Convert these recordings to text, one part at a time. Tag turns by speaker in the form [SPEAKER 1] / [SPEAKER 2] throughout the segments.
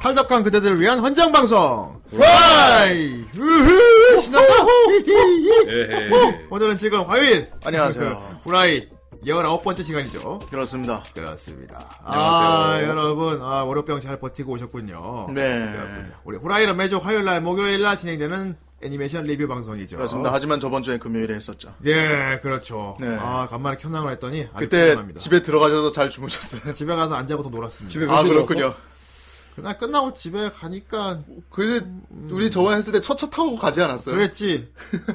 [SPEAKER 1] 탈덕한 그대들을 위한 헌정 방송. 와이 우후 신난다. 히히히. 어,
[SPEAKER 2] 에헤이.
[SPEAKER 1] 오늘은 지금 화요일 그,
[SPEAKER 3] 안녕하세요.
[SPEAKER 1] 후라이 19번째 시간이죠.
[SPEAKER 3] 그렇습니다.
[SPEAKER 1] 그렇습니다. 아,
[SPEAKER 2] 안녕하세요.
[SPEAKER 1] 여러분, 아, 월요병 잘 버티고 오셨군요.
[SPEAKER 3] 네.
[SPEAKER 1] 우리 후라이는 매주 화요일 날, 목요일 날 진행되는 애니메이션 리뷰 방송이죠.
[SPEAKER 3] 그렇습니다. 하지만 저번 주엔 금요일에 했었죠.
[SPEAKER 1] 예, 그렇죠.
[SPEAKER 3] 네.
[SPEAKER 1] 아, 간만에 켜나을 했더니 아주
[SPEAKER 3] 그때
[SPEAKER 1] 편합니다. 집에...
[SPEAKER 3] 집에 들어가셔서 잘 주무셨어요.
[SPEAKER 1] 가서 안 자고 또 놀았습니다.
[SPEAKER 2] 집에
[SPEAKER 3] 아,
[SPEAKER 2] 며칠
[SPEAKER 3] 그렇군요.
[SPEAKER 1] 그날 끝나고 집에 가니까
[SPEAKER 3] 그, 우리 저번에 했을 때 첫차 타고 가지 않았어요?
[SPEAKER 1] 그랬지.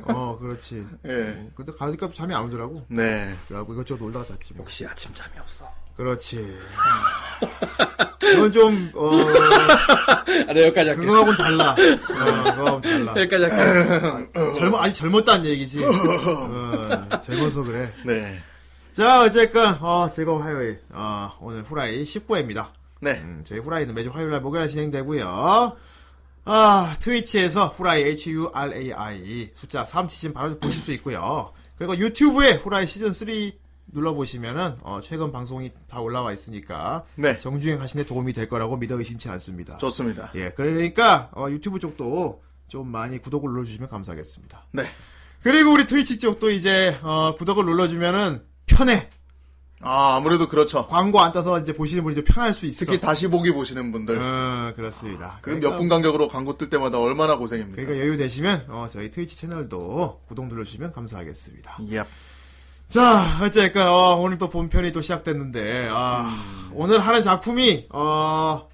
[SPEAKER 1] 어, 그렇지.
[SPEAKER 3] 예.
[SPEAKER 1] 근데 가니까 잠이 안 오더라고.
[SPEAKER 3] 네.
[SPEAKER 1] 그래갖고 이것저것 놀다가 잤지 뭐.
[SPEAKER 2] 혹시 아침 잠이 없어.
[SPEAKER 1] 그렇지. 그건 좀, 어,
[SPEAKER 2] 아, 네, 여기까지 할게. 요 네,
[SPEAKER 1] 그거하고는 달라. 어, 그거하고는 달라.
[SPEAKER 2] 여기까지 할게. 요
[SPEAKER 1] 젊어 아직 젊었다는 얘기지. 어, 젊어서 그래.
[SPEAKER 3] 네.
[SPEAKER 1] 자 어쨌건 어, 즐거운 화요일. 어, 오늘 후라이 19회입니다.
[SPEAKER 3] 네.
[SPEAKER 1] 음, 저희 후라이는 매주 화요일날 목요일 진행되고요. 아 트위치에서 후라이 H U R A I 숫자 3 치신 바로 보실 수 있고요. 그리고 유튜브에 후라이 시즌 3 눌러보시면은 어, 최근 방송이 다 올라와 있으니까
[SPEAKER 3] 네.
[SPEAKER 1] 정주행 하시는 데 도움이 될 거라고 믿어 의심치 않습니다.
[SPEAKER 3] 좋습니다.
[SPEAKER 1] 예, 그러니까 어, 유튜브 쪽도 좀 많이 구독을 눌러주시면 감사하겠습니다.
[SPEAKER 3] 네.
[SPEAKER 1] 그리고 우리 트위치 쪽도 이제 어, 구독을 눌러주면은 편해
[SPEAKER 3] 아, 아무래도 그렇죠.
[SPEAKER 1] 광고 안 따서 이제 보시는 분이 좀 편할 수 있어.
[SPEAKER 3] 특히 다시 보기 보시는 분들.
[SPEAKER 1] 어, 그렇습니다.
[SPEAKER 3] 네. 그 몇 분 간격으로 광고 뜰 때마다 얼마나 고생입니까?
[SPEAKER 1] 그러니까 여유 되시면 어, 저희 트위치 채널도 구독 눌러주시면 감사하겠습니다.
[SPEAKER 3] 예.
[SPEAKER 1] 자 어쨌든 어, 오늘 또 본편이 또 시작됐는데 아,
[SPEAKER 3] 음.
[SPEAKER 1] 오늘 하는 작품이 어,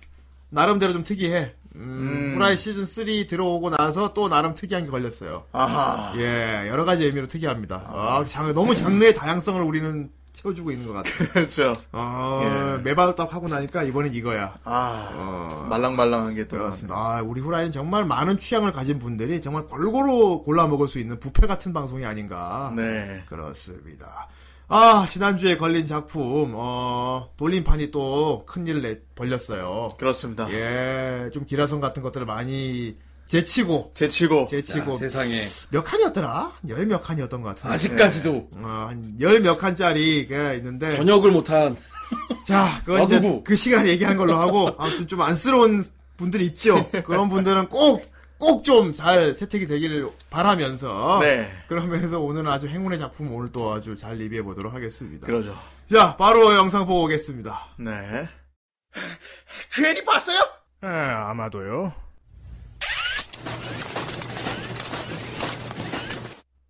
[SPEAKER 1] 나름대로 좀 특이해. 음,
[SPEAKER 3] 음.
[SPEAKER 1] 후라이 시즌 3 들어오고 나서 또 나름 특이한 게 걸렸어요.
[SPEAKER 3] 아하.
[SPEAKER 1] 예, 여러 가지 의미로 특이합니다. 아, 장르, 너무 장르의 다양성을 우리는 채워주고 있는 것 같아요.
[SPEAKER 3] 그렇죠.
[SPEAKER 1] 어,
[SPEAKER 3] 예.
[SPEAKER 1] 매발답 하고 나니까 이번엔 이거야.
[SPEAKER 3] 아,
[SPEAKER 1] 어,
[SPEAKER 3] 말랑말랑한 게
[SPEAKER 1] 그렇습니다.
[SPEAKER 3] 들어갔습니다.
[SPEAKER 1] 아, 우리 후라이는 정말 많은 취향을 가진 분들이 정말 골고루 골라 먹을 수 있는 부페 같은 방송이 아닌가.
[SPEAKER 3] 네.
[SPEAKER 1] 그렇습니다. 아, 지난주에 걸린 작품, 어, 돌림판이 또 큰일을 내- 벌렸어요.
[SPEAKER 3] 그렇습니다.
[SPEAKER 1] 예, 좀 기라성 같은 것들을 많이 제치고,
[SPEAKER 3] 제치고.
[SPEAKER 1] 제치고.
[SPEAKER 2] 세상에.
[SPEAKER 1] 몇 칸이었더라? 열 몇 칸이었던 것 같은데.
[SPEAKER 2] 아직까지도
[SPEAKER 1] 어, 한열 몇 칸짜리가 있는데
[SPEAKER 2] 번역을 못한.
[SPEAKER 1] 자 그건 이제
[SPEAKER 2] 와구구.
[SPEAKER 1] 그 시간에 얘기한 걸로 하고 아무튼 좀 안쓰러운 분들 있죠 그런 분들은 꼭 꼭 좀 잘 채택이 되기를 바라면서
[SPEAKER 3] 네.
[SPEAKER 1] 그런 면에서 오늘은 아주 행운의 작품 오늘 또 아주 잘 리뷰해 보도록 하겠습니다
[SPEAKER 3] 그러죠.
[SPEAKER 1] 자 바로 영상 보고 오겠습니다
[SPEAKER 3] 네. 괜히 봤어요?
[SPEAKER 1] 에 네, 아마도요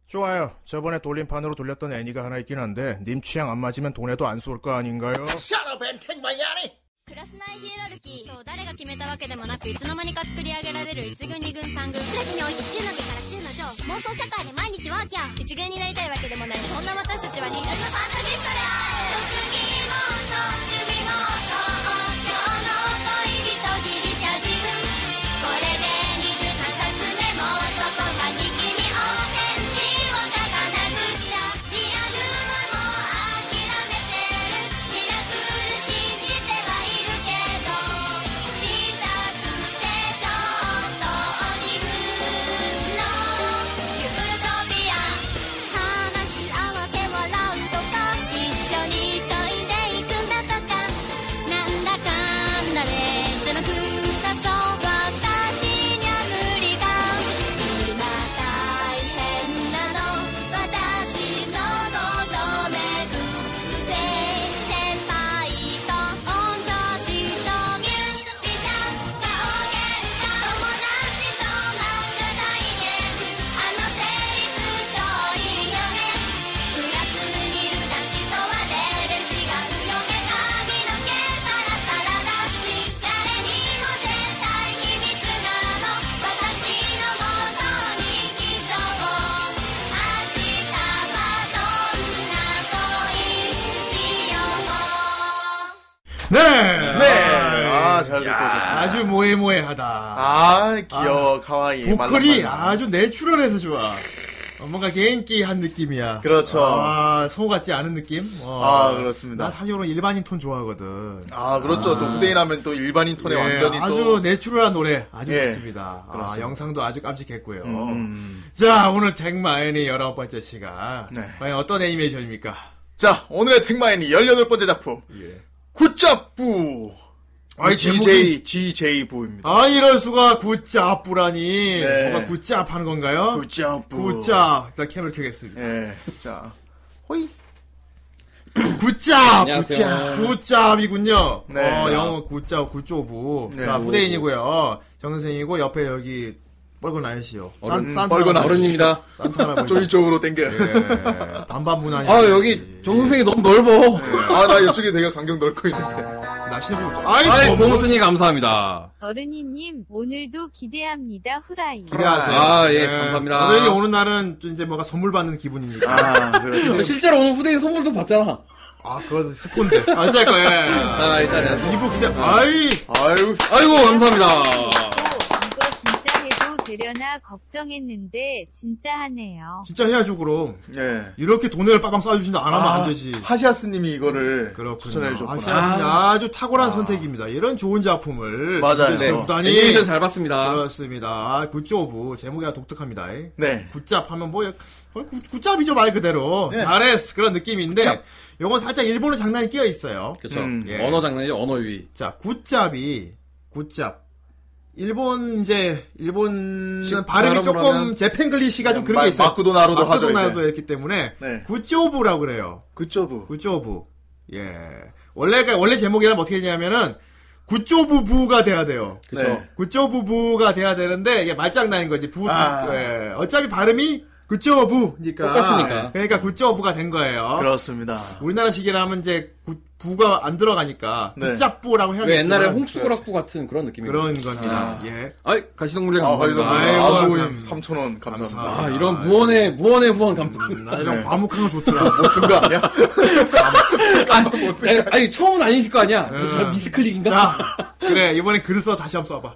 [SPEAKER 1] 좋아요. 저번에 돌림판으로 돌렸던 애니가 하나 있긴 한데 님 취향 안 맞으면 돈에도 안 쏠 거 아닌가요?
[SPEAKER 3] 샤라 벤탱 마야리!
[SPEAKER 4] クラス内ヒエラルキーそう誰が決めたわけでもなくいつの間にか作り上げられる1軍2軍3軍全てにおいて中の下から中の上妄想社会で毎日ワーキャー1軍になりたいわけでもないそんな私たちは2軍のファンタジストである特技妄想趣味妄想今日の恋人ギリシャ自分これで23冊目もそこがに君を返事を書かなくちゃリアルはもう諦めてるミラクル信じてはいるけど痛くてちょっと鬼軍のユートピア話し合わせ笑うとか一緒に研いでいくんだとかなんだかんだで邪魔くさそう私には無理が今大変なの私のことめぐ「先輩と同じのミュージシャン」「顔喧嘩友達と漫画再現」「あのセリフちょいよね」「クラスにいる男子とはレベル違うよね」「髪の毛サラサラだし」「誰にも絶対秘密なの」「私の妄想に偽証」「明日はどんな恋しよう」
[SPEAKER 1] 네.
[SPEAKER 3] 네! 아, 잘 듣고 오셨습니다.
[SPEAKER 1] 아주 모해모해하다.
[SPEAKER 3] 아, 귀여워, 카와이.
[SPEAKER 1] 보컬이
[SPEAKER 3] 예, 말랑말랑.
[SPEAKER 1] 아주 내추럴해서 좋아. 어, 뭔가 개인기한 느낌이야.
[SPEAKER 3] 그렇죠.
[SPEAKER 1] 아, 성우 같지 않은 느낌? 어.
[SPEAKER 3] 아, 그렇습니다.
[SPEAKER 1] 나 사실 오늘 일반인 톤 좋아하거든.
[SPEAKER 3] 아, 그렇죠. 또 후대인 하면 또 일반인 톤에
[SPEAKER 1] 예,
[SPEAKER 3] 완전히
[SPEAKER 1] 아주
[SPEAKER 3] 또.
[SPEAKER 1] 내추럴한 노래 아주
[SPEAKER 3] 예,
[SPEAKER 1] 좋습니다. 아,
[SPEAKER 3] 그렇습니다.
[SPEAKER 1] 영상도 아주 깜찍했고요.
[SPEAKER 3] 음.
[SPEAKER 1] 자, 오늘 택마인의 19번째 시간.
[SPEAKER 3] 네.
[SPEAKER 1] 과연 어떤 애니메이션입니까?
[SPEAKER 3] 자, 오늘의 택마인이 18번째 작품. 굿잡부!
[SPEAKER 1] 예.
[SPEAKER 3] 그
[SPEAKER 1] 아이, 제목이.
[SPEAKER 3] GJ GJ 부입니다.
[SPEAKER 1] 아, 이럴 수가 굿잡 부라니.
[SPEAKER 3] 네.
[SPEAKER 1] 뭔가 아, 굿잡 하는 건가요?
[SPEAKER 3] 굿잡 부.
[SPEAKER 1] 굿잡. 자, 캠을 켜겠습니다.
[SPEAKER 3] 예. 자. 호이.
[SPEAKER 1] 굿잡!
[SPEAKER 2] 안녕하세요.
[SPEAKER 1] 굿잡! 이군요
[SPEAKER 3] 네.
[SPEAKER 1] 어, 영어 굿잡, 굿조부.
[SPEAKER 3] 네.
[SPEAKER 1] 자, 후대인이고요. 정선생이고, 옆에 여기, 뻘건 아저씨요. 산- 산타
[SPEAKER 3] 뻘건
[SPEAKER 1] 할아버지.
[SPEAKER 2] 어른입니다.
[SPEAKER 1] 산타 할아버지.
[SPEAKER 3] 저희 쪽으로 땡겨.
[SPEAKER 1] 예, 반반분 아니
[SPEAKER 2] 아 여기 정선생이 너무 넓어.
[SPEAKER 3] 아, 나 이쪽에 내가 강경 넓고 있는데.
[SPEAKER 1] 날씨는 좀-
[SPEAKER 2] 아이
[SPEAKER 1] 아이, 너무
[SPEAKER 2] 보무스님 감사합니다.
[SPEAKER 4] 어른이님 오늘도 기대합니다 후라이
[SPEAKER 1] 기대하세요.
[SPEAKER 2] 아, 예, 감사합니다.
[SPEAKER 1] 오늘이 오는 날은 좀 이제 뭐가 선물 받는 기분입니다.
[SPEAKER 3] 아, 그렇죠.
[SPEAKER 2] 실제로 오늘 후대인 선물도 받잖아.
[SPEAKER 1] 아, 그거 스폰데. 아, 짤 거예요.
[SPEAKER 2] 아,
[SPEAKER 1] 예.
[SPEAKER 2] 일단
[SPEAKER 1] 이부 기대, 아이!
[SPEAKER 3] 아유,
[SPEAKER 2] 아이고 감사합니다.
[SPEAKER 4] 네, 이거 진짜 해도 되려나 걱정했는데 진짜 하네요
[SPEAKER 1] 진짜 해야죠, 그럼.
[SPEAKER 3] 예.
[SPEAKER 1] 이렇게 돈을 빠방 쏴주신다 안 하면
[SPEAKER 3] 아,
[SPEAKER 1] 안 되지.
[SPEAKER 3] 하시아스님이 이거를
[SPEAKER 1] 그렇군요.
[SPEAKER 3] 추천해 주셨구나.
[SPEAKER 1] 아시아스님 아주 탁월한 선택입니다. 이런 좋은 작품을
[SPEAKER 3] 맞아요.
[SPEAKER 1] 네.
[SPEAKER 3] 네.
[SPEAKER 1] 구단이
[SPEAKER 2] 애니메이션 잘 봤습니다.
[SPEAKER 1] 그렇습니다. 아, 굿즈 오브 제목이 아주 독특합니다.
[SPEAKER 3] 네.
[SPEAKER 1] 굿잡 하면 뭐 거의 굿- 굿잡이죠 말 그대로
[SPEAKER 3] 네.
[SPEAKER 1] 잘했어 그런 느낌인데 요건 살짝 일본어 장난이 끼어 있어요.
[SPEAKER 2] 그렇죠.
[SPEAKER 3] 음,
[SPEAKER 1] 예.
[SPEAKER 2] 언어 장난이죠. 언어 유희.
[SPEAKER 1] 자 굿잡이 굿잡 일본 이제 일본
[SPEAKER 2] 식-
[SPEAKER 1] 발음이 조금
[SPEAKER 2] 발음으로
[SPEAKER 1] 재팬글리시가 좀 그런 게 있어요.
[SPEAKER 3] 네, 마쿠도 나로도 하죠. 이제.
[SPEAKER 1] 마크도나도 했기 때문에
[SPEAKER 3] 네.
[SPEAKER 1] 굿즈 오브라고 그래요. 뭐.
[SPEAKER 3] 굿조브.
[SPEAKER 1] 굿조브. 예. 원래가, 원래 제목이라면 어떻게 되냐면은, 굿조부부가 돼야 돼요.
[SPEAKER 2] 그렇죠.
[SPEAKER 3] 네.
[SPEAKER 1] 굿조부부가 돼야 되는데, 이게 말장난인 거지. 부,
[SPEAKER 3] 아.
[SPEAKER 1] 예. 어차피 발음이 굿조부니까.
[SPEAKER 2] 똑같으니까.
[SPEAKER 1] 그러니까 굿조부가 된
[SPEAKER 3] 아.
[SPEAKER 1] 거예요.
[SPEAKER 3] 그렇습니다.
[SPEAKER 1] 우리나라식이라 하면 이제, 굿- 부가 안 들어가니까,
[SPEAKER 3] 네.
[SPEAKER 1] 굿잡부라고 해야
[SPEAKER 2] 왜
[SPEAKER 1] 되지.
[SPEAKER 2] 그 옛날에 홍수고락부 같은 아, 그런 느낌이.
[SPEAKER 1] 그런 겁니다. 예.
[SPEAKER 2] 아이 가시동물리
[SPEAKER 3] 아,
[SPEAKER 2] 감사합니다.
[SPEAKER 3] 감사합니다.
[SPEAKER 1] 아이고,
[SPEAKER 3] 아이고, 뭐
[SPEAKER 1] 감-
[SPEAKER 3] 3,000원 감사합니다.
[SPEAKER 1] 감사합니다.
[SPEAKER 2] 아 이런 무언의 무언의 후원 감사합니다.
[SPEAKER 1] 나 이런
[SPEAKER 3] 네.
[SPEAKER 1] 과묵한 거 좋더라.
[SPEAKER 3] 못 쓴 거 아니야?
[SPEAKER 2] 아니, 아니, 아니, 처음은 아니실 거 아니야. 저 미스클릭인가?
[SPEAKER 1] 자, 그래, 이번에 글을 써 다시 한번 써봐.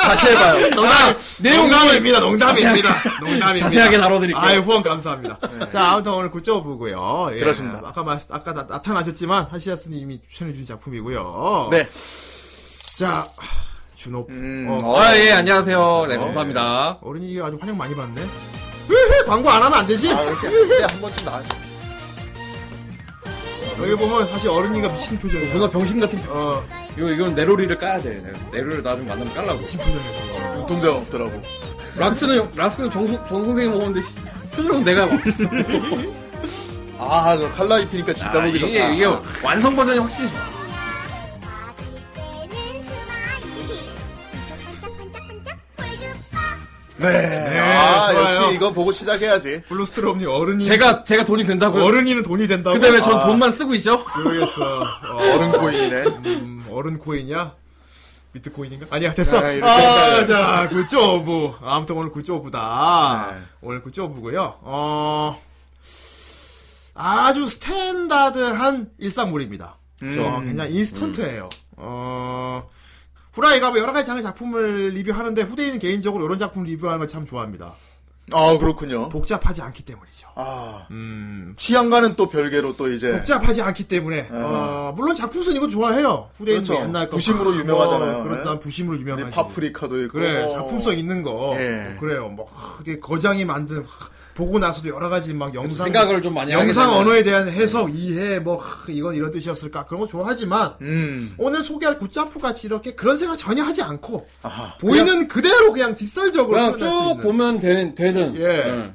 [SPEAKER 3] 다시 해봐요.
[SPEAKER 1] 농담,
[SPEAKER 2] 내용을
[SPEAKER 1] 농담입니다. 농담입니다. 농담입니다.
[SPEAKER 2] 자세하게 다뤄드릴게요.
[SPEAKER 1] 네, 아유, 후원 감사합니다. 자, 아무튼 오늘 굿즈 보고요. 예,
[SPEAKER 3] 네. 그렇습니다.
[SPEAKER 1] 아까 말, 아까 나, 나타나셨지만, 하시아스님이 추천해준 작품이고요.
[SPEAKER 3] 네.
[SPEAKER 1] 자, 준호.
[SPEAKER 3] 음,
[SPEAKER 1] 어,
[SPEAKER 3] 어,
[SPEAKER 2] 아, 예, 안녕하세요. 네,
[SPEAKER 3] 어.
[SPEAKER 2] 감사합니다.
[SPEAKER 1] 어른이 아주 환영 많이 받네. 으흐, 광고 안 하면 안 되지?
[SPEAKER 3] 아, 역시 한 번쯤 나.
[SPEAKER 1] 여기 보면 사실 어른이가 미친 표정이야.
[SPEAKER 2] 존나 병신 같은, 병-
[SPEAKER 1] 어,
[SPEAKER 2] 이거, 이건 네로리를 까야 돼. 네, 네로리를 나중에 만나면 깔라고.
[SPEAKER 1] 미친 표정이야.
[SPEAKER 3] 눈동자가 없더라고.
[SPEAKER 2] 락스는, 락스는 정수, 정선생이 먹었는데, 씨, 표정은 내가 먹었어.
[SPEAKER 3] 아, 저 칼라 입히니까 진짜
[SPEAKER 2] 아,
[SPEAKER 3] 보기
[SPEAKER 2] 이게,
[SPEAKER 3] 좋다.
[SPEAKER 2] 이게 완성 버전이 확실히 좋아.
[SPEAKER 5] 반짝반짝반짝 벌금
[SPEAKER 3] 네. 아, 역시 이거 보고 시작해야지.
[SPEAKER 1] 블루스트롬님 어른이.
[SPEAKER 2] 제가, 제가 돈이 된다고요?
[SPEAKER 1] 음. 어른이는 돈이 된다고.
[SPEAKER 2] 근데 왜 전
[SPEAKER 3] 아.
[SPEAKER 2] 돈만 쓰고 있죠?
[SPEAKER 1] 모르겠어. 어,
[SPEAKER 3] 어른 코인이네.
[SPEAKER 1] 음, 어른 코인이야? 비트코인인가? 아니야, 됐어.
[SPEAKER 3] 네, 이렇게
[SPEAKER 1] 아,
[SPEAKER 3] 헷갈려요.
[SPEAKER 1] 자, 굿즈 오브. 아무튼 오늘 굿즈 오브다.
[SPEAKER 3] 네.
[SPEAKER 1] 오늘 굿즈 오브고요 어, 아주 스탠다드한 일상물입니다. 어,
[SPEAKER 3] 음.
[SPEAKER 1] 그냥 인스턴트예요 어, 후라이가 뭐 여러 가지 장르 작품을 리뷰하는데 후대인은 개인적으로 이런 작품 리뷰하는 걸 참 좋아합니다.
[SPEAKER 3] 아, 그렇군요.
[SPEAKER 1] 복잡하지 않기 때문이죠.
[SPEAKER 3] 아,
[SPEAKER 1] 음,
[SPEAKER 3] 취향과는 또 별개로 또 이제.
[SPEAKER 1] 복잡하지 않기 때문에 어, 물론 작품선 이거 좋아해요. 후대인도
[SPEAKER 3] 네. 그렇죠.
[SPEAKER 1] 옛날 거
[SPEAKER 3] 부심으로
[SPEAKER 1] 뭐,
[SPEAKER 3] 유명하잖아요.
[SPEAKER 1] 그렇다 난 부심으로 유명하지.
[SPEAKER 3] 네, 파프리카도 있고.
[SPEAKER 1] 그래
[SPEAKER 3] 어.
[SPEAKER 1] 작품성 있는 거
[SPEAKER 3] 예.
[SPEAKER 1] 그래요 뭐 하, 이게 거장이 만든 하, 보고 나서도 여러 가지 막 영상
[SPEAKER 2] 생각을 좀 많이
[SPEAKER 1] 영상
[SPEAKER 2] 하게 되네.
[SPEAKER 1] 언어에 대한 해석 이해 뭐 하, 이건 이런 뜻이었을까 그런 거 좋아하지만
[SPEAKER 3] 음.
[SPEAKER 1] 오늘 소개할 굿잡프 같이 이렇게 그런 생각 전혀 하지 않고
[SPEAKER 3] 아하.
[SPEAKER 1] 보이는 그대로 그냥 뒷설적으로
[SPEAKER 2] 그냥
[SPEAKER 1] 표현할 수
[SPEAKER 2] 쭉
[SPEAKER 1] 있는
[SPEAKER 2] 보면 되는, 네. 되는.
[SPEAKER 1] 예.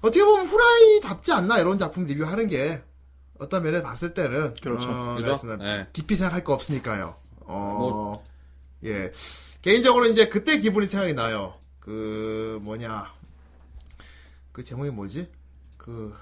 [SPEAKER 1] 어떻게 보면 후라이답지 않나 이런 작품 리뷰하는 게 어떤 면에 봤을 때는
[SPEAKER 3] 그렇죠.
[SPEAKER 1] 어,
[SPEAKER 2] 그죠?
[SPEAKER 1] 그렇습니다.
[SPEAKER 2] 예.
[SPEAKER 1] 깊이 생각할 거 없으니까요. 어, 예. 개인적으로 이제 그때 기분이 생각이 나요. 그, 뭐냐. 그 제목이 뭐지? 그,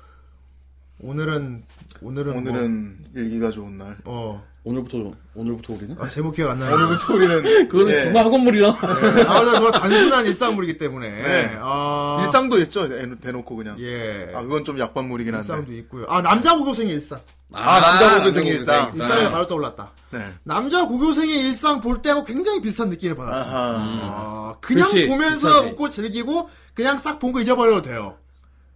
[SPEAKER 1] 오늘은, 오늘은.
[SPEAKER 3] 오늘은 일기가 좋은 날.
[SPEAKER 1] 뭐, 어.
[SPEAKER 2] 오늘부터, 좀- 오늘부터 우리는?
[SPEAKER 1] 아, 제목 기억 안 나요.
[SPEAKER 3] 오늘부터 우리는.
[SPEAKER 2] 그거는
[SPEAKER 3] 예.
[SPEAKER 2] 존나 학원물이야.
[SPEAKER 1] 아, 정말 단순한 일상물이기 때문에.
[SPEAKER 3] 네.
[SPEAKER 1] 아,
[SPEAKER 3] 일상도 있죠. 애- 대놓고 그냥.
[SPEAKER 1] 예.
[SPEAKER 3] 아, 그건 좀 약반물이긴 한데.
[SPEAKER 1] 일상도 있고요. 아, 남자 고교생의 일상.
[SPEAKER 3] 아, 남자 고교생의 일상.
[SPEAKER 1] 일상이 바로 떠올랐다.
[SPEAKER 3] 네.
[SPEAKER 1] 남자 고교생의 일상 볼 때하고 굉장히 비슷한 느낌을 받았어요.
[SPEAKER 3] 아하.
[SPEAKER 1] 아, 그냥
[SPEAKER 2] 그치,
[SPEAKER 1] 보면서
[SPEAKER 2] 비슷하지.
[SPEAKER 1] 웃고 즐기고 그냥 싹 본 거 잊어버려도 돼요.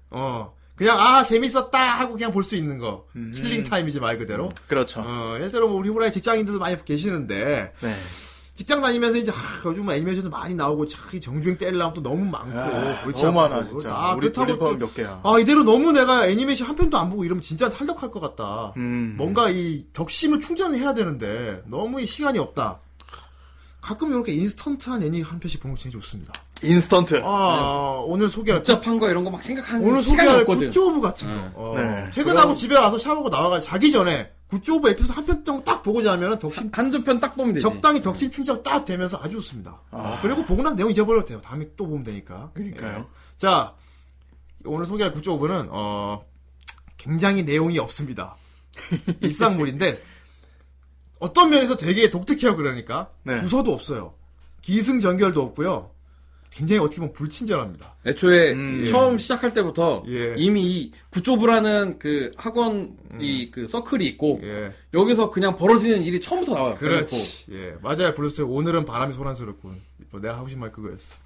[SPEAKER 1] 어, 그냥 아 재밌었다 하고 그냥 볼 수 있는 거
[SPEAKER 3] 음.
[SPEAKER 1] 힐링 타임이지 말 그대로. 아.
[SPEAKER 3] 그렇죠.
[SPEAKER 1] 어, 예를 들어 뭐 우리 후라이 직장인들도 많이 계시는데
[SPEAKER 3] 네.
[SPEAKER 1] 직장 다니면서 이제 하, 요즘 애니메이션도 많이 나오고 참이 정주행 때리려면 또 너무 많고 골치
[SPEAKER 3] 너무 많아
[SPEAKER 1] 그, 아프고.
[SPEAKER 3] 진짜.
[SPEAKER 1] 아
[SPEAKER 3] 우리
[SPEAKER 1] 그렇다고
[SPEAKER 3] 돌림판
[SPEAKER 1] 또,
[SPEAKER 3] 몇 개야.
[SPEAKER 1] 아 이대로 너무 내가 애니메이션 한 편도 안 보고 이러면 진짜 탈덕할 것 같다.
[SPEAKER 3] 음.
[SPEAKER 1] 뭔가 이 덕심을 충전해야 되는데 너무 이 시간이 없다. 가끔 이렇게 인스턴트한 애니 한 편씩 보는 거 제일 좋습니다.
[SPEAKER 3] 인스턴트.
[SPEAKER 1] 아 오늘 소개할
[SPEAKER 2] 복잡한 거 이런 거 막 생각하는
[SPEAKER 1] 오늘
[SPEAKER 2] 시간이
[SPEAKER 1] 소개할
[SPEAKER 2] 없거든.
[SPEAKER 1] 굿즈오브 같은 거.
[SPEAKER 2] 네.
[SPEAKER 1] 어,
[SPEAKER 3] 네.
[SPEAKER 1] 퇴근하고
[SPEAKER 2] 그럼-
[SPEAKER 1] 집에 와서 샤워하고 나와가지고 자기 전에 굿즈오브 에피소드 한 편 정도 딱 보고 자면은 덕심,
[SPEAKER 2] 한두 편 딱 보면 되지.
[SPEAKER 1] 적당히 덕심 충전 딱 되면서 아주 좋습니다. 어,
[SPEAKER 3] 아.
[SPEAKER 1] 그리고 보고 나서 내용 잊어버려도 돼요. 다음에 또 보면 되니까.
[SPEAKER 3] 그러니까요.
[SPEAKER 1] 예. 자, 오늘 소개할 굿즈오브는, 어, 굉장히 내용이 없습니다. 일상물인데, 어떤 면에서 되게 독특해요, 그러니까.
[SPEAKER 3] 네.
[SPEAKER 1] 부서도 없어요. 기승전결도 없고요. 굉장히 어떻게 보면 불친절합니다.
[SPEAKER 2] 애초에
[SPEAKER 3] 음.
[SPEAKER 2] 처음 시작할 때부터
[SPEAKER 1] 예.
[SPEAKER 2] 이미 이 구조부라는 그 학원 이 그 서클이 있고
[SPEAKER 1] 음. 예.
[SPEAKER 2] 여기서 그냥 벌어지는 일이 처음부터 나와요.
[SPEAKER 1] 그렇지. 예, 맞아요. 블루스트 오늘은 바람이 소란스럽군. 뭐 내가 하고 싶은 말 그거였어.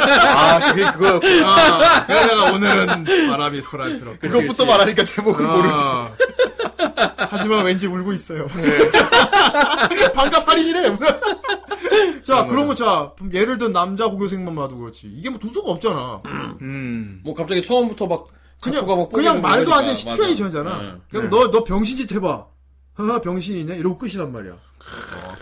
[SPEAKER 3] 아 그게 그거
[SPEAKER 1] 아, 그래서 내가 오늘은 바람이 소란스럽군.
[SPEAKER 3] 그것부터 말하니까 제목을 모르지.
[SPEAKER 1] 아. 하지만 왠지 울고 있어요. 반값 할인이래. 자, 그런 거, 자, 그럼 예를 든 남자 고교생만 봐도 그렇지. 이게 뭐 두서가 없잖아.
[SPEAKER 3] 음.
[SPEAKER 2] 뭐 갑자기 처음부터 막
[SPEAKER 1] 그냥,
[SPEAKER 2] 각구가 막
[SPEAKER 1] 그냥
[SPEAKER 2] 뽀개는
[SPEAKER 1] 말도 안 되는
[SPEAKER 2] 거니까.
[SPEAKER 1] 시츄에이션이잖아.
[SPEAKER 2] 맞아. 네.
[SPEAKER 1] 그냥
[SPEAKER 3] 네.
[SPEAKER 1] 너, 너 병신짓 해봐. 하하, 병신이네? 이러고 끝이란 말이야. 어.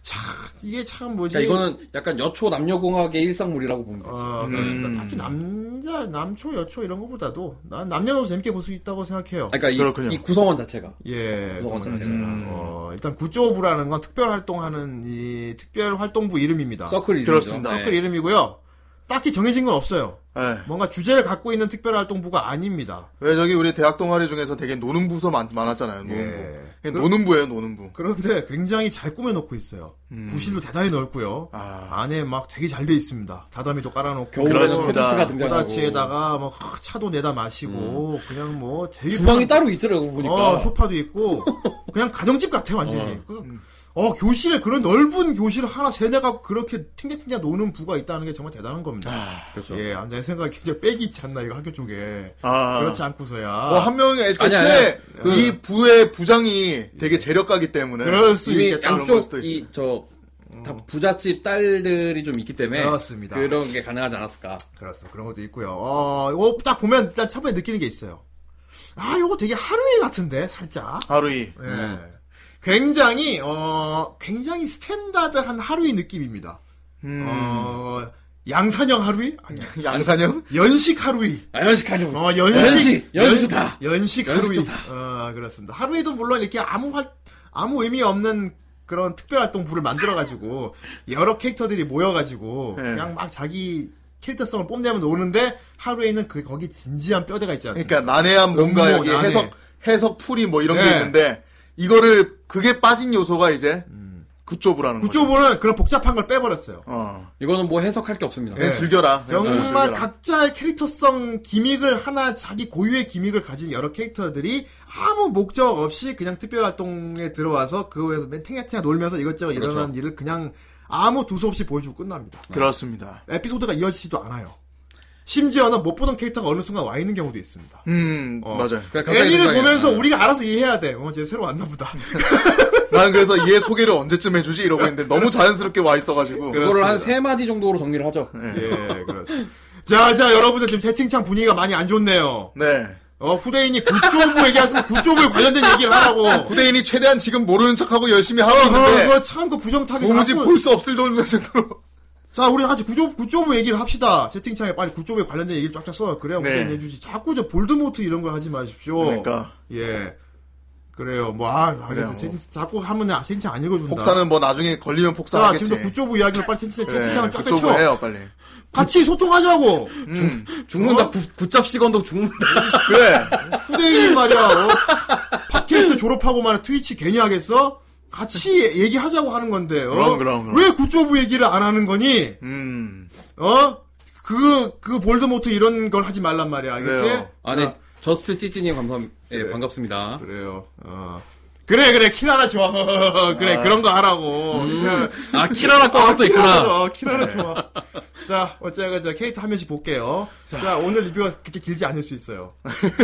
[SPEAKER 1] 참, 이게 참 뭐지.
[SPEAKER 2] 그러니까 이거는 약간 여초 남녀공학의 일상물이라고 보면 되지.
[SPEAKER 1] 아, 그렇습니다.
[SPEAKER 3] 음.
[SPEAKER 1] 딱히 남자, 남초, 여초 이런 거보다도 난 남녀노소 재밌게 볼 수 있다고 생각해요.
[SPEAKER 3] 아,
[SPEAKER 2] 그러니까 이,
[SPEAKER 3] 그렇군요.
[SPEAKER 2] 이 구성원 자체가
[SPEAKER 1] 예,
[SPEAKER 2] 그거
[SPEAKER 1] 성원
[SPEAKER 2] 같아요.
[SPEAKER 1] 자체가. 어, 일단 구조부라는 건 특별 활동하는 이 특별 활동부 이름입니다.
[SPEAKER 2] 서클 이름이죠.
[SPEAKER 3] 그렇습니다.
[SPEAKER 1] 서클 이름이고요. 딱히 정해진 건 없어요.
[SPEAKER 3] 예.
[SPEAKER 1] 뭔가 주제를 갖고 있는 특별 활동부가 아닙니다.
[SPEAKER 3] 왜 저기 우리 대학 동아리 중에서 되게 노는 부서 많, 많았잖아요. 노는
[SPEAKER 1] 예.
[SPEAKER 3] 부. 노는 부예요, 노는 부.
[SPEAKER 1] 그런데 굉장히 잘 꾸며놓고 있어요. 부실도 대단히 넓고요.
[SPEAKER 3] 음. 아.
[SPEAKER 1] 안에 막 되게 잘 돼 있습니다. 다다미도 깔아놓고.
[SPEAKER 2] 겨울에
[SPEAKER 3] 그렇습니다.
[SPEAKER 2] 코다치가 등장하고 음.
[SPEAKER 1] 코다치에다가 뭐 하, 차도 내다 마시고 그냥 뭐 되게
[SPEAKER 2] 주방이
[SPEAKER 1] 편한-
[SPEAKER 2] 따로 있더라고 보니까.
[SPEAKER 1] 어, 소파도 있고 그냥 가정집 같아 완전히. 어. 그, 어, 교실에 그런 넓은 교실 하나 세대가 그렇게 튕겨튕겨 노는 부가 있다는 게 정말 대단한 겁니다.
[SPEAKER 2] 그렇죠.
[SPEAKER 1] 예, 아, 내 생각에 굉장히 빽이 있지 않나 이거 학교 쪽에.
[SPEAKER 3] 아.
[SPEAKER 1] 그렇지 않고서야.
[SPEAKER 2] 어,
[SPEAKER 3] 뭐한 명이
[SPEAKER 2] 아니,
[SPEAKER 3] 애초에
[SPEAKER 2] 아니. 그-
[SPEAKER 3] 이 부의 부장이 되게 재력가기 때문에
[SPEAKER 1] 예. 그럴 수
[SPEAKER 2] 이미
[SPEAKER 1] 있겠다.
[SPEAKER 3] 그런 걸 수도
[SPEAKER 2] 양쪽
[SPEAKER 3] 있지.
[SPEAKER 2] 이 저 부잣집 딸들이 좀 있기 때문에
[SPEAKER 1] 음. 그렇습니다.
[SPEAKER 2] 런게 가능하지 않았을까.
[SPEAKER 1] 그렇습니다. 그런 것도 있고요. 어, 이거 딱 보면 일단 첫 번째 느끼는 게 있어요. 아, 이거 되게 하루이 같은데 살짝.
[SPEAKER 3] 하루이
[SPEAKER 1] 예. 굉장히 어, 굉장히 스탠다드한 하루이 느낌입니다. 어, 양산형 하루이? 아니,
[SPEAKER 3] 양산형
[SPEAKER 1] 연식 하루이.
[SPEAKER 2] 아 연식하려고.
[SPEAKER 1] 어, 연식.
[SPEAKER 2] 연식, 연식 좋다.
[SPEAKER 1] 연식
[SPEAKER 2] 연식
[SPEAKER 1] 하루이.
[SPEAKER 2] 좋다.
[SPEAKER 1] 어, 그렇습니다. 하루이도 물론 이렇게 아무 활, 아무 의미 없는 그런 특별활동부를 만들어가지고, 여러 캐릭터들이 모여가지고,
[SPEAKER 3] 네.
[SPEAKER 1] 그냥 막 자기 캐릭터성을 뽐내면 노는데, 하루에는 그, 거기 진지한 뼈대가 있지 않습니까?
[SPEAKER 3] 그러니까 난해한 뭔가
[SPEAKER 1] 음모,
[SPEAKER 3] 여기
[SPEAKER 1] 뭐 난해.
[SPEAKER 3] 해석 해석 풀이 뭐 이런 게
[SPEAKER 1] 네.
[SPEAKER 3] 있는데 이거를 그게 빠진 요소가 이제 굿조브라는 거죠.
[SPEAKER 1] 구조부는 그런 복잡한 걸 빼버렸어요.
[SPEAKER 3] 어.
[SPEAKER 2] 이거는 뭐 해석할 게 없습니다.
[SPEAKER 1] 예.
[SPEAKER 3] 그냥 즐겨라.
[SPEAKER 2] 네,
[SPEAKER 3] 그냥
[SPEAKER 1] 네. 정말
[SPEAKER 3] 즐겨라.
[SPEAKER 1] 각자의 캐릭터성 기믹을 하나 자기 고유의 기믹을 가진 여러 캐릭터들이 아무 목적 없이 그냥 특별활동에 들어와서 그거에서 맨탱탱 놀면서 이것저것
[SPEAKER 2] 그렇죠.
[SPEAKER 1] 일어나는 일을 그냥 아무 두서 없이 보여주고 끝납니다.
[SPEAKER 3] 그렇습니다.
[SPEAKER 1] 에피소드가 이어지지도 않아요. 심지어는 못 보던 캐릭터가 어느 순간 와 있는 경우도 있습니다.
[SPEAKER 3] 음
[SPEAKER 1] 어.
[SPEAKER 3] 맞아요.
[SPEAKER 2] 그러니까 갑자기
[SPEAKER 1] 애니를
[SPEAKER 2] 등장해.
[SPEAKER 1] 보면서
[SPEAKER 2] 아.
[SPEAKER 1] 우리가 알아서 이해해야 돼. 어, 쟤 새로 왔나 보다.
[SPEAKER 3] 난 그래서 얘 소개를 언제쯤 해주지 이러고 있는데 너무 자연스럽게 와 있어가지고
[SPEAKER 2] 네.
[SPEAKER 3] 네.
[SPEAKER 2] 그거를 한
[SPEAKER 1] 그렇습니다.
[SPEAKER 2] 세 마디 정도로 정리를 하죠.
[SPEAKER 1] 예, 그렇습니다. 자, 자, 여러분들 지금 채팅창 분위기가 많이 안 좋네요.
[SPEAKER 3] 네
[SPEAKER 1] 어, 후대인이 굿조브 얘기하시면 굿조브에 관련된 얘기를 하라고.
[SPEAKER 3] 후대인이 최대한 지금 모르는 척하고 열심히 하고
[SPEAKER 1] 어,
[SPEAKER 3] 있는데 뭐
[SPEAKER 1] 그거 참, 그 부정타기
[SPEAKER 3] 도무지
[SPEAKER 1] 자꾸-
[SPEAKER 3] 볼 수 없을 정도로
[SPEAKER 1] 자, 우리 같이 구조, 구조부 얘기를 합시다. 채팅창에 빨리 구조부에 관련된 얘기를 쫙쫙 써. 그래야 우리
[SPEAKER 3] 네.
[SPEAKER 1] 해주지. 자꾸 저 볼드모트 이런 걸 하지 마십시오.
[SPEAKER 3] 그러니까
[SPEAKER 1] 예. 그래요. 뭐, 아,
[SPEAKER 3] 그래요,
[SPEAKER 1] 알겠어.
[SPEAKER 3] 뭐.
[SPEAKER 1] 채팅, 자꾸 하면 야, 채팅창 안 읽어준다.
[SPEAKER 3] 폭사는 뭐 나중에 걸리면
[SPEAKER 1] 자,
[SPEAKER 3] 폭사하겠지.
[SPEAKER 1] 지금도 구조부 이야기를 빨리 채팅창,
[SPEAKER 3] 그래,
[SPEAKER 1] 채팅창을 쫙쫙
[SPEAKER 3] 그쪽으로
[SPEAKER 1] 쳐.
[SPEAKER 3] 해요 빨리.
[SPEAKER 1] 같이 소통하자고!
[SPEAKER 3] 음,
[SPEAKER 2] 죽는다. 구- 굿잡시건도 죽는다.
[SPEAKER 3] 그래.
[SPEAKER 1] 후대인이 말이야. 어? 팟캐스트 졸업하고 말이야. 트위치 괜히 하겠어? 같이 얘기하자고 하는 건데, 어?
[SPEAKER 3] 그럼, 그럼, 그럼.
[SPEAKER 1] 왜 구조부 얘기를 안 하는 거니?
[SPEAKER 3] 음.
[SPEAKER 1] 어? 그, 그 볼드모트 이런 걸 하지 말란 말이야. 알겠지?
[SPEAKER 3] 그래요.
[SPEAKER 2] 아니
[SPEAKER 1] 자, 아,
[SPEAKER 2] 저스트 찌찌님 감사 예, 반갑습니다.
[SPEAKER 1] 그래요. 어. 그래, 그래, 키라라 좋아.
[SPEAKER 2] 음.
[SPEAKER 1] 그래, 그런 거 하라고.
[SPEAKER 2] 아 키라라 꽝도 있구나.
[SPEAKER 1] 키라라 좋아. 자, 어쨌든 자, 캐릭터 한 명씩 볼게요. 자, 오늘 리뷰가 그렇게 길지 않을 수 있어요.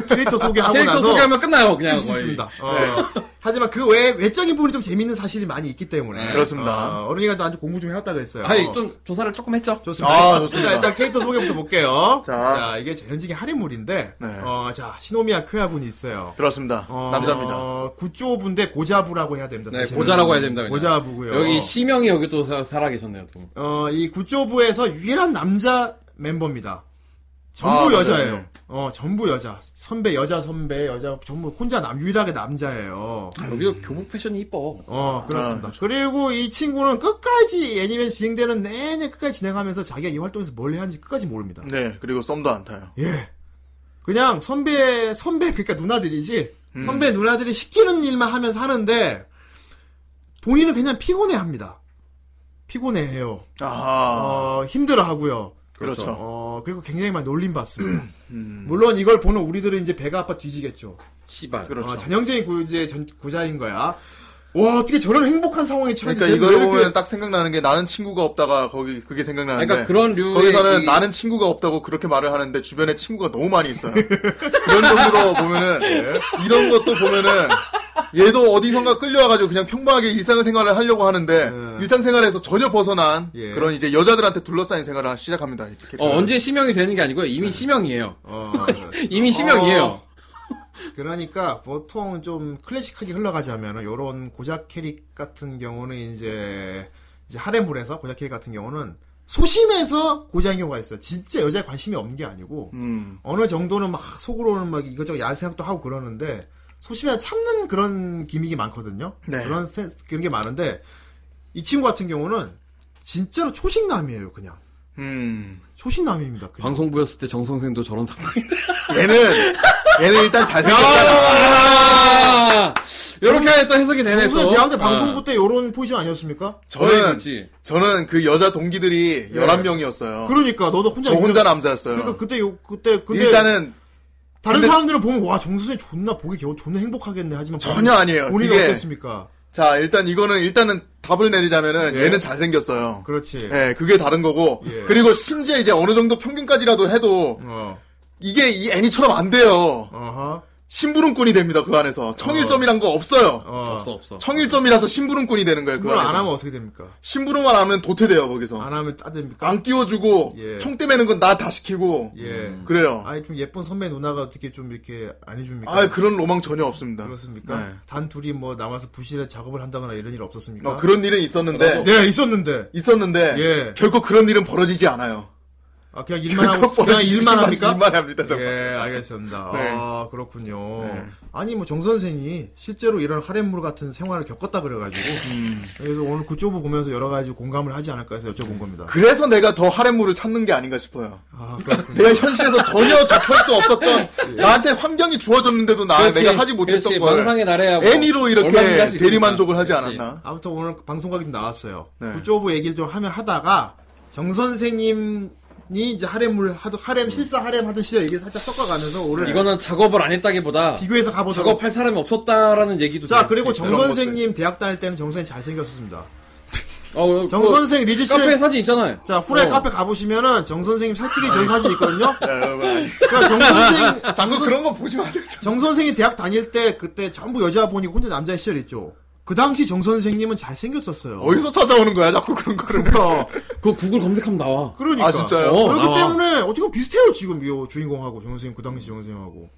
[SPEAKER 1] 캐릭터 소개하고
[SPEAKER 2] 캐릭터
[SPEAKER 1] 나서
[SPEAKER 2] 소개하면 끝나요 그냥
[SPEAKER 1] 할수
[SPEAKER 2] 거의. 네.
[SPEAKER 1] 있습니다. 어. 하지만 그 외에 외적인 부분이 좀 재밌는 사실이 많이 있기 때문에
[SPEAKER 3] 네, 그렇습니다.
[SPEAKER 1] 어, 어른이가 나한테 공부 좀 해왔다 그랬어요.
[SPEAKER 2] 아니 좀 조사를 조금 했죠.
[SPEAKER 1] 좋습니다.
[SPEAKER 3] 아,
[SPEAKER 1] 자,
[SPEAKER 3] 좋습니다.
[SPEAKER 1] 일단 캐릭터 소개부터 볼게요. 자,
[SPEAKER 3] 자.
[SPEAKER 1] 이게 현직의 할인물인데,
[SPEAKER 3] 네.
[SPEAKER 1] 어, 자, 시노미야 쾌야 분이 있어요.
[SPEAKER 3] 그렇습니다.
[SPEAKER 1] 어,
[SPEAKER 3] 남자입니다.
[SPEAKER 1] 어, 구조부인데 고자부라고 해야 됩니다.
[SPEAKER 2] 네
[SPEAKER 1] 사실은.
[SPEAKER 2] 고자라고 해야 됩니다. 그냥.
[SPEAKER 1] 고자부고요.
[SPEAKER 2] 여기 시명이 여기 또 사- 살아계셨네요. 또.
[SPEAKER 1] 어, 이 구조부에서 유일한 남자 멤버입니다. 전부
[SPEAKER 3] 아,
[SPEAKER 1] 여자예요.
[SPEAKER 3] 맞아요.
[SPEAKER 1] 어, 전부 여자. 선배, 여자, 선배, 여자, 전부 혼자 남, 유일하게 남자예요.
[SPEAKER 2] 아, 여기도 교복 패션이 이뻐.
[SPEAKER 1] 어, 그렇습니다.
[SPEAKER 3] 아,
[SPEAKER 1] 그리고 이 친구는 끝까지 애니메이션 진행되는 내내 끝까지 진행하면서 자기가 이 활동에서 뭘 해야 하는지 끝까지 모릅니다.
[SPEAKER 3] 네, 그리고 썸도 안 타요.
[SPEAKER 1] 예. 그냥 선배, 선배, 그러니까 누나들이지.
[SPEAKER 3] 음.
[SPEAKER 1] 선배 누나들이 시키는 일만 하면서 하는데, 본인은 그냥 피곤해 합니다. 피곤해 해요.
[SPEAKER 3] 아,
[SPEAKER 1] 어, 힘들어 하고요.
[SPEAKER 3] 그렇죠.
[SPEAKER 1] 어, 그리고 굉장히 많이 놀림 받습니다.
[SPEAKER 3] 음.
[SPEAKER 1] 물론 이걸 보는 우리들은 이제 배가 아파 뒤지겠죠.
[SPEAKER 2] 씨발.
[SPEAKER 3] 그렇죠.
[SPEAKER 1] 어, 전형적인 고유지의 전- 고자인 거야. 와, 어떻게 저런 행복한 상황에 처했지?
[SPEAKER 3] 그러니까 이걸 보면 딱 생각나는 게 나는 친구가 없다가 거기 그게 생각나는데
[SPEAKER 2] 그러니까 그런 류의
[SPEAKER 3] 거기서는
[SPEAKER 2] 이-
[SPEAKER 3] 나는 친구가 없다고 그렇게 말을 하는데 주변에 친구가 너무 많이 있어요. 이런 정도로 보면은
[SPEAKER 2] 네.
[SPEAKER 3] 이런 것도 보면은 얘도 어디선가 끌려와가지고 그냥 평범하게 일상생활을 하려고 하는데
[SPEAKER 2] 네.
[SPEAKER 1] 음.
[SPEAKER 3] 일상생활에서 전혀 벗어난
[SPEAKER 1] 예.
[SPEAKER 3] 그런 이제 여자들한테 둘러싸인 생활을 하- 시작합니다. 이렇게.
[SPEAKER 2] 어, 언제 시명이 되는 게 아니고요. 이미 시명이에요.
[SPEAKER 1] 어,
[SPEAKER 2] 이미 시명이에요.
[SPEAKER 1] 어. 그러니까 보통 좀 클래식하게 흘러가자면은 요런 고작 캐릭 같은 경우는 이제 이제 하렘물에서 고작 캐릭 같은 경우는 소심해서 고작인 경우가 있어요. 진짜 여자에 관심이 없는 게 아니고
[SPEAKER 3] 음.
[SPEAKER 1] 어느 정도는 막 속으로는 막 이것저것 야한 생각도 하고 그러는데 소심해 참는 그런 기믹이 많거든요.
[SPEAKER 3] 네.
[SPEAKER 1] 그런 센 그런 게 많은데 이 친구 같은 경우는 진짜로 초식남이에요, 그냥.
[SPEAKER 3] 음.
[SPEAKER 1] 초식남입니다. 그냥.
[SPEAKER 2] 방송부였을 때 정선생도 저런 상황이.
[SPEAKER 3] 얘는 얘는 일단 잘생겼잖아.
[SPEAKER 2] 아! 요렇게 또 해석이 되네,
[SPEAKER 1] 무슨
[SPEAKER 2] 또.
[SPEAKER 1] 대학 때
[SPEAKER 2] 아.
[SPEAKER 1] 방송부 때 요런 포지션 아니었습니까?
[SPEAKER 2] 거의
[SPEAKER 3] 저는
[SPEAKER 2] 그렇지.
[SPEAKER 3] 저는 그 여자 동기들이 11명이었어요.
[SPEAKER 1] 네. 그러니까 너도 혼자
[SPEAKER 3] 저 혼자
[SPEAKER 1] 유명-
[SPEAKER 3] 남자였어요.
[SPEAKER 1] 그러니까 그때 요 그때 근데
[SPEAKER 3] 일단은
[SPEAKER 1] 다른
[SPEAKER 3] 근데-
[SPEAKER 1] 사람들은 보면 와 정수생 존나 보기 겨우 존나 행복하겠네 하지만
[SPEAKER 3] 전혀 아니에요.
[SPEAKER 1] 본인- 본인은
[SPEAKER 3] 그게-
[SPEAKER 1] 어땠습니까?
[SPEAKER 3] 자 일단 이거는 일단은 답을 내리자면은 얘는 잘생겼어요.
[SPEAKER 1] 예. 그렇지.
[SPEAKER 3] 예, 그게 다른 거고.
[SPEAKER 1] 예.
[SPEAKER 3] 그리고 심지어 이제 어느 정도 평균까지라도 해도
[SPEAKER 1] 어.
[SPEAKER 3] 이게 이 애니처럼 안 돼요.
[SPEAKER 1] 어허.
[SPEAKER 3] 심부름꾼이 됩니다 그 안에서. 청일점이란 거 없어요.
[SPEAKER 1] 어.
[SPEAKER 2] 없어, 없어.
[SPEAKER 3] 청일점이라서 심부름꾼이 되는 거예요 그
[SPEAKER 1] 그걸 안
[SPEAKER 3] 안에서.
[SPEAKER 1] 하면 어떻게 됩니까?
[SPEAKER 3] 심부름만 하면 도태돼요 거기서. 안,
[SPEAKER 1] 안 하면 따됩니까?
[SPEAKER 3] 끼워주고
[SPEAKER 1] 예.
[SPEAKER 3] 총대 매는 건 나 다 시키고.
[SPEAKER 1] 예.
[SPEAKER 3] 그래요.
[SPEAKER 1] 아니 좀 예쁜 선배 누나가 어떻게 좀 이렇게 안 해줍니까?
[SPEAKER 3] 아 그런 로망 전혀 없습니다.
[SPEAKER 1] 그렇습니까?
[SPEAKER 3] 네.
[SPEAKER 1] 단 둘이 뭐 남아서 부실에 작업을 한다거나 이런 일 없었습니까?
[SPEAKER 3] 어, 그런 일은 있었는데
[SPEAKER 1] 네 있었는데.
[SPEAKER 3] 있었는데
[SPEAKER 1] 예.
[SPEAKER 3] 결코 그런 일은 벌어지지 않아요.
[SPEAKER 1] 아 그냥 일만 하고
[SPEAKER 3] 벌어지지-
[SPEAKER 1] 그냥 일만 합니까?
[SPEAKER 3] 일만 합니다 정말.
[SPEAKER 1] 예, 알겠습니다.
[SPEAKER 3] 네.
[SPEAKER 1] 아, 그렇군요.
[SPEAKER 3] 네.
[SPEAKER 1] 아니, 뭐, 정 선생이 실제로 이런 하렘물 같은 생활을 겪었다 그래가지고,
[SPEAKER 3] 음.
[SPEAKER 1] 그래서 오늘 그쪽을 보면서 여러 가지 공감을 하지 않을까 해서 여쭤본 겁니다.
[SPEAKER 3] 그래서 내가 더 하렘물을 찾는 게 아닌가 싶어요.
[SPEAKER 1] 아, 그렇군요.
[SPEAKER 3] 내가 현실에서 전혀 접할 수 없었던 나한테 환경이 주어졌는데도 나
[SPEAKER 2] 예. 그렇지,
[SPEAKER 3] 아, 내가 하지 못했던
[SPEAKER 2] 그렇지.
[SPEAKER 3] 걸
[SPEAKER 2] 망상의 나래야. 뭐
[SPEAKER 3] 애니로
[SPEAKER 2] 얼마든지
[SPEAKER 3] 이렇게
[SPEAKER 2] 할수 있으니까.
[SPEAKER 3] 대리만족을 하지
[SPEAKER 2] 그렇지.
[SPEAKER 3] 않았나?
[SPEAKER 1] 아무튼 오늘 방송각이 나왔어요. 그
[SPEAKER 3] 네.
[SPEAKER 1] 구조부 얘기를 좀 하면 하다가, 정 선생님이 이제 하렘물, 하도, 하렘, 실사 하렘 하던 시절 얘기를 살짝 섞어가면서 오늘
[SPEAKER 2] 네. 이거는 작업을 안 했다기보다
[SPEAKER 1] 비교해서 가보도록.
[SPEAKER 2] 작업할 사람이 없었다라는 얘기도.
[SPEAKER 1] 자,
[SPEAKER 2] 들을
[SPEAKER 1] 그리고
[SPEAKER 2] 수
[SPEAKER 1] 정
[SPEAKER 2] 있어요.
[SPEAKER 1] 선생님 대학 다닐 때는 정 선생님 잘생겼었습니다.
[SPEAKER 2] 어,
[SPEAKER 1] 정
[SPEAKER 2] 그
[SPEAKER 1] 선생 리즈 씨.
[SPEAKER 2] 카페 사진 있잖아요.
[SPEAKER 1] 자, 후라이
[SPEAKER 2] 어. 네.
[SPEAKER 1] 카페 가보시면은 정 선생님 살찌기 전 사진 있거든요?
[SPEAKER 3] 야, 여러분, 아니.
[SPEAKER 1] 그러니까 정 선생
[SPEAKER 3] 자꾸 그런 거 보지 마세요. 참.
[SPEAKER 1] 정 선생이 대학 다닐 때 그때 전부 여자 보니 혼자 남자 시절 있죠. 그 당시 정 선생님은 잘 생겼었어요.
[SPEAKER 3] 어디서 찾아오는 거야? 자꾸 그런 거를. 네,
[SPEAKER 2] 그 구글 검색하면 나와.
[SPEAKER 1] 그러니까.
[SPEAKER 3] 아, 진짜요?
[SPEAKER 2] 어,
[SPEAKER 1] 그렇기
[SPEAKER 2] 나와.
[SPEAKER 1] 때문에 어떻게 보면 비슷해요 지금 이 주인공하고 정 선생님 그 당시 정 선생하고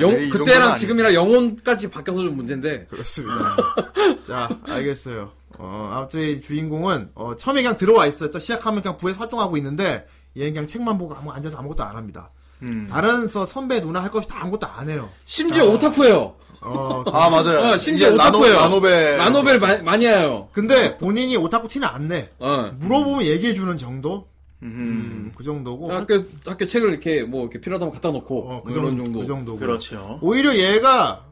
[SPEAKER 2] 영,
[SPEAKER 3] 아니, 네, 이 정도는
[SPEAKER 2] 그때랑
[SPEAKER 3] 아니에요.
[SPEAKER 2] 지금이랑 영혼까지 바뀌어서 좀 문제인데.
[SPEAKER 1] 그렇습니다. 네. 자, 알겠어요. 어, 아무튼 이 주인공은 어, 처음에 그냥 들어와 있어요. 딱 시작하면 그냥 부에서 활동하고 있는데 얘는 그냥 책만 보고 아무 앉아서 아무것도 안 합니다.
[SPEAKER 3] 음.
[SPEAKER 1] 다른 서 선배 누나 할 것 없이 다 아무것도 안 해요.
[SPEAKER 2] 심지어 오타쿠예요.
[SPEAKER 1] 어,
[SPEAKER 3] 아 맞아요.
[SPEAKER 2] 어, 심지어
[SPEAKER 3] 이제 라노,
[SPEAKER 2] 오타쿠예요.
[SPEAKER 3] 라노벨.
[SPEAKER 2] 라노벨 마, 많이 해요.
[SPEAKER 1] 근데 본인이 오타쿠 티는 안 내.
[SPEAKER 2] 어.
[SPEAKER 1] 물어보면 얘기해주는 정도?
[SPEAKER 3] 음.
[SPEAKER 1] 음, 그 정도고.
[SPEAKER 2] 학교 학교 책을 이렇게 뭐 이렇게 필요하다면 갖다 놓고
[SPEAKER 1] 어,
[SPEAKER 2] 그 이런 정도.
[SPEAKER 1] 그 정도고.
[SPEAKER 3] 뭐 그렇죠.
[SPEAKER 1] 오히려 얘가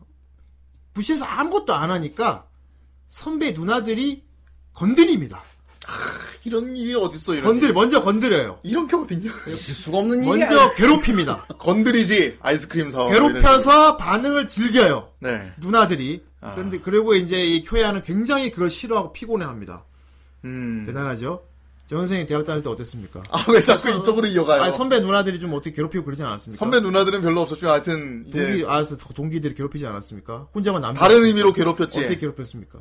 [SPEAKER 1] 부시에서 아무것도 안 하니까 선배 누나들이 건드립니다.
[SPEAKER 3] 이런 일이 어딨어 이런.
[SPEAKER 1] 건들,
[SPEAKER 3] 일.
[SPEAKER 1] 먼저 건드려요.
[SPEAKER 3] 이런 게 어딨냐?
[SPEAKER 2] 있을 수가 없는 일이야.
[SPEAKER 1] 먼저 괴롭힙니다.
[SPEAKER 3] 건드리지 어, 아이스크림 사오.
[SPEAKER 1] 괴롭혀서 반응을 즐겨요.
[SPEAKER 3] 네.
[SPEAKER 1] 누나들이.
[SPEAKER 3] 아.
[SPEAKER 1] 근데 그리고 이제 이 쿄야는 굉장히 그걸 싫어하고 피곤해합니다.
[SPEAKER 3] 음.
[SPEAKER 1] 대단하죠? 정 선생님 대학 다닐 때 어땠습니까?
[SPEAKER 3] 아 왜 자꾸 이쪽으로 이어가요?
[SPEAKER 1] 아 선배 누나들이 좀 어떻게 괴롭히고 그러진 않았습니까?
[SPEAKER 3] 선배 누나들은 별로 없었지만 하여튼 이제
[SPEAKER 1] 동기 아 동기들이 괴롭히지 않았습니까? 혼자만 남
[SPEAKER 3] 다른 의미로 괴롭혔지.
[SPEAKER 1] 어떻게 괴롭혔습니까?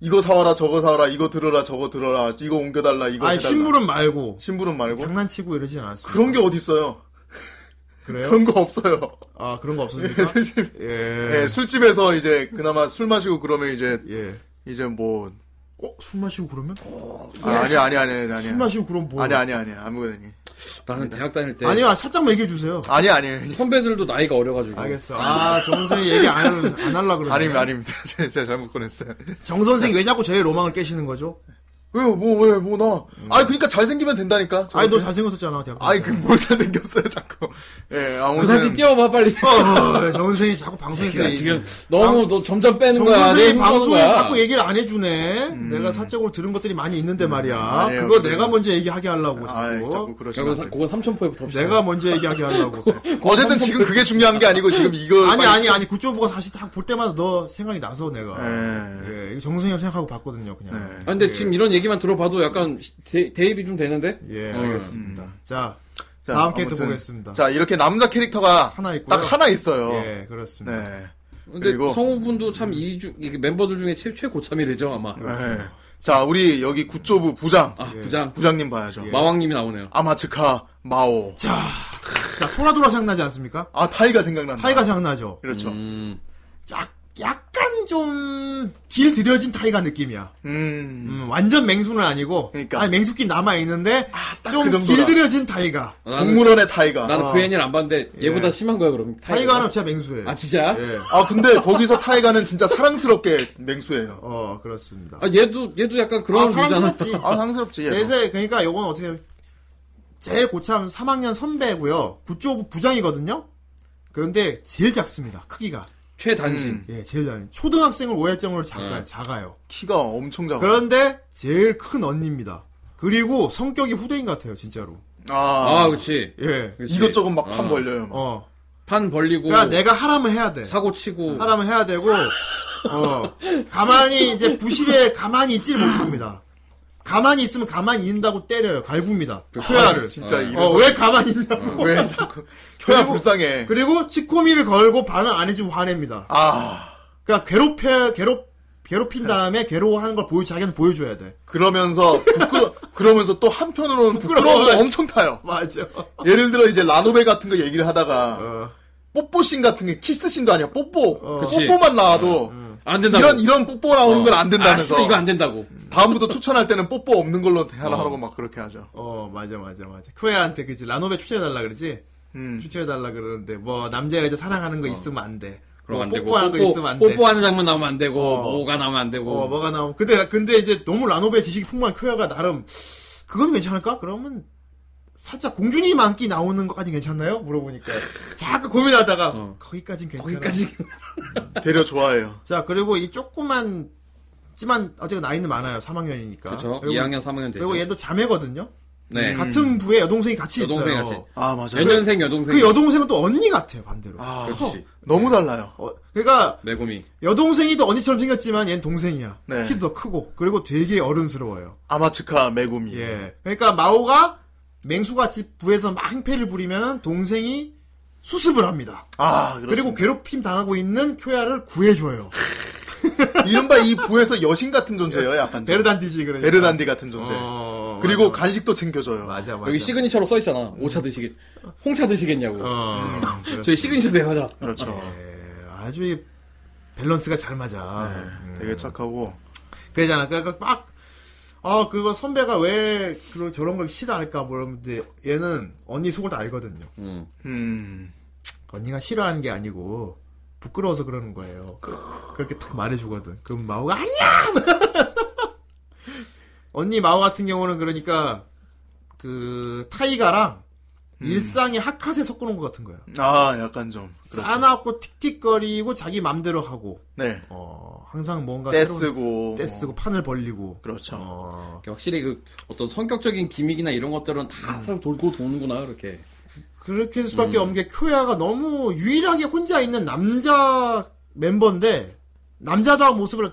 [SPEAKER 3] 이거 사와라 저거 사와라 이거 들어라 저거 들어라 이거 옮겨달라 이거
[SPEAKER 1] 아
[SPEAKER 3] 해달라.
[SPEAKER 1] 심부름 말고
[SPEAKER 3] 심부름 말고
[SPEAKER 1] 장난치고 이러진 않았습니까?
[SPEAKER 3] 그런 게 어디 있어요?
[SPEAKER 1] 그래요?
[SPEAKER 3] 그런 거 없어요.
[SPEAKER 1] 아 그런 거 없었습니까?
[SPEAKER 3] 술집,
[SPEAKER 1] 예.
[SPEAKER 3] 예, 술집에서 이제 그나마 술 마시고 그러면 이제
[SPEAKER 1] 예.
[SPEAKER 3] 이제 뭐
[SPEAKER 1] 어? 술 마시고 그러면?
[SPEAKER 3] 아, 아니 아니 아니 아니
[SPEAKER 1] 술
[SPEAKER 3] 아니
[SPEAKER 1] 마시고 그럼 뭐?
[SPEAKER 3] 아니 아니 아니 아무거나 아니.
[SPEAKER 2] 나는 대학 다닐
[SPEAKER 3] 네.
[SPEAKER 2] 때
[SPEAKER 1] 아니요, 살짝만 얘기해 주세요.
[SPEAKER 3] 아니 아니
[SPEAKER 1] 네.
[SPEAKER 2] 선배들도 나이가 어려가지고
[SPEAKER 1] 알겠어. 아, 정 선생님 얘기 안, 안 하려고 그러네.
[SPEAKER 3] 아닙니다 아닙니다 제가 제가 잘못 꺼냈어요.
[SPEAKER 1] 정 선생님 왜 자꾸 저의 로망을 깨시는 거죠?
[SPEAKER 3] 왜요 뭐 왜 뭐 나? 아니 그러니까 잘생기면 된다니까.
[SPEAKER 1] 음. 아니, 너 잘생겼었잖아, 대학
[SPEAKER 3] 아니 그뭘 잘생겼어요 자꾸. 예 아무
[SPEAKER 2] 그 사진 띄워봐 빨리
[SPEAKER 1] 어, 정 선생님 자꾸 방송에서
[SPEAKER 3] 네,
[SPEAKER 2] 야, 지금 너무 너 점점 빼는
[SPEAKER 1] 정
[SPEAKER 2] 거야 내
[SPEAKER 1] 선생님
[SPEAKER 2] 손 보는
[SPEAKER 1] 방송에
[SPEAKER 2] 거야.
[SPEAKER 1] 자꾸 얘기를 안 해주네. 내가 사적으로 들은 것들이 많이 있는데 말이야.
[SPEAKER 3] 음. 아니에요,
[SPEAKER 1] 그거
[SPEAKER 3] 그래요.
[SPEAKER 1] 내가 먼저 얘기하게 하려고 자꾸.
[SPEAKER 3] 아 자꾸 그러시면
[SPEAKER 2] 그건
[SPEAKER 3] 안
[SPEAKER 2] 사-
[SPEAKER 3] 돼요. 뭐
[SPEAKER 2] 그건 삼천포에부터 합시다
[SPEAKER 1] 내가 먼저 얘기하게 하려고.
[SPEAKER 3] 어쨌든 지금 그게 중요한 게 아니고 지금 이걸
[SPEAKER 1] 아니
[SPEAKER 3] 빨리-
[SPEAKER 1] 아니 아니 구조부가 사실 딱 볼 때마다 너 생각이 나서 내가
[SPEAKER 3] 예.
[SPEAKER 1] 예, 이거 정승현 생각하고 봤거든요 그냥
[SPEAKER 3] 네.
[SPEAKER 2] 아, 근데 지금
[SPEAKER 1] 예.
[SPEAKER 2] 이런 얘기만 들어봐도 약간 대, 대입이 좀 되는데
[SPEAKER 1] 예
[SPEAKER 3] 네,
[SPEAKER 2] 어.
[SPEAKER 1] 알겠습니다 자
[SPEAKER 3] 자,
[SPEAKER 1] 다음 캐릭터
[SPEAKER 3] 아무튼.
[SPEAKER 1] 보겠습니다
[SPEAKER 3] 자 이렇게 남자 캐릭터가
[SPEAKER 1] 하나 있고요
[SPEAKER 3] 딱 하나 있어요.
[SPEAKER 1] 예 그렇습니다
[SPEAKER 3] 네.
[SPEAKER 2] 근데
[SPEAKER 3] 그리고-
[SPEAKER 2] 성우분도 참 이주 이게 멤버들 중에 최, 최고참이래죠 아마
[SPEAKER 3] 네. 자 우리 여기 구조부 부장
[SPEAKER 2] 아
[SPEAKER 1] 예.
[SPEAKER 2] 부장
[SPEAKER 3] 부장님 봐야죠.
[SPEAKER 2] 마왕님이 나오네요
[SPEAKER 3] 아마츠카 마오.
[SPEAKER 1] 자, 자 토라도라 생각나지 않습니까
[SPEAKER 3] 아 타이가 생각난다.
[SPEAKER 1] 타이가 생각나죠
[SPEAKER 3] 그렇죠. 음.
[SPEAKER 2] 음,
[SPEAKER 1] 짝 약간 좀 길 들여진 타이가 느낌이야 음, 완전 맹수는 아니고
[SPEAKER 3] 그러니까.
[SPEAKER 1] 아니, 맹수끼 남아 있는데
[SPEAKER 3] 그
[SPEAKER 1] 좀
[SPEAKER 3] 정도다.
[SPEAKER 1] 길 들여진 타이가
[SPEAKER 2] 아, 나는,
[SPEAKER 3] 동물원의 타이가.
[SPEAKER 2] 나는
[SPEAKER 1] 아. 예.
[SPEAKER 2] 그 애니를 안 봤는데 얘보다 심한 거야 그럼
[SPEAKER 1] 타이가는 진짜 맹수예요
[SPEAKER 2] 아 진짜?
[SPEAKER 1] 예.
[SPEAKER 3] 아 근데 거기서 타이가는 진짜 사랑스럽게 맹수예요.
[SPEAKER 1] 어 그렇습니다
[SPEAKER 2] 아 얘도 얘도 약간 그런
[SPEAKER 1] 아,
[SPEAKER 2] 류잖아.
[SPEAKER 1] 사랑스럽지
[SPEAKER 3] 아 사랑스럽지.
[SPEAKER 2] 예, 뭐.
[SPEAKER 3] 얘도.
[SPEAKER 1] 제세 그러니까 요건 어떻게 보면 제일 고참 3학년 선배고요. 구조 부장이거든요. 그런데 제일 작습니다. 크기가
[SPEAKER 2] 최단신
[SPEAKER 3] 음.
[SPEAKER 1] 예 제일 작은 초등학생을 오해할 정도로 작아요.
[SPEAKER 2] 네. 어.
[SPEAKER 1] 작아요.
[SPEAKER 3] 키가 엄청 작아.
[SPEAKER 1] 그런데 제일 큰 언니입니다. 그리고 성격이 후대인 같아요, 진짜로.
[SPEAKER 3] 아,
[SPEAKER 2] 아 그렇지
[SPEAKER 1] 예.
[SPEAKER 2] 그렇지.
[SPEAKER 3] 이것저것 막 판
[SPEAKER 2] 아.
[SPEAKER 3] 벌려요. 막.
[SPEAKER 1] 어.
[SPEAKER 2] 판 벌리고
[SPEAKER 1] 그러니까 내가 하라면 해야 돼.
[SPEAKER 2] 사고 치고
[SPEAKER 1] 하라면 해야 되고 어. 가만히 이제 부실에 가만히 있지를 못합니다. 가만히 있으면 가만히 있는다고 때려요. 갈굽니다.
[SPEAKER 3] 아,
[SPEAKER 1] 토야를.
[SPEAKER 3] 진짜
[SPEAKER 2] 아.
[SPEAKER 1] 어,
[SPEAKER 3] 이래서
[SPEAKER 1] 왜 가만히 있냐고.
[SPEAKER 3] 왜 자꾸 혀야
[SPEAKER 1] 그리고-
[SPEAKER 3] 불쌍해.
[SPEAKER 1] 그리고 치코미를 걸고 반응 안 해주면 화냅니다.
[SPEAKER 3] 아
[SPEAKER 1] 그러니까 괴롭혀 괴롭 괴롭힌 다음에 괴로워하는 걸 보여 자기는 보여줘야 돼.
[SPEAKER 3] 그러면서 부끄러 그러면서 또 한편으로는
[SPEAKER 1] 부끄러워.
[SPEAKER 3] 부끄러움을 엄청 타요.
[SPEAKER 1] 맞아.
[SPEAKER 3] 예를 들어 이제 라노벨 같은 거 얘기를 하다가
[SPEAKER 1] 어,
[SPEAKER 3] 뽀뽀씬 같은 게 키스씬도 아니야. 뽀뽀.
[SPEAKER 2] 그치.
[SPEAKER 3] 뽀뽀만 나와도
[SPEAKER 2] 안 된다고
[SPEAKER 3] 이런 이런 뽀뽀 나오는 건 안
[SPEAKER 2] 아,
[SPEAKER 3] 된다면서.
[SPEAKER 2] 씨발, 이거 안 된다고
[SPEAKER 3] 다음부터 추천할 때는 뽀뽀 없는 걸로 대하라 하라고 막 그렇게 하죠.
[SPEAKER 1] 어, 맞아 맞아 맞아. 쿠에한테 그지 라노베 추천해달라 그러지.
[SPEAKER 3] 음.
[SPEAKER 1] 추천해달라 그러는데 뭐 남자가 이제 사랑하는 거 있으면 안 돼.
[SPEAKER 2] 그럼
[SPEAKER 1] 뭐
[SPEAKER 2] 안 되고
[SPEAKER 1] 뽀뽀하는 거 있으면 안 돼.
[SPEAKER 2] 뽀뽀하는 장면 나오면 안 되고
[SPEAKER 1] 어.
[SPEAKER 2] 뭐가 나오면 안 되고
[SPEAKER 1] 어, 뭐가 나오면. 근데 근데 이제 너무 라노베 지식이 풍부한 쿠에가 나름 그건 괜찮을까? 그러면 살짝 공주님 안기 나오는 것까지 괜찮나요? 물어보니까 자꾸 고민하다가
[SPEAKER 2] 어.
[SPEAKER 1] 거기까진 괜찮아.
[SPEAKER 2] 거기까지
[SPEAKER 3] 되려 좋아해요.
[SPEAKER 1] 자, 그리고 이 조그만, 지만, 어쨌든 나이는 많아요. 3학년이니까.
[SPEAKER 2] 그렇죠
[SPEAKER 1] 그리고,
[SPEAKER 2] 2학년 3학년 되죠
[SPEAKER 1] 그리고 음, 얘도 자매거든요?
[SPEAKER 2] 네
[SPEAKER 1] 같은 부에 여동생이 같이
[SPEAKER 2] 여동생이
[SPEAKER 1] 있어요.
[SPEAKER 2] 같이.
[SPEAKER 3] 아 맞아요.
[SPEAKER 2] 연년생 여동생
[SPEAKER 1] 그 여동생은 또 언니 같아요, 반대로.
[SPEAKER 3] 아
[SPEAKER 1] 커.
[SPEAKER 3] 그렇지. 너무 달라요.
[SPEAKER 1] 어, 그러니까,
[SPEAKER 2] 매구미
[SPEAKER 1] 여동생이 또 언니처럼 생겼지만 얘는 동생이야.
[SPEAKER 3] 네.
[SPEAKER 1] 키도 더 크고, 그리고 되게 어른스러워요.
[SPEAKER 3] 아마츠카 메구미.
[SPEAKER 1] 예. 그러니까 마오가 맹수같이 부에서 막 행패를 부리면 동생이 수습을 합니다.
[SPEAKER 3] 아
[SPEAKER 1] 그리고
[SPEAKER 3] 그리고
[SPEAKER 1] 괴롭힘 당하고 있는 쿄야를 구해줘요.
[SPEAKER 3] 그렇죠. 이른바 이 부에서 여신 같은 존재예요. 약간 좀.
[SPEAKER 1] 베르단디지 그러니까.
[SPEAKER 3] 베르단디 같은 존재.
[SPEAKER 1] 어,
[SPEAKER 3] 그리고
[SPEAKER 1] 맞아,
[SPEAKER 3] 간식도 챙겨줘요.
[SPEAKER 1] 맞아, 맞아.
[SPEAKER 2] 여기 시그니처로 써있잖아 오차 드시겠 홍차 드시겠냐고 음.
[SPEAKER 1] 어,
[SPEAKER 2] 저희 시그니처 대화자
[SPEAKER 3] 그렇죠.
[SPEAKER 1] 예, 아주 이 밸런스가 잘 맞아. 음.
[SPEAKER 3] 되게 착하고.
[SPEAKER 1] 그러잖아. 그러니까 막, 아, 그거 선배가 왜 그런, 저런 걸 싫어할까 물어보는데 얘는 언니 속을 다 알거든요.
[SPEAKER 2] 음.
[SPEAKER 3] 음.
[SPEAKER 1] 언니가 싫어하는 게 아니고 부끄러워서 그러는 거예요. 그렇게 딱 말해주거든. 그럼 마오가 아니야! 언니 마오 같은 경우는 그러니까 그 타이가랑 일상의 하카세 섞어놓은 것 같은 거야.
[SPEAKER 3] 아 약간 좀.
[SPEAKER 1] 싸나고 틱틱거리고 자기 맘대로 하고
[SPEAKER 3] 네.
[SPEAKER 1] 어, 항상 뭔가 새로운
[SPEAKER 3] 떼쓰고. 뭐.
[SPEAKER 1] 떼쓰고 판을 벌리고
[SPEAKER 3] 그렇죠.
[SPEAKER 1] 어,
[SPEAKER 2] 확실히 그 어떤 성격적인 기믹이나 이런 것들은
[SPEAKER 1] 음.
[SPEAKER 2] 다 서로 돌고 도는구나 그렇게
[SPEAKER 1] 그렇게 될
[SPEAKER 3] 음.
[SPEAKER 1] 수밖에 없는 게 큐야가 너무 유일하게 혼자 있는 남자 멤버인데 남자다운 모습을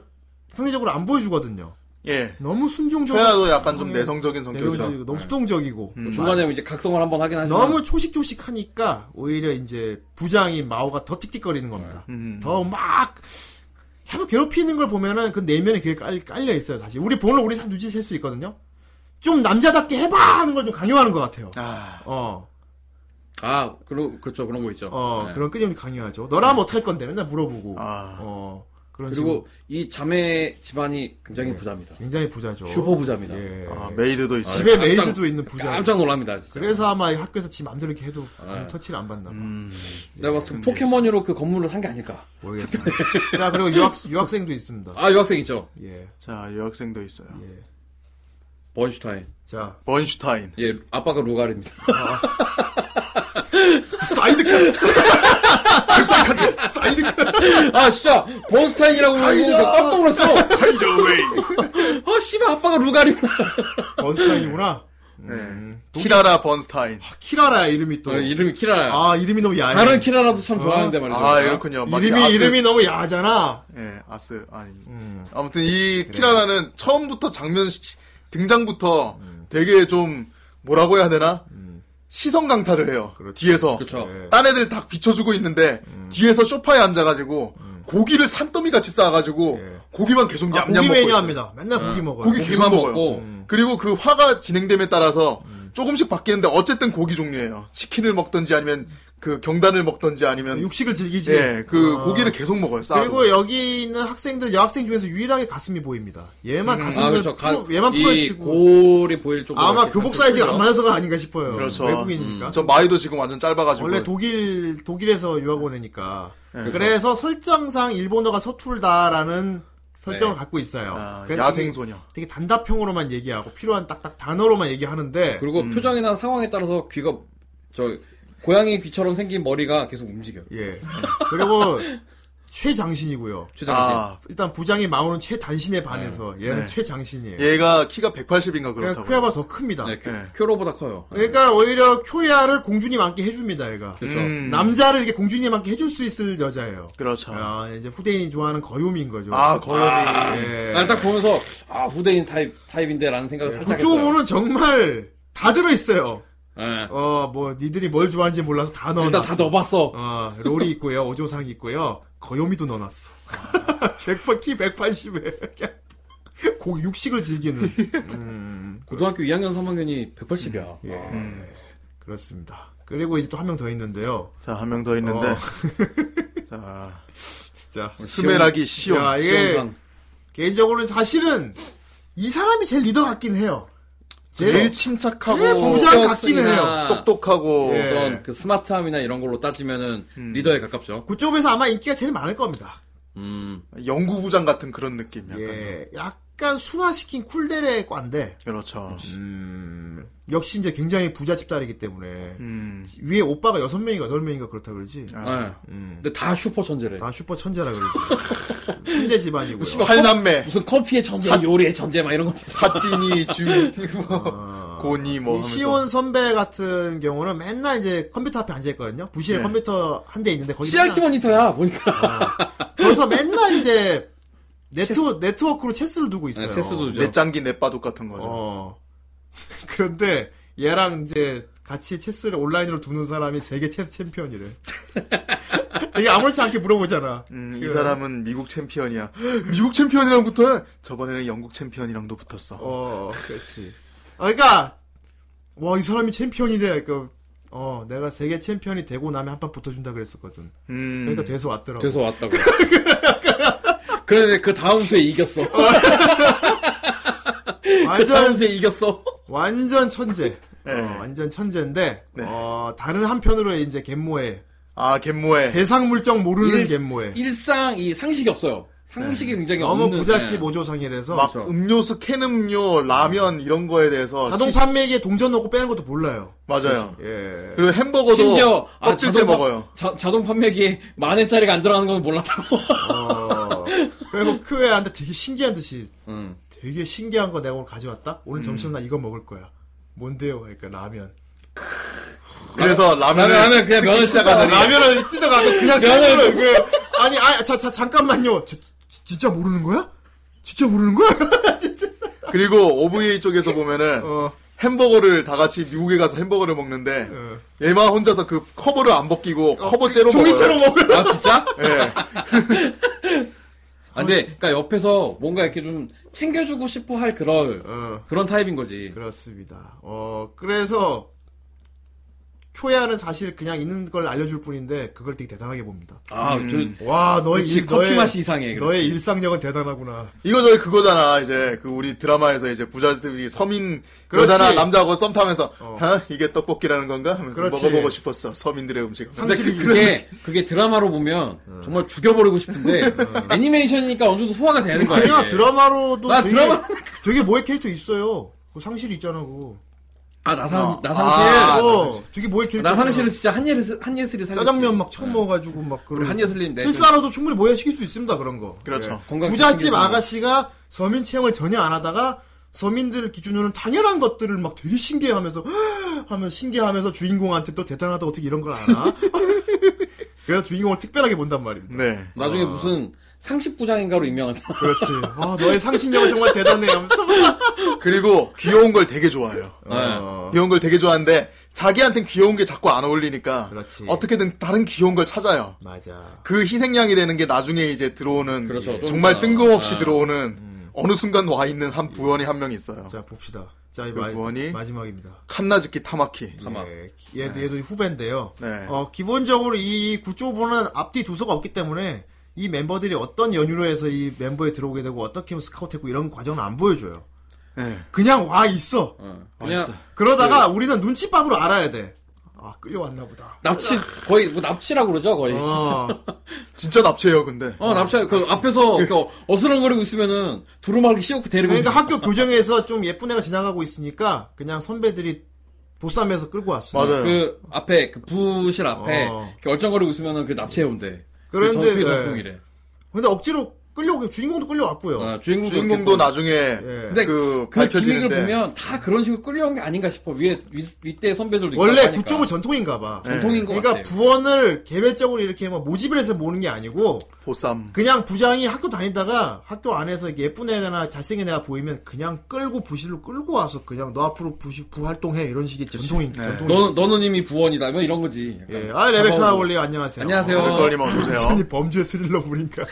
[SPEAKER 1] 상대적으로 안 보여주거든요.
[SPEAKER 3] 예.
[SPEAKER 1] 너무 순종적이고
[SPEAKER 3] 최아도 약간 좀 내성적인 성격이죠.
[SPEAKER 1] 내성적이고 너무 수동적이고
[SPEAKER 3] 음.
[SPEAKER 2] 뭐 중간에 이제 각성을 한번 하긴 하지만
[SPEAKER 1] 너무 초식초식하니까 오히려 이제 부장인 마오가 더 틱틱거리는 겁니다.
[SPEAKER 3] 음.
[SPEAKER 1] 더 막 계속 괴롭히는 걸 보면은 그 내면에 그게 깔, 깔려 있어요. 사실 우리 보는 우리 다 눈치챌 수 있거든요. 좀 남자답게 해봐 하는 걸 좀 강요하는 것 같아요.
[SPEAKER 3] 아,
[SPEAKER 1] 어,
[SPEAKER 2] 아 그러, 그렇죠 그런 거 있죠.
[SPEAKER 1] 어
[SPEAKER 2] 네.
[SPEAKER 1] 그런 끊임없이 강요하죠. 너라면 어떡할 건데 맨날 물어보고.
[SPEAKER 3] 아.
[SPEAKER 1] 어 그런 식으로
[SPEAKER 2] 그리고 이 자매 집안이 굉장히 부자입니다.
[SPEAKER 1] 굉장히 부자죠.
[SPEAKER 2] 슈퍼 부자입니다.
[SPEAKER 1] 그렇죠. 예.
[SPEAKER 3] 아, 메이드도 있지.
[SPEAKER 1] 집에
[SPEAKER 2] 아, 깜짝-
[SPEAKER 1] 메이드도 있는 부자.
[SPEAKER 2] 깜짝 놀랍니다. 진짜.
[SPEAKER 1] 그래서 아마 이 학교에서 지 맘대로 이렇게 해도
[SPEAKER 2] 네.
[SPEAKER 1] 터치를 안 받나 봐.
[SPEAKER 3] 음.
[SPEAKER 2] 내가 봤을 때 포켓몬으로 그 건물을 산 게 아닐까.
[SPEAKER 1] 모르겠습니다. 자 그리고 유학 유학생도 있습니다.
[SPEAKER 2] 아 여학생 있죠.
[SPEAKER 1] 예.
[SPEAKER 3] 자, 여학생도 있어요.
[SPEAKER 1] 예.
[SPEAKER 2] 번슈타인.
[SPEAKER 1] 자
[SPEAKER 3] 번슈타인.
[SPEAKER 2] 예 아빠가 로갈입니다.
[SPEAKER 1] 사이드카
[SPEAKER 2] 아 진짜 번슈타인이라고 그러고
[SPEAKER 3] 가이다.
[SPEAKER 2] 깜짝 놀랐어.
[SPEAKER 3] 카이더웨이.
[SPEAKER 2] 아 씨발 아빠가 루갈이구나.
[SPEAKER 1] 번스타인이구나. 음.
[SPEAKER 3] 키라라 네. 번스타인.
[SPEAKER 1] 키라라 이름이 또.
[SPEAKER 2] 아, 이름이 키라야.
[SPEAKER 1] 아 이름이 너무 야해.
[SPEAKER 2] 다른 키라라도 참 좋아하는데 말이죠.
[SPEAKER 3] 아, 이렇군요. 마치
[SPEAKER 1] 이름이
[SPEAKER 3] 아스-
[SPEAKER 1] 이름이 너무 야하잖아. 음.
[SPEAKER 3] 예, 아스 아닙니다. 아무튼 이 키라라는
[SPEAKER 1] 네.
[SPEAKER 3] 처음부터 장면 시- 등장부터 되게 좀 뭐라고 해야 되나? 시선 강탈을 해요. 뒤에서
[SPEAKER 2] 그렇죠.
[SPEAKER 1] 예.
[SPEAKER 3] 딴 애들 다 비춰주고 있는데
[SPEAKER 1] 음.
[SPEAKER 3] 뒤에서 소파에 앉아가지고 고기를 산더미 같이 쌓아가지고 고기만 계속
[SPEAKER 1] 아,
[SPEAKER 3] 얌얌
[SPEAKER 1] 고기
[SPEAKER 3] 먹고 있어요.
[SPEAKER 1] 매니아입니다. 맨날 고기 먹어요. 음.
[SPEAKER 3] 고기 계속
[SPEAKER 2] 고기만
[SPEAKER 3] 먹어요.
[SPEAKER 2] 먹고
[SPEAKER 3] 그리고 그 화가 진행됨에 따라서 조금씩 바뀌는데 어쨌든 고기 종류예요. 치킨을 먹던지 아니면 그 경단을 먹던지 아니면
[SPEAKER 1] 육식을 즐기지.
[SPEAKER 3] 예, 그
[SPEAKER 1] 아.
[SPEAKER 3] 고기를 계속 먹어요. 싸
[SPEAKER 1] 그리고 여기 있는 학생들 여학생 중에서 유일하게 가슴이 보입니다. 얘만
[SPEAKER 3] 음.
[SPEAKER 2] 아,
[SPEAKER 1] 가슴을
[SPEAKER 2] 그렇죠.
[SPEAKER 1] 푸- 얘만
[SPEAKER 2] 이그
[SPEAKER 1] 풀어치고
[SPEAKER 2] 골이 보일 정도로
[SPEAKER 1] 아마
[SPEAKER 2] 이렇게
[SPEAKER 1] 교복
[SPEAKER 2] 살짝
[SPEAKER 1] 사이즈가
[SPEAKER 2] 크죠.
[SPEAKER 1] 안 맞아서가 아닌가 싶어요.
[SPEAKER 3] 그렇죠.
[SPEAKER 1] 외국인이니까.
[SPEAKER 3] 저 마이도 지금 완전 짧아가지고
[SPEAKER 1] 원래 독일 독일에서 유학 온 애니까
[SPEAKER 3] 예.
[SPEAKER 1] 그래서 설정상 일본어가 서툴다라는 설정을
[SPEAKER 2] 네.
[SPEAKER 1] 갖고 있어요.
[SPEAKER 3] 아,
[SPEAKER 1] 그래서
[SPEAKER 3] 야생
[SPEAKER 1] 되게,
[SPEAKER 3] 소녀.
[SPEAKER 1] 되게 단답형으로만 얘기하고 필요한 딱딱 단어로만 얘기하는데
[SPEAKER 2] 그리고 표정이나 상황에 따라서 귀가 저 고양이 귀처럼 생긴 머리가 계속 움직여. 요
[SPEAKER 1] 예 그리고 최장신이고요.
[SPEAKER 2] 최장신.
[SPEAKER 3] 아,
[SPEAKER 1] 일단 부장이 마오는 최단신에 반해서 얘는
[SPEAKER 3] 네.
[SPEAKER 1] 최장신이에요.
[SPEAKER 3] 얘가 키가
[SPEAKER 1] 그러니까
[SPEAKER 3] 180인가 그렇다고.
[SPEAKER 1] 쿠야가 더 큽니다.
[SPEAKER 2] 네, 큐,
[SPEAKER 3] 네.
[SPEAKER 2] 큐로보다 커요.
[SPEAKER 1] 그러니까 오히려 큐야를 공주님 안게 해줍니다. 얘가
[SPEAKER 2] 그렇죠.
[SPEAKER 3] 음.
[SPEAKER 1] 남자를 이렇게 공주님 안게 해줄 수 있을 여자예요.
[SPEAKER 3] 그렇죠.
[SPEAKER 1] 아, 이제 후대인이 좋아하는 거요미인 거죠.
[SPEAKER 3] 아, 거염이.
[SPEAKER 1] 예.
[SPEAKER 2] 아, 딱 보면서 아 후대인 타입 타입인데라는 생각을
[SPEAKER 1] 네,
[SPEAKER 2] 살짝 했어요.
[SPEAKER 1] 구조물은 그러니까 그 정말 다 들어있어요.
[SPEAKER 2] 예.
[SPEAKER 1] 어, 뭐, 니들이 뭘 좋아하는지 몰라서 다 넣어놨어.
[SPEAKER 2] 일단 다 넣어봤어.
[SPEAKER 1] 어, 롤이 있고요, 오조상이 있고요, 거요미도 넣어놨어. 100, 키 180에. 고 육식을 즐기는. 음,
[SPEAKER 2] 고등학교 2학년 3학년이 180이야.
[SPEAKER 1] 예. 그렇습니다. 그리고 이제 또 한 명 더 있는데요.
[SPEAKER 3] 자, 한 명 더 있는데.
[SPEAKER 1] 어.
[SPEAKER 3] 자,
[SPEAKER 1] 자.
[SPEAKER 3] 스메라기 시온.
[SPEAKER 1] 야, 이게,
[SPEAKER 2] 음. 시험관.
[SPEAKER 1] 개인적으로는 사실은, 이 사람이 제일 리더 같긴 해요.
[SPEAKER 3] 제일
[SPEAKER 1] 제일,
[SPEAKER 3] 침착하고 아.
[SPEAKER 1] 제일 부자- 부장 같긴
[SPEAKER 2] 성격성이나
[SPEAKER 1] 해요.
[SPEAKER 3] 똑똑하고
[SPEAKER 1] 예.
[SPEAKER 2] 어떤 그 스마트함이나 이런 걸로 따지면은
[SPEAKER 3] 음.
[SPEAKER 2] 리더에 가깝죠.
[SPEAKER 1] 그쪽에서 아마 인기가 제일 많을 겁니다.
[SPEAKER 2] 음.
[SPEAKER 3] 연구부장 같은 그런 느낌 약간. 뭐.
[SPEAKER 1] 예. 약간 순화시킨 쿨데레 과인데,
[SPEAKER 3] 그렇죠.
[SPEAKER 1] 음, 역시 이제 굉장히 부잣집 딸이기 때문에
[SPEAKER 3] 음.
[SPEAKER 1] 위에 오빠가 여섯 명인가 여덟 명인가 그렇다 그러지.
[SPEAKER 3] 아.
[SPEAKER 2] 예.
[SPEAKER 1] 음,
[SPEAKER 2] 근데 다 슈퍼 천재래.
[SPEAKER 1] 다 슈퍼 천재라 그러지. 천재 집안이고요.
[SPEAKER 2] 씨발.
[SPEAKER 3] 팔남매.
[SPEAKER 2] 무슨 커피의 천재, 요리의 천재 막 이런 거 있어.
[SPEAKER 3] 사진이 주 뭐,
[SPEAKER 1] 어,
[SPEAKER 3] 고니 뭐
[SPEAKER 1] 이
[SPEAKER 3] 하면서.
[SPEAKER 1] 시온 선배 같은 경우는 맨날 이제 컴퓨터 앞에 앉아 있거든요. 부실에
[SPEAKER 3] 네.
[SPEAKER 1] 컴퓨터 한 대 있는데 거기
[SPEAKER 2] CRT 모니터야 보니까.
[SPEAKER 1] 그래서 맨날 이제 네트워 네트워크로 체스를 두고 있어요.
[SPEAKER 2] 네, 체스도 죠
[SPEAKER 3] 내장기 내바둑 같은 거죠.
[SPEAKER 1] 어. 그런데 얘랑 이제 같이 체스를 온라인으로 두는 사람이 세계 체스 챔피언이래. 되게 아무렇지 않게 물어보잖아.
[SPEAKER 3] 음, 이
[SPEAKER 1] 그래요.
[SPEAKER 3] 사람은 미국 챔피언이야. 미국 챔피언이랑 붙어? 저번에는 영국 챔피언이랑도 붙었어.
[SPEAKER 1] 어, 그렇지. 아, 그러니까 와 이 사람이 챔피언이 돼. 그러니까 어 내가 세계 챔피언이 되고 나면 한 판 붙어준다 그랬었거든.
[SPEAKER 3] 음.
[SPEAKER 1] 그러니까 돼서 왔더라고.
[SPEAKER 2] 돼서 왔다고. 그런데 그 다음 수에 이겼어. 그 다음
[SPEAKER 1] 완전
[SPEAKER 2] 수에 이겼어.
[SPEAKER 1] 완전 천재.
[SPEAKER 3] 네.
[SPEAKER 1] 어, 완전 천재인데
[SPEAKER 3] 네.
[SPEAKER 1] 어 다른 한편으로 이제 갯모에
[SPEAKER 3] 아, 갯모에.
[SPEAKER 1] 네. 세상 물정 모르는
[SPEAKER 2] 일-
[SPEAKER 1] 갯모에
[SPEAKER 2] 일상 이 상식이 없어요. 상식이 굉장히
[SPEAKER 1] 너무
[SPEAKER 2] 없는.
[SPEAKER 1] 부잣집
[SPEAKER 2] 예.
[SPEAKER 1] 오조상이라서
[SPEAKER 3] 막
[SPEAKER 2] 그렇죠.
[SPEAKER 3] 음료수, 캔 음료, 라면 이런 거에 대해서
[SPEAKER 1] 자동
[SPEAKER 3] 시-
[SPEAKER 1] 판매기에 동전 넣고 빼는 것도 몰라요.
[SPEAKER 3] 맞아요.
[SPEAKER 1] 예.
[SPEAKER 3] 그리고 햄버거도
[SPEAKER 2] 심지어 아,
[SPEAKER 3] 껍질째
[SPEAKER 2] 자동 판-
[SPEAKER 3] 먹어요.
[SPEAKER 2] 자, 자동 판매기에 만 원짜리가 안 들어가는 건 몰랐다고.
[SPEAKER 1] 어. 그리고 큐에한테 되게 신기한 듯이
[SPEAKER 2] 음.
[SPEAKER 1] 되게 신기한 거 내가 오늘 가져왔다.
[SPEAKER 3] 음.
[SPEAKER 1] 오늘 점심 나 이거 먹을 거야. 뭔데요? 그러니까 라면.
[SPEAKER 3] 그래서 라면을
[SPEAKER 2] 라면, 라면 그냥 면을
[SPEAKER 3] 시작하더니
[SPEAKER 1] 라면을 찢어가고 그냥
[SPEAKER 2] 면을-
[SPEAKER 1] 생으로 그 아니 아 자 자 잠깐만요. 저- 저- 진짜 모르는 거야? 진짜 모르는 거야? 진짜.
[SPEAKER 3] 그리고 OVA 쪽에서 보면은
[SPEAKER 1] 어,
[SPEAKER 3] 햄버거를 다 같이 미국에 가서 햄버거를 먹는데
[SPEAKER 1] 어.
[SPEAKER 3] 얘만 혼자서 그 커버를 안 벗기고 커버째로
[SPEAKER 1] 종이채로
[SPEAKER 3] 먹어요.
[SPEAKER 1] 먹을.
[SPEAKER 2] 아 진짜?
[SPEAKER 3] 예.
[SPEAKER 2] 아, 근데 그러니까 옆에서 뭔가 이렇게 좀 챙겨주고 싶어 할 그럴
[SPEAKER 1] 어.
[SPEAKER 2] 그런 타입인 거지.
[SPEAKER 1] 그렇습니다. 어, 그래서, 쿄야는 사실 그냥 있는 걸 알려줄 뿐인데, 그걸 되게 대단하게 봅니다.
[SPEAKER 2] 아,
[SPEAKER 3] 음.
[SPEAKER 2] 저
[SPEAKER 1] 와, 너의,
[SPEAKER 2] 그렇지,
[SPEAKER 1] 일-
[SPEAKER 2] 커피
[SPEAKER 1] 너의-
[SPEAKER 2] 맛이 이상해. 그렇지.
[SPEAKER 1] 너의 일상력은 대단하구나.
[SPEAKER 3] 이거 저희 그거잖아. 이제 그 우리 드라마에서 이제 부자들이 서민
[SPEAKER 1] 그렇지.
[SPEAKER 3] 여자나 남자하고 썸 타면서
[SPEAKER 1] 어.
[SPEAKER 3] 어. 이게 떡볶이라는 건가 하면서
[SPEAKER 1] 그렇지.
[SPEAKER 3] 먹어보고 싶었어. 서민들의 음식.
[SPEAKER 2] 근데 그- 그게 그게 드라마로 보면 정말 죽여버리고 싶은데 애니메이션이니까 어느 정도 소화가 되는 거야.
[SPEAKER 1] 아니야,
[SPEAKER 2] 이게.
[SPEAKER 1] 드라마로도
[SPEAKER 2] 나
[SPEAKER 1] 되게,
[SPEAKER 2] 드라마-
[SPEAKER 1] 되게 모의 캐릭터 있어요. 그 상실 있잖아, 그거.
[SPEAKER 2] 아 나상
[SPEAKER 3] 어.
[SPEAKER 2] 나상실
[SPEAKER 3] 아,
[SPEAKER 1] 어, 되게 모의 캐릭터.
[SPEAKER 2] 나상실은 진짜 한예슬 한예슬이 살렸어.
[SPEAKER 1] 짜장면 막 처음 먹어가지고 막 그런.
[SPEAKER 2] 우리 한예슬님 내
[SPEAKER 1] 실사로도 충분히 모여시킬 수 있습니다 그런 거.
[SPEAKER 3] 그렇죠.
[SPEAKER 1] 예.
[SPEAKER 2] 건강
[SPEAKER 1] 부잣집
[SPEAKER 2] 챙기고.
[SPEAKER 1] 아가씨가 서민 체험을 전혀 안 하다가 서민들 기준으로는 당연한 것들을 막 되게 신기해하면서 하면 신기해하면서 주인공한테 또 대단하다 어떻게 이런 걸 아나? 그래서 주인공을 특별하게 본단 말입니다.
[SPEAKER 3] 네.
[SPEAKER 2] 나중에
[SPEAKER 1] 아.
[SPEAKER 2] 무슨 상식 부장인가로 임명하잖아.
[SPEAKER 1] 그렇지. 아 너의 상신력은 정말 대단해. 하면서
[SPEAKER 3] 그리고 귀여운 걸 되게 좋아해요.
[SPEAKER 2] 네.
[SPEAKER 1] 어,
[SPEAKER 3] 귀여운 걸 되게 좋아하는데 자기한텐 귀여운 게 자꾸 안 어울리니까
[SPEAKER 1] 그렇지.
[SPEAKER 3] 어떻게든 다른 귀여운 걸 찾아요.
[SPEAKER 1] 맞아.
[SPEAKER 3] 그 희생양이 되는 게 나중에 이제 들어오는
[SPEAKER 2] 그렇죠. 좀
[SPEAKER 3] 정말
[SPEAKER 2] 있다가.
[SPEAKER 3] 뜬금없이
[SPEAKER 2] 아.
[SPEAKER 3] 들어오는 어느 순간 와 있는 한 부원이 한 명 있어요.
[SPEAKER 1] 자 봅시다. 자이
[SPEAKER 3] 그 구원이?
[SPEAKER 1] 마지막입니다.
[SPEAKER 3] 칸나즈키 타마키.
[SPEAKER 2] 가만.
[SPEAKER 1] 예, 얘도, 얘도 후배인데요.
[SPEAKER 3] 네.
[SPEAKER 1] 어, 기본적으로 이 구조부는 앞뒤 두서가 없기 때문에 이 멤버들이 어떤 연유로 해서 이 멤버에 들어오게 되고 어떻게 하면 스카우트했고 이런 과정은 안 보여줘요.
[SPEAKER 3] 네.
[SPEAKER 1] 그냥 와 있어.
[SPEAKER 2] 어.
[SPEAKER 3] 알았어. 네.
[SPEAKER 2] 그냥
[SPEAKER 1] 그러다가 우리는 눈치밥으로 알아야 돼. 아 끌려왔나 보다.
[SPEAKER 2] 납치 거의 뭐 납치라고 그러죠 거의. 어,
[SPEAKER 1] 어,
[SPEAKER 3] 진짜 납치해요, 근데.
[SPEAKER 2] 납치. 그 앞에서 이렇게 어슬렁거리고 있으면은 두루마기 씌워놓고 데리고.
[SPEAKER 1] 그러니까
[SPEAKER 2] 있어.
[SPEAKER 1] 학교 교정에서 좀 예쁜 애가 지나가고 있으니까 그냥 선배들이 보쌈에서 끌고 왔어.
[SPEAKER 3] 맞아요.
[SPEAKER 2] 그 앞에 그 부실 앞에
[SPEAKER 1] 어.
[SPEAKER 2] 이렇게 얼쩡거리고 있으면은 그 납치해 온대.
[SPEAKER 1] 그런데,
[SPEAKER 2] 그게
[SPEAKER 1] 네.
[SPEAKER 2] 전통이래.
[SPEAKER 1] 근데 억지로 끌려오고 주인공도 끌려왔고요.
[SPEAKER 2] 아, 주인공도,
[SPEAKER 3] 주인공도 나중에
[SPEAKER 2] 근데
[SPEAKER 3] 그
[SPEAKER 2] 그 기믹을
[SPEAKER 3] 밝혀지는데
[SPEAKER 2] 보면 다 그런 식으로 끌려온 게 아닌가 싶어. 위에 위, 대 선배들도
[SPEAKER 1] 원래
[SPEAKER 2] 있고
[SPEAKER 1] 구조부 전통인가 봐.
[SPEAKER 3] 그러니까 네.
[SPEAKER 2] 전통인 것
[SPEAKER 1] 그러니까
[SPEAKER 2] 같아.
[SPEAKER 1] 부원을 개별적으로 이렇게 막 모집을 해서 모는 게 아니고
[SPEAKER 2] 어.
[SPEAKER 3] 보쌈.
[SPEAKER 1] 그냥 부장이 학교 다니다가 학교 안에서 이렇게 예쁜 애나 잘생긴 애가 보이면 그냥 끌고 부실로 끌고 와서 그냥 너 앞으로 부실 부활동해 이런 식의 전통인
[SPEAKER 3] 네.
[SPEAKER 1] 전통이
[SPEAKER 2] 너 너는 이미 부원이다. 뭐 이런 거지. 약간.
[SPEAKER 1] 예. 아 레베카
[SPEAKER 2] 가까운-
[SPEAKER 1] 원리 안녕하세요.
[SPEAKER 2] 안녕하세요.
[SPEAKER 1] 어,
[SPEAKER 3] 걸리면 어떠세요?
[SPEAKER 1] 완전히 범죄 스릴러 물인가.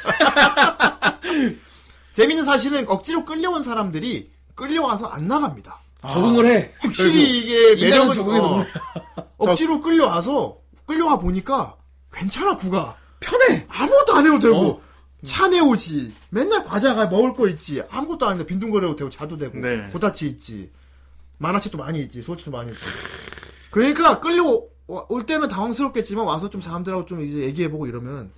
[SPEAKER 1] 재밌는 사실은 억지로 끌려온 사람들이 끌려와서 안 나갑니다.
[SPEAKER 2] 아, 적응을 해.
[SPEAKER 1] 확실히 이게
[SPEAKER 2] 인간은
[SPEAKER 1] 매력은
[SPEAKER 2] 적응해서
[SPEAKER 1] 어,
[SPEAKER 2] 몰라.
[SPEAKER 1] 억지로 끌려와서 끌려와 보니까 괜찮아 구가
[SPEAKER 2] 편해.
[SPEAKER 1] 아무것도 안 해도 되고
[SPEAKER 2] 어.
[SPEAKER 1] 차 내오지 맨날 과자가 먹을 거 있지 아무것도 안 해 빈둥거려도 되고 자도 되고
[SPEAKER 3] 네.
[SPEAKER 1] 고다치 있지 만화책도 많이 있지 소설도 많이 있지 그러니까 끌려올 때는 당황스럽겠지만 와서 좀 사람들하고 좀 이제 얘기해보고 이러면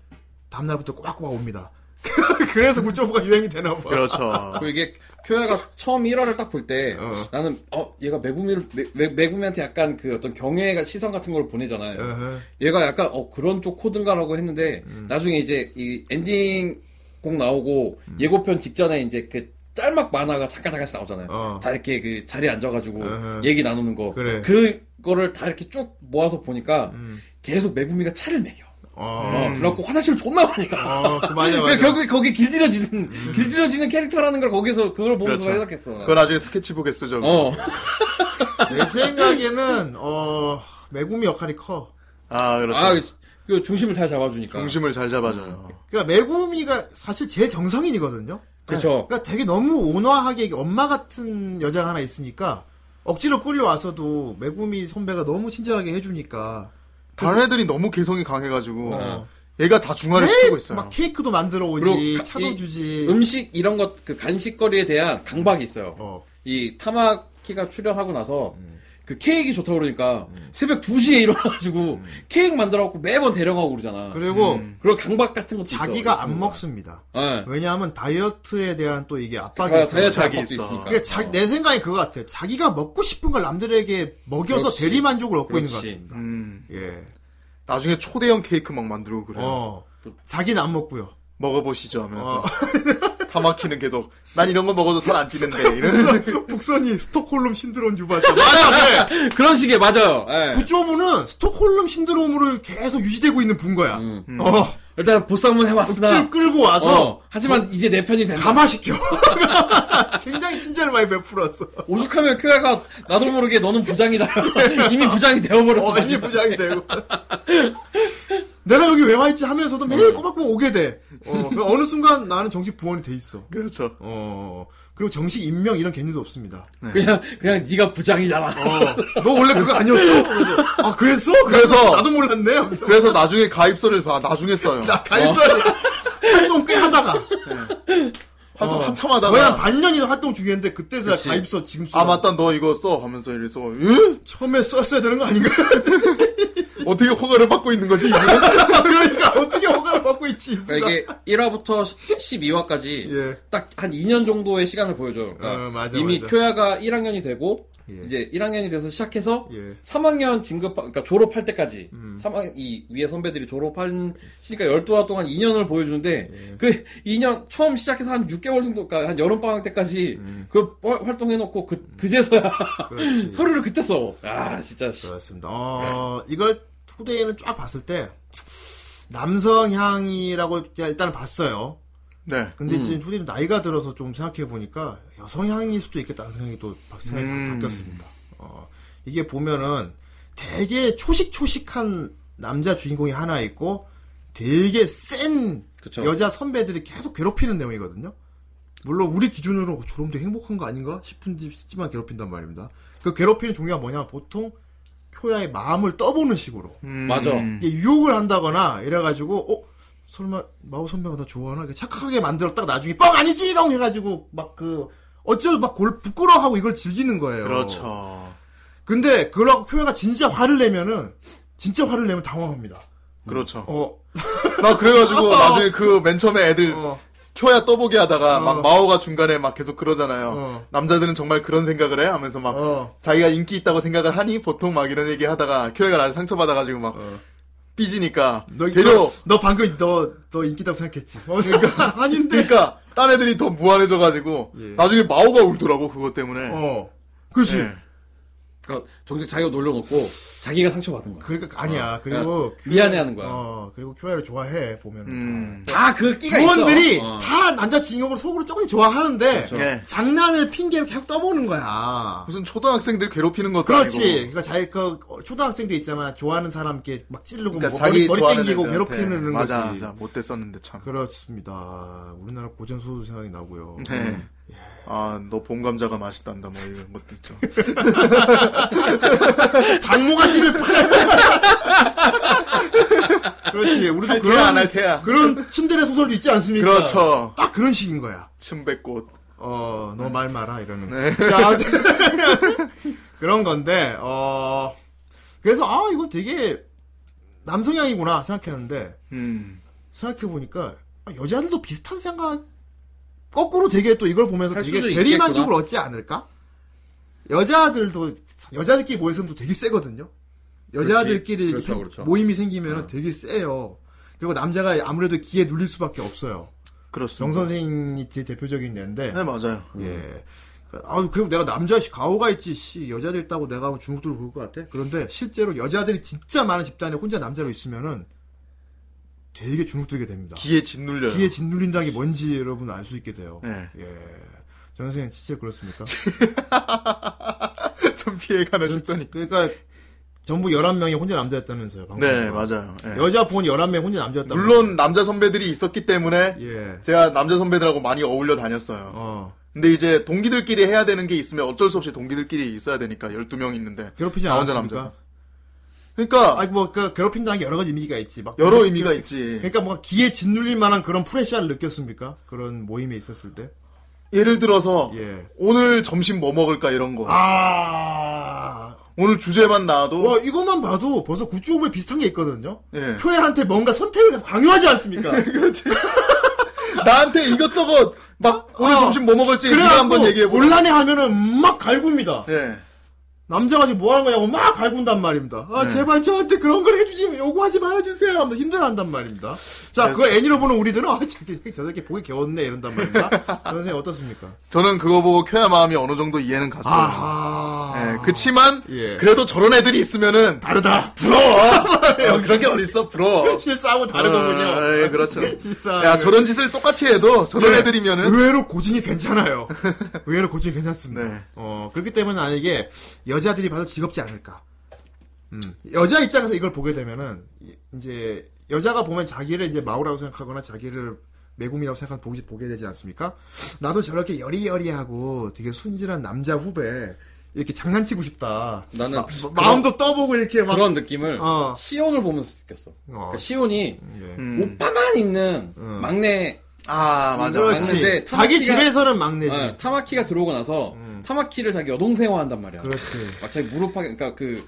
[SPEAKER 1] 다음날부터 꼬박꼬박 옵니다 그래서 구조부가 유행이 되나봐
[SPEAKER 3] 그렇죠.
[SPEAKER 2] 그리고 이게 쿄야가 처음 1화를 딱 볼 때
[SPEAKER 1] 어.
[SPEAKER 2] 나는 어 얘가 메구미를 메- 메, 메구미한테 약간 그 어떤 경외 시선 같은 걸 보내잖아요.
[SPEAKER 1] 어.
[SPEAKER 2] 얘가 약간 어 그런 쪽 코드인가라고 했는데
[SPEAKER 1] 음.
[SPEAKER 2] 나중에 이제 이 엔딩 곡 나오고
[SPEAKER 1] 음.
[SPEAKER 2] 예고편 직전에 이제 그 짤막 만화가 잠깐 잠깐씩 나오잖아요.
[SPEAKER 1] 어.
[SPEAKER 2] 다 이렇게 그 자리에 앉아가지고
[SPEAKER 1] 어허.
[SPEAKER 2] 얘기 나누는 거.
[SPEAKER 1] 그래. 음.
[SPEAKER 2] 거를다 이렇게 쭉 모아서 보니까 계속 메구미가 차를 매겨. 어, 그래갖고 화장실 존나 많이 가.
[SPEAKER 1] 어그 맞아
[SPEAKER 2] 그러니까
[SPEAKER 1] 맞아
[SPEAKER 2] 결국에 거기 길들여지는 길들여지는 캐릭터라는 걸 거기서 그걸 보면서
[SPEAKER 3] 그렇죠.
[SPEAKER 2] 해석했어.
[SPEAKER 3] 그거 나중에 스케치북에 쓰죠.
[SPEAKER 2] 어.
[SPEAKER 1] 내 생각에는 어 메구미 역할이 커
[SPEAKER 3] 아, 그렇죠.
[SPEAKER 2] 아, 그 중심을 잘 잡아주니까.
[SPEAKER 3] 중심을 잘 잡아줘요.
[SPEAKER 1] 그러니까 메구미가 사실 제 정상인이거든요.
[SPEAKER 2] 그쵸.
[SPEAKER 1] 그러니까 되게 너무 온화하게 이게 엄마 같은 여자가 하나 있으니까 억지로 끌려와서도 메구미 선배가 너무 친절하게 해주니까
[SPEAKER 3] 다른 애들이 너무 개성이 강해가지고
[SPEAKER 2] 어.
[SPEAKER 3] 얘가 다 중화를 시키고 있어요.
[SPEAKER 1] 네? 막 케이크도 만들어 오지
[SPEAKER 2] 그리고
[SPEAKER 1] 차도
[SPEAKER 2] 이-
[SPEAKER 1] 주지.
[SPEAKER 2] 음식 이런 것 그 간식거리에 대한 강박이 있어요.
[SPEAKER 1] 어.
[SPEAKER 2] 이 타마키가 출연하고 나서 그 케이크 좋다고 그러니까 새벽 2시에 일어나가지고 케이크 만들어갖고 매번 대령하고 그러잖아. 그
[SPEAKER 1] 그리고
[SPEAKER 2] 런 강박 같은 것도
[SPEAKER 1] 자기가
[SPEAKER 2] 있어,
[SPEAKER 1] 안 먹습니다.
[SPEAKER 2] 예.
[SPEAKER 1] 왜냐하면 다이어트에 대한 또 이게 압박이
[SPEAKER 2] 다-
[SPEAKER 1] 있어요.
[SPEAKER 2] 다이어트
[SPEAKER 3] 자기
[SPEAKER 2] 자기 있
[SPEAKER 3] 있어.
[SPEAKER 2] 있으니까.
[SPEAKER 1] 그러니까 자- 내 생각엔 그거 같아. 요 자기가 먹고 싶은 걸 남들에게 먹여서
[SPEAKER 2] 그렇지.
[SPEAKER 1] 대리 만족을 얻고 있는 것
[SPEAKER 2] 그렇지.
[SPEAKER 1] 같습니다.
[SPEAKER 3] 음.
[SPEAKER 1] 예.
[SPEAKER 3] 나중에
[SPEAKER 2] 네.
[SPEAKER 3] 초대형 케이크 막 만들고 그래요.
[SPEAKER 1] 어. 자기는 안 먹고요.
[SPEAKER 3] 먹어보시죠 하면서
[SPEAKER 1] 어.
[SPEAKER 3] 다 막히는 계속. 난 이런 거 먹어도 살 안 찌는데. 이러면서.
[SPEAKER 1] 북선이 스톡홀름 신드롬 유발자. 맞아, 그래.
[SPEAKER 2] 그런 식의 맞아요. 예.
[SPEAKER 1] 구조부는 스톡홀름 신드롬으로 계속 유지되고 있는 분 거야.
[SPEAKER 2] 음.
[SPEAKER 1] 어,
[SPEAKER 2] 일단 보쌈은 해왔으나
[SPEAKER 1] 쭉 끌고 와서
[SPEAKER 2] 어, 하지만 이제 내 편이 된다.
[SPEAKER 1] 뭐, 감화시켜. 굉장히 친절 많이 베풀었어.
[SPEAKER 2] 오죽하면 큐야가 나도 모르게 너는 부장이다. 이미 부장이 되어버렸어.
[SPEAKER 1] 어, 왠지 부장이 되고. 내가 여기 왜 와있지 하면서도 매일 꼬박꼬박 오게 돼. 어, 그럼 어느 순간 나는 정식 부원이 돼 있어.
[SPEAKER 3] 그렇죠.
[SPEAKER 1] 어, 그리고 정식 임명 이런 개념도 없습니다.
[SPEAKER 2] 그냥 그냥 네가 부장이잖아.
[SPEAKER 1] 어. 너 원래 그거 아니었어? 그래서, 아, 그랬어?
[SPEAKER 3] 그래서-
[SPEAKER 1] 나도 몰랐네. 하면서.
[SPEAKER 3] 그래서 나중에 가입서를 봐. 나중에 써요.
[SPEAKER 1] 나 가입사를 활동 꽤 하다가.
[SPEAKER 3] 활동
[SPEAKER 1] 어.
[SPEAKER 3] 한참
[SPEAKER 1] 거의 한
[SPEAKER 3] 하다가.
[SPEAKER 1] 반년이나 활동 중이었는데 그때서야
[SPEAKER 2] 그치.
[SPEAKER 1] 가입서 지금 써.
[SPEAKER 3] 아, 맞다. 너 이거 써. 하면서 이래서. 응?
[SPEAKER 1] 처음에 썼어야 되는 거 아닌가?
[SPEAKER 3] 어떻게 허가를 받고 있는 거지? 이거?
[SPEAKER 1] 그러니까 어떻게 허가를 받고 있지?
[SPEAKER 2] 그러니까 이게 1화부터 12화까지
[SPEAKER 1] 예.
[SPEAKER 2] 딱 한 2년 정도의 시간을 보여줘요. 그러니까
[SPEAKER 1] 어, 맞아,
[SPEAKER 2] 이미
[SPEAKER 1] 맞아.
[SPEAKER 2] 큐야가 1학년이 되고
[SPEAKER 1] 예.
[SPEAKER 2] 이제 1학년이 돼서 시작해서
[SPEAKER 1] 예.
[SPEAKER 2] 3학년 진급 그러니까 졸업할 때까지
[SPEAKER 1] 음.
[SPEAKER 2] 3학 이 위에 선배들이 졸업한 시니까 12화 동안 2년을 보여주는데
[SPEAKER 1] 예.
[SPEAKER 2] 그 2년 처음 시작해서 한 6개월 정도 그러니까 한 여름 방학 때까지
[SPEAKER 1] 음.
[SPEAKER 2] 그 활동해 놓고 그 그제서야
[SPEAKER 1] 그렇지.
[SPEAKER 2] 서류를 그때 써. 아 진짜 씨.
[SPEAKER 1] 그렇습니다. 어, 이걸 후대에는 쫙 봤을 때 남성향이라고 일단 봤어요.
[SPEAKER 3] 네.
[SPEAKER 1] 근데
[SPEAKER 2] 음.
[SPEAKER 1] 지금 후대는 나이가 들어서 좀 생각해 보니까 여성향일 수도 있겠다는 생각이 또 바- 생각이 좀
[SPEAKER 3] 음.
[SPEAKER 1] 바뀌었습니다. 어, 이게 보면은 되게 초식초식한 남자 주인공이 하나 있고 되게 센
[SPEAKER 2] 그쵸.
[SPEAKER 1] 여자 선배들이 계속 괴롭히는 내용이거든요. 물론 우리 기준으로 저놈 되게 행복한 거 아닌가 싶은 싶지만 괴롭힌단 말입니다. 그 괴롭히는 종류가 뭐냐 보통 효야의 마음을 떠보는 식으로
[SPEAKER 3] 음.
[SPEAKER 2] 맞아.
[SPEAKER 1] 이게 유혹을 한다거나 이래가지고 어 설마 마오 선배가 나 좋아하나 이렇게 착하게 만들었다가 나중에 뻥 아니지 이런 해가지고 막 그 어쩔 막 골 부끄러워하고 이걸 즐기는 거예요.
[SPEAKER 3] 그렇죠.
[SPEAKER 1] 근데 그러고 효야가 진짜 화를 내면은 진짜 화를 내면 당황합니다.
[SPEAKER 3] 그렇죠.
[SPEAKER 1] 어,
[SPEAKER 3] 나 그래가지고 나중에 그 맨 처음에 애들
[SPEAKER 1] 어,
[SPEAKER 3] 켜야 떠보게 하다가
[SPEAKER 1] 어.
[SPEAKER 3] 막 마오가 중간에 막 계속 그러잖아요.
[SPEAKER 1] 어.
[SPEAKER 3] 남자들은 정말 그런 생각을 해? 하면서 막
[SPEAKER 1] 어,
[SPEAKER 3] 자기가 인기 있다고 생각을 하니 보통 막 이런 얘기 하다가 켜야가 나를 상처받아가지고 막
[SPEAKER 1] 어.
[SPEAKER 3] 삐지니까
[SPEAKER 1] 너,
[SPEAKER 3] 데려
[SPEAKER 1] 너, 너 방금 너, 너 인기다고 생각했지. 어, 그러니까, 아닌데.
[SPEAKER 3] 그러니까 딴 애들이 더 무한해져가지고
[SPEAKER 1] 예.
[SPEAKER 3] 나중에 마오가 울더라고 그것 때문에
[SPEAKER 1] 어. 그렇지.
[SPEAKER 3] 예.
[SPEAKER 2] 그러니까 정작 자기가 놀려놓고 자기가 상처받은 거야.
[SPEAKER 1] 그러니까, 아니야. 그리고. 큐-
[SPEAKER 2] 미안해하는 거야.
[SPEAKER 1] 어, 그리고 큐아를 좋아해, 보면은.
[SPEAKER 3] 음.
[SPEAKER 2] 다 그 끼가 있어.
[SPEAKER 1] 부원들이
[SPEAKER 2] 어.
[SPEAKER 1] 다 남자 주인공을 속으로 조금 좋아하는데.
[SPEAKER 2] 그렇죠.
[SPEAKER 3] 예.
[SPEAKER 1] 장난을 핑계로 계속 떠보는 거야.
[SPEAKER 3] 무슨 초등학생들 괴롭히는 것도
[SPEAKER 1] 그렇지.
[SPEAKER 3] 아니고
[SPEAKER 1] 그러니까 자기 그 초등학생들 있잖아. 좋아하는 사람께 막 찌르고
[SPEAKER 3] 그러니까
[SPEAKER 1] 뭐
[SPEAKER 3] 자기
[SPEAKER 1] 머리, 머리
[SPEAKER 3] 좋아하는
[SPEAKER 1] 땡기고
[SPEAKER 3] 애들한테. 네.
[SPEAKER 1] 괴롭히는
[SPEAKER 3] 맞아,
[SPEAKER 1] 거지.
[SPEAKER 3] 맞아 못됐었는데 참
[SPEAKER 1] 그렇습니다. 우리나라 고전소설 생각이 나고요. 음.
[SPEAKER 3] 네.
[SPEAKER 1] 예.
[SPEAKER 3] 아너 봄감자가 맛있단다 뭐 이런 것도 있죠
[SPEAKER 1] 당모가지를 팔. 그렇지. 우리도
[SPEAKER 3] 그런
[SPEAKER 1] 그런
[SPEAKER 3] 안할 테야
[SPEAKER 1] 그런 침대의 소설도 있지 않습니까?
[SPEAKER 3] 그렇죠
[SPEAKER 1] 딱 그런 식인 거야.
[SPEAKER 3] 침백꽃
[SPEAKER 1] 어,
[SPEAKER 2] 네.
[SPEAKER 1] 너 말 마라 이러는. 자, 아무튼 그런 건데 어 그래서 아 이건 되게 남성향이구나 생각했는데
[SPEAKER 3] 음.
[SPEAKER 1] 생각해 보니까 아, 여자들도 비슷한 생각 거꾸로 되게 또 이걸 보면서
[SPEAKER 2] 할
[SPEAKER 1] 되게
[SPEAKER 2] 수도
[SPEAKER 1] 대리만족을
[SPEAKER 2] 있겠구나.
[SPEAKER 1] 얻지 않을까? 여자들도 여자들끼리 모였으면 또 되게 세거든요. 여자들끼리
[SPEAKER 2] 그렇지. 그렇죠,
[SPEAKER 1] 이렇게
[SPEAKER 2] 그렇죠.
[SPEAKER 1] 모임이 생기면 은 되게 세요. 그리고 남자가 아무래도 기에 눌릴 수밖에
[SPEAKER 2] 그러니까.
[SPEAKER 1] 없어요. 정
[SPEAKER 3] 그렇습니다
[SPEAKER 1] 선생이 제 대표적인 애인데
[SPEAKER 3] 네 맞아요
[SPEAKER 1] 예. 아유, 그럼 내가 남자 씨 가오가 있지, 씨. 여자들 있다고 내가 하면 중국들 그럴 것 같아? 그런데 실제로 여자들이 진짜 많은 집단에 혼자 남자로 있으면은 되게 중국들게 됩니다.
[SPEAKER 3] 기에 짓눌려요
[SPEAKER 1] 기에 짓눌린다는 게 뭔지 여러분 알 수 있게 돼요.
[SPEAKER 3] 네.
[SPEAKER 1] 예. 전 선생님, 진짜 그렇습니까?
[SPEAKER 3] 그러니까 좀 피해가나 싶더니
[SPEAKER 1] 그러니까, 전부 11명이 혼자 남자였다면서요. 방금.
[SPEAKER 3] 네 맞아요 예.
[SPEAKER 1] 여자 부원 11명이 혼자 남자였다면서요.
[SPEAKER 3] 물론 남자 선배들이 있었기 때문에
[SPEAKER 1] 예.
[SPEAKER 3] 제가 남자 선배들하고 많이 어울려 다녔어요.
[SPEAKER 1] 어.
[SPEAKER 3] 근데 이제 동기들끼리 해야 되는 게 있으면 어쩔 수 없이 동기들끼리 있어야 되니까 12명 있는데.
[SPEAKER 1] 괴롭히지
[SPEAKER 3] 나 혼자
[SPEAKER 1] 않았습니까?
[SPEAKER 3] 그러니까
[SPEAKER 1] 아, 뭐, 그, 괴롭힌다는 게 여러 가지 의미가 있지. 막
[SPEAKER 3] 여러 의미가 있지.
[SPEAKER 1] 그러니까 뭔가 기에 짓눌릴 만한 그런 프레시아를 느꼈습니까? 그런 모임에 있었을 때?
[SPEAKER 3] 예를 들어서
[SPEAKER 1] 예.
[SPEAKER 3] 오늘 점심 뭐 먹을까 이런 거.
[SPEAKER 1] 아.
[SPEAKER 3] 오늘 주제만 나와도
[SPEAKER 1] 와, 이것만 봐도 벌써 굿즈 오브에 비슷한 게 있거든요?
[SPEAKER 3] 예.
[SPEAKER 1] 큐에한테 뭔가 선택을 강요하지 않습니까?
[SPEAKER 3] 나한테 이것저것 막 오늘
[SPEAKER 1] 어.
[SPEAKER 3] 점심 뭐 먹을지 네가
[SPEAKER 1] 그래갖고
[SPEAKER 3] 한번 얘기해 보라.
[SPEAKER 1] 곤란해 하면은 막 갈굽니다.
[SPEAKER 3] 예.
[SPEAKER 1] 남자가 지금 뭐 하는 거냐고 막 갈군단 말입니다. 아,
[SPEAKER 3] 네.
[SPEAKER 1] 제발 저한테 그런 걸 해주지, 요구하지 말아주세요. 하면서 힘들어한단 말입니다. 자, 그걸 애니로 보는 우리들은, 아, 저기, 저 새끼 보기 개웠네. 이런단 말입니다. 선생님, 어떻습니까?
[SPEAKER 3] 저는 그거 보고 쾌야 마음이 어느 정도 이해는 갔어요.
[SPEAKER 1] 아하.
[SPEAKER 3] 예, 그치만
[SPEAKER 1] 예.
[SPEAKER 3] 그래도 저런 애들이 있으면은
[SPEAKER 1] 다르다.
[SPEAKER 3] 부러워. 어, 그런 게 어딨어 부러워.
[SPEAKER 1] 실사하고 다르거군요.
[SPEAKER 3] 아, 예, 그렇죠.
[SPEAKER 1] 실사.
[SPEAKER 3] 야 저런 짓을 똑같이 해도 저런
[SPEAKER 1] 네.
[SPEAKER 3] 애들이면은
[SPEAKER 1] 의외로 고진이 괜찮아요. 의외로 고진이 괜찮습니다.
[SPEAKER 3] 네.
[SPEAKER 1] 어, 그렇기 때문에 아, 이게 여자들이 봐도 즐겁지 않을까. 음, 여자 입장에서 이걸 보게 되면은, 이- 이제, 여자가 보면 자기를 이제 마우라고 생각하거나 자기를 매국이라고 생각하고 보게, 보게 되지 않습니까? 나도 저렇게 여리여리하고 되게 순진한 남자 후배, 이렇게 장난치고 싶다.
[SPEAKER 2] 나는
[SPEAKER 1] 마,
[SPEAKER 2] 그런-
[SPEAKER 1] 마음도 떠보고 이렇게 막.
[SPEAKER 2] 그런 느낌을
[SPEAKER 1] 어.
[SPEAKER 2] 시온을 보면서 느꼈어.
[SPEAKER 1] 어,
[SPEAKER 2] 그러니까 시온이
[SPEAKER 1] 예.
[SPEAKER 3] 음.
[SPEAKER 2] 오빠만 있는
[SPEAKER 1] 음.
[SPEAKER 2] 막내
[SPEAKER 3] 아 맞아.
[SPEAKER 1] 그렇지.
[SPEAKER 2] 맞는데
[SPEAKER 1] 자기
[SPEAKER 2] 타마키가-
[SPEAKER 1] 집에서는 막내지.
[SPEAKER 2] 어, 타마키가 들어오고 나서 타마키를 자기 여동생화한단 말이야.
[SPEAKER 1] 음. 그렇지.
[SPEAKER 2] 막 자기 무릎하게 그러니까 그,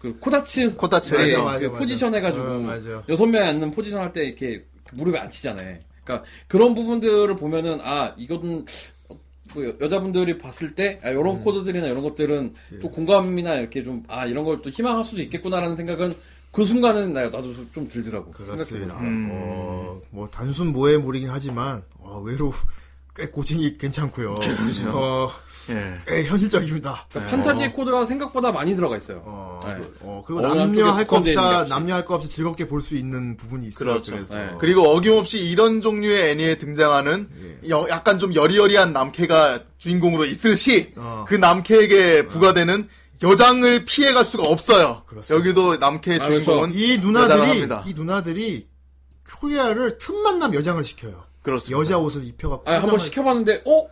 [SPEAKER 2] 그 코다츠
[SPEAKER 3] 코다츠.
[SPEAKER 2] 예,
[SPEAKER 3] 맞아,
[SPEAKER 1] 맞아,
[SPEAKER 2] 그
[SPEAKER 1] 맞아.
[SPEAKER 2] 포지션 해가지고
[SPEAKER 1] 어, 맞아.
[SPEAKER 2] 여섯 명이 앉는 포지션 할 때 이렇게 그 무릎에 앉히잖아요. 그러니까 그런 부분들을 보면은 아 이거는 어, 그 여- 여자분들이 봤을 때 아, 이런
[SPEAKER 1] 음.
[SPEAKER 2] 코드들이나 이런 것들은
[SPEAKER 1] 예.
[SPEAKER 2] 또 공감이나 이렇게 좀 아 이런 걸 또 희망할 수도 있겠구나라는 생각은 그 순간은 나, 나도 좀 들더라고.
[SPEAKER 1] 그렇습니다.
[SPEAKER 2] 생각해보면.
[SPEAKER 1] 어, 뭐 단순 모해물이긴 하지만 어, 외로 꽤 고증이 괜찮고요.
[SPEAKER 2] 그렇죠.
[SPEAKER 1] 어,
[SPEAKER 3] 예.
[SPEAKER 1] 꽤 현실적입니다.
[SPEAKER 2] 그러니까 판타지 코드가 생각보다 많이 들어가 있어요.
[SPEAKER 1] 어,
[SPEAKER 2] 네.
[SPEAKER 1] 그- 어, 그리고
[SPEAKER 2] 어느
[SPEAKER 1] 남녀
[SPEAKER 2] 한쪽에
[SPEAKER 1] 할 거
[SPEAKER 2] 국한되어 있는 게
[SPEAKER 1] 없다,
[SPEAKER 2] 없이.
[SPEAKER 1] 남녀 할 거 없이 즐겁게 볼 수 있는 부분이 있어요. 그
[SPEAKER 3] 그렇죠.
[SPEAKER 1] 래서
[SPEAKER 2] 네.
[SPEAKER 3] 그리고 어김없이 이런 종류의 애니에 등장하는
[SPEAKER 1] 예.
[SPEAKER 3] 여- 약간 좀 여리여리한 남캐가 주인공으로 있을 시 그
[SPEAKER 1] 어.
[SPEAKER 3] 남캐에게 부과되는 여장을 피해갈 수가 없어요.
[SPEAKER 1] 그렇습니다.
[SPEAKER 3] 여기도 남캐
[SPEAKER 2] 아,
[SPEAKER 1] 그렇죠.
[SPEAKER 3] 주인공은
[SPEAKER 1] 이
[SPEAKER 3] 여장을
[SPEAKER 1] 누나들이
[SPEAKER 3] 합니다.
[SPEAKER 1] 이 누나들이 큐야를 틈만 나면 여장을 시켜요.
[SPEAKER 3] 그렇습니다.
[SPEAKER 1] 여자 옷을 입혀갖고
[SPEAKER 2] 아, 한번
[SPEAKER 1] 화장을-
[SPEAKER 2] 시켜봤는데 어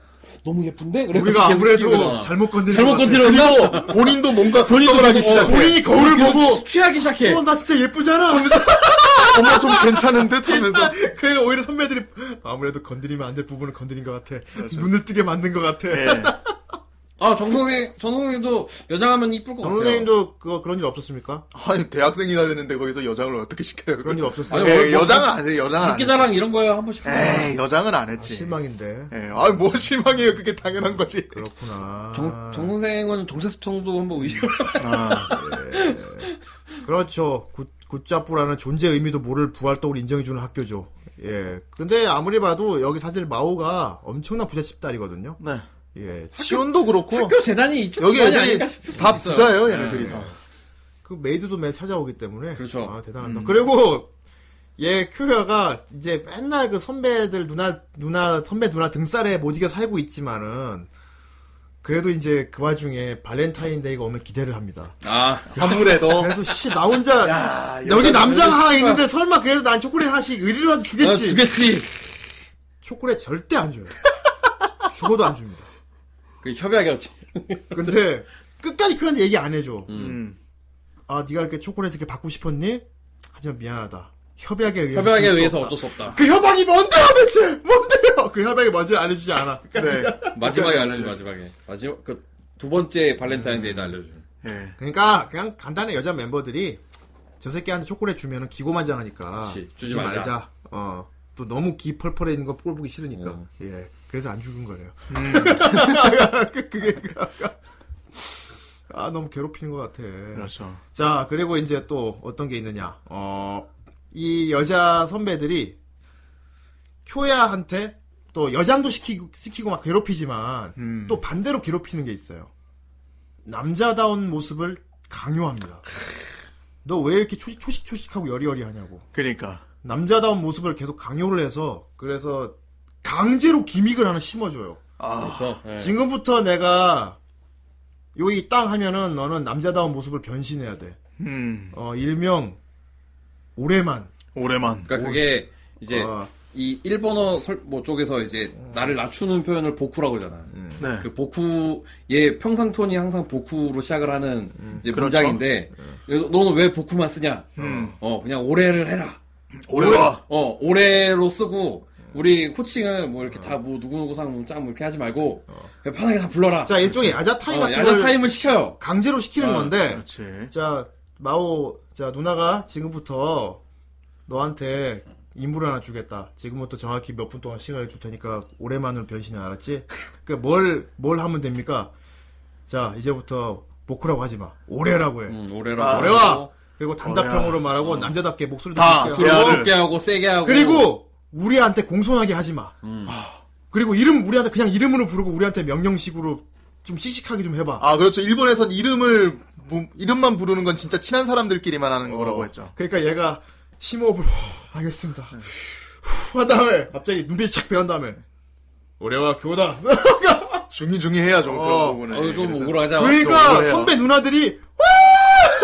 [SPEAKER 2] 너무 예쁜데? 그래서
[SPEAKER 1] 우리가
[SPEAKER 2] 계속
[SPEAKER 1] 아무래도
[SPEAKER 2] 끼우거나.
[SPEAKER 1] 잘못 건드린
[SPEAKER 2] 잘못
[SPEAKER 1] 것 같아요.
[SPEAKER 2] 건드렸나?
[SPEAKER 3] 그리고 본인도 뭔가 극성을 하기
[SPEAKER 2] 계속, 어,
[SPEAKER 3] 시작해.
[SPEAKER 1] 본인이 거울을 보고
[SPEAKER 2] 취하기 시작해.
[SPEAKER 1] 어, 나 진짜 예쁘잖아. 하면서
[SPEAKER 3] 어머 좀 괜찮은 듯 하면서
[SPEAKER 1] 그러니까 오히려 선배들이 아무래도 건드리면 안 될 부분을 건드린 것 같아.
[SPEAKER 2] 그렇죠.
[SPEAKER 1] 눈을 뜨게 만든 것 같아.
[SPEAKER 2] 네.
[SPEAKER 3] 예.
[SPEAKER 2] 아, 정성생, 정성생도 여장하면 이쁠 것
[SPEAKER 1] 정
[SPEAKER 2] 같아요.
[SPEAKER 1] 선생님도 그거 그런 일 없었습니까?
[SPEAKER 3] 아니 대학생이나 되는데 거기서 여장을 어떻게 시켜요?
[SPEAKER 1] 그런 일 없었어요.
[SPEAKER 2] 아니,
[SPEAKER 3] 예,
[SPEAKER 2] 원래 뭐
[SPEAKER 3] 여장은 안 해요. 여장은 안 했어요.
[SPEAKER 2] 장기자랑 이런 거야, 한 번씩. 하잖아.
[SPEAKER 3] 아, 그렇죠. 에이 여장은 안
[SPEAKER 1] 아,
[SPEAKER 3] 했지.
[SPEAKER 2] 네.
[SPEAKER 1] 실망인데.
[SPEAKER 3] 예. 아뭐 실망이에요. 그게 당연한 거지.
[SPEAKER 1] 그렇구나.
[SPEAKER 2] 정, 정선생은 정세수청도 한번 의심을.
[SPEAKER 3] 아,
[SPEAKER 1] 그렇죠. 굿, 굿자뿌라는 존재 의미도 모를 부활덕을 인정해주는 학교죠. 예. 근데 아무리 봐도 여기 사실 마오가 엄청난 부잣집 딸이거든요.
[SPEAKER 3] 네.
[SPEAKER 1] 예.
[SPEAKER 3] 시온도 그렇고
[SPEAKER 2] 학교 재단이 이쪽
[SPEAKER 3] 여기
[SPEAKER 2] 재단이
[SPEAKER 3] 애들이
[SPEAKER 2] 아닐까 싶을 수도
[SPEAKER 3] 다
[SPEAKER 2] 있어요.
[SPEAKER 3] 부자예요, 얘네들이
[SPEAKER 2] 예.
[SPEAKER 3] 다.
[SPEAKER 1] 그 메이드도 매일 찾아오기 때문에.
[SPEAKER 2] 그렇죠.
[SPEAKER 1] 아, 대단합니다. 그리고, 얘, 큐여가, 이제 맨날 그 선배들, 누나, 누나, 선배 누나 등살에 못 이겨 살고 있지만은, 그래도 이제 그 와중에 발렌타인데이가 오면 기대를 합니다.
[SPEAKER 2] 아,
[SPEAKER 3] 아무래도
[SPEAKER 1] 그래도 씨, 나 혼자,
[SPEAKER 3] 어. 야,
[SPEAKER 1] 여기
[SPEAKER 3] 여자들
[SPEAKER 1] 남자 하나 있는데 설마 그래도 난 초콜릿 하나씩 의리라도
[SPEAKER 2] 나
[SPEAKER 1] 주겠지.
[SPEAKER 2] 아, 주겠지.
[SPEAKER 1] 초콜릿 절대 안 줘요. 죽어도 안 줍니다.
[SPEAKER 2] 그 협약이었지.
[SPEAKER 1] 근데, 끝까지 큐한테 얘기 안 해줘.
[SPEAKER 3] 음.
[SPEAKER 1] 아, 네가 이렇게 초콜릿 이렇게 받고 싶었니? 하지만 미안하다. 협약에 의해서.
[SPEAKER 2] 협약에
[SPEAKER 1] 줄수
[SPEAKER 2] 의해서
[SPEAKER 1] 없다.
[SPEAKER 2] 어쩔 수 없다.
[SPEAKER 1] 그 협약이 뭔데요 대체 뭔데요 그 협약이 뭔지 알려주지 않아
[SPEAKER 3] 네.
[SPEAKER 2] 마지막에 알려줘, 마지막에. 마지막, 그, 두 번째 발렌타인데이도 알려줘.
[SPEAKER 3] 예.
[SPEAKER 1] 그러니까 그냥 간단히 여자 멤버들이 저 새끼한테 초콜릿 주면은 기고만장하니까
[SPEAKER 2] 그치, 주지 말자.
[SPEAKER 1] 어또 너무 기 펄펄해 있는 거 꼴 보기 싫으니까
[SPEAKER 2] 음.
[SPEAKER 1] 예 그래서 안 죽은 거래요
[SPEAKER 3] 음.
[SPEAKER 1] 그- 그게 아 너무 괴롭히는 것 같아
[SPEAKER 3] 그렇죠.
[SPEAKER 1] 자, 그리고 이제 또 어떤 게 있느냐. 어, 이 여자 선배들이 쿄야한테 또 여장도 시키고, 시키고 막 괴롭히지만
[SPEAKER 3] 음.
[SPEAKER 1] 또 반대로 괴롭히는 게 있어요. 남자다운 모습을 강요합니다. 너 왜 이렇게 초식, 초식, 초식하고 여리여리 하냐고.
[SPEAKER 3] 그러니까.
[SPEAKER 1] 남자다운 모습을 계속 강요를 해서 그래서 강제로 기믹을 하나 심어줘요.
[SPEAKER 3] 아,
[SPEAKER 2] 그래서, 예.
[SPEAKER 1] 지금부터 내가 여기 땅 하면은 너는 남자다운 모습을 변신해야 돼.
[SPEAKER 3] 음.
[SPEAKER 1] 어, 일명 오래만.
[SPEAKER 3] 오래만.
[SPEAKER 2] 그러니까 그게, 이제,
[SPEAKER 1] 어,
[SPEAKER 2] 이 일본어 설, 뭐 쪽에서 이제, 나를 낮추는 표현을 보쿠라고 그러잖아.
[SPEAKER 1] 음.
[SPEAKER 3] 네.
[SPEAKER 2] 그 보쿠 얘 평상 톤이 항상 보쿠로 시작을 하는
[SPEAKER 1] 음.
[SPEAKER 2] 이제
[SPEAKER 3] 그렇죠.
[SPEAKER 2] 문장인데 너는 왜 보쿠만 쓰냐?
[SPEAKER 3] 음.
[SPEAKER 2] 어 그냥 올해를 해라.
[SPEAKER 3] 오래와.
[SPEAKER 2] 어 올해로 쓰고 우리 코칭을 뭐 이렇게 다 뭐 누구누구상 짱뭐 이렇게 하지 말고 그냥 편하게 다 불러라.
[SPEAKER 1] 어. 자, 일종의 야자타임
[SPEAKER 2] 어,
[SPEAKER 1] 같은
[SPEAKER 2] 야자
[SPEAKER 1] 걸
[SPEAKER 2] 타임을 시켜요.
[SPEAKER 1] 강제로 시키는
[SPEAKER 2] 어,
[SPEAKER 1] 건데,
[SPEAKER 3] 그렇지.
[SPEAKER 1] 자, 마오, 자, 누나가 지금부터 너한테 임무를 하나 주겠다. 지금부터 정확히 몇 분 동안 시간을 줄 테니까 그러니까 오래만으로 변신해, 알았지? 그 뭘, 뭘 하면 됩니까? 자, 이제부터 보크라고 하지 마. 오래라고 해.
[SPEAKER 2] 음, 올해라.
[SPEAKER 3] 아,
[SPEAKER 1] 오래와. 그리고 단답형으로
[SPEAKER 3] 오래와.
[SPEAKER 1] 말하고 남자답게 목소리도
[SPEAKER 3] 다
[SPEAKER 1] 크게 하고.
[SPEAKER 3] 대화를.
[SPEAKER 2] 부드럽게 하고 세게 하고.
[SPEAKER 1] 그리고 우리한테 공손하게 하지 마.
[SPEAKER 2] 음.
[SPEAKER 1] 그리고 이름 우리한테 그냥 이름으로 부르고 우리한테 명령식으로 좀 씩씩하게 좀 해봐.
[SPEAKER 3] 아 그렇죠. 일본에선 이름을 무- 이름만 부르는 건 진짜 친한 사람들끼리만 하는 거라고
[SPEAKER 1] 어.
[SPEAKER 3] 했죠.
[SPEAKER 1] 그러니까 얘가 심호흡을 후, 알겠습니다. 후, 한 다음에 갑자기 눈빛이 착 변한 다음에 올해와 교다.
[SPEAKER 3] 중이중이 해야죠.
[SPEAKER 1] 어.
[SPEAKER 3] 그런 부분은.
[SPEAKER 2] 어, 좀
[SPEAKER 3] 그래서
[SPEAKER 2] 억울하자.
[SPEAKER 1] 그러니까
[SPEAKER 3] 그래요.
[SPEAKER 1] 선배 누나들이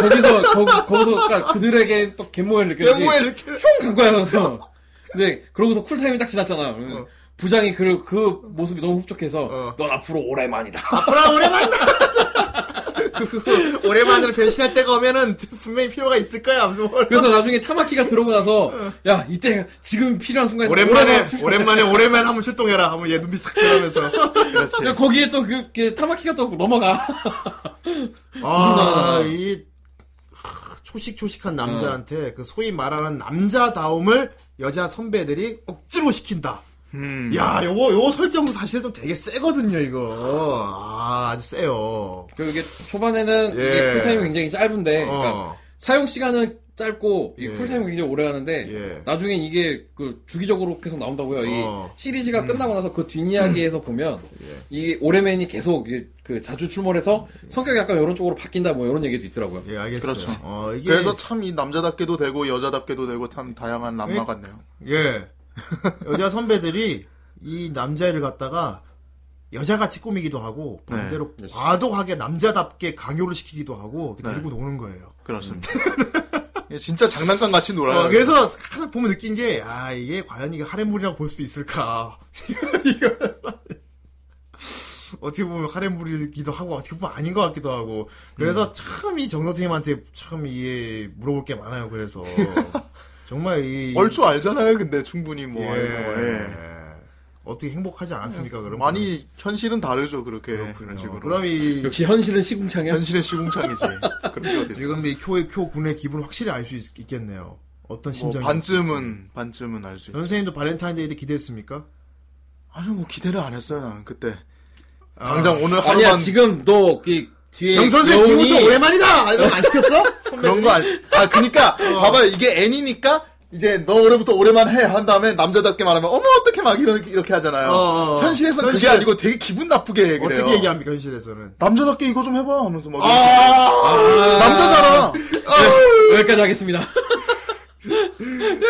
[SPEAKER 2] 거기서, 거기, 거기서, 그러니까 그들에게 또 개모에 느껴지
[SPEAKER 1] 외모에 그러니까 이렇게
[SPEAKER 2] 간 거야, 그래서. 근데, 그러고서 쿨타임이 딱 지났잖아. 요 부장이 그, 그 모습이 너무 흡족해서,
[SPEAKER 1] 어.
[SPEAKER 2] 넌 앞으로 오랜만이다.
[SPEAKER 1] 앞으로 오랜만다. 오랜만으로 변신할 때가 오면은 분명히 필요가 있을 거야. 뭘.
[SPEAKER 2] 그래서 나중에 타마키가 들어오고 나서, 야, 이때, 지금 필요한 순간에.
[SPEAKER 1] 오랜만에
[SPEAKER 2] 오랜만에
[SPEAKER 1] 오랜만에 오랜만에 한번 출동해라. 한번 얘 눈빛 싹 변하면서.
[SPEAKER 3] 그렇지.
[SPEAKER 2] 야, 거기에 또 그, 그 타마키가 또 넘어가.
[SPEAKER 1] 아, 이 하, 초식초식한 남자한테
[SPEAKER 3] 네.
[SPEAKER 1] 그 소위 말하는 남자다움을 여자 선배들이 억지로 시킨다.
[SPEAKER 3] 음.
[SPEAKER 1] 야, 요거 요거 설정 사실 좀 되게 세거든요, 이거. 아, 아주 세요.
[SPEAKER 2] 그게 초반에는
[SPEAKER 1] 예.
[SPEAKER 2] 이게 쿨타임이 굉장히 짧은데,
[SPEAKER 3] 네,
[SPEAKER 2] 그러니까
[SPEAKER 1] 어.
[SPEAKER 2] 사용 시간은 짧고 이
[SPEAKER 1] 예.
[SPEAKER 2] 쿨타임이 굉장히 오래
[SPEAKER 3] 네.
[SPEAKER 2] 가는데
[SPEAKER 1] 예.
[SPEAKER 2] 나중에 이게 그 주기적으로 계속 나온다고요.
[SPEAKER 1] 어.
[SPEAKER 2] 이 시리즈가
[SPEAKER 3] 음.
[SPEAKER 2] 끝나고 나서 그 뒷이야기에서 보면
[SPEAKER 3] 예.
[SPEAKER 2] 이 오레맨이 계속 이그 자주 출몰해서 성격이 약간 이런 쪽으로 바뀐다 뭐 이런 얘기도 있더라고요.
[SPEAKER 1] 예, 알겠어요.
[SPEAKER 3] 그렇죠.
[SPEAKER 1] 어, 이게
[SPEAKER 3] 그래서 참 이 남자답게도 되고 여자답게도 되고 참 다양한 남마 같네요.
[SPEAKER 1] 예. 여자 선배들이 이 남자애를 갖다가 여자같이 꾸미기도 하고
[SPEAKER 3] 네.
[SPEAKER 1] 반대로 과도하게 남자답게 강요를 시키기도 하고 이렇게
[SPEAKER 3] 네.
[SPEAKER 1] 데리고 노는 거예요.
[SPEAKER 3] 그렇습니다. 예, 진짜 장난감 같이 놀아요.
[SPEAKER 1] 어, 그래서 하나 보면 느낀 게, 아, 이게 과연 이게 하렘물이라고 볼 수 있을까. 이거. 어떻게 보면 하렘물이기도 하고, 어떻게 보면 아닌 것 같기도 하고.
[SPEAKER 3] 음.
[SPEAKER 1] 그래서 참 이 정 선생님한테 참 이게 물어볼 게 많아요, 그래서. 정말 이.
[SPEAKER 3] 얼추 알잖아요. 근데 충분히
[SPEAKER 1] 예.
[SPEAKER 3] 뭐 예.
[SPEAKER 1] 어떻게 행복하지 않았습니까, 그럼?
[SPEAKER 3] 많이 현실은 다르죠. 그렇게 그런
[SPEAKER 1] 그렇군요.
[SPEAKER 3] 식으로.
[SPEAKER 1] 그럼 이.
[SPEAKER 2] 역시 현실은 시궁창이야.
[SPEAKER 3] 현실의 시궁창이지. 그렇게 어디 있어.
[SPEAKER 1] 지금 이 쿄의 쿄 군의 기분을 확실히 알 수 있겠네요. 어떤
[SPEAKER 3] 뭐
[SPEAKER 1] 심정이.
[SPEAKER 3] 반쯤은 반쯤은 알 수 있.
[SPEAKER 1] 선생님도 발렌타인데이 때 기대했습니까?
[SPEAKER 3] 아니요, 뭐 기대를 안 했어요. 나는 그때 당장 오늘 하루만
[SPEAKER 2] 아니야 지금 너 그 뒤에
[SPEAKER 1] 정 선생
[SPEAKER 2] 여운이-
[SPEAKER 1] 지금부터 오랜만이다! 이런 거안 시켰어? 어.
[SPEAKER 3] 그런 거 아니. 아, 그니까, 봐봐요. 이게 애니니까, 이제 너 올해부터 올해만 해. 한 다음에 남자답게 말하면, 어머, 어떻게 막 이렇게, 이렇게 하잖아요.
[SPEAKER 1] 어, 어, 어.
[SPEAKER 3] 현실에서 는 그게
[SPEAKER 1] 현실에서.
[SPEAKER 3] 아니고 되게 기분 나쁘게 얘기를 해요.
[SPEAKER 1] 어떻게 얘기합니까 현실에서는?
[SPEAKER 3] 남자답게 이거 좀 해봐 하면서 막.
[SPEAKER 2] 아,
[SPEAKER 3] 남자잖아.
[SPEAKER 2] 네, 여기까지 하겠습니다.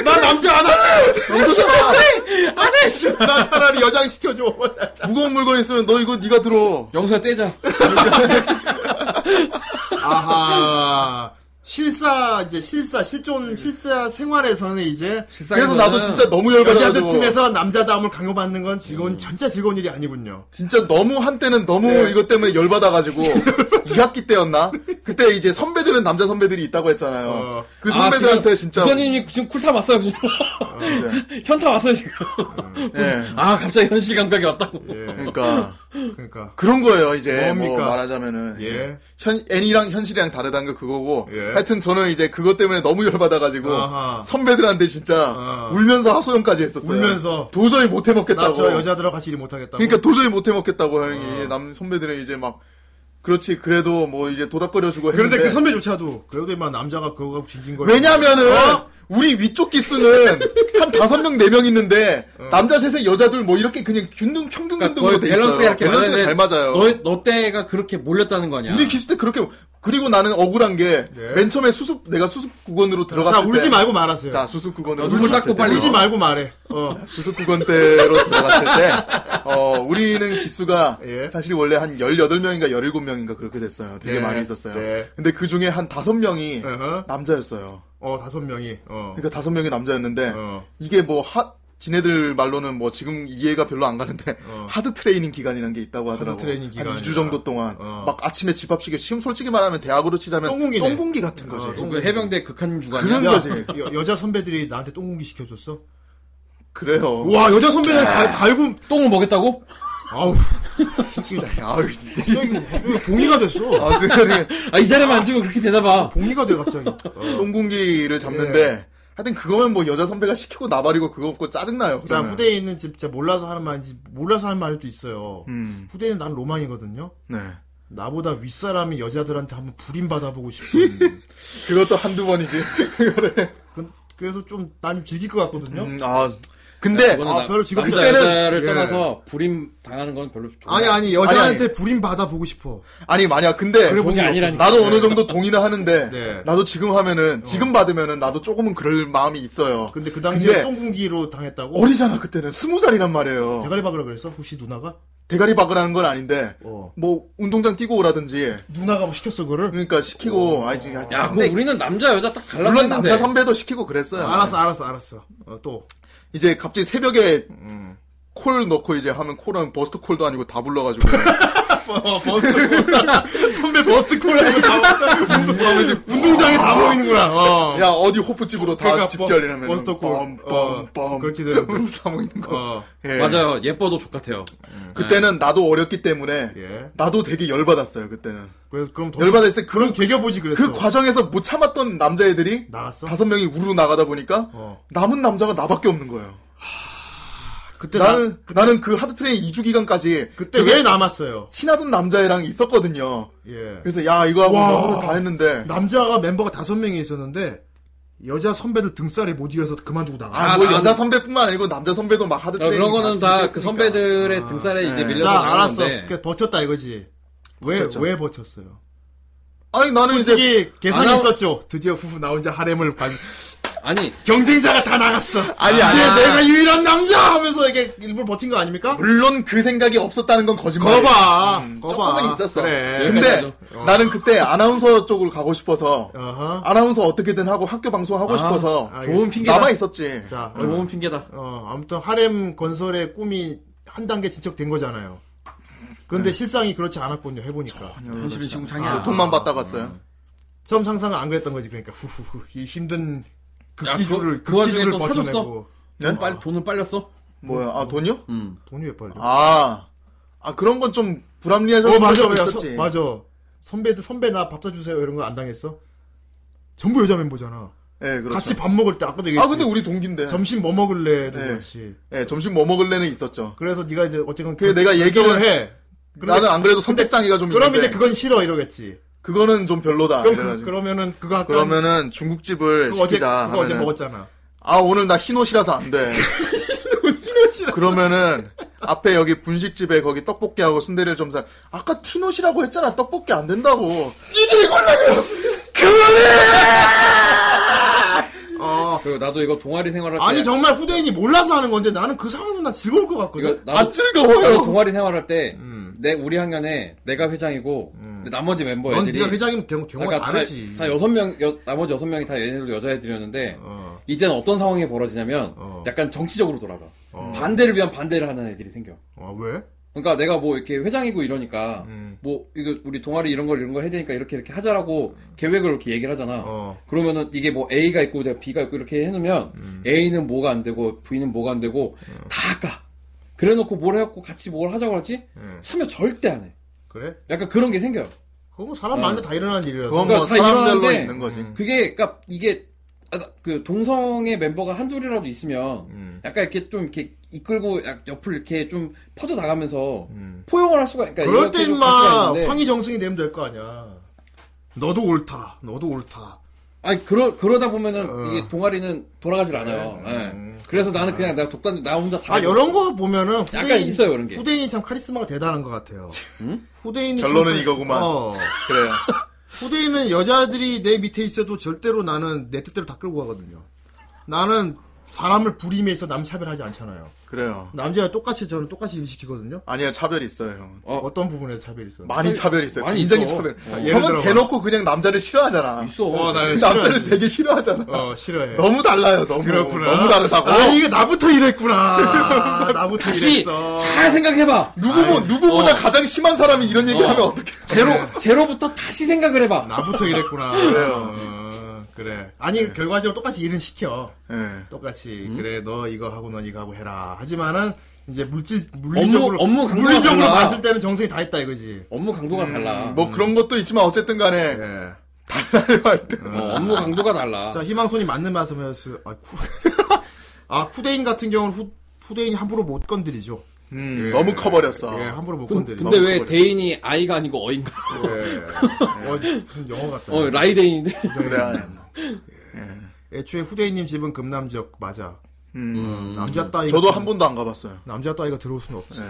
[SPEAKER 1] 나 남자 안 할래.
[SPEAKER 3] 남자잖아.
[SPEAKER 2] 안해 씨.
[SPEAKER 1] 나 차라리 여장 시켜줘.
[SPEAKER 3] 무거운 물건 있으면 너 이거 네가 들어.
[SPEAKER 2] 영수야 떼자.
[SPEAKER 1] 아하. 실사 이제 실사 실존 실사 생활에서는 이제
[SPEAKER 3] 그래서 나도 진짜 너무 열받아가지고.
[SPEAKER 1] 여자들 팀에서 남자다움을 강요받는 건 즐거운 진짜 즐거운 일이 아니군요.
[SPEAKER 3] 진짜 너무 한때는 너무
[SPEAKER 1] 네.
[SPEAKER 3] 이것 때문에 열받아가지고 2학기 때였나? 그때 이제 선배들은 남자 선배들이 있다고 했잖아요.
[SPEAKER 1] 어.
[SPEAKER 3] 그 선배들한테 진짜
[SPEAKER 2] 부장님이 지금 쿨타 왔어요 지금. 현타 왔어요 지금.
[SPEAKER 3] 예.
[SPEAKER 2] 아 갑자기 현실 감각이 왔다고.
[SPEAKER 1] 예.
[SPEAKER 3] 그러니까
[SPEAKER 1] 그러니까
[SPEAKER 3] 그런 거예요 이제 뭐
[SPEAKER 1] 뭡니까?
[SPEAKER 3] 말하자면은
[SPEAKER 1] 예.
[SPEAKER 3] 현 애니랑 현실이랑 다르다는 게 그거고
[SPEAKER 1] 예.
[SPEAKER 3] 하여튼 저는 이제 그것 때문에 너무 열받아가지고
[SPEAKER 1] 아하.
[SPEAKER 3] 선배들한테 진짜
[SPEAKER 1] 어.
[SPEAKER 3] 울면서 하소연까지 했었어요.
[SPEAKER 1] 울면서.
[SPEAKER 3] 도저히 못 해먹겠다고.
[SPEAKER 1] 나 저 여자들하고 어. 같이 일 못하겠다고.
[SPEAKER 3] 어. 그러니까 도저히 못 해먹겠다고 형이 남 선배들은 이제 막 그렇지 그래도 뭐 이제 도닥거려주고 했는데
[SPEAKER 1] 그런데 그 선배조차도 그래도 이만 남자가 그거 갖고 징징 뭐 거려.
[SPEAKER 3] 왜냐면은
[SPEAKER 1] 어?
[SPEAKER 3] 우리 위쪽 기수는 한 다섯 명 네 명 있는데 남자 셋에 여자 둘 뭐 이렇게 그냥 균등 평등균등으로 돼 있어요.
[SPEAKER 2] 밸런스가 이렇게
[SPEAKER 3] 밸런스가
[SPEAKER 2] 맞는데
[SPEAKER 3] 잘 맞아요.
[SPEAKER 2] 너, 너 때가 그렇게 몰렸다는 거 아니야?
[SPEAKER 3] 우리 기수 때 그렇게 그리고 나는 억울한 게 맨
[SPEAKER 1] 네.
[SPEAKER 3] 처음에 수습 내가 수습 구건으로
[SPEAKER 1] 자
[SPEAKER 3] 들어갔을 때
[SPEAKER 1] 울지 말고 말하세요. 그
[SPEAKER 3] 자 수습 구건으로
[SPEAKER 2] 아, 눈물
[SPEAKER 3] 들어갔을
[SPEAKER 2] 닦고 빨리
[SPEAKER 3] 때요.
[SPEAKER 1] 울지 말고 말해. 어.
[SPEAKER 3] 수습 구건대로 들어갔을 때 어, 우리는 기수가
[SPEAKER 1] 예.
[SPEAKER 3] 사실 원래 한 18명인가 17명인가 그렇게 됐어요. 되게
[SPEAKER 1] 네.
[SPEAKER 3] 많이 있었어요.
[SPEAKER 1] 네.
[SPEAKER 3] 근데 그 중에 한 다섯 명이
[SPEAKER 1] 어허.
[SPEAKER 3] 남자였어요.
[SPEAKER 1] 어 다섯 명이. 어.
[SPEAKER 3] 그러니까 다섯 명이 남자였는데
[SPEAKER 1] 어.
[SPEAKER 3] 이게 뭐 하, 지네들 말로는 뭐 지금 이해가 별로 안 가는데
[SPEAKER 1] 어.
[SPEAKER 3] 하드 트레이닝 기간이란 게 있다고 하더라고.
[SPEAKER 1] 트레이닝 기간이야.
[SPEAKER 3] 한 2주 정도 동안
[SPEAKER 1] 어.
[SPEAKER 3] 막 아침에 집 앞시계 지금 솔직히 말하면 대학으로 치자면
[SPEAKER 1] 똥공기네.
[SPEAKER 3] 똥공기 같은 거지.
[SPEAKER 1] 어, 똥-
[SPEAKER 2] 그 해병대 극한 주간이야.
[SPEAKER 3] 그런
[SPEAKER 1] 야,
[SPEAKER 3] 거지.
[SPEAKER 1] 여, 여자 선배들이 나한테 똥공기 시켜줬어?
[SPEAKER 3] 그래요.
[SPEAKER 1] 와, 여자 선배들 갈, 갈굼,
[SPEAKER 2] 똥을 먹였다고?
[SPEAKER 1] 아우,
[SPEAKER 3] 진짜. 아유. 이-
[SPEAKER 1] 갑자기, 갑자기 봉이가 됐어.
[SPEAKER 3] 아, 진짜
[SPEAKER 2] 아, 이 자리만 앉으면 그렇게 되나 봐.
[SPEAKER 1] 봉이가 돼, 갑자기. 어. 예.
[SPEAKER 3] 똥공기를 잡는데 하여튼 그거면 뭐 여자 선배가 시키고 나발이고 그거 없고 짜증나요.
[SPEAKER 1] 자,
[SPEAKER 3] 그러면.
[SPEAKER 1] 후대에 있는 집, 진짜 몰라서 하는 말인지, 몰라서 하는 말도 있어요.
[SPEAKER 3] 음.
[SPEAKER 1] 후대는 난 로망이거든요?
[SPEAKER 3] 네.
[SPEAKER 1] 나보다 윗사람이 여자들한테 한번 불임받아보고 싶은.
[SPEAKER 3] 그것도 한두 번이지.
[SPEAKER 1] 그, 그래서 좀 난 좀 즐길 것 같거든요.
[SPEAKER 3] 음, 아, 근데,
[SPEAKER 1] 아, 별로
[SPEAKER 2] 남
[SPEAKER 1] 즐겁지
[SPEAKER 3] 않아요. 예.
[SPEAKER 2] 여자를
[SPEAKER 1] 그때는-
[SPEAKER 2] 떠나서 불임 당하는 건 별로 좋아.
[SPEAKER 1] 아니, 아니,
[SPEAKER 3] 아니,
[SPEAKER 1] 여자한테 불임받아보고 싶어.
[SPEAKER 3] 아니, 만약, 근데,
[SPEAKER 1] 그래 본
[SPEAKER 2] 그게
[SPEAKER 1] 적이
[SPEAKER 2] 아니라니까.
[SPEAKER 3] 나도 어느 정도 동의는 하는데,
[SPEAKER 1] 네.
[SPEAKER 3] 나도 지금 하면은, 지금 받으면은, 나도 조금은 그럴 마음이 있어요.
[SPEAKER 1] 근데 그 당시에
[SPEAKER 3] 근데-
[SPEAKER 1] 똥궁기로 당했다고?
[SPEAKER 3] 어리잖아, 그때는. 스무 살이란 말이에요.
[SPEAKER 1] 대가리 박으라 그랬어? 혹시 누나가?
[SPEAKER 3] 대가리 박으라는 건 아닌데,
[SPEAKER 1] 어.
[SPEAKER 3] 뭐, 운동장 뛰고 오라든지,
[SPEAKER 1] 누나가 뭐 시켰어, 그거를?
[SPEAKER 3] 그러니까 시키고, 아이, 지금.
[SPEAKER 2] 야, 그거
[SPEAKER 3] 근데
[SPEAKER 2] 우리는 남자 여자 딱
[SPEAKER 3] 물론
[SPEAKER 2] 갈라지는데.
[SPEAKER 3] 남자 선배도 시키고 그랬어요.
[SPEAKER 1] 아, 알았어, 알았어, 알았어. 어, 또.
[SPEAKER 3] 이제 갑자기 새벽에
[SPEAKER 1] 음.
[SPEAKER 3] 콜 넣고 이제 하면 콜은 버스트 콜도 아니고 다 불러가지고
[SPEAKER 1] 어. 버스트콜. 선배 버스트콜. 운동장에 음. 다 모이는구나. 어.
[SPEAKER 3] 야 어디 호프집으로 다
[SPEAKER 1] 그러니까 버-
[SPEAKER 3] 집결이라면
[SPEAKER 1] 버스트 콜. 어,
[SPEAKER 3] 뻔뻔뻔
[SPEAKER 1] 그렇게 돼요.
[SPEAKER 3] 다 모이는 거
[SPEAKER 1] 어.
[SPEAKER 3] 예.
[SPEAKER 2] 맞아요. 예뻐도 족같아요.
[SPEAKER 3] 그때는 나도 어렸기 때문에
[SPEAKER 1] 예.
[SPEAKER 3] 나도 되게 열받았어요 그때는
[SPEAKER 1] 그래서 그럼 더
[SPEAKER 3] 열받았을 때 그 그
[SPEAKER 1] 개겨보지 그랬어.
[SPEAKER 3] 과정에서 못 참았던 남자애들이
[SPEAKER 1] 나갔어?
[SPEAKER 3] 다섯 명이 우르르 나가다 보니까
[SPEAKER 1] 어.
[SPEAKER 3] 남은 남자가 나밖에 없는 거예요
[SPEAKER 1] 그때 나,
[SPEAKER 3] 나는 나는 그 하드트레인 2주 기간까지
[SPEAKER 1] 그때
[SPEAKER 3] 되게
[SPEAKER 1] 왜 남았어요?
[SPEAKER 3] 친하던 남자애랑 있었거든요
[SPEAKER 1] 예.
[SPEAKER 3] 그래서 야 이거 하고
[SPEAKER 1] 와.
[SPEAKER 3] 너무 다 했는데
[SPEAKER 1] 남자가 멤버가 다섯 명이 있었는데 여자 선배들 등살에 못 이겨서 그만두고 나가.
[SPEAKER 3] 아,
[SPEAKER 2] 아,
[SPEAKER 3] 뭐
[SPEAKER 2] 난-
[SPEAKER 3] 여자 선배뿐만 아니고 남자 선배도 막 하드
[SPEAKER 2] 어,
[SPEAKER 3] 트레이닝
[SPEAKER 2] 그런 거는 다
[SPEAKER 3] 같이 했으니까.
[SPEAKER 2] 그 선배들의
[SPEAKER 1] 아.
[SPEAKER 2] 등살에
[SPEAKER 3] 네.
[SPEAKER 2] 이제 밀려서
[SPEAKER 1] 자,
[SPEAKER 2] 나간
[SPEAKER 1] 알았어.
[SPEAKER 2] 건데.
[SPEAKER 1] 그러니까 버텼다 이거지. 왜 왜
[SPEAKER 3] 버텼죠.
[SPEAKER 1] 버텼어요?
[SPEAKER 3] 아니 나는 이제
[SPEAKER 1] 솔직히 계산이
[SPEAKER 2] 아나-
[SPEAKER 1] 있었죠. 드디어 후후 나 혼자 하렘을 관...
[SPEAKER 2] 아니,
[SPEAKER 1] 경쟁자가 다 나갔어.
[SPEAKER 3] 아니,
[SPEAKER 1] 이제
[SPEAKER 3] 아니.
[SPEAKER 1] 내가 유일한 남자 하면서 이게 일부러 버틴 거 아닙니까?
[SPEAKER 3] 물론 그 생각이 없었다는 건 거짓말.
[SPEAKER 1] 거봐. 아, 거봐.
[SPEAKER 3] 음, 조금은 있었어.
[SPEAKER 1] 그래.
[SPEAKER 3] 근데
[SPEAKER 2] 여기까지죠.
[SPEAKER 3] 나는 그때 아나운서 쪽으로 가고 싶어서
[SPEAKER 1] 어허.
[SPEAKER 3] 아나운서 어떻게든 하고 학교 방송 하고
[SPEAKER 2] 아,
[SPEAKER 3] 싶어서
[SPEAKER 1] 아,
[SPEAKER 2] 좋은 핑계다.
[SPEAKER 3] 남아 있었지.
[SPEAKER 1] 자, 어,
[SPEAKER 2] 좋은 핑계다.
[SPEAKER 1] 어, 아무튼 하렘 건설의 꿈이 한 단계 진척된 거잖아요. 그런데
[SPEAKER 3] 네.
[SPEAKER 1] 실상이 그렇지 않았군요. 해보니까
[SPEAKER 2] 현실은 지금
[SPEAKER 1] 아.
[SPEAKER 2] 장이야.
[SPEAKER 3] 돈만 받다 갔어요.
[SPEAKER 1] 처음 상상은 안 그랬던 거지. 그러니까 후후후 이 힘든
[SPEAKER 2] 야,
[SPEAKER 1] 극기주를
[SPEAKER 2] 그- 그 와중에
[SPEAKER 1] 극기주를
[SPEAKER 2] 또
[SPEAKER 1] 버텨내고
[SPEAKER 2] 사줬어?
[SPEAKER 1] 음.
[SPEAKER 3] 네?
[SPEAKER 2] 빨리 돈을 빨렸어.
[SPEAKER 3] 뭐야? 아 돈이요?
[SPEAKER 2] 음.
[SPEAKER 1] 돈이 왜 빨려?
[SPEAKER 3] 아, 아 그런 건 좀 불합리하죠.
[SPEAKER 1] 어 맞아 맞아 서-
[SPEAKER 3] 있었지.
[SPEAKER 1] 맞아 선배들 선배 나 밥 사주세요 이런 거 안 당했어? 전부 여자 멤버잖아.
[SPEAKER 3] 예, 그렇죠.
[SPEAKER 1] 같이 밥 먹을 때 아까도 얘기했지.
[SPEAKER 3] 아 근데 우리 동기인데. 점...
[SPEAKER 1] 점심 뭐 먹을래도
[SPEAKER 3] 네.
[SPEAKER 1] 그렇지.
[SPEAKER 3] 예, 점심 뭐 먹을래는 있었죠.
[SPEAKER 1] 그래서 네가 이제 어쨌건
[SPEAKER 3] 그게 내가
[SPEAKER 1] 결정을
[SPEAKER 3] 얘기를-
[SPEAKER 1] 해. 그런데-
[SPEAKER 3] 나는 안 그래도 선택장애가 좀
[SPEAKER 1] 그럼
[SPEAKER 3] 있는데
[SPEAKER 1] 이제 그건 싫어 이러겠지.
[SPEAKER 3] 그거는 좀 별로다.
[SPEAKER 1] 그럼
[SPEAKER 3] 아, 이래가지고.
[SPEAKER 1] 그, 그러면은 그거 할까?
[SPEAKER 3] 그러면은 중국집을
[SPEAKER 1] 그거 어제
[SPEAKER 3] 시키자
[SPEAKER 1] 그거 어제
[SPEAKER 3] 하면은
[SPEAKER 1] 먹었잖아.
[SPEAKER 3] 아 오늘 나 흰옷이라서 안 돼. 그러면은 앞에 여기 분식집에 거기 떡볶이하고 순대를 좀 사. 아까 흰옷이라고 했잖아. 떡볶이 안 된다고.
[SPEAKER 1] 어.
[SPEAKER 2] 그리고 나도 이거 동아리 생활할 때.
[SPEAKER 1] 아니 정말 후대인이 몰라서 하는 건데 나는 그 상황은 나 즐거울 것
[SPEAKER 2] 이거
[SPEAKER 1] 같거든.
[SPEAKER 2] 나도
[SPEAKER 3] 아 즐거워요.
[SPEAKER 2] 나도 동아리 생활할 때,
[SPEAKER 1] 음.
[SPEAKER 2] 내, 우리 학년에 내가 회장이고, 근데 나머지 멤버
[SPEAKER 1] 넌
[SPEAKER 2] 애들이.
[SPEAKER 1] 네가 회장이면 경우 경우
[SPEAKER 2] 그러니까 다,
[SPEAKER 1] 다르지.
[SPEAKER 2] 다 여섯 명, 여- 나머지 여섯 명이 다 얘네들도 여자애들이었는데,
[SPEAKER 1] 어.
[SPEAKER 2] 이제는 어떤 상황이 벌어지냐면,
[SPEAKER 1] 어.
[SPEAKER 2] 약간 정치적으로 돌아가.
[SPEAKER 1] 어.
[SPEAKER 2] 반대를 위한 반대를 하는 애들이 생겨.
[SPEAKER 1] 아, 왜?
[SPEAKER 2] 그러니까 내가 뭐 이렇게 회장이고 이러니까,
[SPEAKER 1] 음.
[SPEAKER 2] 뭐, 이거 우리 동아리 이런 걸 이런 걸 해야 되니까 이렇게 이렇게 하자라고
[SPEAKER 1] 음.
[SPEAKER 2] 계획을 이렇게 얘기를 하잖아.
[SPEAKER 1] 어.
[SPEAKER 2] 그러면은 이게 뭐 A가 있고 내가 B가 있고 이렇게 해놓으면
[SPEAKER 1] 음.
[SPEAKER 2] A는 뭐가 안 되고 V는 뭐가 안 되고 다 아까 그래놓고 뭘 해갖고 같이 뭘 하자고 하지
[SPEAKER 1] 음.
[SPEAKER 2] 참여 절대 안 해.
[SPEAKER 1] 그래?
[SPEAKER 2] 약간 그런 게 생겨요.
[SPEAKER 1] 그거 뭐 사람 많은데 다 일어나는 일이라서.
[SPEAKER 3] 그건
[SPEAKER 2] 아. 그러니까
[SPEAKER 3] 뭐
[SPEAKER 2] 다
[SPEAKER 3] 사람별로
[SPEAKER 2] 일어나는데-
[SPEAKER 3] 있는 거지.
[SPEAKER 2] 그게 그러니까 이게 아, 나그 동성의 멤버가 한둘이라도 있으면
[SPEAKER 1] 음.
[SPEAKER 2] 약간 이렇게 좀 이렇게 이끌고 약 옆을 이렇게 좀 퍼져 나가면서
[SPEAKER 1] 음.
[SPEAKER 2] 포용을 할 수가 그러니까
[SPEAKER 1] 그럴 때
[SPEAKER 2] 이렇게 좀할 수가
[SPEAKER 1] 인마
[SPEAKER 2] 있는데
[SPEAKER 1] 황희정승이 되면 될 거 아니야. 너도 옳다. 너도 옳다.
[SPEAKER 2] 아니 그러 그러다 보면은
[SPEAKER 1] 어.
[SPEAKER 2] 이게 동아리는 돌아가질 않아요.
[SPEAKER 1] 네.
[SPEAKER 2] 예.
[SPEAKER 1] 음.
[SPEAKER 2] 그래서 나는 그냥 내가 독단 나 혼자 다
[SPEAKER 1] 아
[SPEAKER 2] 해요.
[SPEAKER 1] 이런 거 보면은 후대인,
[SPEAKER 2] 약간 있어요, 이런 게.
[SPEAKER 1] 후대인이 참 카리스마가 대단한 것 같아요.
[SPEAKER 2] 음?
[SPEAKER 1] 후대인이
[SPEAKER 3] 결론은
[SPEAKER 1] 참 카리-
[SPEAKER 3] 이거구만.
[SPEAKER 1] 어.
[SPEAKER 3] 그래요.
[SPEAKER 1] 후대인은 여자들이 내 밑에 있어도 절대로 나는 내 뜻대로 다 끌고 가거든요. 나는 사람을 불임해서 남 차별하지 않잖아요.
[SPEAKER 3] 그래요.
[SPEAKER 1] 남자와 똑같이 저는 똑같이 일시키거든요.
[SPEAKER 3] 아니야 차별이 있어요 형.
[SPEAKER 2] 어.
[SPEAKER 1] 어. 떤 부분에서 차별이 있어?
[SPEAKER 3] 많이 차별이 있어요.
[SPEAKER 2] 많이
[SPEAKER 3] 굉장히
[SPEAKER 2] 있어.
[SPEAKER 3] 차별.
[SPEAKER 2] 어.
[SPEAKER 1] 예를 들어봐.
[SPEAKER 3] 형은 대놓고 그냥 남자를 싫어하잖아. 그
[SPEAKER 2] 있어.
[SPEAKER 1] 어, 나
[SPEAKER 3] 남자를
[SPEAKER 1] 싫어하지.
[SPEAKER 3] 되게 싫어하잖아.
[SPEAKER 1] 어 싫어해.
[SPEAKER 3] 너무 달라요. 너무
[SPEAKER 1] 그렇구나.
[SPEAKER 3] 너무 다르다고.
[SPEAKER 1] 아 이게 나부터 이랬구나. 아, 나부터
[SPEAKER 2] 다시
[SPEAKER 1] 이랬어.
[SPEAKER 2] 잘 생각해봐.
[SPEAKER 3] 누구 누구보다 가장 심한 사람이 이런 얘기하면
[SPEAKER 2] 어.
[SPEAKER 3] 어떻게?
[SPEAKER 2] 제로 제로부터 다시 생각을 해봐.
[SPEAKER 1] 나부터 이랬구나.
[SPEAKER 3] 그래요. 네.
[SPEAKER 1] 어, 그래. 아니 결과적으로 똑같이 일은 시켜.
[SPEAKER 3] 예.
[SPEAKER 1] 똑같이 그래 너 이거 하고 너 이거 하고 해라. 하지만은 이제 물질 물리적으로
[SPEAKER 2] 업무 업무 강도가
[SPEAKER 1] 물리적으로
[SPEAKER 2] 달라.
[SPEAKER 1] 봤을 때는 정성이 다 했다 이거지.
[SPEAKER 2] 업무 강도가 달라.
[SPEAKER 3] 뭐 그런 것도 있지만 어쨌든 간에
[SPEAKER 1] 예.
[SPEAKER 3] 하여튼
[SPEAKER 2] 어, 업무 강도가 달라.
[SPEAKER 1] 자 희망손이 맞는 아, 말씀이었어요. 아, 쿠... 아 쿠데인 같은 경우는 후, 후대인이 함부로 못 건드리죠.
[SPEAKER 3] 음,
[SPEAKER 1] 예.
[SPEAKER 3] 너무 커버렸어.
[SPEAKER 1] 예, 함부로 못 건드려.
[SPEAKER 2] 근데, 근데
[SPEAKER 1] 너무
[SPEAKER 2] 왜
[SPEAKER 1] 커버렸어.
[SPEAKER 2] 대인이 아이가 아니고 어인가?
[SPEAKER 1] 어, 무슨 영어 같다.
[SPEAKER 2] 어, 라이데인인데?
[SPEAKER 3] 근데 안-
[SPEAKER 1] 애초에 후대인님 집은 금남 지역 맞아.
[SPEAKER 3] 음.
[SPEAKER 1] 남자 따위.
[SPEAKER 3] 저도 한 번도 안 가봤어요.
[SPEAKER 1] 남자 따위가 들어올 수는 없지.
[SPEAKER 3] 예.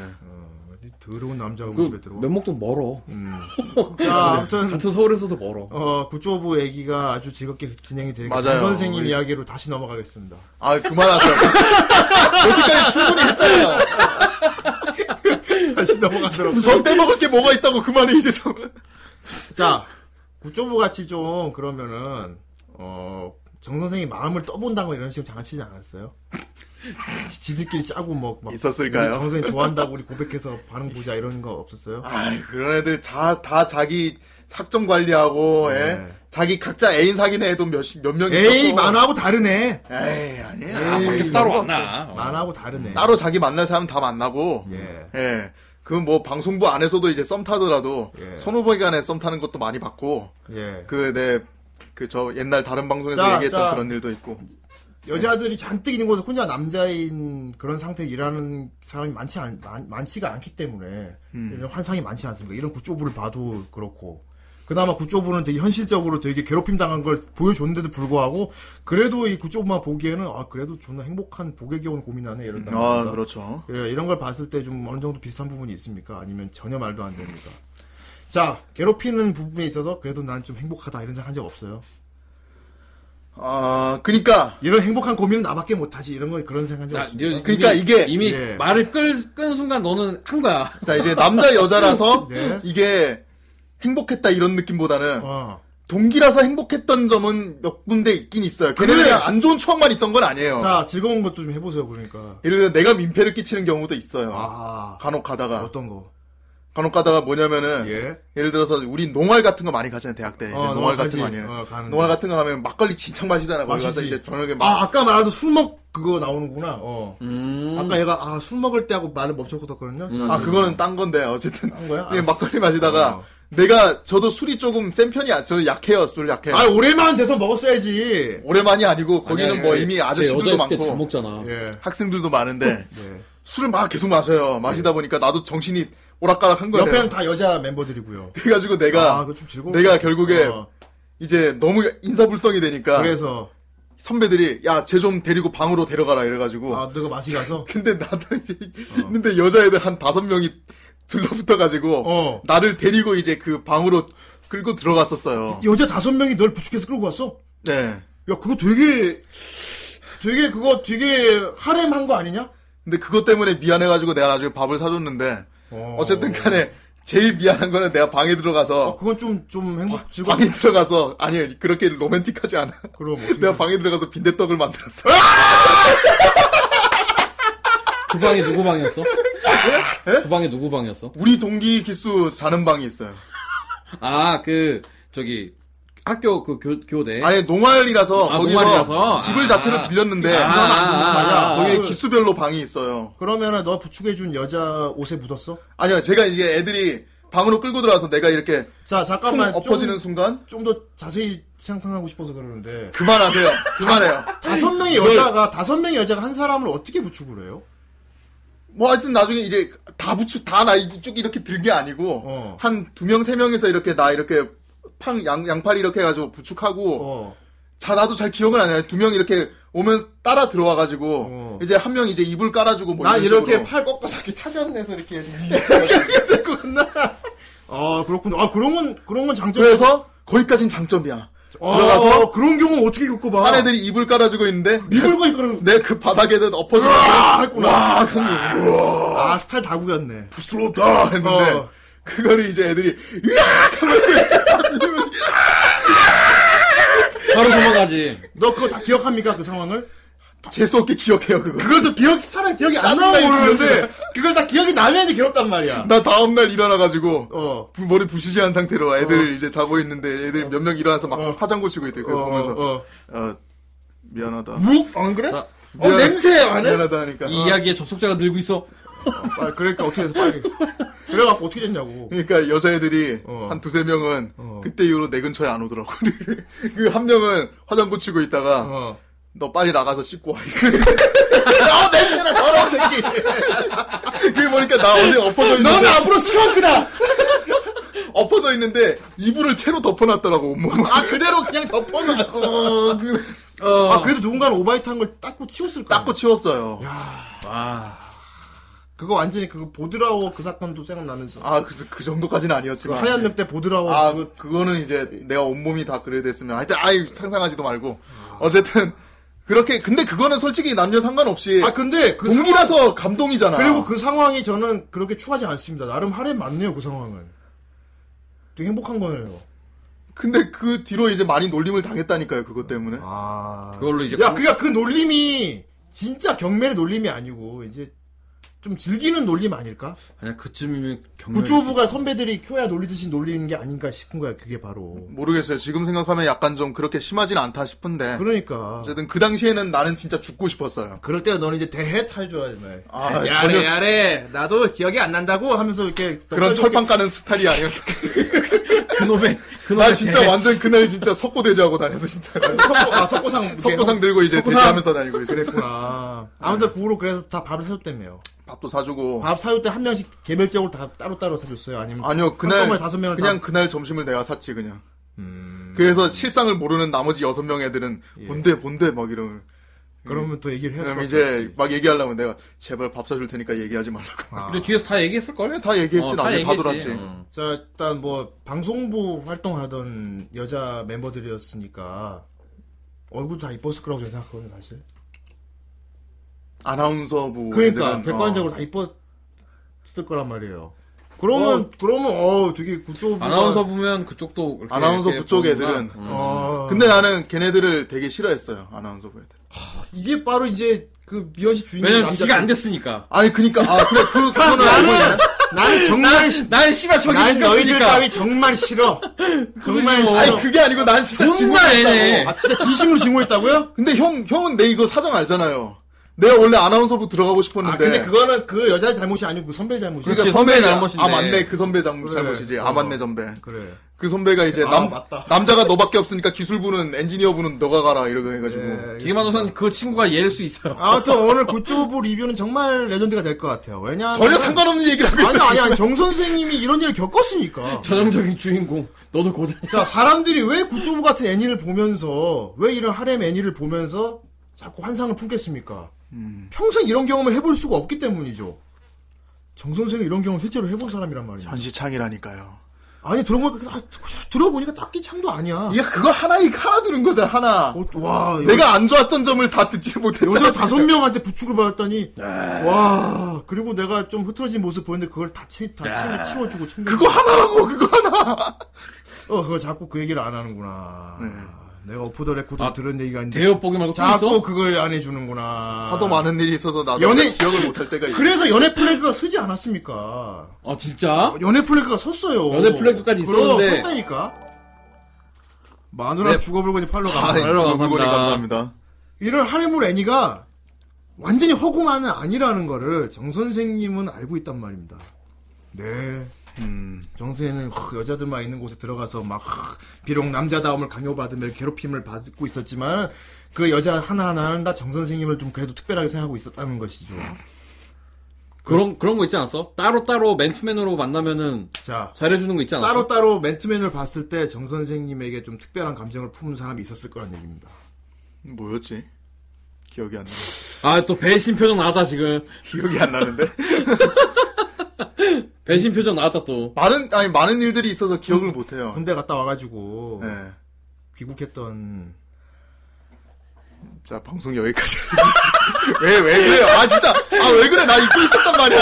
[SPEAKER 1] 더러운 남자가 우리 집에
[SPEAKER 2] 그,
[SPEAKER 1] 들어와.
[SPEAKER 2] 면목도 멀어.
[SPEAKER 1] 자,
[SPEAKER 3] 네.
[SPEAKER 1] 아무튼
[SPEAKER 2] 같은 서울에서도 음. 멀어.
[SPEAKER 1] 어, 구조부 얘기가 아주 즐겁게 진행이 되고
[SPEAKER 3] 맞아요.
[SPEAKER 1] 선생님
[SPEAKER 3] 우리-
[SPEAKER 1] 이야기로 다시 넘어가겠습니다.
[SPEAKER 3] 아, 그만하세요. 여태까지 충분히 했잖아요.
[SPEAKER 1] 다시 넘어가도록.
[SPEAKER 3] 더 빼먹을 게 뭐가 있다고 그만해, 이제 좀.
[SPEAKER 1] 자, 구조부 같이 좀 그러면은 어, 정 선생이 마음을 떠본다고 이런 식으로 장난치지 않았어요? 지- 지들끼리 짜고 뭐 막,
[SPEAKER 3] 있었을까요?
[SPEAKER 1] 우리 정 선생이 좋아한다고 우리 고백해서 반응 보자 이런 거 없었어요?
[SPEAKER 3] 아, 그런 애들 다, 다 자기 학점 관리하고, 예?
[SPEAKER 1] 네.
[SPEAKER 3] 자기 각자 애인 사귀는 애도 몇, 시- 몇 명이
[SPEAKER 1] 에이 만화하고 다르네.
[SPEAKER 3] 에이, 아니야.
[SPEAKER 2] 아,
[SPEAKER 1] 뭐.
[SPEAKER 2] 밖에서 따로 안 나. 어.
[SPEAKER 1] 만화하고 다르네.
[SPEAKER 3] 따로 자기 만날 사람 다 만나고,
[SPEAKER 1] 예.
[SPEAKER 3] 예. 그 뭐 방송부 안에서도 이제 썸 타더라도
[SPEAKER 1] 예.
[SPEAKER 3] 선후배간에 썸 타는 것도 많이 봤고
[SPEAKER 1] 예.
[SPEAKER 3] 그 내 그 저 옛날 다른 방송에서
[SPEAKER 1] 자,
[SPEAKER 3] 얘기했던
[SPEAKER 1] 자.
[SPEAKER 3] 그런 일도 있고
[SPEAKER 1] 여자들이 잔뜩 있는 곳에 혼자 남자인 그런 상태에 일하는 사람이 많지 않, 많, 지가 않기 때문에
[SPEAKER 3] 음.
[SPEAKER 1] 이런 환상이 많지 않습니까? 이런 구조부를 봐도 그렇고 그나마 구조부는 되게 현실적으로 되게 괴롭힘 당한 걸 보여줬는데도 불구하고 그래도 이 구조부만 보기에는 아 그래도 존나 행복한 복의 겨운 고민하네 이런다.
[SPEAKER 3] 아 그렇죠
[SPEAKER 1] 그래요. 이런 걸 봤을 때 좀 어느 정도 비슷한 부분이 있습니까? 아니면 전혀 말도 안 됩니까? 자 괴롭히는 부분에 있어서 그래도 난 좀 행복하다 이런 생각 한 적 없어요.
[SPEAKER 3] 아 그니까
[SPEAKER 1] 이런 행복한 고민은 나밖에 못하지 이런 거 그런 생각 한적
[SPEAKER 2] 나,
[SPEAKER 1] 없어요.
[SPEAKER 2] 니-
[SPEAKER 3] 그러니까
[SPEAKER 2] 이미-
[SPEAKER 3] 이게-
[SPEAKER 2] 이미
[SPEAKER 1] 예.
[SPEAKER 2] 말을 끌, 끈 순간 너는 한 거야.
[SPEAKER 3] 자 이제 남자 여자라서
[SPEAKER 1] 네.
[SPEAKER 3] 이게 행복했다 이런 느낌보다는
[SPEAKER 1] 어.
[SPEAKER 3] 동기라서 행복했던 점은 몇 군데 있긴 있어요 걔네들이랑
[SPEAKER 1] 그래.
[SPEAKER 3] 안 좋은 추억만 있던 건 아니에요
[SPEAKER 1] 자, 즐거운 것도 좀 해보세요, 그러니까.
[SPEAKER 3] 예를 들어 내가 민폐를 끼치는 경우도 있어요
[SPEAKER 1] 아,
[SPEAKER 3] 간혹 가다가
[SPEAKER 1] 어떤 거?
[SPEAKER 3] 간혹 가다가 뭐냐면은
[SPEAKER 1] 예.
[SPEAKER 3] 예를 들어서 우리 농활 같은 거 많이 가잖아요 대학 때
[SPEAKER 1] 어,
[SPEAKER 3] 농활
[SPEAKER 1] 농활까지.
[SPEAKER 3] 같은 거 아니에요
[SPEAKER 1] 어, 가는데.
[SPEAKER 3] 농활 같은 거 가면 막걸리 진창 마시잖아 거기 가서
[SPEAKER 1] 마시지.
[SPEAKER 3] 이제 저녁에 막
[SPEAKER 1] 아, 아까 말한 술 먹, 그거 나오는구나, 어.
[SPEAKER 2] 음.
[SPEAKER 1] 아까 얘가, 아, 술 먹을 때 하고 말을 멈췄거든요? 자,
[SPEAKER 3] 아, 그거는 딴 건데, 어쨌든.
[SPEAKER 1] 딴 거야?
[SPEAKER 3] 예,
[SPEAKER 1] 알았어.
[SPEAKER 3] 막걸리 마시다가,
[SPEAKER 1] 어.
[SPEAKER 3] 내가, 저도 술이 조금 센 편이, 야 저도 약해요, 술 약해요.
[SPEAKER 1] 아, 올해만 돼서 먹었어야지.
[SPEAKER 3] 오랜만이 아니고, 거기는
[SPEAKER 2] 아니, 아니,
[SPEAKER 3] 뭐
[SPEAKER 2] 아니,
[SPEAKER 3] 이미
[SPEAKER 2] 제
[SPEAKER 3] 아저씨들도
[SPEAKER 2] 여자 있을 때잘
[SPEAKER 3] 많고,
[SPEAKER 2] 먹잖아.
[SPEAKER 1] 예.
[SPEAKER 3] 학생들도 많은데,
[SPEAKER 1] 예.
[SPEAKER 3] 술을 막 계속 마셔요. 마시다 보니까 나도 정신이 오락가락 한 거예요.
[SPEAKER 1] 네. 옆에는 다 여자 멤버들이고요.
[SPEAKER 3] 그래가지고 내가,
[SPEAKER 1] 아, 그거 좀 즐거워.
[SPEAKER 3] 내가 결국에
[SPEAKER 1] 어,
[SPEAKER 3] 이제 너무 인사불성이 되니까,
[SPEAKER 1] 그래서,
[SPEAKER 3] 선배들이, 야, 쟤 좀 데리고 방으로 데려가라, 이래가지고.
[SPEAKER 1] 아, 어. 너가
[SPEAKER 3] 어.
[SPEAKER 1] 마시 가서?
[SPEAKER 3] 근데 나도 이제 있는데 여자애들 한 다섯 명이 둘러붙어가지고
[SPEAKER 1] 어.
[SPEAKER 3] 나를 데리고 이제 그 방으로 끌고 들어갔었어요.
[SPEAKER 1] 여자 다섯 명이 널 부축해서 끌고 왔어?
[SPEAKER 3] 네.
[SPEAKER 1] 야, 그거 되게, 되게 그거 되게 하렘한 거 아니냐?
[SPEAKER 3] 근데 그것 때문에 미안해가지고 내가 나중에 밥을 사줬는데
[SPEAKER 1] 어.
[SPEAKER 3] 어쨌든 간에 제일 미안한 거는 내가 방에
[SPEAKER 1] 어,
[SPEAKER 3] 들어가서
[SPEAKER 1] 그건 좀, 좀
[SPEAKER 3] 아,
[SPEAKER 1] 행복, 즐거워.
[SPEAKER 3] 방에 들어가서 아니 그렇게 로맨틱하지 않아.
[SPEAKER 1] 그럼
[SPEAKER 3] 내가
[SPEAKER 2] 음.
[SPEAKER 3] 방에 들어가서 빈대떡을 만들었어.
[SPEAKER 2] 그 방이 누구 방이었어? 그 방이 누구 방이었어?
[SPEAKER 3] 우리 동기 기수 자는 방이 있어요.
[SPEAKER 2] 아, 그, 저기, 학교 그 교, 교대.
[SPEAKER 3] 아예 농활이라서
[SPEAKER 2] 아,
[SPEAKER 3] 거기서
[SPEAKER 2] 농활이라서?
[SPEAKER 3] 집을
[SPEAKER 2] 아.
[SPEAKER 3] 자체를 빌렸는데
[SPEAKER 2] 아, 아, 아,
[SPEAKER 3] 거기
[SPEAKER 1] 아.
[SPEAKER 3] 기수별로 방이 있어요.
[SPEAKER 1] 그러면은 너 부축해준 여자 옷에 묻었어?
[SPEAKER 3] 아니요, 제가 이게 애들이 방으로 끌고 들어와서 내가 이렇게
[SPEAKER 1] 자
[SPEAKER 3] 퉁
[SPEAKER 1] 잠깐만
[SPEAKER 3] 엎어지는 순간
[SPEAKER 1] 좀 더 자세히 생각하고 싶어서 그러는데
[SPEAKER 3] 그만하세요. 그만해요.
[SPEAKER 1] 다섯 명의 여자가 다섯 명의 여자가 한 사람을 어떻게 부축을 해요?
[SPEAKER 3] 뭐 하여튼 나중에 이제 다 부추 다나쭉 이렇게 들 게 아니고
[SPEAKER 1] 어.
[SPEAKER 3] 한 두 명 세 명에서 이렇게 나 이렇게 팡 양, 양팔 이렇게 해가지고 부축하고
[SPEAKER 1] 어.
[SPEAKER 3] 자 나도 잘 기억은 안 해요. 두 명 이렇게 오면 따라 들어와 가지고
[SPEAKER 1] 어.
[SPEAKER 3] 이제 한 명 이제 이불 깔아주고 뭐
[SPEAKER 1] 난
[SPEAKER 3] 이런
[SPEAKER 1] 이렇게
[SPEAKER 3] 식으로.
[SPEAKER 1] 팔 꺾어서 이렇게 찾아내서 이렇게 이렇게 들고 갔나? 아 그렇군요. 아 그런 건 그런 건 장점.
[SPEAKER 3] 그래서 거기까진 장점이야.
[SPEAKER 1] 아,
[SPEAKER 3] 들어가서
[SPEAKER 1] 그런 경우 어떻게 겪어봐?
[SPEAKER 3] 딴 애들이 이불 깔아주고 있는데
[SPEAKER 1] 미불 거 이거는
[SPEAKER 3] 내 그 바닥에는 엎어져
[SPEAKER 1] 아 했구나.
[SPEAKER 3] 와, 근데
[SPEAKER 1] 아 스타일 다 구겼네.
[SPEAKER 3] 부스럽다 했는데
[SPEAKER 1] 어.
[SPEAKER 3] 그거를 이제 애들이 으악 하면서
[SPEAKER 2] 바로 도망가지.
[SPEAKER 1] 너 그거 다 기억합니까 그 상황을?
[SPEAKER 3] 재수 없게 기억해요 그거.
[SPEAKER 1] 그걸 또 기억 사람 기억이 안
[SPEAKER 3] 짜증나,
[SPEAKER 1] 나면
[SPEAKER 3] 이거.
[SPEAKER 1] 모르는데 그걸 다 기억이 나면 이제 괴롭단 말이야.
[SPEAKER 3] 나 다음 날 일어나가지고
[SPEAKER 1] 어.
[SPEAKER 3] 부- 머리 부시시한 상태로 애들 이제 자고 있는데 애들 몇 명 일어나서 막 화장 고치고 있대. 그거 보면서
[SPEAKER 1] 어, 어.
[SPEAKER 3] 어, 미안하다.
[SPEAKER 1] 묵? 안 그래?
[SPEAKER 2] 자,
[SPEAKER 1] 어, 냄새 안 해?
[SPEAKER 3] 미안하다 하니까.
[SPEAKER 2] 이 이야기에 접속자가 늘고 있어.
[SPEAKER 1] 아, 그러니까 어떻게 해서 빨리. 그래갖고 어떻게 됐냐고.
[SPEAKER 3] 그러니까 여자애들이
[SPEAKER 1] 어.
[SPEAKER 3] 한 두세 명은
[SPEAKER 1] 어.
[SPEAKER 3] 그때 이후로 내 근처에 안 오더라고. 그 한 명은 화장 고치고 있다가
[SPEAKER 1] 어.
[SPEAKER 3] 너 빨리 나가서 씻고 와.
[SPEAKER 1] 아 냄새나 더러운 새끼.
[SPEAKER 3] 그게 보니까 나 어디 엎어져
[SPEAKER 1] 너는
[SPEAKER 3] 있는데
[SPEAKER 1] 앞으로 스컹크다.
[SPEAKER 3] 엎어져 있는데 이불을 채로 덮어놨더라고 뭐, 온몸을.
[SPEAKER 1] 아 그대로 그냥 덮어놨어.
[SPEAKER 3] 어, 그래.
[SPEAKER 2] 어.
[SPEAKER 1] 아 그래도 누군가는 오바이트 한 걸 닦고 치웠을 거야.
[SPEAKER 3] 닦고 치웠어요.
[SPEAKER 2] 와.
[SPEAKER 1] 그거 완전히 그거 보드라워 그 사건도 생각나면서.
[SPEAKER 3] 아 그래서 그 정도까지는
[SPEAKER 1] 그
[SPEAKER 3] 아니었지만.
[SPEAKER 1] 하얀 냅때 보드라워
[SPEAKER 3] 아
[SPEAKER 1] 그거
[SPEAKER 3] 그거는 이제 내가 온몸이 다 그래 됐으면 하여튼 아이 상상하지도 말고
[SPEAKER 1] 아.
[SPEAKER 3] 어쨌든 그렇게 근데 그거는 솔직히 남녀 상관없이
[SPEAKER 1] 아 근데 그 상황
[SPEAKER 3] 공기라서 감동이잖아.
[SPEAKER 1] 그리고 그 상황이 저는 그렇게 추하지 않습니다. 나름 할애 맞네요 그 상황은. 되게 행복한 거네요.
[SPEAKER 3] 근데 그 뒤로 이제 많이 놀림을 당했다니까요 그것 때문에.
[SPEAKER 1] 아
[SPEAKER 2] 그걸로 이제
[SPEAKER 1] 야
[SPEAKER 2] 공-
[SPEAKER 1] 그니까 그 놀림이 진짜 경매의 놀림이 아니고 이제 좀 즐기는 놀림 아닐까?
[SPEAKER 2] 아니야 그쯤이면
[SPEAKER 1] 음.
[SPEAKER 2] 경매.
[SPEAKER 1] 구조부가 선배들이 켜야 놀리듯이 놀리는 게 아닌가 싶은 거야 그게 바로.
[SPEAKER 3] 모르겠어요. 지금 생각하면 약간 좀 그렇게 심하진 않다 싶은데.
[SPEAKER 1] 그러니까.
[SPEAKER 3] 어쨌든 그 당시에는 나는 진짜 죽고 싶었어요.
[SPEAKER 1] 그럴 때는 너는 이제 대해 탈줘야 돼.
[SPEAKER 3] 아,
[SPEAKER 1] 야래
[SPEAKER 3] 전혀-
[SPEAKER 1] 야래 나도 기억이 안 난다고 하면서 이렇게
[SPEAKER 3] 그런 철판 까는 스타일이 아니었어.
[SPEAKER 2] 그놈의 그놈의
[SPEAKER 3] 나 진짜 완전 그날 진짜 석고 대제하고 다녔어 진짜.
[SPEAKER 1] 석고 아 석고상
[SPEAKER 3] 석고상 들고 이제
[SPEAKER 1] 석고상.
[SPEAKER 3] 대제하면서 다니고 있어.
[SPEAKER 1] 그랬구나. 아무튼 그 후로 그래서 다 밥을 사줬다며요.
[SPEAKER 3] 밥도 사주고.
[SPEAKER 1] 밥 사줄 때 한 명씩 개별적으로 다 따로따로 사줬어요. 아니면
[SPEAKER 3] 아니요 그날
[SPEAKER 1] 한꺼번에 다섯 명을
[SPEAKER 3] 그냥
[SPEAKER 1] 다... 음.
[SPEAKER 3] 그날 점심을 내가 샀지 그냥. 그래서 실상을 모르는 나머지 여섯 명 애들은 뭔데 뭔데 막 이러면.
[SPEAKER 1] 예. 그러면 또 얘기를 해야
[SPEAKER 3] 그럼
[SPEAKER 1] 돼.
[SPEAKER 3] 이제 막 얘기하려면 내가 제발 밥 사줄 테니까 얘기하지 말라고.
[SPEAKER 2] 근데 뒤에서 다 얘기했을 걸? 어,
[SPEAKER 3] 그래 다
[SPEAKER 1] 어,
[SPEAKER 3] 얘기했지 나중에 다 돌았지.
[SPEAKER 1] 자 일단 뭐 방송부 활동하던 여자 멤버들이었으니까 얼굴도 다 이뻤을 거라고 저는 생각하거든요 사실.
[SPEAKER 3] 아나운서부.
[SPEAKER 1] 그러니까
[SPEAKER 3] 뭐 애들은,
[SPEAKER 1] 객관적으로
[SPEAKER 3] 어.
[SPEAKER 1] 다 이뻤을 거란 말이에요. 그러면 그러면 어 되게 음. 구조부가
[SPEAKER 2] 아나운서 보면 그쪽도 이렇게
[SPEAKER 3] 아나운서
[SPEAKER 2] 이렇게
[SPEAKER 3] 부 쪽
[SPEAKER 2] 보는구나.
[SPEAKER 3] 애들은.
[SPEAKER 2] 음.
[SPEAKER 1] 아,
[SPEAKER 3] 근데 나는 걔네들을 되게 싫어했어요 아나운서부 애들.
[SPEAKER 1] 이게 바로 이제 그 미연 씨 주인공
[SPEAKER 2] 왜냐면
[SPEAKER 1] 남자.
[SPEAKER 2] 지가 안 됐으니까.
[SPEAKER 3] 아니 그니까 아 그래 그
[SPEAKER 1] 아,
[SPEAKER 3] 그거는 알고
[SPEAKER 1] 나는
[SPEAKER 3] 있네.
[SPEAKER 1] 나는 정말
[SPEAKER 2] 난,
[SPEAKER 1] 싫-
[SPEAKER 2] 난 씨발 저기
[SPEAKER 1] 난 너희들
[SPEAKER 2] 생겼으니까.
[SPEAKER 1] 따위 정말 싫어. 정말
[SPEAKER 2] 그러지 뭐.
[SPEAKER 1] 싫어.
[SPEAKER 3] 아니 그게 아니고 난 진짜
[SPEAKER 2] 정말 애네.
[SPEAKER 3] 친구였다고.
[SPEAKER 1] 아 진짜 진심으로 증오했다고요?
[SPEAKER 3] 근데 형 형은 내 이거 사정 알잖아요. 내가 원래 아나운서부 들어가고
[SPEAKER 1] 아
[SPEAKER 3] 싶었는데. 그러니까
[SPEAKER 1] 근데 그거는 그 여자 잘못이 아니고 그 선배 잘못이야.
[SPEAKER 2] 그렇지.
[SPEAKER 3] 선배가-
[SPEAKER 2] 선배의 잘못인데.
[SPEAKER 3] 아 맞네 그 선배 잘못,
[SPEAKER 1] 그래.
[SPEAKER 3] 잘못이지. 아
[SPEAKER 1] 어.
[SPEAKER 3] 맞네 선배.
[SPEAKER 1] 그래.
[SPEAKER 3] 그 선배가 이제
[SPEAKER 1] 아,
[SPEAKER 3] 남
[SPEAKER 1] 맞다.
[SPEAKER 3] 남자가 너밖에 없으니까 기술부는 엔지니어부는 너가 가라 이러고 해가지고.
[SPEAKER 1] 뭐
[SPEAKER 2] 기계만 우선 그 친구가 얘일 수 있어요.
[SPEAKER 1] 예, 아무튼 오늘 굿조브 리뷰는 정말 레전드가 될 것 같아요. 왜냐
[SPEAKER 3] 전혀 상관없는 얘기를 하고
[SPEAKER 1] 아니
[SPEAKER 3] 있었어.
[SPEAKER 1] 아니 아니 정 선생님이 이런 일을 겪었으니까.
[SPEAKER 2] 전형적인 주인공. 너도 고대.
[SPEAKER 1] 자, 사람들이 왜 구조부 같은 애니를 보면서, 왜 이런 하렘 애니를 보면서 자꾸 환상을 품겠습니까? 평생 이런 경험을 해볼 수가 없기 때문이죠. 정선생이 이런 경험 실제로 해본 사람이란 말이야.
[SPEAKER 3] 현시창이라니까요.
[SPEAKER 1] 아니, 들어보니까, 아, 들어보니까 딱히 참도 아니야.
[SPEAKER 3] 야 그거 하나 이 하나 들은 거잖아 하나.
[SPEAKER 1] 어, 와, 여-
[SPEAKER 3] 내가 안 좋았던 점을 다 듣지 못했잖아.
[SPEAKER 1] 여자 다섯 명한테 부축을 받았다니.
[SPEAKER 2] 네.
[SPEAKER 1] 와, 그리고 내가 좀 흐트러진 모습 보였는데 그걸 다 채, 다 채,
[SPEAKER 2] 네.
[SPEAKER 1] 치워주고 챙겨.
[SPEAKER 3] 그거 하나라고 그거 하나.
[SPEAKER 1] 어, 그거 자꾸 그 얘기를 안 하는구나. 내가 오프 더 레코드
[SPEAKER 2] 아,
[SPEAKER 1] 들은 얘기가 있는데.
[SPEAKER 2] 대여 보기 말고 또
[SPEAKER 1] 자꾸
[SPEAKER 2] 있어?
[SPEAKER 1] 그걸 안
[SPEAKER 2] 아.
[SPEAKER 1] 해주는구나.
[SPEAKER 3] 하도 많은 일이 있어서 나도
[SPEAKER 1] 연애-
[SPEAKER 3] 기억을 못할 때가 있어.
[SPEAKER 1] 그래서 연애 플래그가 서지 않았습니까?
[SPEAKER 2] 아 진짜?
[SPEAKER 1] 연애 플래그가 섰어요.
[SPEAKER 2] 연애 플래그까지 있었는데.
[SPEAKER 1] 그럼 섰다니까. 마누라
[SPEAKER 2] 네.
[SPEAKER 1] 죽어불고니 팔로
[SPEAKER 3] 아,
[SPEAKER 1] 가.
[SPEAKER 2] 알러
[SPEAKER 3] 물건이
[SPEAKER 2] 감사합니다.
[SPEAKER 3] 감사합니다.
[SPEAKER 1] 이런 하렘물 애니가 완전히 허구만은 아니라는 거를 정 선생님은 알고 있단 말입니다. 네.
[SPEAKER 3] 음.
[SPEAKER 1] 정수에는 허, 여자들만 있는 곳에 들어가서 막 허, 비록 남자다움을 강요받으며 괴롭힘을 받고 있었지만 그 여자 하나하나는 다 정 선생님을 좀 그래도 특별하게 생각하고 있었다는 것이죠.
[SPEAKER 2] 그런 그런 거 있지 않았어? 따로 따로 맨투맨으로 만나면은
[SPEAKER 1] 자,
[SPEAKER 2] 잘해주는 거 있지 않았어?
[SPEAKER 1] 따로 따로 맨투맨을 봤을 때 정 선생님에게 좀 특별한 감정을 품은 사람이 있었을 거란 얘기입니다.
[SPEAKER 3] 뭐였지? 기억이 안 나.
[SPEAKER 2] 아또 배신 표정 나왔다 지금.
[SPEAKER 3] 기억이 안 나는데.
[SPEAKER 2] 배신 표정 나왔다 또.
[SPEAKER 3] 많은 아니 많은 일들이 있어서 기억을 못
[SPEAKER 2] 음.
[SPEAKER 3] 해요.
[SPEAKER 1] 군대 갔다 와가지고
[SPEAKER 3] 네.
[SPEAKER 1] 귀국했던
[SPEAKER 3] 자 방송 여기까지. 왜 왜 그래요? 아 진짜 아 왜 그래 나 잊고 있었단 말이야.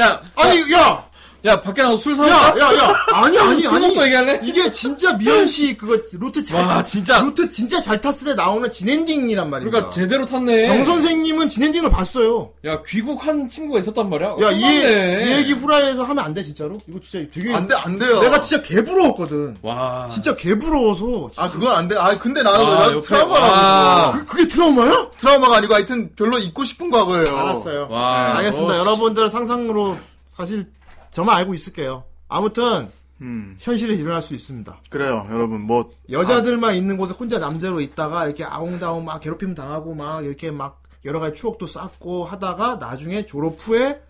[SPEAKER 2] 야,
[SPEAKER 1] 아니 야야야
[SPEAKER 2] 야 밖에 나가서 술 사.
[SPEAKER 1] 야, 야, 야. 아니 아니
[SPEAKER 2] 술 먹고
[SPEAKER 1] 아니
[SPEAKER 2] 얘기할래?
[SPEAKER 1] 이게 진짜 미연 씨 그거 루트 잘
[SPEAKER 2] 와
[SPEAKER 1] 탔-
[SPEAKER 2] 진짜.
[SPEAKER 1] 루트 진짜 잘 탔을 때 나오는 진엔딩이란 말입니다.
[SPEAKER 2] 그러니까 제대로 탔네.
[SPEAKER 1] 정 선생님은 진엔딩을 봤어요.
[SPEAKER 2] 야 귀국한 친구가 있었단 말이야.
[SPEAKER 1] 야이
[SPEAKER 2] 어, 끝났네.
[SPEAKER 1] 이 얘기 후라이에서 하면 안 돼 진짜로? 이거 진짜 되게
[SPEAKER 3] 안 돼 안 돼요.
[SPEAKER 1] 내가 진짜 개부러웠거든.
[SPEAKER 2] 와.
[SPEAKER 1] 진짜 개부러워서
[SPEAKER 3] 아 그건 안 돼. 아 근데 나
[SPEAKER 2] 아,
[SPEAKER 3] 아,
[SPEAKER 2] 옆에-
[SPEAKER 3] 트라우마라고.
[SPEAKER 2] 아.
[SPEAKER 1] 그, 그게 트라우마야?
[SPEAKER 3] 트라우마가 아니고 하여튼 별로 잊고 싶은 과거예요.
[SPEAKER 1] 알았어요.
[SPEAKER 2] 와.
[SPEAKER 1] 알겠습니다.
[SPEAKER 2] 어,
[SPEAKER 1] 여러분들은 상상으로 사실 저만 알고 있을게요. 아무튼
[SPEAKER 3] 음.
[SPEAKER 1] 현실에 일어날 수 있습니다.
[SPEAKER 3] 그래요, 여러분. 뭐,
[SPEAKER 1] 여자들만 있는 곳에 혼자 남자로 있다가 이렇게 아웅다웅 막 괴롭힘 당하고 막 이렇게 막 여러 가지 추억도 쌓고 하다가 나중에 졸업 후에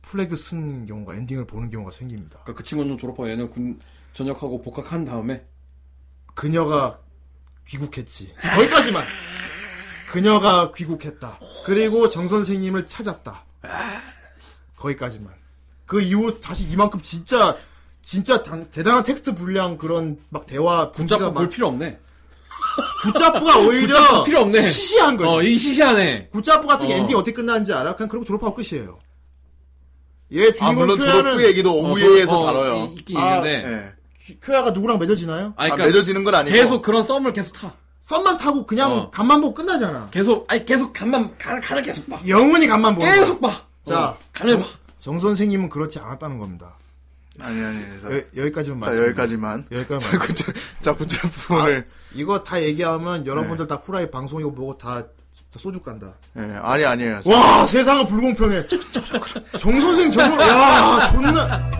[SPEAKER 1] 플래그 쓴 경우가 엔딩을 보는 경우가 생깁니다.
[SPEAKER 2] 그러니까 그 친구는 졸업하고 얘는 군 전역하고 복학한 다음에
[SPEAKER 1] 그녀가 귀국했지. 거기까지만. 그녀가 귀국했다. 그리고 정 선생님을 찾았다. 거기까지만. 그 이후 다시 이만큼 진짜 진짜 당- 대단한 텍스트 분량 그런 막 대화 분위기가
[SPEAKER 2] 붙잡고
[SPEAKER 1] 그러니까 막
[SPEAKER 2] 볼 필요 없네.
[SPEAKER 1] 굿자프가 오히려
[SPEAKER 2] 굿자프 필요 없네.
[SPEAKER 1] 시시한 거지.
[SPEAKER 2] 어, 이 시시하네.
[SPEAKER 1] 굿자프 같은 게
[SPEAKER 2] 어.
[SPEAKER 1] 엔딩 어떻게 끝나는지 알아? 그냥 그러고 졸업하고 끝이에요. 얘
[SPEAKER 3] 아,
[SPEAKER 1] 주인공
[SPEAKER 3] 물론 졸업
[SPEAKER 1] 쿄야는
[SPEAKER 3] 후 얘기도
[SPEAKER 2] 어,
[SPEAKER 3] 오후에에서
[SPEAKER 2] 어,
[SPEAKER 3] 다뤄요.
[SPEAKER 2] 이- 있긴
[SPEAKER 1] 아,
[SPEAKER 2] 있는데.
[SPEAKER 3] 예.
[SPEAKER 1] 쿄야가 누구랑 맺어지나요?
[SPEAKER 3] 아,
[SPEAKER 2] 아, 그러니까
[SPEAKER 3] 맺어지는 건 아니고.
[SPEAKER 2] 계속 그런 썸을 계속 타.
[SPEAKER 1] 썸만 타고 그냥
[SPEAKER 2] 어.
[SPEAKER 1] 간만 보고 끝나잖아.
[SPEAKER 2] 계속 아니 계속 간만 가를 가를 계속 봐.
[SPEAKER 1] 영원히 간만 보고.
[SPEAKER 2] 계속 봐.
[SPEAKER 1] 뭐, 자,
[SPEAKER 2] 어, 간을 봐.
[SPEAKER 1] 정 선생님은 그렇지 않았다는 겁니다.
[SPEAKER 3] 아니, 아니. 자,
[SPEAKER 1] 여, 기까지만
[SPEAKER 3] 자,
[SPEAKER 1] 말씀.
[SPEAKER 3] 여기까지만.
[SPEAKER 1] 여기까지만.
[SPEAKER 3] 자꾸, 그- 자, 자꾸 제 부분을.
[SPEAKER 1] 이거 다 얘기하면 여러분들
[SPEAKER 3] 네.
[SPEAKER 1] 다 후라이 방송이고 뭐고 다, 다 소주 간다.
[SPEAKER 3] 예, 아니, 아니에요.
[SPEAKER 1] 와 세상은 불공평해. 정 선생 정말 야 존나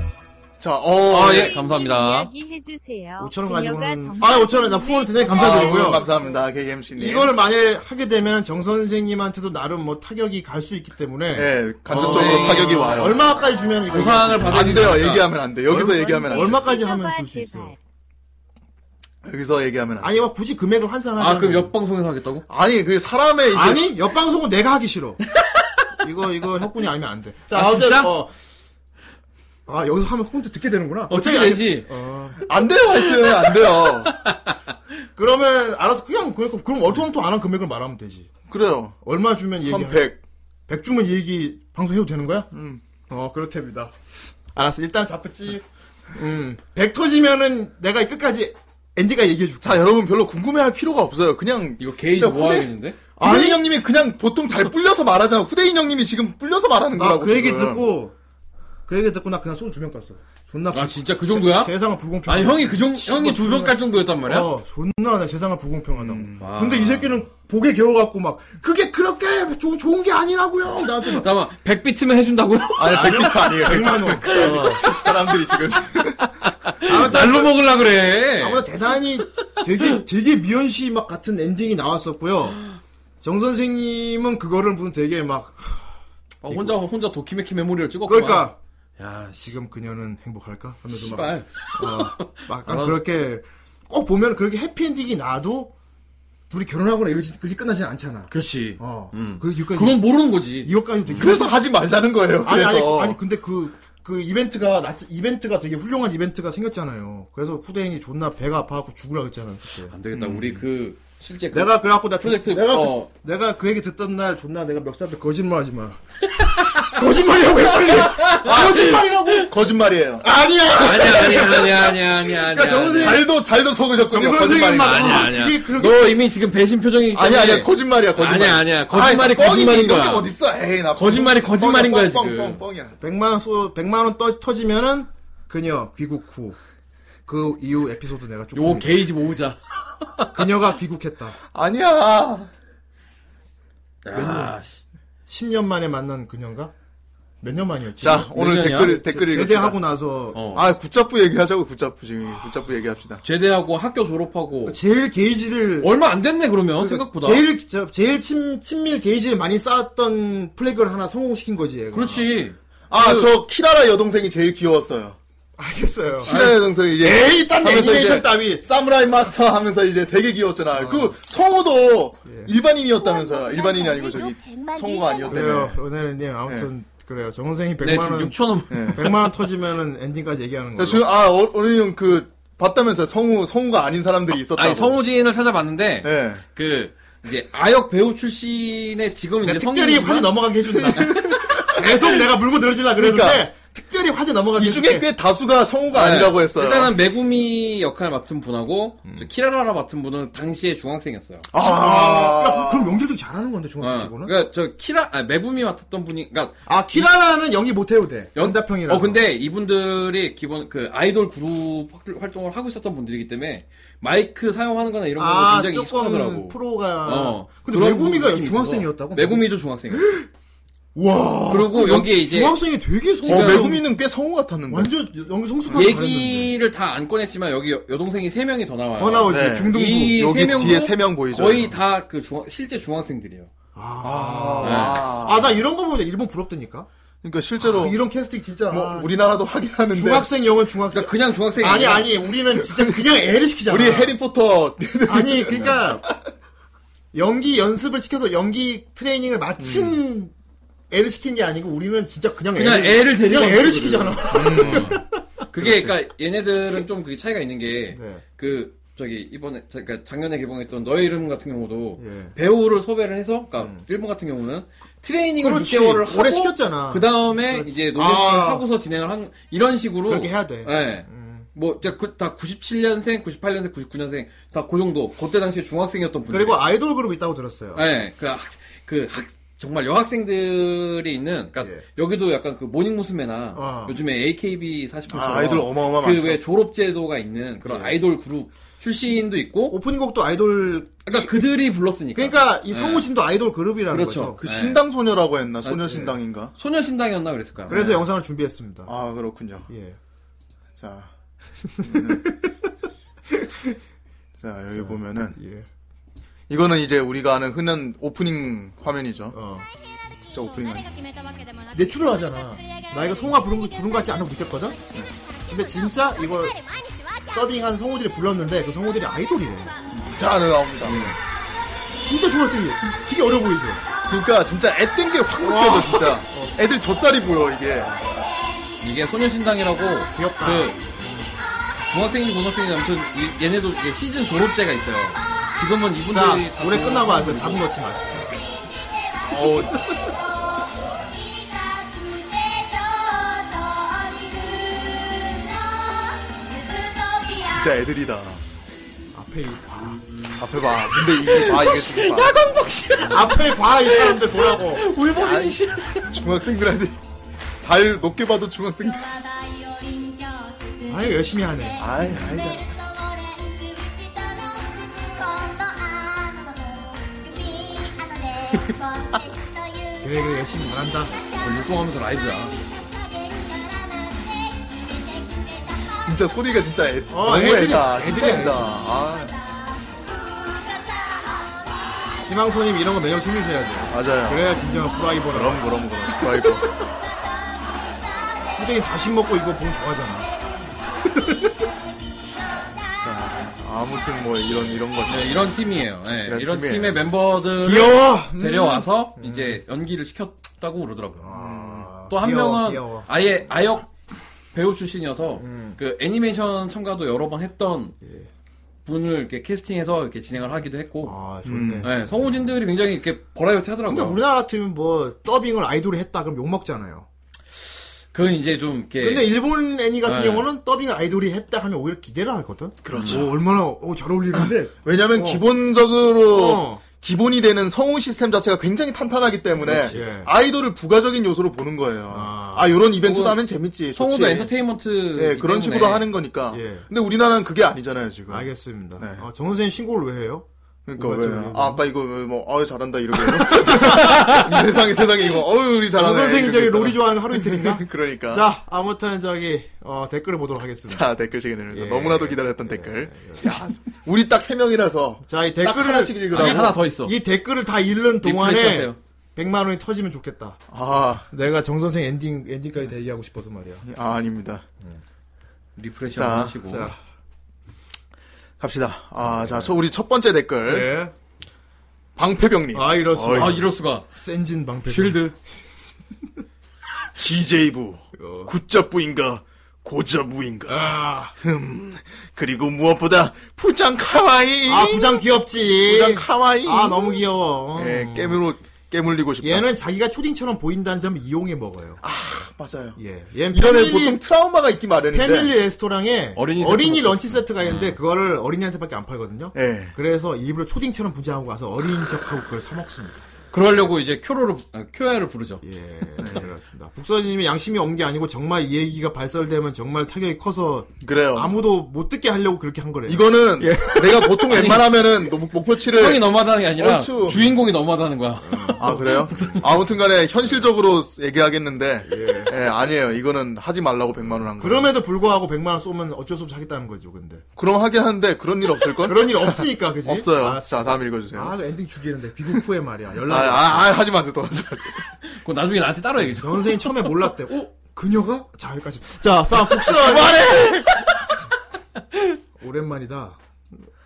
[SPEAKER 3] 자, 어.
[SPEAKER 2] 아,
[SPEAKER 3] 예.
[SPEAKER 2] 예. 감사합니다.
[SPEAKER 4] 이야기 해주세요.
[SPEAKER 1] 5천 원 가지고는
[SPEAKER 4] 아, 그녀가
[SPEAKER 1] 아 5천 원나 후원 대단히 감사드리고요.
[SPEAKER 3] 아이고, 감사합니다. KMC님.
[SPEAKER 1] 이거를 만약에 하게 되면 정 선생님한테도 나름 뭐 타격이 갈 수 있기 때문에
[SPEAKER 3] 예, 간접적으로
[SPEAKER 2] 어,
[SPEAKER 3] 타격이
[SPEAKER 2] 예.
[SPEAKER 3] 와요.
[SPEAKER 1] 아, 얼마까지 주면 이거
[SPEAKER 2] 보상을 받을
[SPEAKER 3] 안 돼요.
[SPEAKER 2] 일이니까.
[SPEAKER 3] 얘기하면 안 돼. 여기서
[SPEAKER 1] 얼마-
[SPEAKER 3] 얘기하면 안 돼.
[SPEAKER 1] 얼마까지
[SPEAKER 4] 제발,
[SPEAKER 1] 하면 줄 수 있어요?
[SPEAKER 4] 제발.
[SPEAKER 3] 여기서 얘기하면 안 돼.
[SPEAKER 1] 아니 막 굳이 금액을 환산하면
[SPEAKER 2] 아, 그럼 옆 방송에서
[SPEAKER 1] 어,
[SPEAKER 2] 하겠다고?
[SPEAKER 3] 아니, 그 사람의 이제
[SPEAKER 1] 아니 옆 방송은 내가 하기 싫어. 이거 이거 혁군이 알면 안 돼. 자,
[SPEAKER 2] 아,
[SPEAKER 1] 아무튼,
[SPEAKER 2] 진짜?
[SPEAKER 1] 어. 아 여기서 하면 혁군도 듣게 되는구나.
[SPEAKER 2] 어떻게 되지?
[SPEAKER 1] 어.
[SPEAKER 3] 안 돼요, 하여튼. 안 돼요.
[SPEAKER 1] 그러면 알아서 그냥 그- 그럼 얼토당토 안한 금액을 말하면 되지.
[SPEAKER 3] 그래요.
[SPEAKER 1] 얼마 주면 얘기
[SPEAKER 3] 한 100.
[SPEAKER 1] 100 주면 얘기 방송 해도 되는 거야?
[SPEAKER 3] 음.
[SPEAKER 1] 어 그렇답니다. 알았어 일단 잡혔지. 음100 터지면은 내가 끝까지 앤디가 얘기해 줄게.
[SPEAKER 3] 자, 여러분 별로 궁금해할 필요가 없어요. 그냥
[SPEAKER 2] 이거 게이지 뭐
[SPEAKER 3] 진짜
[SPEAKER 2] 모아야겠는데?
[SPEAKER 3] 아니 형님이 그냥 보통 잘 불려서 말하잖아. 후대인 형님이 지금 불려서 말하는
[SPEAKER 1] 나
[SPEAKER 3] 거라고.
[SPEAKER 1] 그 얘기
[SPEAKER 3] 지금.
[SPEAKER 1] 듣고 그 얘기 듣고 나 그냥 소주 두병 깠어. 존나
[SPEAKER 2] 아, 진짜 그 정도야?
[SPEAKER 1] 세, 상은 불공평.
[SPEAKER 2] 아니 형이 그 정, 형이 두
[SPEAKER 1] 정말.
[SPEAKER 2] 병 깔 정도였단 말이야? 음. 아.
[SPEAKER 1] 어, 존나 나 세상은 불공평하다고.
[SPEAKER 2] 와.
[SPEAKER 1] 근데 이 새끼는 복에 겨워갖고 막 그게 그렇게 좋은 좋은 게 아니라고요. 나한테 막
[SPEAKER 2] 잠깐만 100비트면 해준다고요?
[SPEAKER 3] 아니, 백비트 아니에요.
[SPEAKER 1] 100만 원. 어,
[SPEAKER 3] 사람들이 지금.
[SPEAKER 1] 아무튼
[SPEAKER 2] 날로 먹으려 그래
[SPEAKER 1] 아무튼 대단히 되게 되게 미연시 막 같은 엔딩이 나왔었고요. 정 선생님은 그거를 무슨 되게 막
[SPEAKER 2] 어, 혼자 혼자 도키메키 메모리를 찍었구만
[SPEAKER 1] 그러니까 야 지금 그녀는 행복할까 하면서 막
[SPEAKER 2] 씨발
[SPEAKER 1] 어, 막 약간
[SPEAKER 2] 아,
[SPEAKER 1] 그렇게 꼭 보면 그렇게 해피엔딩이 나도 둘이 결혼하거나 이러지 그렇게 끝나진 않잖아.
[SPEAKER 2] 그렇지
[SPEAKER 1] 어.
[SPEAKER 2] 음.
[SPEAKER 1] 그 이거까지
[SPEAKER 2] 그건 모르는 거지
[SPEAKER 1] 이거까지도 되게
[SPEAKER 3] 그래서 하지 말자는 거예요.
[SPEAKER 1] 아니
[SPEAKER 3] 그래서.
[SPEAKER 1] 아니 아니 근데 그 그 이벤트가 나 이벤트가 되게 훌륭한 이벤트가 생겼잖아요. 그래서 후대인이 존나 배가 아파갖고 죽으라 그랬잖아요. 그때.
[SPEAKER 2] 안 되겠다 우리 그 실제 그
[SPEAKER 1] 음. 내가 그래갖고 나
[SPEAKER 2] 프로젝트
[SPEAKER 1] 존- 내가
[SPEAKER 2] 어.
[SPEAKER 1] 그, 내가 그 얘기 듣던 날 존나 내가 멱살한테 거짓말하지 마. 거짓말이라고 해 빨리. 거짓말이라고.
[SPEAKER 3] 거짓말이에요.
[SPEAKER 1] 아니야. 그러니까
[SPEAKER 2] 아니야 아니야 아니야 아니야 아니야 아니야
[SPEAKER 3] 그러니까
[SPEAKER 1] 정선생님-
[SPEAKER 3] 잘도, 잘도 속으셨군요.
[SPEAKER 1] 정 선생님
[SPEAKER 3] 거짓말이에요.
[SPEAKER 1] 말
[SPEAKER 2] 아니야
[SPEAKER 1] 아,
[SPEAKER 2] 아니야
[SPEAKER 1] 그게 그렇게
[SPEAKER 2] 너 이미 지금 배신 표정이기 때문에
[SPEAKER 3] 아니, 아니야. 거짓말이야, 거짓말.
[SPEAKER 2] 아니야 아니야 거짓말이
[SPEAKER 3] 아니, 뻥이지.
[SPEAKER 2] 거짓말인
[SPEAKER 3] 이런 게
[SPEAKER 2] 거야
[SPEAKER 3] 어딨어. 에이, 나.
[SPEAKER 2] 거짓말이
[SPEAKER 3] 뻥,
[SPEAKER 2] 거짓말인
[SPEAKER 3] 뻥이야,
[SPEAKER 2] 거야,
[SPEAKER 3] 뻥,
[SPEAKER 2] 지금.
[SPEAKER 3] 뻥, 뻥, 뻥이야.
[SPEAKER 1] 100만 원 100만 원 떠, 터지면은 그녀 귀국 후 그 이후 에피소드 내가 쭉
[SPEAKER 2] 요거
[SPEAKER 1] 봅니다.
[SPEAKER 2] 게이지 모으자
[SPEAKER 1] 그녀가 귀국했다.
[SPEAKER 3] 아니야.
[SPEAKER 2] 야, 씨.
[SPEAKER 1] 10년 만에 만난 그녀인가? 몇 년 만이었지?
[SPEAKER 3] 자, 오늘
[SPEAKER 2] 의견이야?
[SPEAKER 3] 댓글, 댓글 읽읍시다.
[SPEAKER 1] 제대하고 나서
[SPEAKER 2] 어.
[SPEAKER 3] 아, 굿잡부 얘기하자고, 굿잡부 지금. 굿잡부 얘기합시다.
[SPEAKER 2] 제대하고 학교 졸업하고
[SPEAKER 1] 제일 게이지를
[SPEAKER 2] 얼마 안 됐네 그러면 어, 생각보다
[SPEAKER 1] 그 그러니까 제일 저- 제일 친, 친밀 게이지를 많이 쌓았던 플래그를 하나 성공시킨 거지. 얘가.
[SPEAKER 2] 그렇지
[SPEAKER 3] 아,
[SPEAKER 2] 그-
[SPEAKER 3] 저 키라라 여동생이 제일 귀여웠어요.
[SPEAKER 1] 알겠어요.
[SPEAKER 3] 키라라 여동생이 이제.
[SPEAKER 1] 에이, 딴
[SPEAKER 3] 하면서
[SPEAKER 1] 애니메이션
[SPEAKER 3] 아, 이제
[SPEAKER 1] 따위.
[SPEAKER 3] 사무라이 마스터 하면서 이제 되게
[SPEAKER 2] 어.
[SPEAKER 3] 귀여웠잖아. 그 성우도
[SPEAKER 2] 예.
[SPEAKER 3] 일반인이었다면서요. 일반인이 아니고 저기 성우가
[SPEAKER 1] 그래요,
[SPEAKER 3] 아니었대요.
[SPEAKER 1] 로네르님 아무튼 그래요. 정 선생이
[SPEAKER 2] 네
[SPEAKER 1] 100만
[SPEAKER 2] 지금
[SPEAKER 1] 아, 원
[SPEAKER 2] 6천 원
[SPEAKER 1] 100만 원 터지면은 엔딩까지 얘기하는
[SPEAKER 3] 저
[SPEAKER 1] 거예요.
[SPEAKER 3] 지금 아 어- 어느 형그 봤다면서 성우 성우가 아닌 사람들이 있었다고.
[SPEAKER 2] 아니 성우진을
[SPEAKER 1] 네.
[SPEAKER 2] 찾아봤는데
[SPEAKER 3] 예.
[SPEAKER 2] 그 이제 아역 배우 출신의 지금
[SPEAKER 3] 그러니까
[SPEAKER 1] 내가 그러니까
[SPEAKER 2] 이제
[SPEAKER 1] 특별히
[SPEAKER 2] 성우지만
[SPEAKER 1] 화제 넘어가게 해준다. 계속 내가 물고 늘어지려 그랬는데
[SPEAKER 3] 그러니까.
[SPEAKER 1] 특별히 화제 넘어가게
[SPEAKER 3] 이 중에
[SPEAKER 1] 해줄게.
[SPEAKER 3] 꽤 다수가 성우가
[SPEAKER 2] 네.
[SPEAKER 3] 아니라고 했어요. 음.
[SPEAKER 2] 일단은 메구미 역할 맡은 분하고 저 키라라라 맡은 분은 당시에 중학생이었어요.
[SPEAKER 1] 야,
[SPEAKER 3] 아.
[SPEAKER 1] 그럼 연기도 잘하는 건데
[SPEAKER 2] 어,
[SPEAKER 1] 중학교치고는.
[SPEAKER 2] 그러니까 저 키라 아, 메구미 맡았던 분이 그러니까
[SPEAKER 1] 아 키라라는 연기 못해도 돼. 연자평이라.
[SPEAKER 2] 어 근데 이분들이 기본 그 아이돌 그룹 활- 활동을 하고 있었던 분들이기 때문에 마이크 사용하는 거나 이런 거
[SPEAKER 1] 아
[SPEAKER 2] 굉장히
[SPEAKER 1] 조금
[SPEAKER 2] 익숙하더라고.
[SPEAKER 1] 프로가. 아.
[SPEAKER 2] 어.
[SPEAKER 1] 근데
[SPEAKER 2] 그런
[SPEAKER 1] 메구미가
[SPEAKER 2] 느낌이 있어서.
[SPEAKER 1] 중학생이었다고?
[SPEAKER 2] 메구미도 중학생이었어.
[SPEAKER 1] 와.
[SPEAKER 2] 그리고 여기에 이제
[SPEAKER 1] 중앙성이 되게
[SPEAKER 3] 어,
[SPEAKER 1] 성공.
[SPEAKER 2] 지금-
[SPEAKER 3] 메구미는 꽤 성우 같았는데.
[SPEAKER 1] 완전 연기 성숙한
[SPEAKER 2] 얘기를 다 안 꺼냈지만 여기 여- 여동생이 세 명이 더 나와요.
[SPEAKER 1] 더 나오지
[SPEAKER 3] 네.
[SPEAKER 1] 중등부.
[SPEAKER 2] 이-
[SPEAKER 3] 여기
[SPEAKER 2] 세 명도
[SPEAKER 3] 뒤에 세 명 보이죠.
[SPEAKER 2] 거의 다 그 중학, 실제 중학생들이에요.
[SPEAKER 3] 아,
[SPEAKER 1] 아 나 이런 거 보면 일본 부럽다니까.
[SPEAKER 3] 그러니까 실제로
[SPEAKER 1] 아, 이런 캐스팅 진짜.
[SPEAKER 3] 뭐
[SPEAKER 1] 아,
[SPEAKER 3] 우리나라도 하긴 하는데
[SPEAKER 1] 중학생 영어 중학생.
[SPEAKER 2] 그러니까 그냥 중학생이
[SPEAKER 1] 아니
[SPEAKER 2] 아니라
[SPEAKER 1] 아니 우리는 진짜 그냥 애를 시키잖아.
[SPEAKER 3] 우리 해리포터
[SPEAKER 1] 아니 그러니까 연기 연습을 시켜서 연기 트레이닝을 마친 애를 시킨 게 아니고 우리는 진짜 그냥,
[SPEAKER 2] 음. 그냥
[SPEAKER 1] 애를,
[SPEAKER 2] 애를 데리고
[SPEAKER 1] 그냥 애를
[SPEAKER 2] 왔거든요.
[SPEAKER 1] 시키잖아.
[SPEAKER 2] 그게 그러니까 얘네들은 좀 그게 차이가 있는 게 그
[SPEAKER 1] 네.
[SPEAKER 2] 저기 이번에 그러니까 작년에 개봉했던 너의 이름 같은 경우도
[SPEAKER 1] 예. 음.
[SPEAKER 2] 배우를 섭외를 해서 그러니까 일본 같은 경우는 트레이닝을
[SPEAKER 1] 그렇지.
[SPEAKER 2] 6개월을 하고
[SPEAKER 1] 오래 시켰잖아.
[SPEAKER 2] 그 다음에
[SPEAKER 1] 그렇지.
[SPEAKER 2] 이제 노래를
[SPEAKER 1] 아.
[SPEAKER 2] 하고서 진행을 한 이런 식으로
[SPEAKER 1] 그렇게 해야 돼. 음.
[SPEAKER 2] 예. 뭐, 진짜 그, 다 97년생, 98년생, 99년생, 다 그 정도, 그때 당시에 중학생이었던 분들.
[SPEAKER 1] 그리고 아이돌 그룹 있다고 들었어요.
[SPEAKER 2] 예, 그, 학, 그, 학, 정말 여학생들이 있는, 그니까,
[SPEAKER 1] 예.
[SPEAKER 2] 여기도 약간 그 모닝 무스메나,
[SPEAKER 1] 아.
[SPEAKER 2] 요즘에 AKB48.
[SPEAKER 3] 아, 아이돌 어마어마 많죠.
[SPEAKER 2] 그왜 졸업제도가 있는 그런
[SPEAKER 1] 예.
[SPEAKER 2] 아이돌 그룹 출신도 있고, 그러니까
[SPEAKER 1] 오프닝곡도 아이돌
[SPEAKER 2] 그니까 그들이 불렀으니까.
[SPEAKER 1] 그러니까 이 성우진도 아이돌 그룹이라는
[SPEAKER 2] 예. 그렇죠.
[SPEAKER 1] 거죠. 예.
[SPEAKER 3] 그
[SPEAKER 2] 네.
[SPEAKER 3] 신당 소녀라고 했나? 소녀
[SPEAKER 2] 네.
[SPEAKER 3] 신당인가?
[SPEAKER 2] 소녀신당이었나 그랬을까요?
[SPEAKER 1] 그래서
[SPEAKER 2] 예.
[SPEAKER 1] 영상을 준비했습니다.
[SPEAKER 3] 아 그렇군요.
[SPEAKER 1] 예.
[SPEAKER 3] 자, 자 여기 보면은
[SPEAKER 1] 예.
[SPEAKER 3] 이거는 이제 우리가 아는 흔한 오프닝 화면이죠.
[SPEAKER 1] 어.
[SPEAKER 3] 진짜 오프닝 아니야.
[SPEAKER 1] 내추럴 하잖아. 나 이거 성화 부른, 거- 부른 거 같지 않다고 느꼈거든? 근데 진짜 이걸 더빙한 성우들이 불렀는데 그 성우들이 아이돌이래.
[SPEAKER 3] 자, 네, 나옵니다.
[SPEAKER 1] 진짜 중학생이 되게 어려 보이죠?
[SPEAKER 3] 그러니까 진짜 애 땡 게 확 느껴져 진짜. 애들 젖살이 보여 이게.
[SPEAKER 2] 네. 이게 소녀신당이라고
[SPEAKER 1] 귀엽다.
[SPEAKER 2] 그 중학생인지 고등학생인지 아무튼 이- 얘네도 이게 시즌 졸업제가 있어요. 지금은 이분들이
[SPEAKER 1] 자,
[SPEAKER 2] 다
[SPEAKER 1] 노래
[SPEAKER 2] 졸업하고
[SPEAKER 1] 끝나고 와서
[SPEAKER 2] 있고.
[SPEAKER 1] 잡은 거지 마시고.
[SPEAKER 3] 어, 네. 진짜 애들이다.
[SPEAKER 1] 앞에 이- 봐.
[SPEAKER 3] 앞에 봐. 근데 이게 봐 이게 지금 봐.
[SPEAKER 1] 앞에 봐, 이 사람들 보라고.
[SPEAKER 3] 아이, 중학생들한테 잘 높게 봐도 중학생들.
[SPEAKER 1] 아유, 열심히 하네.
[SPEAKER 3] 아이 아이자.
[SPEAKER 1] 그래, 그래, 열심히 잘한다.
[SPEAKER 5] 뭐
[SPEAKER 2] 율동하면서 라이브야.
[SPEAKER 3] 진짜 소리가 진짜 애,
[SPEAKER 1] 어,
[SPEAKER 3] 너무
[SPEAKER 1] 애들이야.
[SPEAKER 3] 애다. 진짜
[SPEAKER 1] 애들이야.
[SPEAKER 3] 애다. 아
[SPEAKER 1] 희망손님 이런 거 매년 챙기셔야 돼요.
[SPEAKER 3] 맞아요.
[SPEAKER 1] 그래야 진정한 프라이버라.
[SPEAKER 3] 그럼 그럼 그럼. 프라이버.
[SPEAKER 1] 후대인 자신 먹고 이거 보면 좋아하잖아.
[SPEAKER 3] 아무튼 뭐 이런 이런 거죠.
[SPEAKER 2] 네, 이런 팀이에요. 네,
[SPEAKER 3] 이런
[SPEAKER 2] 이런
[SPEAKER 3] 팀이에요.
[SPEAKER 2] 팀의 멤버들을
[SPEAKER 1] 귀여워!
[SPEAKER 2] 음. 데려와서 이제 연기를 시켰다고 그러더라고요. 음.
[SPEAKER 1] 아,
[SPEAKER 2] 또 한
[SPEAKER 1] 귀여워,
[SPEAKER 2] 명은
[SPEAKER 1] 귀여워.
[SPEAKER 2] 아예 아역 배우 출신이어서 그 애니메이션 참가도 여러 번 했던 분을 이렇게 캐스팅해서 이렇게 진행을 하기도 했고
[SPEAKER 1] 아, 좋네.
[SPEAKER 2] 네, 성우진들이 굉장히 이렇게 버라이어티 하더라고요.
[SPEAKER 1] 근데 우리나라 같으면 뭐 더빙을 아이돌이 했다 그럼 욕 먹잖아요.
[SPEAKER 2] 그건 이제 좀 이렇게
[SPEAKER 1] 근데 일본 애니 같은
[SPEAKER 2] 예. 네.
[SPEAKER 1] 경우는 더빙을 아이돌이 했다 하면 오히려 기대를 하거든. 그렇죠. 얼마나 오, 잘 어울리는데.
[SPEAKER 3] 왜냐면
[SPEAKER 1] 어.
[SPEAKER 3] 기본적으로
[SPEAKER 1] 어.
[SPEAKER 3] 기본이 되는 성우 시스템 자체가 굉장히 탄탄하기 때문에
[SPEAKER 1] 그렇지, 예.
[SPEAKER 3] 아이돌을 부가적인 요소로 보는 거예요.
[SPEAKER 1] 아.
[SPEAKER 3] 아, 요런 이벤트도
[SPEAKER 2] 그건
[SPEAKER 3] 하면 재밌지.
[SPEAKER 2] 성우도
[SPEAKER 3] 좋지.
[SPEAKER 2] 엔터테인먼트
[SPEAKER 3] 예, 그런 식으로 하는 거니까.
[SPEAKER 1] 예.
[SPEAKER 3] 근데 우리나라는 그게 아니잖아요, 지금.
[SPEAKER 1] 알겠습니다.
[SPEAKER 3] 네.
[SPEAKER 1] 어, 정 선생님 신고를 왜 해요?
[SPEAKER 3] 그러니까
[SPEAKER 1] 뭐가
[SPEAKER 3] 왜,
[SPEAKER 1] 좀 이거.
[SPEAKER 3] 아, 아빠 이거 왜 뭐, 어유 잘한다, 이러고. 이 세상에, 세상에 이거, 어유, 우리
[SPEAKER 1] 정
[SPEAKER 3] 아, 잘하네.
[SPEAKER 1] 아, 선생이
[SPEAKER 3] 이렇게
[SPEAKER 1] 저기 롤이
[SPEAKER 3] 있다가.
[SPEAKER 1] 좋아하는 거 하루 이틀인가?
[SPEAKER 3] 그러니까. 자,
[SPEAKER 1] 자, 아무튼 저기 어, 댓글을 보도록 하겠습니다.
[SPEAKER 3] 댓글 시간입니다.
[SPEAKER 1] 예.
[SPEAKER 3] 너무나도 기다렸던 댓글. 야, 우리 딱 세 명이라서.
[SPEAKER 1] 자, 이
[SPEAKER 3] 딱
[SPEAKER 1] 댓글을
[SPEAKER 3] 하나씩 읽으라고.
[SPEAKER 2] 아니 하나 더 있어.
[SPEAKER 1] 이 댓글을 다 읽는
[SPEAKER 2] 리플레이스
[SPEAKER 1] 동안에
[SPEAKER 2] 하세요.
[SPEAKER 1] 100만 원이 터지면 좋겠다.
[SPEAKER 3] 아,
[SPEAKER 1] 내가 정 선생 엔딩 엔딩까지 대기하고 싶어서 말이야.
[SPEAKER 3] 아, 아닙니다.
[SPEAKER 2] 리프레시
[SPEAKER 3] 자,
[SPEAKER 2] 한번 하시고
[SPEAKER 1] 자,
[SPEAKER 3] 갑시다. 아, 자, 저 우리 첫 번째 댓글.
[SPEAKER 1] 예.
[SPEAKER 3] 방패병님.
[SPEAKER 1] 아, 이럴 수가.
[SPEAKER 2] 아
[SPEAKER 3] 어이.
[SPEAKER 2] 이럴 수가
[SPEAKER 1] 센진 방패.
[SPEAKER 2] 쉴드
[SPEAKER 3] GJ부,
[SPEAKER 1] 어.
[SPEAKER 3] 굿잡부인가, 고잡부인가,
[SPEAKER 1] 아,
[SPEAKER 3] 그리고 무엇보다 부장 카와이.
[SPEAKER 1] 아, 부장 귀엽지.
[SPEAKER 3] 부장 카와이.
[SPEAKER 1] 아, 너무 귀여워.
[SPEAKER 3] 예, 깨물고 깨물리고 싶다.
[SPEAKER 1] 얘는 자기가 초딩처럼 보인다는 점을 이용해 먹어요.
[SPEAKER 3] 맞아요.
[SPEAKER 1] 예. 얘는
[SPEAKER 3] 이런 애
[SPEAKER 1] 패밀리-
[SPEAKER 3] 보통 트라우마가 있기 마련인데.
[SPEAKER 1] 패밀리 레스토랑에
[SPEAKER 2] 어린이
[SPEAKER 1] 어린이,
[SPEAKER 2] 세트 먹고
[SPEAKER 1] 런치 세트가 있는데 그거를 어린이한테밖에 안 팔거든요.
[SPEAKER 3] 예.
[SPEAKER 1] 그래서 일부러 초딩처럼 부자하고 가서 어린인 척하고 그걸 사 먹습니다.
[SPEAKER 2] 그러려고 이제 큐로를 아, 큐야를 부르죠.
[SPEAKER 1] 예, 그렇습니다. 북서님이 양심이 없는 게 아니고 정말 이 얘기가 발설되면 정말 타격이 커서
[SPEAKER 3] 그래요.
[SPEAKER 1] 아무도 예. 못 듣게 하려고 그렇게 한 거래요.
[SPEAKER 3] 어. 이거는 내가 보통 웬만하면은 목- 목표치를
[SPEAKER 2] 형이 너무하다는 게 아니라
[SPEAKER 3] 얼추.
[SPEAKER 2] 주인공이 너무하다는 거야.
[SPEAKER 3] 아 그래요? 아무튼간에 현실적으로 얘기하겠는데 예. 아니에요. 이거는 하지 말라고 100만 원 한 거예요.
[SPEAKER 1] 그럼에도 불구하고 100만 원 쏘면 어쩔 수 없이 하겠다는 거죠, 근데.
[SPEAKER 3] 그럼 하긴 하는데 그런 일 없을 걸?
[SPEAKER 1] 그런 일 없으니까, 그지?
[SPEAKER 3] 없어요.
[SPEAKER 1] 알았어.
[SPEAKER 3] 자 다음 읽어주세요.
[SPEAKER 1] 아,
[SPEAKER 3] 아,
[SPEAKER 1] 나 엔딩 죽이는데 귀국 후에 말이야.
[SPEAKER 3] 아,
[SPEAKER 1] 연락이. 아,
[SPEAKER 3] 아, 하지 마세요. 또 하지 마세요.
[SPEAKER 2] 그거 나중에 나한테 따로 얘기해 줘.
[SPEAKER 1] 선생님 처음에 몰랐대. 어? 그녀가? 자, 여기까지. 자, 빵 복수. 오랜만이다.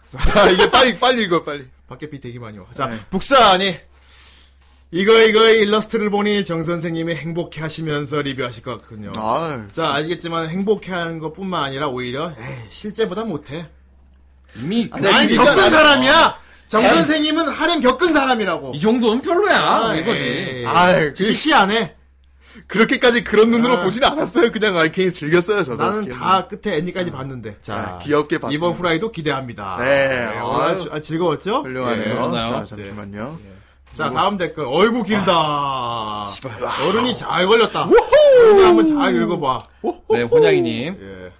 [SPEAKER 3] 자 이게 빨리 빨리 읽어 빨리.
[SPEAKER 1] 밖에 비 되게 많이 와. 자, 북산이 이거 이거 일러스트를 보니 정 선생님이 행복해 하시면서 리뷰하실 것 같군요.
[SPEAKER 3] 아
[SPEAKER 1] 자, 알겠지만 행복해 하는 것뿐만 아니라 오히려 에이, 실제보다 못해.
[SPEAKER 2] 이미
[SPEAKER 3] 아니,
[SPEAKER 2] 그냥
[SPEAKER 1] 아니,
[SPEAKER 3] 그러니까-
[SPEAKER 1] 겪은 사람이야. 정
[SPEAKER 2] 에이.
[SPEAKER 1] 선생님은 하렴 겪은 사람이라고. 아,
[SPEAKER 2] 이 정도는 별로야
[SPEAKER 1] 예,
[SPEAKER 2] 이거지.
[SPEAKER 1] 에이.
[SPEAKER 3] 아, 그-
[SPEAKER 1] 시시하네.
[SPEAKER 3] 그렇게까지 그런 눈으로
[SPEAKER 1] 아.
[SPEAKER 3] 보진 않았어요. 그냥 아이케이 즐겼어요 저도.
[SPEAKER 1] 나는
[SPEAKER 3] 게임을.
[SPEAKER 1] 다 끝에 엔딩까지 봤는데. 자,
[SPEAKER 3] 아, 귀엽게 봤습니다.
[SPEAKER 1] 이번 후라이도 기대합니다.
[SPEAKER 3] 네,
[SPEAKER 1] 아,
[SPEAKER 3] 아유.
[SPEAKER 1] 주- 아, 즐거웠죠?
[SPEAKER 2] 예,
[SPEAKER 3] 훌륭하네요.
[SPEAKER 2] 그러나요?
[SPEAKER 3] 자 잠시만요.
[SPEAKER 1] 자, 다음 댓글. 얼굴 길다. 어른이 잘 걸렸다. 어른이 한번 잘 읽어봐.
[SPEAKER 2] 네 혼양이님
[SPEAKER 1] 예.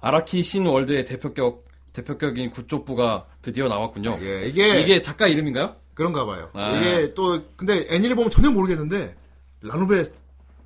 [SPEAKER 2] 아라키 신 월드의 대표격 대표격인 구쪽부가 드디어 나왔군요.
[SPEAKER 1] 예, 이게,
[SPEAKER 2] 이게 작가 이름인가요?
[SPEAKER 1] 그런가 봐요.
[SPEAKER 2] 아.
[SPEAKER 1] 이게 또, 근데 애니를 보면 전혀 모르겠는데, 라노베,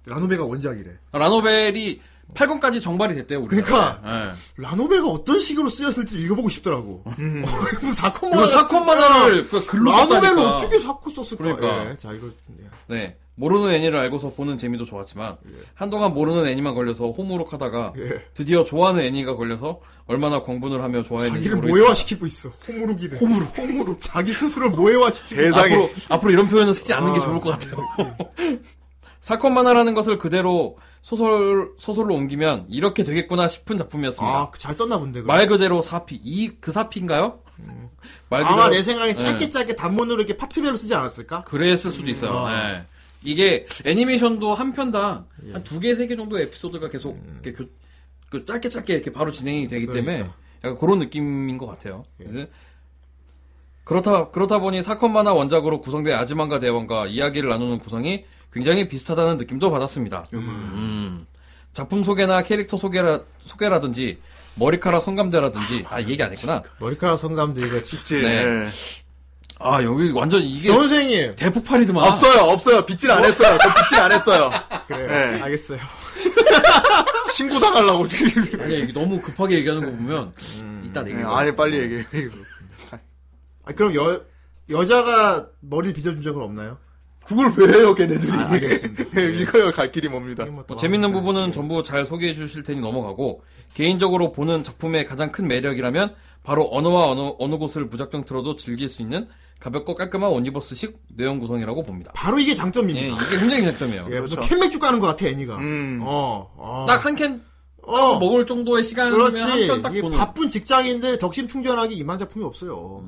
[SPEAKER 1] 라노베가 원작이래.
[SPEAKER 2] 라노벨이 8권까지 정발이 됐대요. 예. 우리가.
[SPEAKER 1] 그러니까. 라노베가 어떤 식으로 쓰였을지 읽어보고 싶더라고.
[SPEAKER 3] 음.
[SPEAKER 1] 무슨 사코
[SPEAKER 2] 이거
[SPEAKER 1] 만화.
[SPEAKER 2] 사건만화를 그 글로
[SPEAKER 1] 라노베를
[SPEAKER 2] 썼다니까.
[SPEAKER 1] 어떻게 사코 썼을까?
[SPEAKER 2] 그러니까.
[SPEAKER 1] 예, 자, 이거. 예.
[SPEAKER 2] 네. 모르는 애니를 알고서 보는 재미도 좋았지만 한동안 모르는 애니만 걸려서 호무룩하다가
[SPEAKER 1] 예.
[SPEAKER 2] 드디어 좋아하는 애니가 걸려서 얼마나 공분을 하며 좋아했는지
[SPEAKER 1] 자기를
[SPEAKER 2] 모르겠어요.
[SPEAKER 1] 모해화시키고 있어. 호무룩이래. 호무룩. 호무룩. 자기 스스로 모해화시키고 있어.
[SPEAKER 3] 세상에.
[SPEAKER 2] 앞으로, 앞으로 이런 표현은 쓰지 않는 게
[SPEAKER 1] 아. 네,
[SPEAKER 2] 좋을 것 같아요. 사건 만화라는 것을 그대로 소설 소설로 옮기면 이렇게 되겠구나 싶은 작품이었습니다.
[SPEAKER 1] 아, 잘 썼나 본데. 그럼.
[SPEAKER 2] 말 그대로 사피 이 그 사피인가요? 말 그대로
[SPEAKER 1] 음. 아마 내 생각에 짧게
[SPEAKER 2] 예.
[SPEAKER 1] 짧게 단문으로 이렇게 파트별로 쓰지 않았을까?
[SPEAKER 2] 그랬을 수도 있어요.
[SPEAKER 1] 아. 예.
[SPEAKER 2] 예. 이게 애니메이션도 한 편당 한 두 개 세 개 정도 에피소드가 계속 이렇게 교- 그 짧게 짧게 이렇게 바로 진행이 되기 때문에
[SPEAKER 1] 음. 그러니까. 예.
[SPEAKER 2] 약간 그런 느낌인 것 같아요. 그래서 그렇다 그렇다 보니 사건 만화 원작으로 구성된 아즈만과 대원과 이야기를 나누는 구성이 굉장히 비슷하다는 느낌도 받았습니다. 음. 작품 소개나 캐릭터 소개라 소개라든지 머리카락 성감대라든지 아, 얘기 안 했구나.
[SPEAKER 1] 머리카락 성감도 이거 진
[SPEAKER 3] 빗질.
[SPEAKER 2] 네. 아 여기 완전 이게
[SPEAKER 1] 선생님.
[SPEAKER 2] 대폭발이더만.
[SPEAKER 1] 아,
[SPEAKER 3] 없어요 없어요. 빗질 안 했어요. 저 빗질 안 했어요.
[SPEAKER 1] 그래요.
[SPEAKER 3] 네.
[SPEAKER 1] 알겠어요.
[SPEAKER 3] 신고 당하려고.
[SPEAKER 2] 아니 이게 너무 급하게 얘기하는 거 보면
[SPEAKER 1] 음.
[SPEAKER 2] 이따
[SPEAKER 3] 네,
[SPEAKER 2] 내기.
[SPEAKER 3] 아니 빨리 얘기해.
[SPEAKER 1] 아, 그럼 여, 여자가 머리를 빗어준 적은 없나요?
[SPEAKER 3] 그걸 왜 해요 걔네들이.
[SPEAKER 1] 아, 알겠습니다.
[SPEAKER 3] 예, 읽어요 갈 길이 멉니다.
[SPEAKER 1] 뭐 또-
[SPEAKER 2] 뭐 재밌는 부분은 전부 잘 소개해 주실 테니 넘어가고 개인적으로 보는 작품의 가장 큰 매력이라면 바로 언어와 어느 어느 곳을 무작정 틀어도 즐길 수 있는 가볍고 깔끔한 원리버스식 내용 구성이라고 봅니다.
[SPEAKER 1] 뭐. 바로 이게
[SPEAKER 2] 예,
[SPEAKER 1] 장점입니다.
[SPEAKER 2] 이게 굉장히 장점이에요.
[SPEAKER 1] 음. 예, 무슨
[SPEAKER 3] 그렇죠.
[SPEAKER 1] 캔맥주 까는 것 같아, 애니가.
[SPEAKER 3] 음.
[SPEAKER 1] 어, 어.
[SPEAKER 2] 딱 한 캔
[SPEAKER 1] 어,
[SPEAKER 2] 먹을 정도의 시간이면
[SPEAKER 1] 그렇지.
[SPEAKER 2] 한 편 딱
[SPEAKER 1] 이게
[SPEAKER 2] 보는. 음.
[SPEAKER 1] 바쁜 직장인데 덕심 충전하기 이만 작품이 없어요.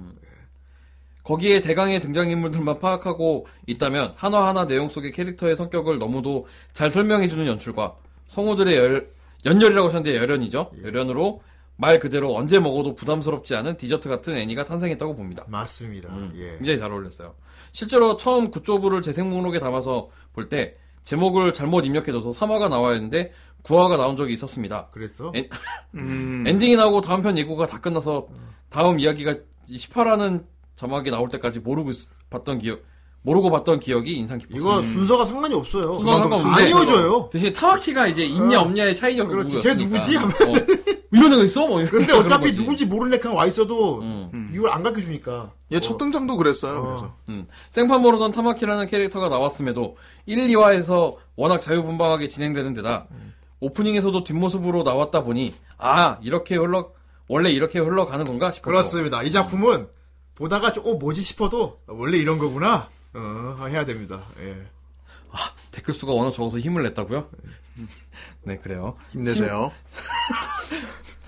[SPEAKER 2] 거기에 대강의 등장인물들만 파악하고 있다면 하나하나 내용 속의 캐릭터의 성격을 너무도 잘 설명해주는 연출과 성우들의 열, 연열이라고 하셨는데 열연이죠. 열연으로 말 그대로 언제 먹어도 부담스럽지 않은 디저트 같은 애니가 탄생했다고 봅니다. 음,
[SPEAKER 1] 맞습니다. 예.
[SPEAKER 2] 굉장히 잘 어울렸어요. 실제로 처음 굿조브를 재생 목록에 담아서 볼 때 제목을 잘못 입력해줘서 3화가 나와야 했는데 9화가 나온 적이 있었습니다.
[SPEAKER 1] 그랬어?
[SPEAKER 2] 엔-
[SPEAKER 3] 음.
[SPEAKER 2] 엔딩이 나오고 다음 편 예고가 다 끝나서 다음 이야기가 18화는 자막이 나올 때까지 모르고 있- 봤던 기억 모르고 봤던 기억이 인상 깊었어요.
[SPEAKER 1] 이거 음. 순서가 상관이 없어요.
[SPEAKER 2] 순서가 상관없는데.
[SPEAKER 1] 안 이어져요.
[SPEAKER 2] 대신 타마키가 이제 있냐
[SPEAKER 1] 어.
[SPEAKER 2] 없냐의 차이가
[SPEAKER 1] 그렇지.
[SPEAKER 2] 결국이었으니까.
[SPEAKER 1] 쟤 누구지? 하면
[SPEAKER 2] 어. 이런 애가 있어? 뭐 이런
[SPEAKER 1] 근데
[SPEAKER 2] 그런
[SPEAKER 1] 어차피
[SPEAKER 2] 거지.
[SPEAKER 1] 누군지 모르는 애가 와 있어도
[SPEAKER 2] 음.
[SPEAKER 1] 이걸 안 가르쳐 주니까. 어,
[SPEAKER 3] 얘 첫 등장도 그랬어요. 그래서.
[SPEAKER 2] 음. 생판 모르던 타마키라는 캐릭터가 나왔음에도 1, 2화에서 워낙 자유분방하게 진행되는 데다 오프닝에서도 뒷모습으로 나왔다 보니 아 이렇게 흘러 원래 이렇게 흘러가는 건가
[SPEAKER 1] 그렇죠.
[SPEAKER 2] 싶었고
[SPEAKER 1] 그렇습니다. 이 작품은 보다가 좀, 어, 뭐지 싶어도 원래 이런 거구나. 어, 해야 됩니다. 예.
[SPEAKER 2] 댓글 수가 워낙 적어서 힘을 냈다고요? 네 그래요.
[SPEAKER 3] 힘내세요.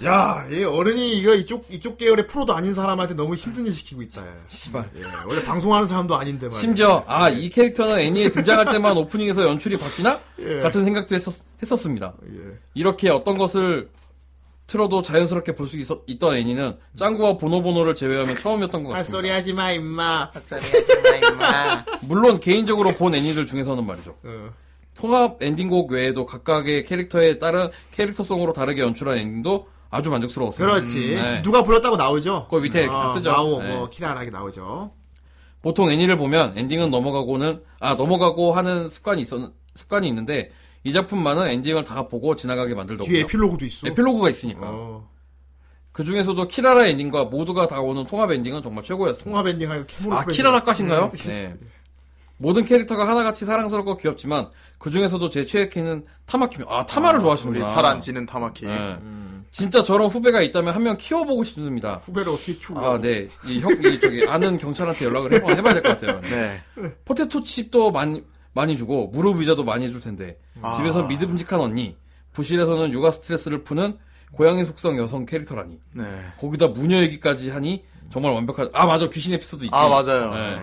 [SPEAKER 1] 야, 이 어른이 이거 이쪽 이쪽 계열의 프로도 아닌 사람한테 너무 힘든 일 시키고 있다. 야.
[SPEAKER 2] 씨발.
[SPEAKER 1] 예, 원래 방송하는 사람도 아닌데 말이야.
[SPEAKER 2] 심지어 아 이 캐릭터는 애니에 등장할 때만 오프닝에서 연출이 바뀌나
[SPEAKER 1] 예.
[SPEAKER 2] 같은 생각도 했었, 했었습니다.
[SPEAKER 1] 예.
[SPEAKER 2] 이렇게 어떤 것을 틀어도 자연스럽게 볼 수 있던 애니는 짱구와 보노보노를 제외하면 처음이었던 것 같습니다.
[SPEAKER 1] 하지 마, 임마.
[SPEAKER 2] 물론 개인적으로 본 애니들 중에서는 말이죠.
[SPEAKER 1] 어.
[SPEAKER 2] 통합 엔딩곡 외에도 각각의 캐릭터에 따른 캐릭터송으로 다르게 연출한 엔딩도 아주 만족스러웠습니다.
[SPEAKER 1] 그렇지.
[SPEAKER 2] 음, 네.
[SPEAKER 1] 누가 불렀다고 그러니까. 나오죠?
[SPEAKER 2] 거기 밑에
[SPEAKER 1] 어,
[SPEAKER 2] 다 뜨죠.
[SPEAKER 1] 나오,
[SPEAKER 2] 네.
[SPEAKER 1] 뭐, 키라하게 나오죠.
[SPEAKER 2] 보통 애니를 보면 엔딩은 넘어가고는 아 넘어가고 하는 습관이 있었 습관이 있는데 이 작품만은 엔딩을 다 보고 지나가게 만들더군요.
[SPEAKER 1] 뒤에 에필로그도 있어.
[SPEAKER 2] 에필로그가 있으니까.
[SPEAKER 1] 어,
[SPEAKER 2] 그 중에서도 키라라 엔딩과 모두가 다 오는 통합 엔딩은 정말 최고였습니다.
[SPEAKER 1] 통합 엔딩하고 캐모노
[SPEAKER 2] 아,
[SPEAKER 1] 프렌즈.
[SPEAKER 2] 키라라까신가요?
[SPEAKER 1] 네.
[SPEAKER 2] 네. 모든 캐릭터가 하나같이 사랑스럽고 귀엽지만 그 중에서도 제 최애 키는 타마키입니다. 아, 타마를
[SPEAKER 3] 우리
[SPEAKER 2] 좋아하시는구나.
[SPEAKER 3] 살 안 찌는 타마키.
[SPEAKER 2] 네. 진짜 저런 후배가 있다면 한 명 키워보고 싶습니다.
[SPEAKER 1] 후배를 어떻게 키우려고.
[SPEAKER 2] 아, 네. 이 형, 이 저기 아는 경찰한테 연락을 해봐, 해봐야 될 것 같아요. 네.
[SPEAKER 3] 네.
[SPEAKER 2] 포테토 칩도 많이 많이 주고 무릎 위자도 많이 해줄 텐데
[SPEAKER 3] 아.
[SPEAKER 2] 음. 집에서 믿음직한 언니, 부실에서는 육아 스트레스를 푸는 고양이 속성 여성 캐릭터라니.
[SPEAKER 3] 네.
[SPEAKER 2] 거기다 무녀 얘기까지 하니 정말 완벽한 아 맞아 귀신 에피소드 있지
[SPEAKER 3] 아, 맞아요.
[SPEAKER 2] 네.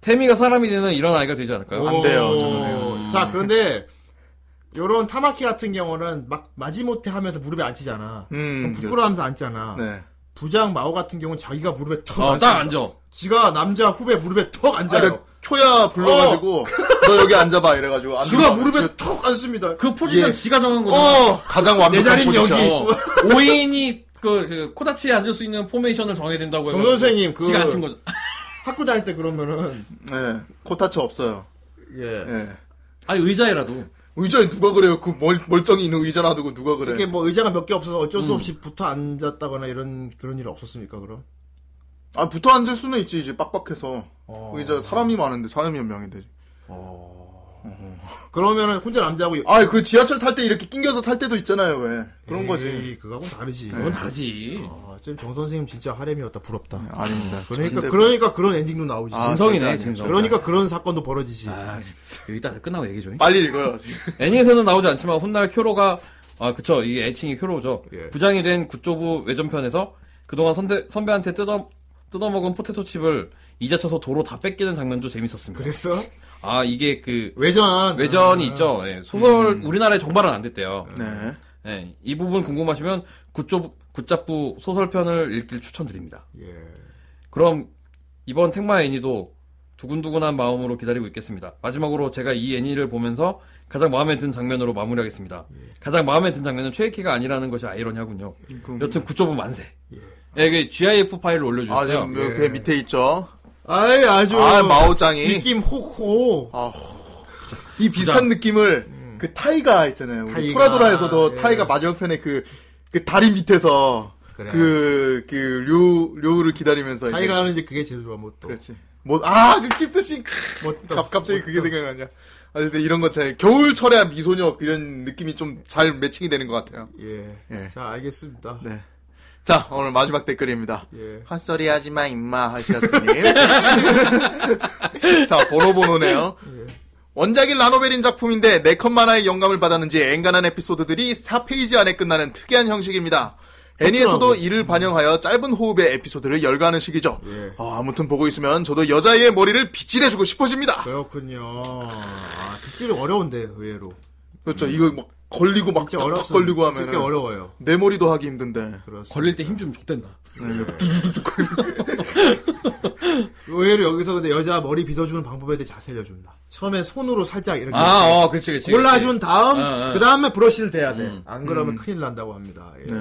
[SPEAKER 2] 태미가 사람이 되는 이런 아이가 되지 않을까요?
[SPEAKER 1] 오.
[SPEAKER 3] 안 돼요,
[SPEAKER 2] 저는.
[SPEAKER 1] 자, 그런데, 요런 타마키 같은 경우는 막 마지못해 하면서 무릎에 앉히잖아.
[SPEAKER 2] 그렇죠.
[SPEAKER 3] 음.
[SPEAKER 1] 부끄러워하면서 앉잖아.
[SPEAKER 3] 네.
[SPEAKER 1] 부장 마오 같은 경우는 자기가 무릎에 턱
[SPEAKER 2] 어, 딱
[SPEAKER 1] 앉아.
[SPEAKER 2] 앉아.
[SPEAKER 1] 지가 남자 후배 무릎에 턱
[SPEAKER 3] 아,
[SPEAKER 1] 앉아요.
[SPEAKER 3] 그 쿄야 불러가지고
[SPEAKER 2] 어.
[SPEAKER 3] 너 여기 앉아봐 이래가지고 앉아. 네.
[SPEAKER 1] 지가 무릎에 턱 앉습니다.
[SPEAKER 2] 그 포지션
[SPEAKER 3] 예.
[SPEAKER 2] 지가 정한 거죠.
[SPEAKER 1] 어!
[SPEAKER 3] 가장
[SPEAKER 1] 내
[SPEAKER 3] 완벽한
[SPEAKER 1] 자리는
[SPEAKER 3] 포지션.
[SPEAKER 1] 여기.
[SPEAKER 2] 어. 오인이 그, 그 코다치에 앉을 수 있는 포메이션을 정해야 된다고
[SPEAKER 1] 정
[SPEAKER 2] 해가지고
[SPEAKER 1] 선생님, 그-
[SPEAKER 2] 지가 앉힌 거죠.
[SPEAKER 1] 학교 다닐 때 그러면은,
[SPEAKER 3] 네. 코타츠 없어요.
[SPEAKER 1] 예.
[SPEAKER 3] 예.
[SPEAKER 2] 아니 의자에라도
[SPEAKER 3] 의자에 누가 그래요? 그 멀, 멀쩡히 있는 의자 놔두고 누가 그래?
[SPEAKER 1] 이렇게 뭐 의자가 몇 개 없어서 어쩔
[SPEAKER 2] 음.
[SPEAKER 1] 수 없이 붙어 앉았다거나 이런, 그런 일 없었습니까, 그럼?
[SPEAKER 3] 아 붙어 앉을 수는 있지 이제 빡빡해서 그
[SPEAKER 1] 어.
[SPEAKER 3] 의자 사람이 많은데 사람이 몇 명인데.
[SPEAKER 1] 어.
[SPEAKER 3] 음.
[SPEAKER 1] 그러면은 혼자 남자하고,
[SPEAKER 3] 아 그 지하철 탈 때 이렇게 낑겨서 탈 때도 있잖아요 왜? 그런
[SPEAKER 1] 에이,
[SPEAKER 3] 거지. 네.
[SPEAKER 1] 그거하고는 다르지.
[SPEAKER 2] 그건 다르지.
[SPEAKER 1] 아, 지금 정 선생님 진짜 하렘이었다, 부럽다.
[SPEAKER 3] 아닙니다.
[SPEAKER 1] 그러니까,
[SPEAKER 3] 진짜-
[SPEAKER 1] 그러니까 그런 엔딩도 나오지.
[SPEAKER 3] 네. 아, 절대
[SPEAKER 2] 진성이네
[SPEAKER 3] 아니에요.
[SPEAKER 2] 진성.
[SPEAKER 1] 그러니까 그런 사건도 벌어지지.
[SPEAKER 2] 아, 여기다 끝나고 얘기 좀 해.
[SPEAKER 3] 뭐, 빨리 읽어요.
[SPEAKER 2] 애니에서는 나오지 않지만 훗날 쿄로가 아 그쵸 이 애칭이 쿄로죠
[SPEAKER 1] 예.
[SPEAKER 2] 부장이 된 구조부 외전편에서 그동안 선대, 선배한테 뜯어 뜯어먹은 포테토 칩을 이자쳐서 도로 다 뺏기는 장면도 재밌었습니다.
[SPEAKER 1] 그랬어?
[SPEAKER 2] 아 이게 그
[SPEAKER 1] 외전.
[SPEAKER 2] 외전이
[SPEAKER 1] 아, 음.
[SPEAKER 2] 있죠. 예, 소설 우리나라에 정발은 안 됐대요.
[SPEAKER 3] 네.
[SPEAKER 2] 예, 이 부분 궁금하시면 구조 굿잡부 소설편을 읽길 추천드립니다.
[SPEAKER 1] 예.
[SPEAKER 2] 그럼 이번 택마 애니도 두근두근한 마음으로 기다리고 있겠습니다. 마지막으로 제가 이 애니를 보면서 가장 마음에 든 장면으로 마무리하겠습니다. 가장 마음에 든 장면은 최애키가 아니라는 것이 아이러니하군요. 여튼 구조부 만세. 음. 예, 이게 GIF 파일을
[SPEAKER 3] 아
[SPEAKER 2] 올려주세요.
[SPEAKER 3] 지금 그 밑에 있죠.
[SPEAKER 1] 아이, 예. 아주.
[SPEAKER 3] 아 마오짱이
[SPEAKER 1] 느낌 호호.
[SPEAKER 3] 아, 이 비슷한 느낌을 그 타이가 있잖아요. 우리
[SPEAKER 1] 음. 타이가.
[SPEAKER 3] 토라도라에서도
[SPEAKER 1] 예.
[SPEAKER 3] 타이가 마지막 편에 그, 그 다리 밑에서
[SPEAKER 1] 그래.
[SPEAKER 3] 그, 그, 류, 류를 기다리면서. 이제-
[SPEAKER 1] 자기가 하는 이제 그게 제일 좋아, 뭐 또.
[SPEAKER 3] 그렇지. 뭐, 아, 그 키스씬.
[SPEAKER 1] 뭐 또.
[SPEAKER 3] 갑, 갑자기 그게 생각나냐. 아, 근데 이런 것 차이. 겨울철에 미소녀, 이런 느낌이 좀 잘 매칭이 되는 것 같아요.
[SPEAKER 1] 예.
[SPEAKER 3] 예.
[SPEAKER 1] 자, 알겠습니다.
[SPEAKER 3] 네. 자, 오늘 마지막 댓글입니다.
[SPEAKER 1] 예.
[SPEAKER 3] 헛소리 하지 마, 임마, 하셨으니. 자, 보노보노네요. 원작인 라노벨인 작품인데 네컷 만화의 영감을 받았는지 앵간한 에피소드들이 4페이지 안에 끝나는 특이한 형식입니다. 애니에서도 이를 반영하여 짧은 호흡의 에피소드를 열거하는 식이죠.
[SPEAKER 1] 예.
[SPEAKER 3] 아, 아무튼 보고 있으면 저도 여자애의 머리를 빗질해주고 싶어집니다.
[SPEAKER 1] 그렇군요. 아, 빗질이 어려운데, 의외로.
[SPEAKER 3] 그렇죠. 이거 막 걸리고 막
[SPEAKER 1] 진짜
[SPEAKER 3] 턱
[SPEAKER 1] 어렵습니다.
[SPEAKER 3] 걸리고
[SPEAKER 1] 쉽게
[SPEAKER 3] 하면
[SPEAKER 1] 어려워요.
[SPEAKER 3] 내 머리도 하기 힘든데.
[SPEAKER 1] 그렇습니다.
[SPEAKER 2] 걸릴 때 힘 좀 줬댄다.
[SPEAKER 1] 의외로 여기서 근데 여자 머리 빗어주는 방법에 대해 자세히 알려준다. 처음에 손으로 살짝 이렇게.
[SPEAKER 2] 아, 어, 그렇지, 그렇지.
[SPEAKER 1] 골라준 다음,
[SPEAKER 2] 어, 어.
[SPEAKER 1] 그 다음에 브러쉬를 대야 돼. 안 그러면 큰일 난다고 합니다. 예.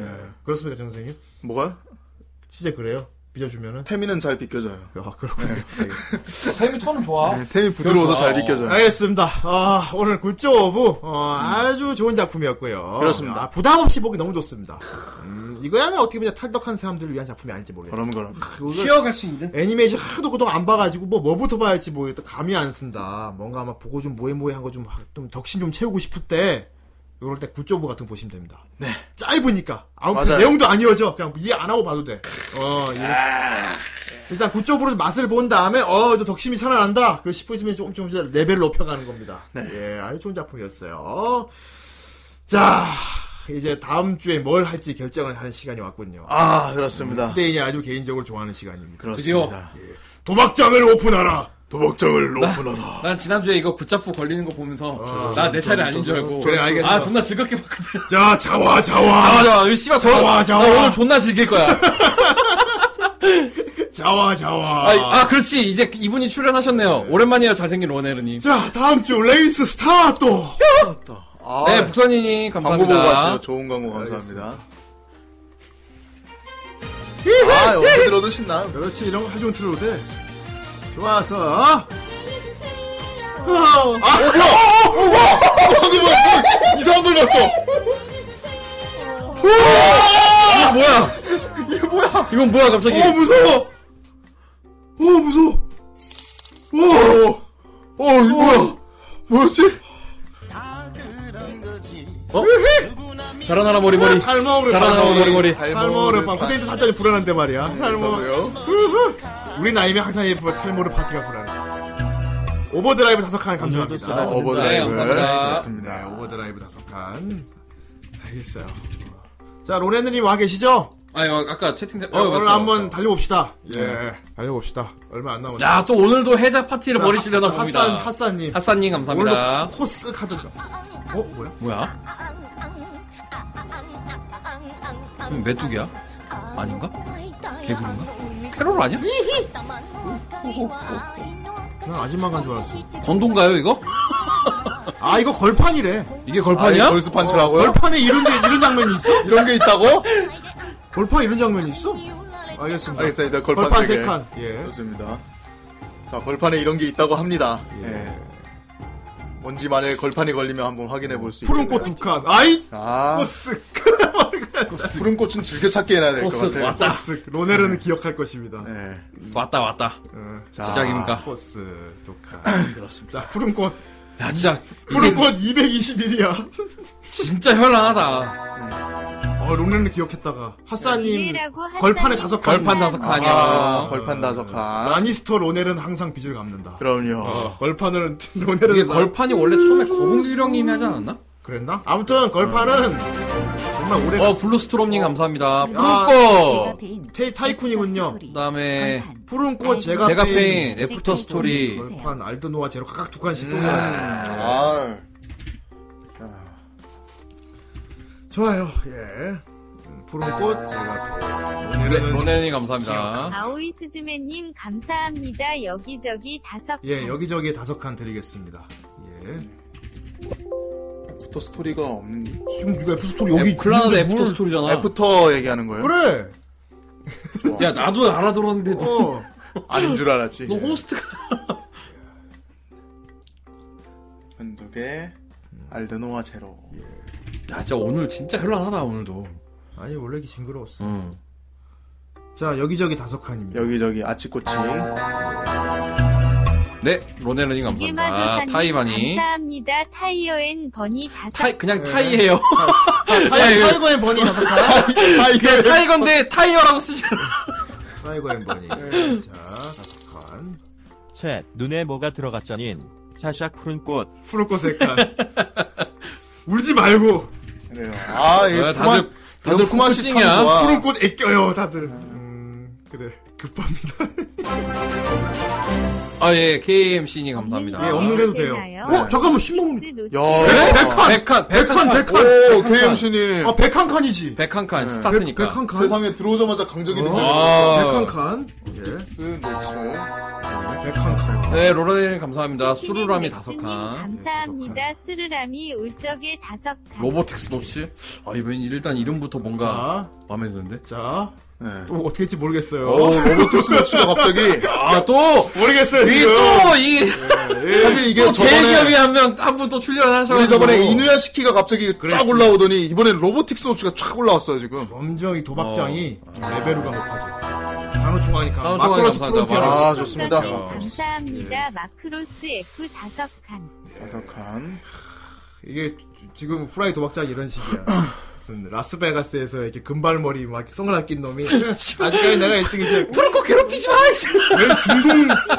[SPEAKER 1] 그렇습니까, 정 선생님?
[SPEAKER 3] 뭐가요?
[SPEAKER 1] 진짜 그래요? 빚어주면은?
[SPEAKER 3] 태미는 잘 빗겨져요. 네,
[SPEAKER 1] 아, 그렇군요.
[SPEAKER 2] 쌤이 톤은 좋아.
[SPEAKER 3] 태미 부드러워서 잘
[SPEAKER 2] 그렇죠.
[SPEAKER 3] 빗겨져요.
[SPEAKER 1] 네. 알겠습니다. 아, 오늘 굿즈 오브, 어, 아주 좋은 작품이었고요.
[SPEAKER 3] 그렇습니다.
[SPEAKER 1] 아, 부담 없이 보기 너무 좋습니다. 음, 이거야말로 어떻게 보면 탈덕한 사람들을 위한 작품이 아닌지 모르겠어요.
[SPEAKER 3] 그럼 그럼.
[SPEAKER 1] 그거
[SPEAKER 2] 쉬어갈 수 있는?
[SPEAKER 1] 애니메이션 하도 그동안 안 봐가지고 뭐 뭐부터 봐야 할지 모르겠다 감이 안 쓴다 뭔가 아마 보고 좀 모해모해한 거 좀 좀 덕심 좀 채우고 싶을 때 요럴 때 굿조브 같은 거 보시면 됩니다 네 짧으니까 아무
[SPEAKER 3] 맞아요.
[SPEAKER 1] 내용도 안 이어져 그냥 이해 안 하고 봐도 돼어
[SPEAKER 3] 아.
[SPEAKER 1] 일단 굿조브로 맛을 본 다음에 어좀 덕심이 살아난다 그 싶으시면 조금 조금씩 레벨을 높여가는 겁니다
[SPEAKER 3] 네.
[SPEAKER 1] 예 아주 좋은 작품이었어요 자 이제 다음 주에 뭘 할지 결정을 하는 시간이 왔군요
[SPEAKER 3] 아, 그렇습니다.
[SPEAKER 1] 시대인이 아주 개인적으로 좋아하는 시간입니다
[SPEAKER 3] 그렇습니다.
[SPEAKER 1] 도박장을 오픈하라.
[SPEAKER 3] 도박장을 오픈하라.
[SPEAKER 2] 난 지난주에 이거 굿잡고 걸리는 거 보면서 나 내 차례 아닌 줄 알고.
[SPEAKER 1] 그래, 알겠어.
[SPEAKER 2] 아, 존나 즐겁게 봤거든.
[SPEAKER 1] 자, 자와,
[SPEAKER 2] 아,
[SPEAKER 1] 자와,
[SPEAKER 2] 자, 이 씨발,
[SPEAKER 1] 좋아,
[SPEAKER 2] 나
[SPEAKER 1] 좋아.
[SPEAKER 2] 오늘 존나 즐길 거야.
[SPEAKER 1] 자와, 자와.
[SPEAKER 2] 아, 아, 그렇지. 이제 이분이 출연하셨네요. 오랜만이에요, 잘생긴 로네르님.
[SPEAKER 1] 자, 다음 주 레이스 스타트.
[SPEAKER 3] 아,
[SPEAKER 2] 네, 북선이님
[SPEAKER 3] 광고 보고
[SPEAKER 2] 감사합니다.
[SPEAKER 3] 가시죠. 좋은 광고 감사합니다. 아, 어디 들어도 신나요.
[SPEAKER 1] 그렇지, 이런 거 한종 틀어도 돼. 좋아서
[SPEAKER 3] 아, 어, 야! 어, 어, 어, 어, 방금 뭐야? 어, 이상한 걸 봤어!
[SPEAKER 2] 이거 아, 뭐야?
[SPEAKER 3] 이게 뭐야?
[SPEAKER 2] 이건 뭐야 갑자기?
[SPEAKER 3] 어, 무서워!
[SPEAKER 1] 오 무서워
[SPEAKER 3] 어, 어, 이거 뭐야? 뭐였지?
[SPEAKER 2] 어? 자라나라
[SPEAKER 1] 아,
[SPEAKER 2] 머리머리.
[SPEAKER 1] 탈모를
[SPEAKER 2] 자라나라
[SPEAKER 1] 받아.
[SPEAKER 2] 머리머리.
[SPEAKER 1] 탈모를 받아. 후대인도 살짝 불안한데 말이야 탈모
[SPEAKER 3] 탈모요?
[SPEAKER 1] 우리 나이면 항상 이 탈모를 파티가 불안해 오버드라이브 다섯 칸
[SPEAKER 3] 아,
[SPEAKER 1] 감사합니다
[SPEAKER 3] 오버드라이브.
[SPEAKER 2] 네, 감사합니다.
[SPEAKER 1] 네,
[SPEAKER 3] 그렇습니다.
[SPEAKER 1] 오버드라이브 다섯 칸 알겠어요 자 로렌님 와 계시죠?
[SPEAKER 2] 아니 어, 아까 채팅창. 어,
[SPEAKER 1] 오늘
[SPEAKER 2] 맞어,
[SPEAKER 1] 네, 한번
[SPEAKER 2] 맞어.
[SPEAKER 1] 달려봅시다 예 달려봅시다 얼마 안 남았어요
[SPEAKER 2] 야, 또 오늘도 해자 파티를
[SPEAKER 1] 자,
[SPEAKER 2] 벌이시려나
[SPEAKER 1] 하-
[SPEAKER 2] 봅니다.
[SPEAKER 1] 핫산 핫산님
[SPEAKER 2] 핫산님 감사합니다.
[SPEAKER 1] 오늘도 코스 카드죠 어 뭐야?
[SPEAKER 2] 뭐야? 그럼 메뚜기야? 아닌가? 개구리인가? 캐롤 아니야?
[SPEAKER 1] 난 아줌마 간줄 알았어
[SPEAKER 2] 건동가요 이거?
[SPEAKER 1] 아 이거 걸판이래
[SPEAKER 2] 이게
[SPEAKER 3] 아,
[SPEAKER 2] 걸판이야?
[SPEAKER 3] 이게 걸스판치라고요?
[SPEAKER 1] 걸판에 이런 게- 이런 장면이 있어?
[SPEAKER 3] 이런 게 있다고?
[SPEAKER 1] 걸판 이런 장면이 있어? 알겠습니다.
[SPEAKER 3] 알겠습니다. 걸판,
[SPEAKER 1] 걸판
[SPEAKER 3] 세
[SPEAKER 1] 세
[SPEAKER 3] 개.
[SPEAKER 1] 칸. 예.
[SPEAKER 3] 좋습니다. 자, 걸판에 이런 게 있다고 합니다. 예. 뭔지 만약에 걸판이 걸리면 한번 확인해 볼 수 있
[SPEAKER 1] 푸른 꽃 두 칸. 아이
[SPEAKER 3] 아,
[SPEAKER 1] 코스 그
[SPEAKER 3] 푸른 꽃은 즐겨 찾기 해놔야 될 것
[SPEAKER 2] 코스
[SPEAKER 3] 같아요.
[SPEAKER 2] 왔다
[SPEAKER 1] 코스. 로네르는 기억할 것입니다.
[SPEAKER 3] 네.
[SPEAKER 2] 왔다 왔다
[SPEAKER 1] 어,
[SPEAKER 3] 자,
[SPEAKER 2] 시작입니까?
[SPEAKER 1] 코스 두 칸. 그렇습니다. 음. 자 푸른 꽃.
[SPEAKER 2] 야 진짜
[SPEAKER 1] 푸른 꽃 221이야.
[SPEAKER 2] 진짜 현란하다.
[SPEAKER 1] 어 로네르는 기억했다가 하사님
[SPEAKER 4] 이래라고 핫산이
[SPEAKER 1] 걸판에 다섯 칸.
[SPEAKER 2] 걸판 다섯
[SPEAKER 4] 아,
[SPEAKER 2] 칸이야.
[SPEAKER 3] 아, 걸판 다섯 칸.
[SPEAKER 1] 라니스터 로네르는 항상 빚을 갚는다.
[SPEAKER 3] 그럼요.
[SPEAKER 1] 어, 걸판을 로네르는
[SPEAKER 2] 이게
[SPEAKER 1] 나-
[SPEAKER 2] 걸판이 원래 처음에 거북유령님이 하지 않았나?
[SPEAKER 1] 그랬나? 아무튼 걸판은 정말 오래
[SPEAKER 2] 어
[SPEAKER 1] 갔어.
[SPEAKER 2] 블루스트롬님 감사합니다.
[SPEAKER 1] 아,
[SPEAKER 2] 푸른꽃
[SPEAKER 1] 테이 타이쿤이군요.
[SPEAKER 2] 그다음에
[SPEAKER 1] 푸른 꽃 제가
[SPEAKER 2] 제가
[SPEAKER 1] 페인.
[SPEAKER 2] 페인 애프터 스토리
[SPEAKER 1] 절판 알드노와 제로 각각 두 칸씩
[SPEAKER 2] 음.
[SPEAKER 1] 또 해라.
[SPEAKER 3] 아,
[SPEAKER 1] 좋아요. 예. 음, 푸른 꽃 제가 배. 오늘은
[SPEAKER 2] 로네님 감사합니다.
[SPEAKER 4] 아오이스즈메님 감사합니다. 여기저기 다섯
[SPEAKER 1] 예 여기저기 다섯 칸 드리겠습니다. 예.
[SPEAKER 3] 애프터 스토리가 없는.
[SPEAKER 1] 지금 누가 애프터 스토리
[SPEAKER 2] 에- 클라나드
[SPEAKER 1] 있는데
[SPEAKER 2] 애프터
[SPEAKER 1] 뭘-
[SPEAKER 2] 스토리잖아.
[SPEAKER 3] 애프터 얘기하는 거예요?
[SPEAKER 1] 그래.
[SPEAKER 3] 좋아.
[SPEAKER 2] 야 나도 알아들었는데 너,
[SPEAKER 1] 어.
[SPEAKER 3] 아닌 줄 알았지.
[SPEAKER 2] 너 호스트가
[SPEAKER 3] 한두 개. 알드노와 제로.
[SPEAKER 2] 야 진짜 오늘 진짜 현란하다 오늘도. 음.
[SPEAKER 1] 아니 원래 이렇게 징그러웠어.
[SPEAKER 2] 응.
[SPEAKER 1] 자 여기저기 다섯 칸입니다.
[SPEAKER 3] 여기저기 아치꼬치.
[SPEAKER 2] 네 로네님 감사합니다.
[SPEAKER 4] 기계마도사님
[SPEAKER 2] 타이바니
[SPEAKER 4] 감사합니다. 타이어앤 버니 다섯
[SPEAKER 2] 타이 그냥 타이예요. 야,
[SPEAKER 1] 타이
[SPEAKER 2] 이거-
[SPEAKER 1] 타이거 앤 버니 다섯 칸.
[SPEAKER 3] 아, 이게
[SPEAKER 2] 타이건데 타이어라고 쓰지.
[SPEAKER 1] 타이거 앤 버니. 자 다섯 칸.
[SPEAKER 6] 채 눈에 뭐가 들어갔자닌 사샥 푸른 꽃
[SPEAKER 1] 푸른 꽃 세 칸. 울지 말고
[SPEAKER 3] 그래요. 아, 이게
[SPEAKER 2] 야,
[SPEAKER 3] 구만-
[SPEAKER 2] 다들 다들
[SPEAKER 3] 쿠마 씨
[SPEAKER 2] 쿠쿠찡이야.
[SPEAKER 3] 참 좋아.
[SPEAKER 1] 푸른 꽃 애껴요 다들. 음 그래 급합니다.
[SPEAKER 2] 아, 예, KMC님
[SPEAKER 1] 예,
[SPEAKER 4] 네,
[SPEAKER 2] 감사합니다.
[SPEAKER 1] 없는 게도 돼요.
[SPEAKER 4] 되나요?
[SPEAKER 1] 어, 잠깐만, 10만
[SPEAKER 4] 스 노트
[SPEAKER 3] 야,
[SPEAKER 2] 칸! 100칸, 100칸,
[SPEAKER 1] 백한.
[SPEAKER 3] 오, KMC님.
[SPEAKER 1] 아, 백한 칸이지.
[SPEAKER 2] 100칸 칸,
[SPEAKER 3] 네.
[SPEAKER 2] 스타트니까.
[SPEAKER 1] 백한 칸.
[SPEAKER 3] 세상에 들어오자마자 강적이
[SPEAKER 1] 어?
[SPEAKER 2] 아.
[SPEAKER 1] 백한 칸. 예.
[SPEAKER 3] 스 네, 노츠.
[SPEAKER 1] 백한 칸.
[SPEAKER 2] 네, 로라님 감사합니다.
[SPEAKER 4] 스티븐
[SPEAKER 2] 수루라미
[SPEAKER 4] 맥주님
[SPEAKER 2] 5칸.
[SPEAKER 1] 예,
[SPEAKER 4] 감사합니다. 스루라미 울적에 다섯 칸.
[SPEAKER 2] 로보틱스 노치? 아, 이번 일단 이름부터 뭔가
[SPEAKER 1] 자,
[SPEAKER 2] 마음에 드는데.
[SPEAKER 1] 자.
[SPEAKER 3] 네.
[SPEAKER 1] 또 어떻게 할지 모르겠어요.
[SPEAKER 3] 오, 로보틱스 노츠가 갑자기.
[SPEAKER 2] 아, 또!
[SPEAKER 1] 모르겠어요,
[SPEAKER 2] 이게
[SPEAKER 1] 지금.
[SPEAKER 2] 또, 이게,
[SPEAKER 3] 예. 사실 이게
[SPEAKER 2] 또
[SPEAKER 3] 저번에
[SPEAKER 2] 대기업이 한 명, 한 분 또 출연하셔가지고.
[SPEAKER 3] 우리 저번에 이누야시키가 갑자기 쫙
[SPEAKER 1] 그랬지.
[SPEAKER 3] 올라오더니 이번엔 로보틱스 노츠가 쫙 올라왔어요 지금.
[SPEAKER 1] 엄정 이 도박장이 레벨을 높아져. 나노총 하니까.
[SPEAKER 2] 어. 나노총하니까
[SPEAKER 1] 마크로스
[SPEAKER 2] 감사합니다.
[SPEAKER 1] 프론티어.
[SPEAKER 3] 아 좋습니다.
[SPEAKER 4] 성가님 감사합니다. 마크로스 F 다섯 칸.
[SPEAKER 3] 완벽한.
[SPEAKER 1] 이게 지금 후라이 도박장 이런 식이야. 무슨 라스베가스에서 이렇게 금발머리 막 선글라스 낀 놈이 아직까지 내가 1등이지.
[SPEAKER 2] 푸른코 괴롭히지 마! 이씨. 아.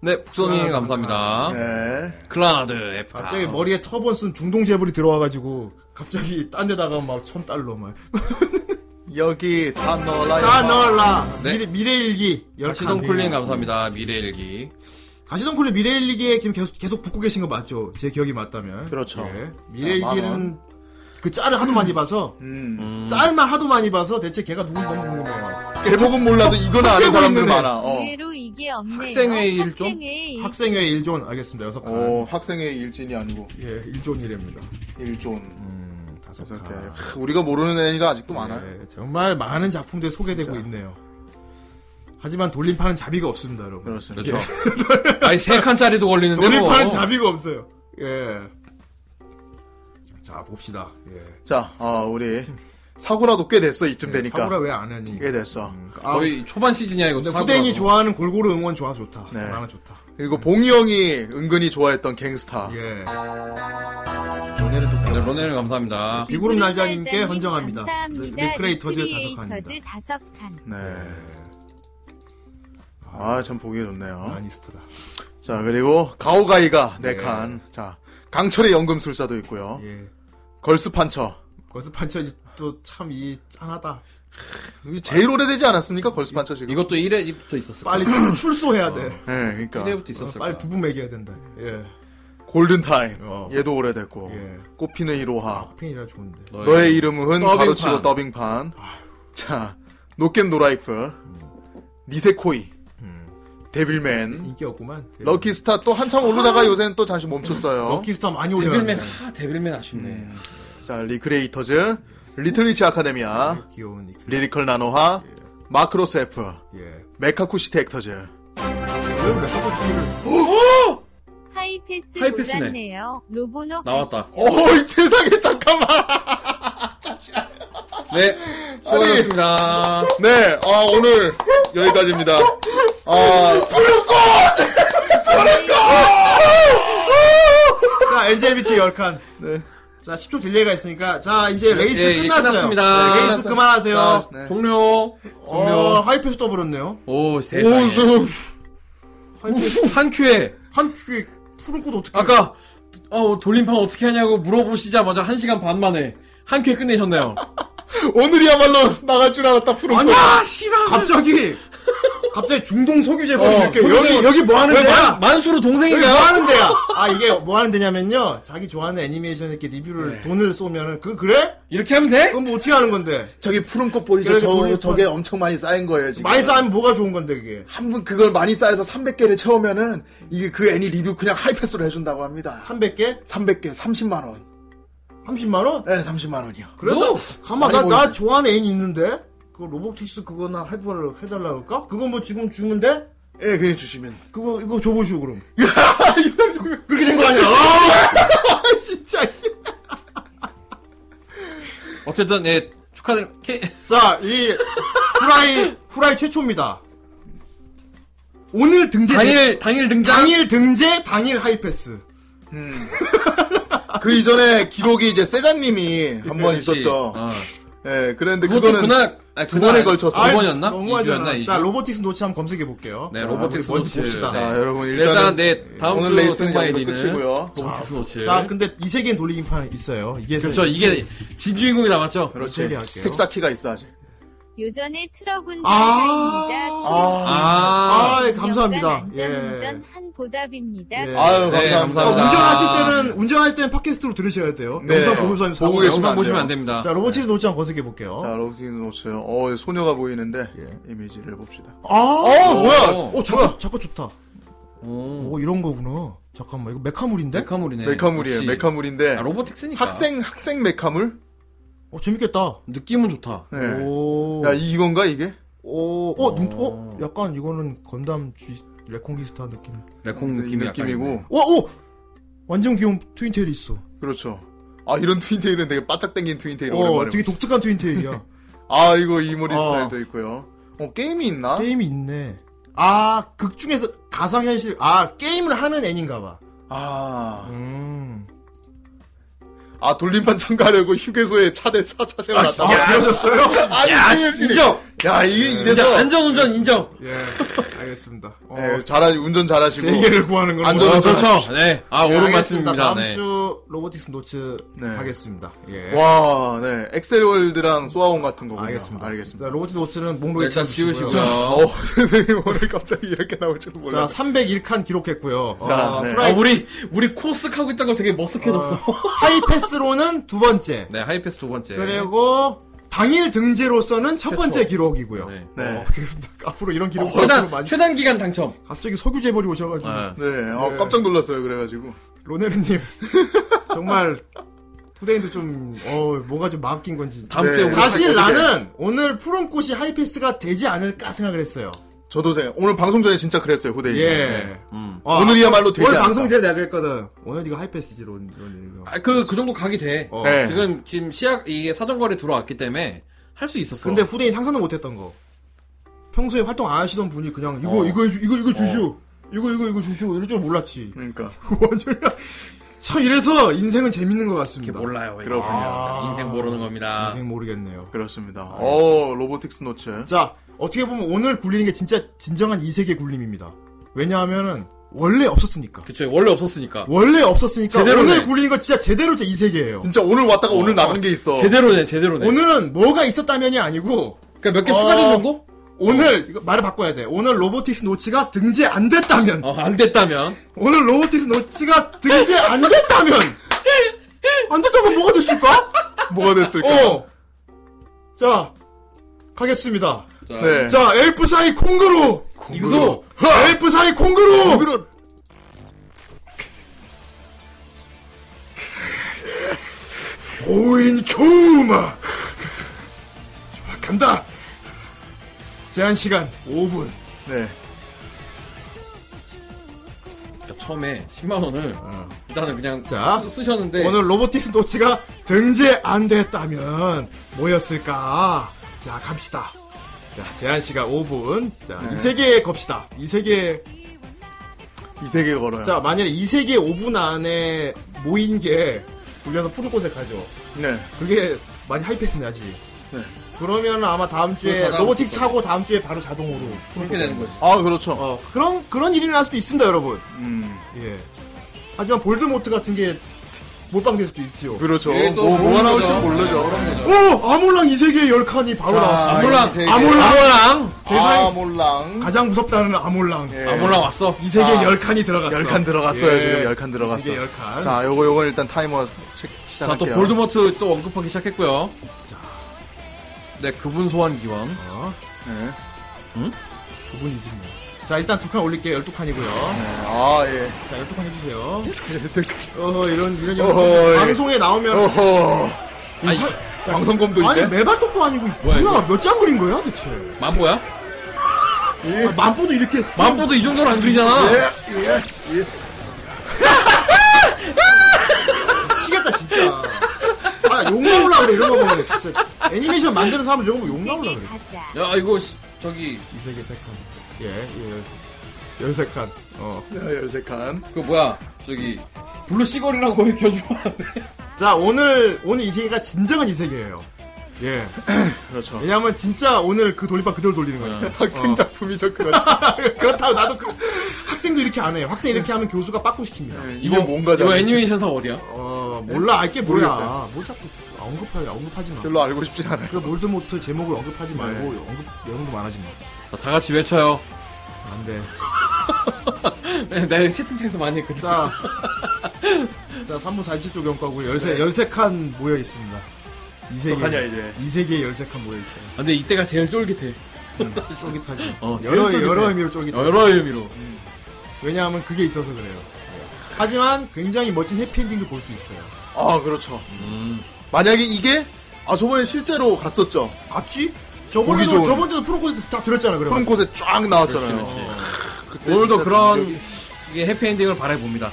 [SPEAKER 2] 네, 북선님
[SPEAKER 1] 아,
[SPEAKER 2] 감사합니다.
[SPEAKER 3] 네.
[SPEAKER 2] 클라나드 F.
[SPEAKER 1] 갑자기 뭐 머리에 터번 쓴 중동 재벌이 들어와가지고 갑자기 딴 데다가 막 천달러 막.
[SPEAKER 3] 여기 다 넣어라.
[SPEAKER 1] 다 넣을라.
[SPEAKER 2] 네.
[SPEAKER 1] 미래, 미래일기.
[SPEAKER 2] 시동쿨님 감사합니다. 미래일기.
[SPEAKER 1] 가시덤쿨은 미래일기에 지금 계속, 계속 붙고 계신 거 맞죠? 제 기억이 맞다면.
[SPEAKER 3] 그렇죠.
[SPEAKER 1] 예.
[SPEAKER 3] 자, 만
[SPEAKER 1] 미래일기는 그 짤을 하도 많이 봐서,
[SPEAKER 3] 음.
[SPEAKER 2] 음.
[SPEAKER 1] 짤만 하도 많이 봐서 대체 걔가 누군지 너무 궁금해요.
[SPEAKER 3] 제목은 몰라도 이거는 아는 사람들
[SPEAKER 1] 있는데.
[SPEAKER 3] 많아. 어.
[SPEAKER 4] 의외로 이게 없네요.
[SPEAKER 2] 학생회의 일 좀?
[SPEAKER 4] 학생회의 일.
[SPEAKER 1] 학생회 일존 알겠습니다. 여섯 칸.
[SPEAKER 3] 어, 학생의 일진이 아니고
[SPEAKER 1] 예, 일존이랍니다
[SPEAKER 3] 일존.
[SPEAKER 1] 음, 다섯
[SPEAKER 3] 그래서 이렇게
[SPEAKER 1] 칸.
[SPEAKER 3] 하, 우리가 모르는 애가 아직도 많아요.
[SPEAKER 1] 예, 정말 많은 작품들이 소개되고
[SPEAKER 3] 진짜.
[SPEAKER 1] 있네요. 하지만 돌림판은 자비가 없습니다, 여러분.
[SPEAKER 3] 그렇습니다.
[SPEAKER 2] 그렇죠.
[SPEAKER 1] 예.
[SPEAKER 2] 아니 세 칸짜리도 걸리는데 뭐.
[SPEAKER 1] 돌림판은 자비가 없어요. 예. 자, 봅시다. 예.
[SPEAKER 3] 자, 어, 우리 사고라도 꽤 됐어 이쯤 되니까.
[SPEAKER 1] 사고라 왜 안 하니?
[SPEAKER 3] 꽤 됐어.
[SPEAKER 1] 아,
[SPEAKER 2] 거의 초반 시즌이야 이거.
[SPEAKER 1] 근데
[SPEAKER 2] 사고라도.
[SPEAKER 1] 후대인이 좋아하는 골고루 응원 좋아 좋다.
[SPEAKER 3] 네.
[SPEAKER 1] 나는 좋다.
[SPEAKER 3] 그리고 봉이 형이 은근히 좋아했던 갱스타.
[SPEAKER 1] 예. 연애를 또
[SPEAKER 2] 네,
[SPEAKER 1] 배워.
[SPEAKER 2] 런웨이 감사합니다.
[SPEAKER 1] 비구름 날자님께 헌정합니다.
[SPEAKER 4] 감사합니다.
[SPEAKER 1] 리크레이터즈 다섯 칸입니다.
[SPEAKER 4] 리크레이터즈 다섯 칸.
[SPEAKER 3] 네. 아, 참 보기
[SPEAKER 2] 뭐-
[SPEAKER 3] 좋네요.
[SPEAKER 1] 라니스터다.
[SPEAKER 3] 자, 그리고 가오가이가 네 칸. 자, 강철의 연금술사도 있고요.
[SPEAKER 1] 예.
[SPEAKER 3] 걸스판처.
[SPEAKER 1] 거스판처 또참 이 짠하다.
[SPEAKER 3] 이게 제일 오래되지 않았습니까? 걸스판처 지금.
[SPEAKER 2] 이것도 1회부터 있었을 거야.
[SPEAKER 1] 빨리 출소해야 돼. 어,
[SPEAKER 3] 네, 그러니까
[SPEAKER 2] 1회부터 어, 있었을 거야.
[SPEAKER 1] 빨리 두부 먹여야 된다. 예.
[SPEAKER 3] 골든 타임.
[SPEAKER 1] 어.
[SPEAKER 3] 얘도 오래됐고.
[SPEAKER 1] 예. 아,
[SPEAKER 3] 꽃피는 이로하.
[SPEAKER 1] 하핀이라 좋은데.
[SPEAKER 3] 너의 이름은
[SPEAKER 2] 더빙판.
[SPEAKER 3] 바로치로 더빙판.
[SPEAKER 1] 아.
[SPEAKER 3] 자, 노겜 노라이프.
[SPEAKER 1] 음.
[SPEAKER 3] 니세코이. 데빌맨.
[SPEAKER 1] 인기 없구만. 예.
[SPEAKER 3] 럭키스타 또 한참 오르다가 요새는 또 잠시 멈췄어요.
[SPEAKER 1] 아. 럭키스타 많이
[SPEAKER 2] 데빌맨
[SPEAKER 1] 올려놨네.
[SPEAKER 2] 아 데빌맨 아쉽네.
[SPEAKER 1] 음.
[SPEAKER 3] 자, 리크레이터즈, 리틀리치 아카데미아,
[SPEAKER 1] 귀여운 이크. 그,
[SPEAKER 3] 리리컬 나노하, 마크로스 F,
[SPEAKER 1] 예. 왜
[SPEAKER 3] 메카쿠시티 액터즈.
[SPEAKER 1] 우리 하도 주의를
[SPEAKER 4] 하이패스
[SPEAKER 2] 하이패스네.
[SPEAKER 4] 골랐네요. 로보노
[SPEAKER 2] 나왔다.
[SPEAKER 4] 가시죠.
[SPEAKER 3] 어이 세상에 잠깐만.
[SPEAKER 2] 네 수고하셨습니다.
[SPEAKER 3] 네, 아 오늘 여기까지입니다. 아
[SPEAKER 1] 자, NJBT 열칸.
[SPEAKER 3] 네.
[SPEAKER 1] 자, 10초 딜레이가 있으니까 자, 이제 레이스
[SPEAKER 2] 예, 예,
[SPEAKER 1] 끝났어요.
[SPEAKER 2] 끝났습니다. 아,
[SPEAKER 1] 네, 레이스 그만하세요.
[SPEAKER 2] 자,
[SPEAKER 3] 네.
[SPEAKER 2] 종료.
[SPEAKER 1] 어, 하이패스 떠버렸네요.
[SPEAKER 2] 오 세상에.
[SPEAKER 1] 하이패스
[SPEAKER 2] 한 큐에
[SPEAKER 1] 한 큐에 푸른 꽃 어떻게
[SPEAKER 2] 아까 어 돌림판 어떻게 하냐고 물어보시자마자 한 시간 반 만에 한 큐에 끝내셨네요.
[SPEAKER 3] 오늘이야말로 나갈 줄 알았다 푸른
[SPEAKER 1] 아니,
[SPEAKER 3] 꽃.
[SPEAKER 2] 아 씨발.
[SPEAKER 1] 갑자기 갑자기 중동 석유제
[SPEAKER 2] 어,
[SPEAKER 1] 버리고 이렇게 여기
[SPEAKER 2] 소유제-
[SPEAKER 1] 여기 뭐 하는
[SPEAKER 2] 왜
[SPEAKER 1] 데야?
[SPEAKER 2] 만, 만수로
[SPEAKER 1] 여기 뭐
[SPEAKER 2] 동생인가?
[SPEAKER 1] 하는 데야? 아 이게 뭐 하는 데냐면요. 자기 좋아하는 애니메이션 이렇게
[SPEAKER 3] 네.
[SPEAKER 1] 리뷰를 돈을 쏘면은 그 그래?
[SPEAKER 2] 이렇게 하면 돼?
[SPEAKER 1] 그럼 뭐 어떻게 하는 건데?
[SPEAKER 3] 저기 푸른 꽃 보이죠?
[SPEAKER 1] 그래,
[SPEAKER 3] 저
[SPEAKER 1] 돌리고
[SPEAKER 3] 저게 엄청 많이 쌓인 거예요 지금.
[SPEAKER 1] 많이 쌓으면 뭐가 좋은 건데 그게?
[SPEAKER 3] 한분 그걸 많이 쌓여서 300개를 채우면은 이게 그 애니 리뷰 그냥 하이패스로 해준다고 합니다.
[SPEAKER 1] 300개?
[SPEAKER 3] 300개 30만 원.
[SPEAKER 1] 30만 원?
[SPEAKER 3] 네, 30만 원이요.
[SPEAKER 1] 그래도 가만
[SPEAKER 3] 많이
[SPEAKER 1] 나, 나
[SPEAKER 3] 보이네.
[SPEAKER 1] 좋아하는 애인 있는데 그 로보틱스 그거나 해달라 해달라 할까? 그건 뭐 지금 주는데
[SPEAKER 3] 예, 네, 그냥 주시면.
[SPEAKER 1] 그거 이거 줘보시오 그럼. 그렇게 된 거 아니야? 아, 진짜.
[SPEAKER 2] 어쨌든 예 축하드립. 케...
[SPEAKER 1] 자, 이 후라이 후라이 최초입니다. 오늘 등재
[SPEAKER 2] 당일 당일 등장.
[SPEAKER 1] 당일 등재 당일 하이패스.
[SPEAKER 3] 그 이전에 기록이 이제 세자님이 한 번
[SPEAKER 2] 그렇지.
[SPEAKER 3] 있었죠.
[SPEAKER 2] 어.
[SPEAKER 3] 예, 그랬는데
[SPEAKER 2] 그것도
[SPEAKER 3] 그거는
[SPEAKER 2] 그날 아니,
[SPEAKER 3] 두
[SPEAKER 2] 그날
[SPEAKER 3] 번에 걸쳐서.
[SPEAKER 2] 두
[SPEAKER 1] 아이,
[SPEAKER 2] 번이었나?
[SPEAKER 1] 너무하잖아.
[SPEAKER 2] 2주였나?
[SPEAKER 1] 자, 로보틱스 노치 한번 검색해 볼게요.
[SPEAKER 2] 네, 로보틱스
[SPEAKER 1] 먼저
[SPEAKER 2] 노치.
[SPEAKER 1] 봅시다.
[SPEAKER 2] 네.
[SPEAKER 3] 자, 아, 여러분
[SPEAKER 2] 일단
[SPEAKER 3] 일단은
[SPEAKER 2] 네 다음
[SPEAKER 3] 오늘 레이스는
[SPEAKER 2] 마
[SPEAKER 3] 여기서 끝이고요.
[SPEAKER 2] 로보틱스 노치.
[SPEAKER 1] 자, 근데 이 세계인 돌리기판 있어요. 이게
[SPEAKER 2] 그렇죠. 이게 진주인공이 남았죠.
[SPEAKER 3] 그렇지.
[SPEAKER 1] 얘기할게요.
[SPEAKER 3] 스택 쌓기가 있어 아직.
[SPEAKER 4] 요전의 트럭
[SPEAKER 1] 아.
[SPEAKER 4] 운전사입니다.
[SPEAKER 3] 아,
[SPEAKER 2] 아,
[SPEAKER 1] 아, 예, 감사합니다.
[SPEAKER 4] 안전운전
[SPEAKER 1] 예.
[SPEAKER 4] 한 보답입니다.
[SPEAKER 1] 예.
[SPEAKER 3] 아유
[SPEAKER 2] 네,
[SPEAKER 3] 감사합니다.
[SPEAKER 1] 어,
[SPEAKER 2] 감사합니다.
[SPEAKER 1] 운전하실 때는 운전하실 때는 팟캐스트로 들으셔야 돼요.
[SPEAKER 3] 네.
[SPEAKER 1] 영상 보면서 사고.
[SPEAKER 3] 보고 계시면
[SPEAKER 2] 영상
[SPEAKER 3] 안
[SPEAKER 2] 보시면
[SPEAKER 3] 돼요.
[SPEAKER 2] 안 됩니다.
[SPEAKER 1] 자, 로보틱스 노치 한번 검색해 볼게요.
[SPEAKER 3] 자, 로그인 놓쳐요. 어, 소녀가 보이는데 이미지를 봅시다.
[SPEAKER 1] 아,
[SPEAKER 3] 어, 뭐야?
[SPEAKER 1] 어, 잠깐, 잠깐 좋다.
[SPEAKER 2] 오.
[SPEAKER 1] 오, 이런 거구나. 잠깐만, 이거 메카물인데?
[SPEAKER 2] 메카물이네.
[SPEAKER 3] 메카물이에요.
[SPEAKER 2] 역시.
[SPEAKER 3] 메카물인데
[SPEAKER 2] 아, 로보틱스니까.
[SPEAKER 3] 학생 학생 메카물?
[SPEAKER 1] 어, 재밌겠다.
[SPEAKER 2] 느낌은 좋다.
[SPEAKER 3] 네.
[SPEAKER 1] 오.
[SPEAKER 3] 야, 이- 이건가 이게?
[SPEAKER 1] 오, 어, 눈, 어, 약간 이거는 건담 쥐, 레콩기스타 느낌.
[SPEAKER 2] 레콩
[SPEAKER 3] 이
[SPEAKER 2] 느낌이 음, 약간 있네.
[SPEAKER 3] 느낌이고.
[SPEAKER 1] 와, 오! 완전 귀여운 트윈테일이 있어.
[SPEAKER 3] 그렇죠. 아, 이런 트윈테일은 되게 바짝 당긴 트윈테일
[SPEAKER 1] 어,
[SPEAKER 3] 오랜만에.
[SPEAKER 1] 되게 독특한 트윈테일이야.
[SPEAKER 3] 아, 이거 이모리
[SPEAKER 1] 어.
[SPEAKER 3] 스타일도 있고요. 어, 게임이 있나?
[SPEAKER 1] 게임이 있네. 아, 극 중에서 가상현실, 아, 게임을 하는 애인가 봐.
[SPEAKER 3] 아.
[SPEAKER 1] 음.
[SPEAKER 3] 아 돌림판 참가하려고 휴게소에 차대 차차 세워놨다.
[SPEAKER 1] 아, 그러셨어요?
[SPEAKER 3] 아니 야,
[SPEAKER 2] 인정.
[SPEAKER 3] 야 이게
[SPEAKER 2] 인정.
[SPEAKER 3] 이래서
[SPEAKER 2] 안전운전 인정.
[SPEAKER 1] 예, 알겠습니다. 어,
[SPEAKER 3] 예, 잘하 운전 잘하시고
[SPEAKER 1] 세계를 구하는 건
[SPEAKER 3] 안전-
[SPEAKER 1] 뭐-
[SPEAKER 2] 어,
[SPEAKER 3] 운전하십시오.
[SPEAKER 2] 그렇죠. 네. 아,
[SPEAKER 1] 예,
[SPEAKER 2] 옳은
[SPEAKER 1] 알겠습니다.
[SPEAKER 2] 말씀입니다.
[SPEAKER 1] 다음
[SPEAKER 2] 네.
[SPEAKER 1] 주 로보틱스 노츠
[SPEAKER 3] 네.
[SPEAKER 1] 하겠습니다. 예.
[SPEAKER 3] 와, 네 엑셀월드랑 소아온 같은 거군요.
[SPEAKER 1] 알겠습니다.
[SPEAKER 3] 알겠습니다.
[SPEAKER 1] 자, 로보틱스 노츠는 목록에
[SPEAKER 2] 일단
[SPEAKER 1] 지우시고요.
[SPEAKER 2] 지우시고요.
[SPEAKER 3] 어, 선생님 오늘 갑자기 이렇게 나올 줄은
[SPEAKER 1] 자,
[SPEAKER 3] 몰랐어.
[SPEAKER 1] 301칸 기록했고요.
[SPEAKER 3] 자,
[SPEAKER 1] 어,
[SPEAKER 3] 네.
[SPEAKER 2] 아,
[SPEAKER 1] 프라이
[SPEAKER 2] 우리, 우리 코스ክ 하고 있던 거 되게 머쓱해졌어.
[SPEAKER 1] 하이패스로는 두 번째.
[SPEAKER 2] 네, 하이패스 두 번째.
[SPEAKER 1] 그리고 당일 등재로서는 첫 번째 기록이고요. 뭐
[SPEAKER 2] 네.
[SPEAKER 3] 네,
[SPEAKER 1] 어.
[SPEAKER 3] 어,
[SPEAKER 1] 앞으로 이런 기록
[SPEAKER 2] 최단,
[SPEAKER 1] 많이
[SPEAKER 2] 최단 기간 당첨.
[SPEAKER 1] 갑자기 석유 재벌이 오셔가지고
[SPEAKER 2] 네.
[SPEAKER 3] 네, 아, 깜짝 놀랐어요. 그래가지고
[SPEAKER 1] 로네르님 정말 투데인도 좀 어, 뭐가 좀 막힌 건지.
[SPEAKER 2] 다음
[SPEAKER 3] 네.
[SPEAKER 2] 주에 우리
[SPEAKER 1] 사실
[SPEAKER 3] 어떻게-
[SPEAKER 1] 나는 오늘 푸른 꽃이 하이패스가 되지 않을까 생각을 했어요.
[SPEAKER 3] 저도 생 오늘 방송 전에 진짜 그랬어요 후대인.
[SPEAKER 1] 예.
[SPEAKER 2] 음.
[SPEAKER 1] 아,
[SPEAKER 3] 네. 오늘이야말로 되지
[SPEAKER 1] 오늘
[SPEAKER 3] 않다.
[SPEAKER 1] 방송 전에 내가 그랬거든. 오늘 네가 하이패스지로 온 이런 거.
[SPEAKER 2] 아, 그, 그 정도 각이 돼.
[SPEAKER 1] 어.
[SPEAKER 3] 네.
[SPEAKER 2] 지금, 지금 시약, 이게 사정거리 들어왔기 때문에 할 수 있었어.
[SPEAKER 1] 근데 후대인 상상도 못했던 거. 평소에 활동 안 하시던 분이 그냥 이거
[SPEAKER 2] 어.
[SPEAKER 1] 이거 해주- 이거 이거 주시오. 이거 이거 이거 주시오. 이럴 줄 몰랐지.
[SPEAKER 3] 그러니까
[SPEAKER 1] 참 이래서 인생은 재밌는 것 같습니다.
[SPEAKER 2] 이게 몰라요. 이게.
[SPEAKER 3] 그렇군요.
[SPEAKER 2] 아, 진짜 인생 모르는 겁니다.
[SPEAKER 1] 인생 모르겠네요.
[SPEAKER 3] 그렇습니다.
[SPEAKER 1] 아,
[SPEAKER 3] 어 로보틱스 노츠.
[SPEAKER 1] 자 어떻게 보면 오늘 굴리는 게 진짜 진정한 이 세계 굴림입니다. 왜냐하면은 원래 없었으니까.
[SPEAKER 2] 그쵸. 원래 없었으니까.
[SPEAKER 1] 원래 없었으니까
[SPEAKER 2] 그러니까. 제대로네.
[SPEAKER 1] 오늘 굴리는 건 진짜 제대로 제 이 세계예요.
[SPEAKER 3] 진짜 오늘 왔다가 오늘 나간 게 있어.
[SPEAKER 2] 제대로네, 제대로네.
[SPEAKER 1] 오늘은 뭐가 있었다면이 아니고
[SPEAKER 2] 그니까 몇 개
[SPEAKER 1] 어.
[SPEAKER 2] 추가된 정도? 어.
[SPEAKER 1] 오늘 이거 말을 바꿔야 돼. 오늘 로보틱스 노치가 등재 안 됐다면
[SPEAKER 2] 어, 안 됐다면.
[SPEAKER 1] 오늘 로보틱스 노치가 등재 안 됐다면 안 됐다면 뭐가 됐을까?
[SPEAKER 3] 뭐가 됐을까?
[SPEAKER 1] 어. 자 가겠습니다.
[SPEAKER 2] 자,
[SPEAKER 3] 네.
[SPEAKER 1] 자 엘프 사이 콩그루
[SPEAKER 2] 이구소!
[SPEAKER 1] 엘프 사이 콩그루
[SPEAKER 3] 그런
[SPEAKER 1] 보인 교우마 정확한다. 제한 시간 5분.
[SPEAKER 3] 네.
[SPEAKER 2] 그러니까 처음에 10만원을
[SPEAKER 3] 어.
[SPEAKER 2] 일단은 그냥
[SPEAKER 1] 자,
[SPEAKER 2] 쓰, 셨는데
[SPEAKER 1] 네. 오늘 로보틱스 노치가 등재 안 됐다면 뭐였을까? 자, 갑시다. 자, 제한 시간 5분. 자, 이 세계에 겁시다. 이 세계.
[SPEAKER 3] 이 세계 걸어요.
[SPEAKER 1] 자, 만약에 이 세계 5분 안에 모인 게 굴려서 푸른꽃에 하죠
[SPEAKER 3] 네.
[SPEAKER 1] 그게 많이 하이패스 내야지.
[SPEAKER 3] 네.
[SPEAKER 1] 그러면 아마 다음 주에
[SPEAKER 2] 그걸 다
[SPEAKER 1] 로보틱스
[SPEAKER 2] 나오고
[SPEAKER 1] 하고 다음 주에 바로 자동으로 푸른꽃
[SPEAKER 2] 그렇게 되는 거지.
[SPEAKER 3] 아 그렇죠.
[SPEAKER 1] 어, 그런 그런 일이 일어날 수도 있습니다, 여러분.
[SPEAKER 3] 음.
[SPEAKER 1] 예. 하지만 볼드모트 같은 게 몰빵될 수도 있지요.
[SPEAKER 3] 그렇죠.
[SPEAKER 2] 이게 또
[SPEAKER 3] 뭐 뭐가
[SPEAKER 2] 모르는
[SPEAKER 3] 나올지
[SPEAKER 2] 거죠.
[SPEAKER 3] 모르죠.
[SPEAKER 1] 예.
[SPEAKER 2] 네, 모르는 거죠.
[SPEAKER 1] 오! 아몰랑 이 세계의 열칸이 바로 나왔어.
[SPEAKER 2] 아몰랑,
[SPEAKER 1] 아몰랑!
[SPEAKER 2] 아몰랑!
[SPEAKER 1] 세상에
[SPEAKER 3] 아몰랑.
[SPEAKER 1] 가장 무섭다는 아몰랑.
[SPEAKER 3] 예.
[SPEAKER 2] 아몰랑 왔어.
[SPEAKER 1] 이 세계
[SPEAKER 3] 아,
[SPEAKER 1] 에 열칸이 들어갔어.
[SPEAKER 3] 열칸 들어갔어요.
[SPEAKER 1] 예.
[SPEAKER 3] 지금 열칸 들어갔어.
[SPEAKER 1] 이게 열칸.
[SPEAKER 3] 자, 요거 요거 일단 타이머 체-
[SPEAKER 2] 자, 또
[SPEAKER 3] 시작할게요.
[SPEAKER 2] 볼드모트 또 언급하기 시작했고요.
[SPEAKER 1] 자.
[SPEAKER 2] 네, 그분 소환 기원.
[SPEAKER 1] 어,
[SPEAKER 3] 네.
[SPEAKER 1] 부분이지 뭐. 자, 일단 두 칸 올릴게요. 열두 칸이고요.
[SPEAKER 3] 아 예.
[SPEAKER 1] 자, 열두 칸 해주세요.
[SPEAKER 3] 얘들-
[SPEAKER 1] 어허, 이런, 이런, 이런.
[SPEAKER 3] 어허, 예.
[SPEAKER 1] 방송에 나오면.
[SPEAKER 3] 어허.
[SPEAKER 2] 아니,
[SPEAKER 3] 방송검도
[SPEAKER 1] 아니,
[SPEAKER 3] 있네.
[SPEAKER 1] 메발톱도 아니고,
[SPEAKER 2] 뭐야,
[SPEAKER 1] 뭐야, 몇 장 그린 거야, 대체?
[SPEAKER 2] 만보야?
[SPEAKER 1] 아, 만보도 이렇게.
[SPEAKER 2] 만보도 이 정도는 안 그리잖아.
[SPEAKER 3] 예, 예, 예.
[SPEAKER 1] 미치겠다, 진짜. 아, 욕 나올라 그래, 이런 거 보면. 진짜. 애니메이션 만드는 사람은 이런 거욕 나올라 그래.
[SPEAKER 4] 가자.
[SPEAKER 2] 야, 이거, 시- 저기,
[SPEAKER 1] 이 세계 세 칸. 예, 예, 열, 열세 칸. 어.
[SPEAKER 3] 야, 네, 열색한.
[SPEAKER 2] 그 뭐야, 저기, 블루 시골이랑 거의 켜주면 안 돼.
[SPEAKER 1] 자, 오늘, 오늘 이 세계가 진정한 이 세계예요. 예.
[SPEAKER 3] 그렇죠.
[SPEAKER 1] 왜냐면 진짜 오늘 그 돌림판 그대로 돌리는 거예요.
[SPEAKER 3] 학생 작품이죠,
[SPEAKER 2] 어.
[SPEAKER 3] 그렇죠.
[SPEAKER 1] 그렇다고 나도 그 학생도 이렇게 안 해요. 학생 이렇게 하면 교수가 빠꾸시킵니다.
[SPEAKER 3] 이게 뭔가죠?
[SPEAKER 2] 이거 애니메이션사 어디야?
[SPEAKER 1] 어, 몰라, 알게 뭐야.
[SPEAKER 3] 모르겠어요.
[SPEAKER 1] 뭘 자꾸 언급하려, 언급하지 마.
[SPEAKER 3] 별로 알고 싶진 않아요.
[SPEAKER 1] 그 몰드모트 제목을 언급하지
[SPEAKER 3] 네.
[SPEAKER 1] 말고, 언급, 언급 안 하지 마.
[SPEAKER 2] 자, 다 같이 외쳐요.
[SPEAKER 1] 안 돼.
[SPEAKER 2] 네, 내 채팅창에서 많이 했거든.
[SPEAKER 1] 자, 자, 3부 47조 경과고요. 열세, 열세칸 모여 있습니다. 이
[SPEAKER 3] 네. 어떡하냐,
[SPEAKER 1] 세계.
[SPEAKER 3] 이제.
[SPEAKER 1] 이 세계에 열세칸 모여 있어요.
[SPEAKER 2] 아, 근데 이때가 제일 쫄깃해.
[SPEAKER 1] 쫄깃하지.
[SPEAKER 2] 어,
[SPEAKER 1] 여러,
[SPEAKER 2] 제일 쫄깃해.
[SPEAKER 1] 여러 의미로 쫄깃하지.
[SPEAKER 2] 어, 여러 의미로.
[SPEAKER 1] 왜냐하면 그게 있어서 그래요. 네. 하지만 굉장히 멋진 해피엔딩도 볼 수 있어요.
[SPEAKER 3] 아, 그렇죠.
[SPEAKER 2] 음.
[SPEAKER 3] 만약에 이게, 아, 저번에 실제로 갔었죠.
[SPEAKER 2] 그렇죠.
[SPEAKER 1] 같이?
[SPEAKER 3] 보기
[SPEAKER 1] 저번에도
[SPEAKER 3] 좋은.
[SPEAKER 1] 저번에도 프로코스 다 들었잖아 그래.
[SPEAKER 3] 푸른 곳에 쫙 나왔잖아요.
[SPEAKER 2] 그렇지, 그렇지.
[SPEAKER 3] 아, 그때
[SPEAKER 2] 오늘도
[SPEAKER 3] 진짜
[SPEAKER 2] 그런
[SPEAKER 3] 감격이-
[SPEAKER 2] 이게 해피엔딩을 바라봅니다.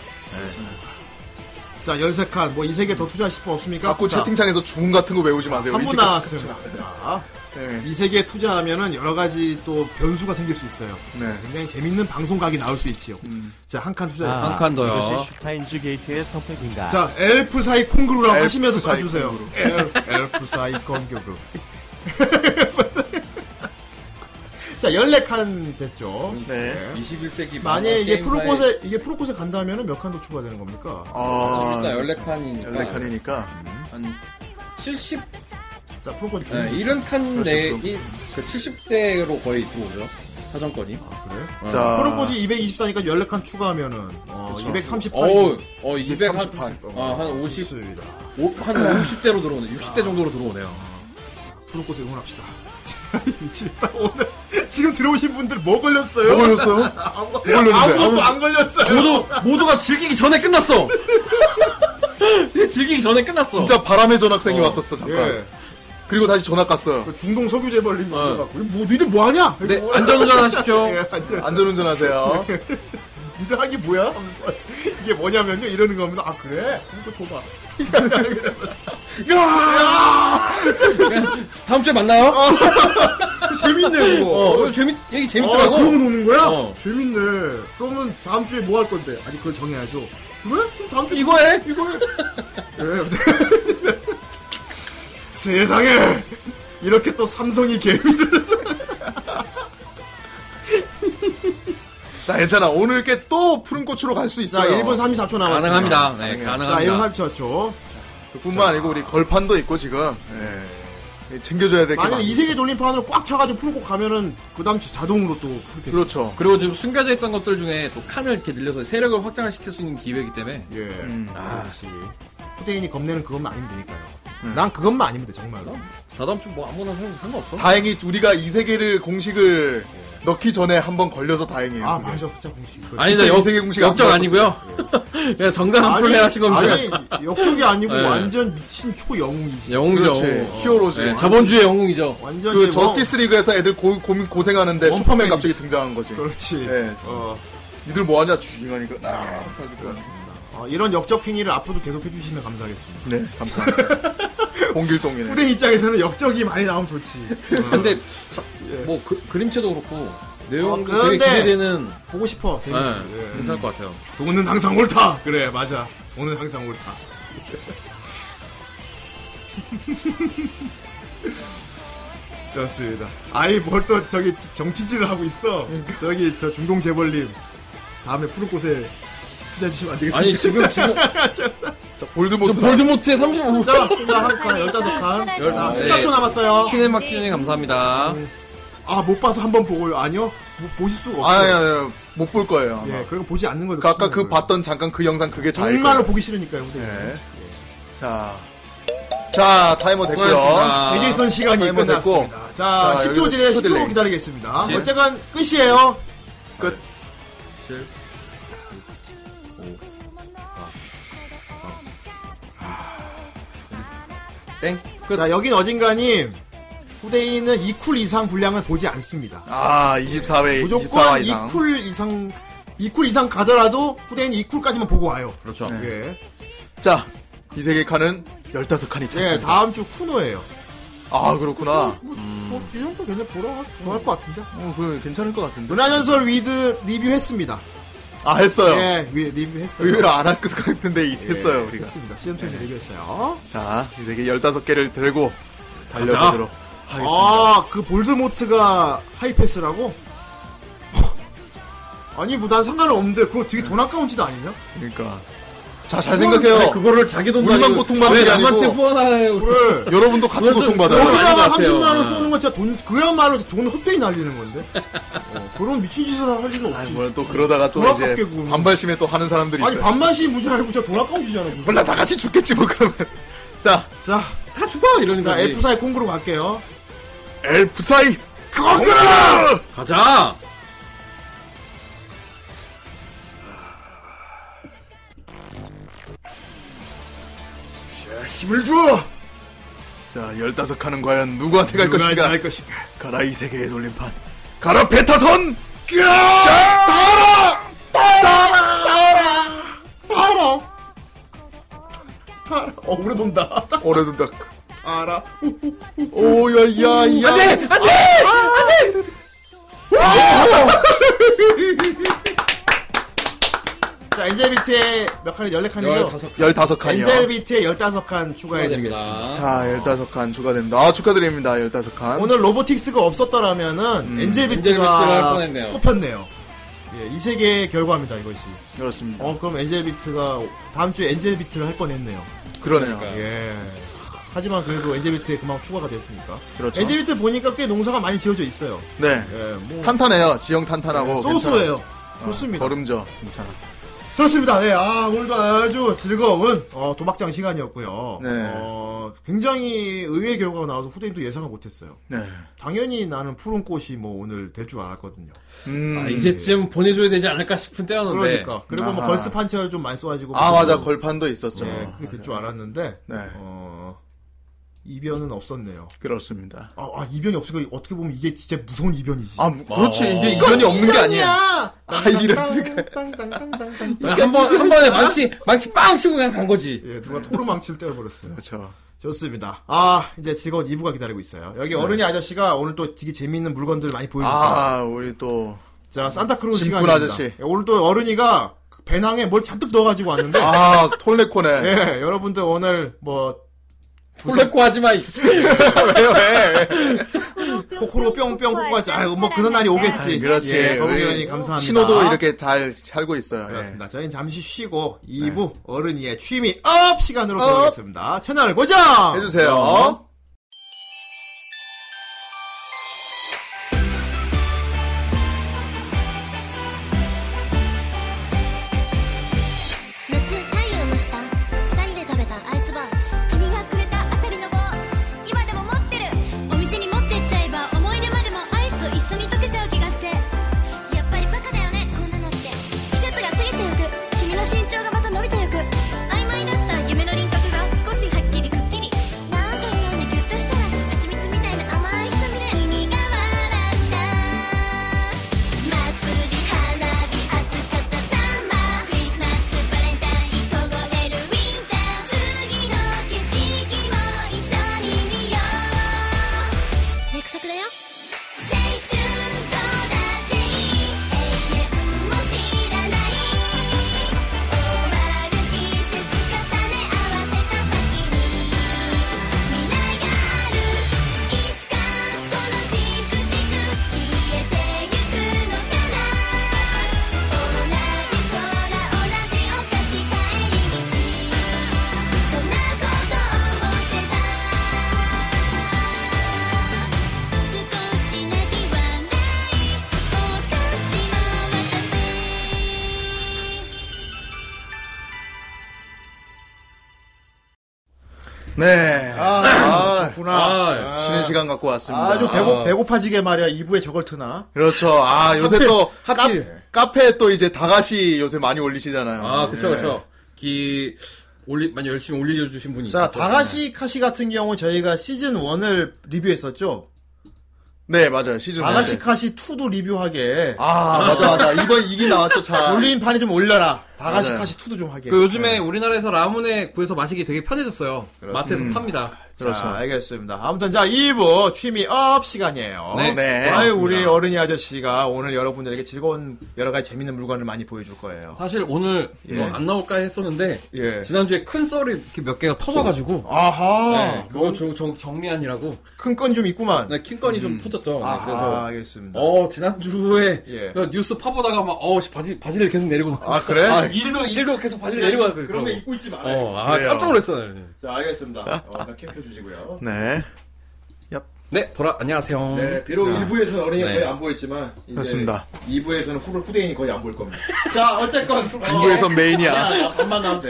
[SPEAKER 1] 자 열색한 뭐 이 세계 더 투자하실 분 없습니까?
[SPEAKER 3] 자꾸 채팅창에서 주문 같은 거 외우지 마세요.
[SPEAKER 1] 3분
[SPEAKER 3] 의식-
[SPEAKER 1] 나왔습니다. 자,
[SPEAKER 3] 네.
[SPEAKER 1] 이 세계에 투자하면은 여러 가지 또 변수가 생길 수 있어요.
[SPEAKER 3] 네.
[SPEAKER 1] 굉장히 재밌는 방송각이 나올 수 있지요.
[SPEAKER 3] 음.
[SPEAKER 1] 자 한 칸
[SPEAKER 6] 아.
[SPEAKER 1] 투자.
[SPEAKER 2] 한
[SPEAKER 1] 요
[SPEAKER 2] 칸 더요.
[SPEAKER 6] 이것이 슈타인즈 게이트의 선택인가.
[SPEAKER 1] 네, 자 엘프 사이 콩그루라고
[SPEAKER 3] 엘프
[SPEAKER 1] 하시면서
[SPEAKER 3] 사이
[SPEAKER 1] 써주세요.
[SPEAKER 3] 콩그루.
[SPEAKER 1] 엘- 엘프 사이 콩그루. 자 14칸 됐죠.
[SPEAKER 3] 네.
[SPEAKER 2] 21세기
[SPEAKER 1] 만약에 이게
[SPEAKER 2] 게임사의-
[SPEAKER 1] 프로코스에 이게 프로코스에 간다면은 몇 칸 더 추가되는 겁니까?
[SPEAKER 3] 아,
[SPEAKER 2] 어, 일단 14칸이니까.
[SPEAKER 3] 14칸이니까.
[SPEAKER 2] 한 70,
[SPEAKER 1] 자 프로코스
[SPEAKER 2] 네,
[SPEAKER 1] 굉장히-
[SPEAKER 2] 70칸 내,
[SPEAKER 3] 그렇죠,
[SPEAKER 2] 이- 그 70대로 거의 들어오죠. 사정권이.
[SPEAKER 1] 아, 그래?
[SPEAKER 2] 어.
[SPEAKER 3] 자,
[SPEAKER 1] 프로포즈 224니까 14칸 추가하면은 어, 238.
[SPEAKER 2] 어우, 어, 200, 한,
[SPEAKER 3] 238.
[SPEAKER 2] 어, 한 50,
[SPEAKER 1] 좋습니다.
[SPEAKER 2] 오, 한 50대로 들어오네. 60대 정도로 들어오네요.
[SPEAKER 1] 프로코스 응원합시다. 미치겠다 오늘 지금 들어오신 분들 뭐 걸렸어요?
[SPEAKER 3] 뭐 걸렸어요?
[SPEAKER 1] 아무,
[SPEAKER 3] 걸렸는데?
[SPEAKER 1] 아무것도 안 걸렸어요.
[SPEAKER 2] 모두, 모두가 즐기기 전에 끝났어! 즐기기 전에 끝났어.
[SPEAKER 3] 진짜 바람의 전학생이
[SPEAKER 2] 어.
[SPEAKER 3] 왔었어, 잠깐.
[SPEAKER 1] 예.
[SPEAKER 3] 그리고 다시 전학 갔어요.
[SPEAKER 1] 그 중동 석유 재벌님
[SPEAKER 2] 어.
[SPEAKER 1] 문제갖고 뭐 니들 뭐 하냐?
[SPEAKER 2] 네, 안전운전 하십시오.
[SPEAKER 1] 예, 안전-
[SPEAKER 3] 안전운전
[SPEAKER 2] 예.
[SPEAKER 3] 하세요.
[SPEAKER 1] 니들 한 게 뭐야? 하면서 이게 뭐냐면요 이러는 겁니다. 아 그래? 이거 줘봐.
[SPEAKER 2] 다음 주에 만나요?
[SPEAKER 1] 재밌네
[SPEAKER 2] 어,
[SPEAKER 1] 그거.
[SPEAKER 2] 이거 재밌, 얘기
[SPEAKER 1] 아,
[SPEAKER 2] 재밌더라고.
[SPEAKER 1] 그러고 노는 거야?
[SPEAKER 2] 어.
[SPEAKER 1] 재밌네. 그러면 다음 주에 뭐 할 건데? 아니, 그걸 정해야죠. 왜? 그럼 다음 주에.
[SPEAKER 2] 이거 해?
[SPEAKER 1] 이거 해. 예. 세상에! 이렇게 또 삼성이 개미를.
[SPEAKER 3] 자, 괜찮아. 오늘 게 또 푸른 꽃으로 갈 수
[SPEAKER 1] 자,
[SPEAKER 3] 있어요.
[SPEAKER 1] 1분 34초 남았습니다.
[SPEAKER 2] 가능합니다. 네,
[SPEAKER 1] 아, 자, 1분
[SPEAKER 2] 가능합니다.
[SPEAKER 1] 34초.
[SPEAKER 3] 뿐만 아니고 우리 걸판도 있고 지금 예. 챙겨줘야
[SPEAKER 2] 네,
[SPEAKER 3] 될 게
[SPEAKER 1] 만약에
[SPEAKER 3] 많아요.
[SPEAKER 1] 이 세계 돌림판으로 꽉 차가지고 풀고 가면은 그 다음 주 자동으로 또 풀게.
[SPEAKER 3] 그렇죠.
[SPEAKER 2] 그리고 지금 숨겨져 있던 것들 중에 또 칸을 이렇게 늘려서 세력을 확장을 시킬 수 있는 기회이기 때문에
[SPEAKER 1] 예.
[SPEAKER 2] 음,
[SPEAKER 1] 아, 그렇지. 후대인이 겁내는 그것만 아니면 되니까요.
[SPEAKER 2] 네.
[SPEAKER 1] 난 그것만 아니면 돼, 정말로.
[SPEAKER 2] 다다음 주 뭐 아무나 상- 상관없어.
[SPEAKER 3] 다행히 우리가 이 세계를 공식을 넣기 전에 한번 걸려서 다행이에요.
[SPEAKER 1] 아,
[SPEAKER 3] 그게.
[SPEAKER 1] 맞아. 진짜 공식. 그거.
[SPEAKER 2] 네. 아니다,
[SPEAKER 3] 그때
[SPEAKER 2] 역,
[SPEAKER 3] 인생의 공식
[SPEAKER 2] 역적
[SPEAKER 3] 안
[SPEAKER 2] 아니고요. 그냥 정당한 플레이 하신 겁니다.
[SPEAKER 1] 아니, 역적이 아니고
[SPEAKER 2] 네.
[SPEAKER 1] 완전 미친 초영웅이지.
[SPEAKER 2] 영웅이죠.
[SPEAKER 3] 그렇지.
[SPEAKER 2] 영웅.
[SPEAKER 3] 히어로지.
[SPEAKER 2] 네, 자본주의 영웅이죠.
[SPEAKER 1] 완전
[SPEAKER 3] 그
[SPEAKER 1] 이제 뭐-
[SPEAKER 3] 저스티스 리그에서 애들 고, 고민, 고생하는데
[SPEAKER 1] 원펀맨이지.
[SPEAKER 3] 슈퍼맨 갑자기 등장한 거지.
[SPEAKER 1] 그렇지.
[SPEAKER 3] 예.
[SPEAKER 1] 어,
[SPEAKER 3] 니들 뭐하냐 주인하니까 아, 그렇습니다.
[SPEAKER 1] 어, 이런 역적 행위를 앞으로도 계속 해주시면 감사하겠습니다.
[SPEAKER 3] 네, 감사합니다. 공길동이네.
[SPEAKER 1] 후대 입장에서는 역적이 많이 나오면 좋지. 어,
[SPEAKER 2] 근데 자- 뭐 그, 그림체도 그렇고 내용도
[SPEAKER 1] 어,
[SPEAKER 2] 되게
[SPEAKER 1] 그런데-
[SPEAKER 2] 기대되는
[SPEAKER 1] 보고 싶어,
[SPEAKER 2] 예,
[SPEAKER 1] 재밌어. 예.
[SPEAKER 2] 괜찮을 것 같아요.
[SPEAKER 1] 돈은 항상 옳다. 그래, 맞아. 돈은 항상 옳다. 좋습니다. 아이, 뭘 또 저기 정치질을 하고 있어. 저기 저 중동 재벌님. 다음에 푸른 곳에 투자해주시면 안 되겠습니까?
[SPEAKER 2] 아니 지금 지금
[SPEAKER 3] 자,
[SPEAKER 2] 저
[SPEAKER 3] 볼드모트.
[SPEAKER 2] 볼드모트의 35.
[SPEAKER 1] 자, 자, 한 칸, 열다섯 칸. 자,
[SPEAKER 2] 네.
[SPEAKER 1] 14초 남았어요.
[SPEAKER 2] 키네마키님 감사합니다.
[SPEAKER 1] 아, 못 봐서 한번 보고요. 아니요? 뭐, 보실 수가
[SPEAKER 3] 아, 아니,
[SPEAKER 1] 없어요.
[SPEAKER 3] 아니, 못볼 거예요. 아마.
[SPEAKER 1] 예, 그리고 보지 않는 거죠.
[SPEAKER 3] 그 아까 그 봤던 잠깐 그 영상 그게 자일
[SPEAKER 1] 정말로
[SPEAKER 3] 거예요.
[SPEAKER 1] 보기 싫으니까요, 근데.
[SPEAKER 3] 예. 자, 자 타이머 됐고요.
[SPEAKER 2] 고맙습니다.
[SPEAKER 1] 세계선 시간이
[SPEAKER 3] 타이머 아, 됐고.
[SPEAKER 1] 끝났습니다. 자,
[SPEAKER 3] 자,
[SPEAKER 1] 10초
[SPEAKER 3] 여기서
[SPEAKER 1] 딜레이,
[SPEAKER 3] 10초
[SPEAKER 1] 10초
[SPEAKER 3] 딜레이.
[SPEAKER 1] 기다리겠습니다.
[SPEAKER 2] 예.
[SPEAKER 1] 어쨌건 끝이에요.
[SPEAKER 3] 끝.
[SPEAKER 2] 칠, 오, 아. 사, 아. 땡. 끝.
[SPEAKER 1] 자, 여긴 어딘가님. 후대인은 2쿨 이상 분량은 보지 않습니다.
[SPEAKER 3] 아, 24회, 24화
[SPEAKER 1] 무조건
[SPEAKER 3] 이상.
[SPEAKER 1] 2쿨 이상, 2쿨 이상 가더라도 후대인 2쿨까지만 보고 와요.
[SPEAKER 2] 그렇죠.
[SPEAKER 3] 네.
[SPEAKER 1] 예.
[SPEAKER 3] 자, 이 세계 칸은 15칸이 찼습니다.
[SPEAKER 1] 예, 다음 주 쿠노예요.
[SPEAKER 3] 아, 음. 그렇구나.
[SPEAKER 1] 뭐, 뭐, 이 정도 괜찮 보러 좋아할 것 같은데.
[SPEAKER 3] 어, 그 괜찮을 것 같은데.
[SPEAKER 1] 문화전설 위드 리뷰했습니다.
[SPEAKER 3] 아, 했어요.
[SPEAKER 1] 예, 위- 리뷰했어요.
[SPEAKER 3] 의외로 안 할 것 같은데 이-
[SPEAKER 1] 예,
[SPEAKER 3] 했어요, 우리가. 네.
[SPEAKER 1] 했습니다. 시즌 2에서 리뷰했어요.
[SPEAKER 3] 자, 이 세계 15개를 들고 달려보도록 하겠습니다.
[SPEAKER 1] 아, 그 볼드모트가 하이패스라고? 아니, 뭐, 난 상관은 없는데, 그거 되게 돈 아까운 짓 아니냐?
[SPEAKER 3] 그러니까. 자, 잘 생각해요.
[SPEAKER 2] 아니, 그거를 자기 돈
[SPEAKER 3] 우리만
[SPEAKER 2] 가지고
[SPEAKER 3] 고통받는
[SPEAKER 2] 왜
[SPEAKER 3] 게 아니고.
[SPEAKER 2] 남한테 후원하요?
[SPEAKER 1] 그래.
[SPEAKER 3] 여러분도 같이
[SPEAKER 2] 그건 좀-
[SPEAKER 3] 고통받아요.
[SPEAKER 2] 그건 아닌
[SPEAKER 1] 여기다가
[SPEAKER 2] 것 같아요.
[SPEAKER 1] 30만원
[SPEAKER 2] 아.
[SPEAKER 1] 쏘는 건 진짜 돈, 그야말로 돈 헛되이 날리는 건데? 어, 그런 미친 짓을 할 리는
[SPEAKER 3] 아이,
[SPEAKER 1] 없지.
[SPEAKER 3] 뭐또 그러다가 또
[SPEAKER 1] 돌아갑게
[SPEAKER 3] 이제
[SPEAKER 1] 구는.
[SPEAKER 3] 반발심에 또 하는 사람들이
[SPEAKER 1] 아니,
[SPEAKER 3] 있어요.
[SPEAKER 1] 반만씩 무지 알고 진짜 돈 아까운 짓이잖아. 그거.
[SPEAKER 3] 몰라, 다 같이 죽겠지, 뭐, 그러면. 자,
[SPEAKER 1] 자,
[SPEAKER 2] 다 죽어 그러니까 이러는
[SPEAKER 1] 자,
[SPEAKER 2] 거지.
[SPEAKER 1] F사의 콩그로 갈게요.
[SPEAKER 3] 엘프사이, 그거구나!
[SPEAKER 2] 가자.
[SPEAKER 1] 힘을 줘!
[SPEAKER 3] 자, 15칸은 과연 누구한테 갈 것인가?
[SPEAKER 1] 할 것인가?
[SPEAKER 3] 가라, 이 세계의 돌림판. 가라, 베타선! 자, 따라! 따라! 따라!
[SPEAKER 1] 알아! 알아. 어, 우리 돈다.
[SPEAKER 3] 오래둔 다
[SPEAKER 1] 알아.
[SPEAKER 3] 오, 야, 야, 야.
[SPEAKER 2] 안돼 안돼.
[SPEAKER 1] 자, 엔젤비트의 몇네 칸이 14칸이죠?
[SPEAKER 3] 15칸이요.
[SPEAKER 1] 엔젤비트에 15칸 추가해드리겠습니다.
[SPEAKER 2] 됩니다.
[SPEAKER 3] 자, 15칸 추가됩니다. 아, 축하드립니다. 15칸.
[SPEAKER 1] 오늘 로보틱스가 없었더라면은
[SPEAKER 2] 엔젤비트가 할
[SPEAKER 1] 엔젤비트가
[SPEAKER 2] 뻔했네요.
[SPEAKER 1] 뽑혔네요. 예, 이 세계의 결과입니다, 이것이.
[SPEAKER 3] 그렇습니다.
[SPEAKER 1] 어, 그럼 엔젤비트가 다음 주에 엔젤비트를 할 뻔했네요.
[SPEAKER 3] 그러네요.
[SPEAKER 1] 예. 하지만 그래도 엔젤비트에 그만 추가가 됐으니까.
[SPEAKER 3] 그렇죠.
[SPEAKER 1] 엔젤비트 보니까 꽤 농사가 많이 지어져 있어요.
[SPEAKER 3] 네.
[SPEAKER 1] 예, 뭐
[SPEAKER 3] 탄탄해요. 지형 탄탄하고.
[SPEAKER 1] 네, 소소해요.
[SPEAKER 3] 어, 괜찮아요.
[SPEAKER 1] 좋습니다.
[SPEAKER 3] 어, 걸음져. 괜찮아.
[SPEAKER 1] 좋습니다. 네, 아, 오늘도 아주 즐거운 어, 도박장 시간이었고요.
[SPEAKER 3] 네.
[SPEAKER 1] 어, 굉장히 의외의 결과가 나와서 후대인도 예상을 못했어요.
[SPEAKER 3] 네.
[SPEAKER 1] 당연히 나는 푸른 꽃이 뭐 오늘 될 줄 알았거든요.
[SPEAKER 3] 음.
[SPEAKER 2] 아, 이제쯤 보내줘야 되지 않을까 싶은 때였는데.
[SPEAKER 1] 그러니까 그리고 뭐
[SPEAKER 3] 아하.
[SPEAKER 1] 걸스 판체를 좀 많이 쏘가지고
[SPEAKER 3] 아, 맞아. 걸판도 있었죠.
[SPEAKER 1] 네, 그게 될 줄 알았는데
[SPEAKER 3] 네.
[SPEAKER 1] 어, 이변은 없었네요.
[SPEAKER 3] 그렇습니다.
[SPEAKER 1] 아, 아, 이변이 없으니까 어떻게 보면 이게 진짜 무서운 이변이지.
[SPEAKER 3] 아, 무- 그렇지.
[SPEAKER 2] 아.
[SPEAKER 3] 이게 이변이 없는 게 아니야. 아, 이럴 수가.
[SPEAKER 1] 땅땅땅땅땅.
[SPEAKER 2] 한 번, 한 번에 망치, 망치 빵! 치고 그냥 간 거지.
[SPEAKER 1] 예, 누가 토르망치를 때려버렸어요.
[SPEAKER 3] 그렇죠.
[SPEAKER 1] 좋습니다. 아, 이제 즐거운 2부가 기다리고 있어요. 여기 어른이 아저씨가 오늘 또 되게 재밌는 물건들 많이 보여줍니다.
[SPEAKER 3] 네. 아, 우리 또.
[SPEAKER 1] 자, 산타크로스
[SPEAKER 3] 짐꾼
[SPEAKER 1] 시간입니다.
[SPEAKER 3] 아저씨.
[SPEAKER 1] 예, 오늘 또 어른이가 그 배낭에 뭘 잔뜩 넣어가지고 왔는데,
[SPEAKER 3] 아, 톨레코네.
[SPEAKER 1] 예, 여러분들 오늘 뭐,
[SPEAKER 2] 콜레코 하지 마. 이-
[SPEAKER 3] 왜, 왜.
[SPEAKER 1] 코코로 뿅뿅 뽀뽀하지. 아, 뭐 그런 날이 오겠지.
[SPEAKER 3] 아, 그렇지.
[SPEAKER 1] 예, 거북이
[SPEAKER 3] 우리
[SPEAKER 1] 언니 감사합니다. 네.
[SPEAKER 3] 신호도 이렇게 잘 살고 있어요. 예.
[SPEAKER 1] 그렇습니다. 저희는 잠시 쉬고
[SPEAKER 3] 네.
[SPEAKER 1] 2부 어른이의 취미 업 시간으로 돌아오겠습니다. 채널 고정!
[SPEAKER 3] 해주세요.
[SPEAKER 2] 어?
[SPEAKER 5] 夏太陽の下二人で食べたアイスバー君がくれたあたりの棒今でも持ってるお店に持ってっちゃえば思い出までもアイスと一緒に溶けちゃう気がしてやっぱりバカだよねこんなのって季節が過ぎてゆく君の身長がまた伸びてゆく曖昧だった夢の輪郭が少しはっきりくっきりなんて言うんでギュッとしたら蜂蜜みたいな甘い瞳で君が笑った祭り花火暑かったサンマークリスマスバレンタイン凍えるウィンター次の景色も一緒に見よう約束だよ青春とだっていい永遠も知らない終わる季節重ね合わせた先に未来があるいつかこのジクジク消えてゆくのかな同じ空同じお菓子帰り道そんなこと思ってた少し泣きはないお菓子の私
[SPEAKER 3] 네. 아,
[SPEAKER 2] 아,
[SPEAKER 3] 쉬는 시간 갖고 왔습니다.
[SPEAKER 1] 아주 배고,
[SPEAKER 2] 아.
[SPEAKER 1] 배고파지게 말이야. 2부에 저걸 트나?
[SPEAKER 3] 그렇죠. 아, 요새
[SPEAKER 2] 하필,
[SPEAKER 3] 또
[SPEAKER 2] 하필.
[SPEAKER 3] 카, 카페에 또 이제 다가시 요새 많이 올리시잖아요. 예.
[SPEAKER 2] 아, 그쵸, 그쵸. 기, 올리, 많이 열심히 올려주신 분이
[SPEAKER 1] 자,
[SPEAKER 2] 있었거든요.
[SPEAKER 1] 다가시 카시 같은 경우 저희가 시즌 1을 리뷰했었죠.
[SPEAKER 3] 네, 맞아요. 시즌
[SPEAKER 1] 다가시
[SPEAKER 3] 원 때.
[SPEAKER 1] 카시 2도 리뷰하게
[SPEAKER 3] 아, 맞아, 맞아. 이번 이기 나왔죠, 잘.
[SPEAKER 1] 돌림판이 좀 올려라. 다가시
[SPEAKER 3] 맞아요.
[SPEAKER 1] 카시 2도 좀 하게.
[SPEAKER 2] 그 요즘에 우리나라에서 라문에 구해서 마시기 되게 편해졌어요. 마트에서 팝니다.
[SPEAKER 1] 자, 알겠습니다. 아무튼 자, 2부 취미 업 시간이에요.
[SPEAKER 2] 네.
[SPEAKER 3] 네.
[SPEAKER 1] 아유,
[SPEAKER 2] 맞습니다.
[SPEAKER 1] 우리 어른이 아저씨가 오늘 여러분들에게 즐거운 여러 가지 재밌는 물건을 많이 보여줄 거예요.
[SPEAKER 2] 사실 오늘 이거 안 나올까 했었는데
[SPEAKER 1] 예.
[SPEAKER 2] 지난주에 큰 썰이 이렇게 몇 개가 터져가지고
[SPEAKER 1] 아하.
[SPEAKER 2] 네, 그거 정, 정, 정리하느라고
[SPEAKER 1] 큰 건 좀 있구만.
[SPEAKER 2] 네, 킹건이 좀 터졌죠. 네,
[SPEAKER 1] 아,
[SPEAKER 2] 그래서
[SPEAKER 1] 알겠습니다.
[SPEAKER 2] 어 지난주에
[SPEAKER 1] 예.
[SPEAKER 2] 내가 뉴스 파보다가 막어 바지 바지를 계속 내리고 막
[SPEAKER 1] 아, 네, 그래?
[SPEAKER 2] 일도 일도 계속 바지를 내리고 막 그러더라고.
[SPEAKER 1] 입고 있지 말아요.
[SPEAKER 2] 어, 아
[SPEAKER 3] 그래요.
[SPEAKER 2] 깜짝 놀랐어요. 네.
[SPEAKER 1] 자, 알겠습니다. 어, 나캡 켜주시고요.
[SPEAKER 3] 네.
[SPEAKER 2] 네 돌아 안녕하세요.
[SPEAKER 1] 네, 비록 1부에서는 어린이가
[SPEAKER 2] 네.
[SPEAKER 1] 거의 안 보였지만, 이제
[SPEAKER 3] 그렇습니다.
[SPEAKER 1] 2부에서는 후, 후대인이 거의 안 보일 겁니다. 자, 어쨌건.
[SPEAKER 3] 2부에서
[SPEAKER 2] 예.
[SPEAKER 3] 메인이야.
[SPEAKER 1] 야, 반만 나면 돼.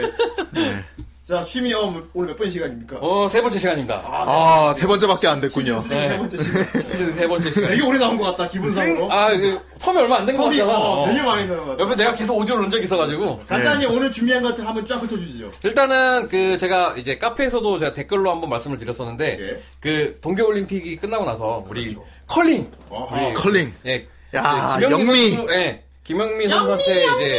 [SPEAKER 1] 자, 취미 어, 오늘 몇 번 시간입니까?
[SPEAKER 2] 어세 번째 시간입니다.
[SPEAKER 3] 아, 세 번째밖에 안 됐군요.
[SPEAKER 1] 시즌 3세
[SPEAKER 2] 네.
[SPEAKER 1] 번째 시간.
[SPEAKER 2] 이제 세 번째 시간.
[SPEAKER 1] 되게 오래 나온 것 같다, 기분상으로.
[SPEAKER 2] 아그 텀이 얼마 안 된 것
[SPEAKER 1] 텀이
[SPEAKER 2] 같잖아.
[SPEAKER 1] 어,
[SPEAKER 2] 어.
[SPEAKER 1] 되게 많이 나온 것 같다.
[SPEAKER 2] 옆에 내가 계속 오디오를 넣은 적이 있어가지고
[SPEAKER 1] 간단히 오늘 준비한 것들 한번 쫙 훑어주시죠.
[SPEAKER 2] 일단은 그 제가 이제 카페에서도 제가 댓글로 한번 말씀을 드렸었는데
[SPEAKER 1] 예.
[SPEAKER 2] 그 동계올림픽이 끝나고 나서 우리 컬링
[SPEAKER 1] 어허.
[SPEAKER 2] 우리
[SPEAKER 3] 컬링.
[SPEAKER 2] 예
[SPEAKER 3] 야,
[SPEAKER 2] 네, 김영미
[SPEAKER 3] 영미.
[SPEAKER 2] 선수, 예 김영미 선수한테 이제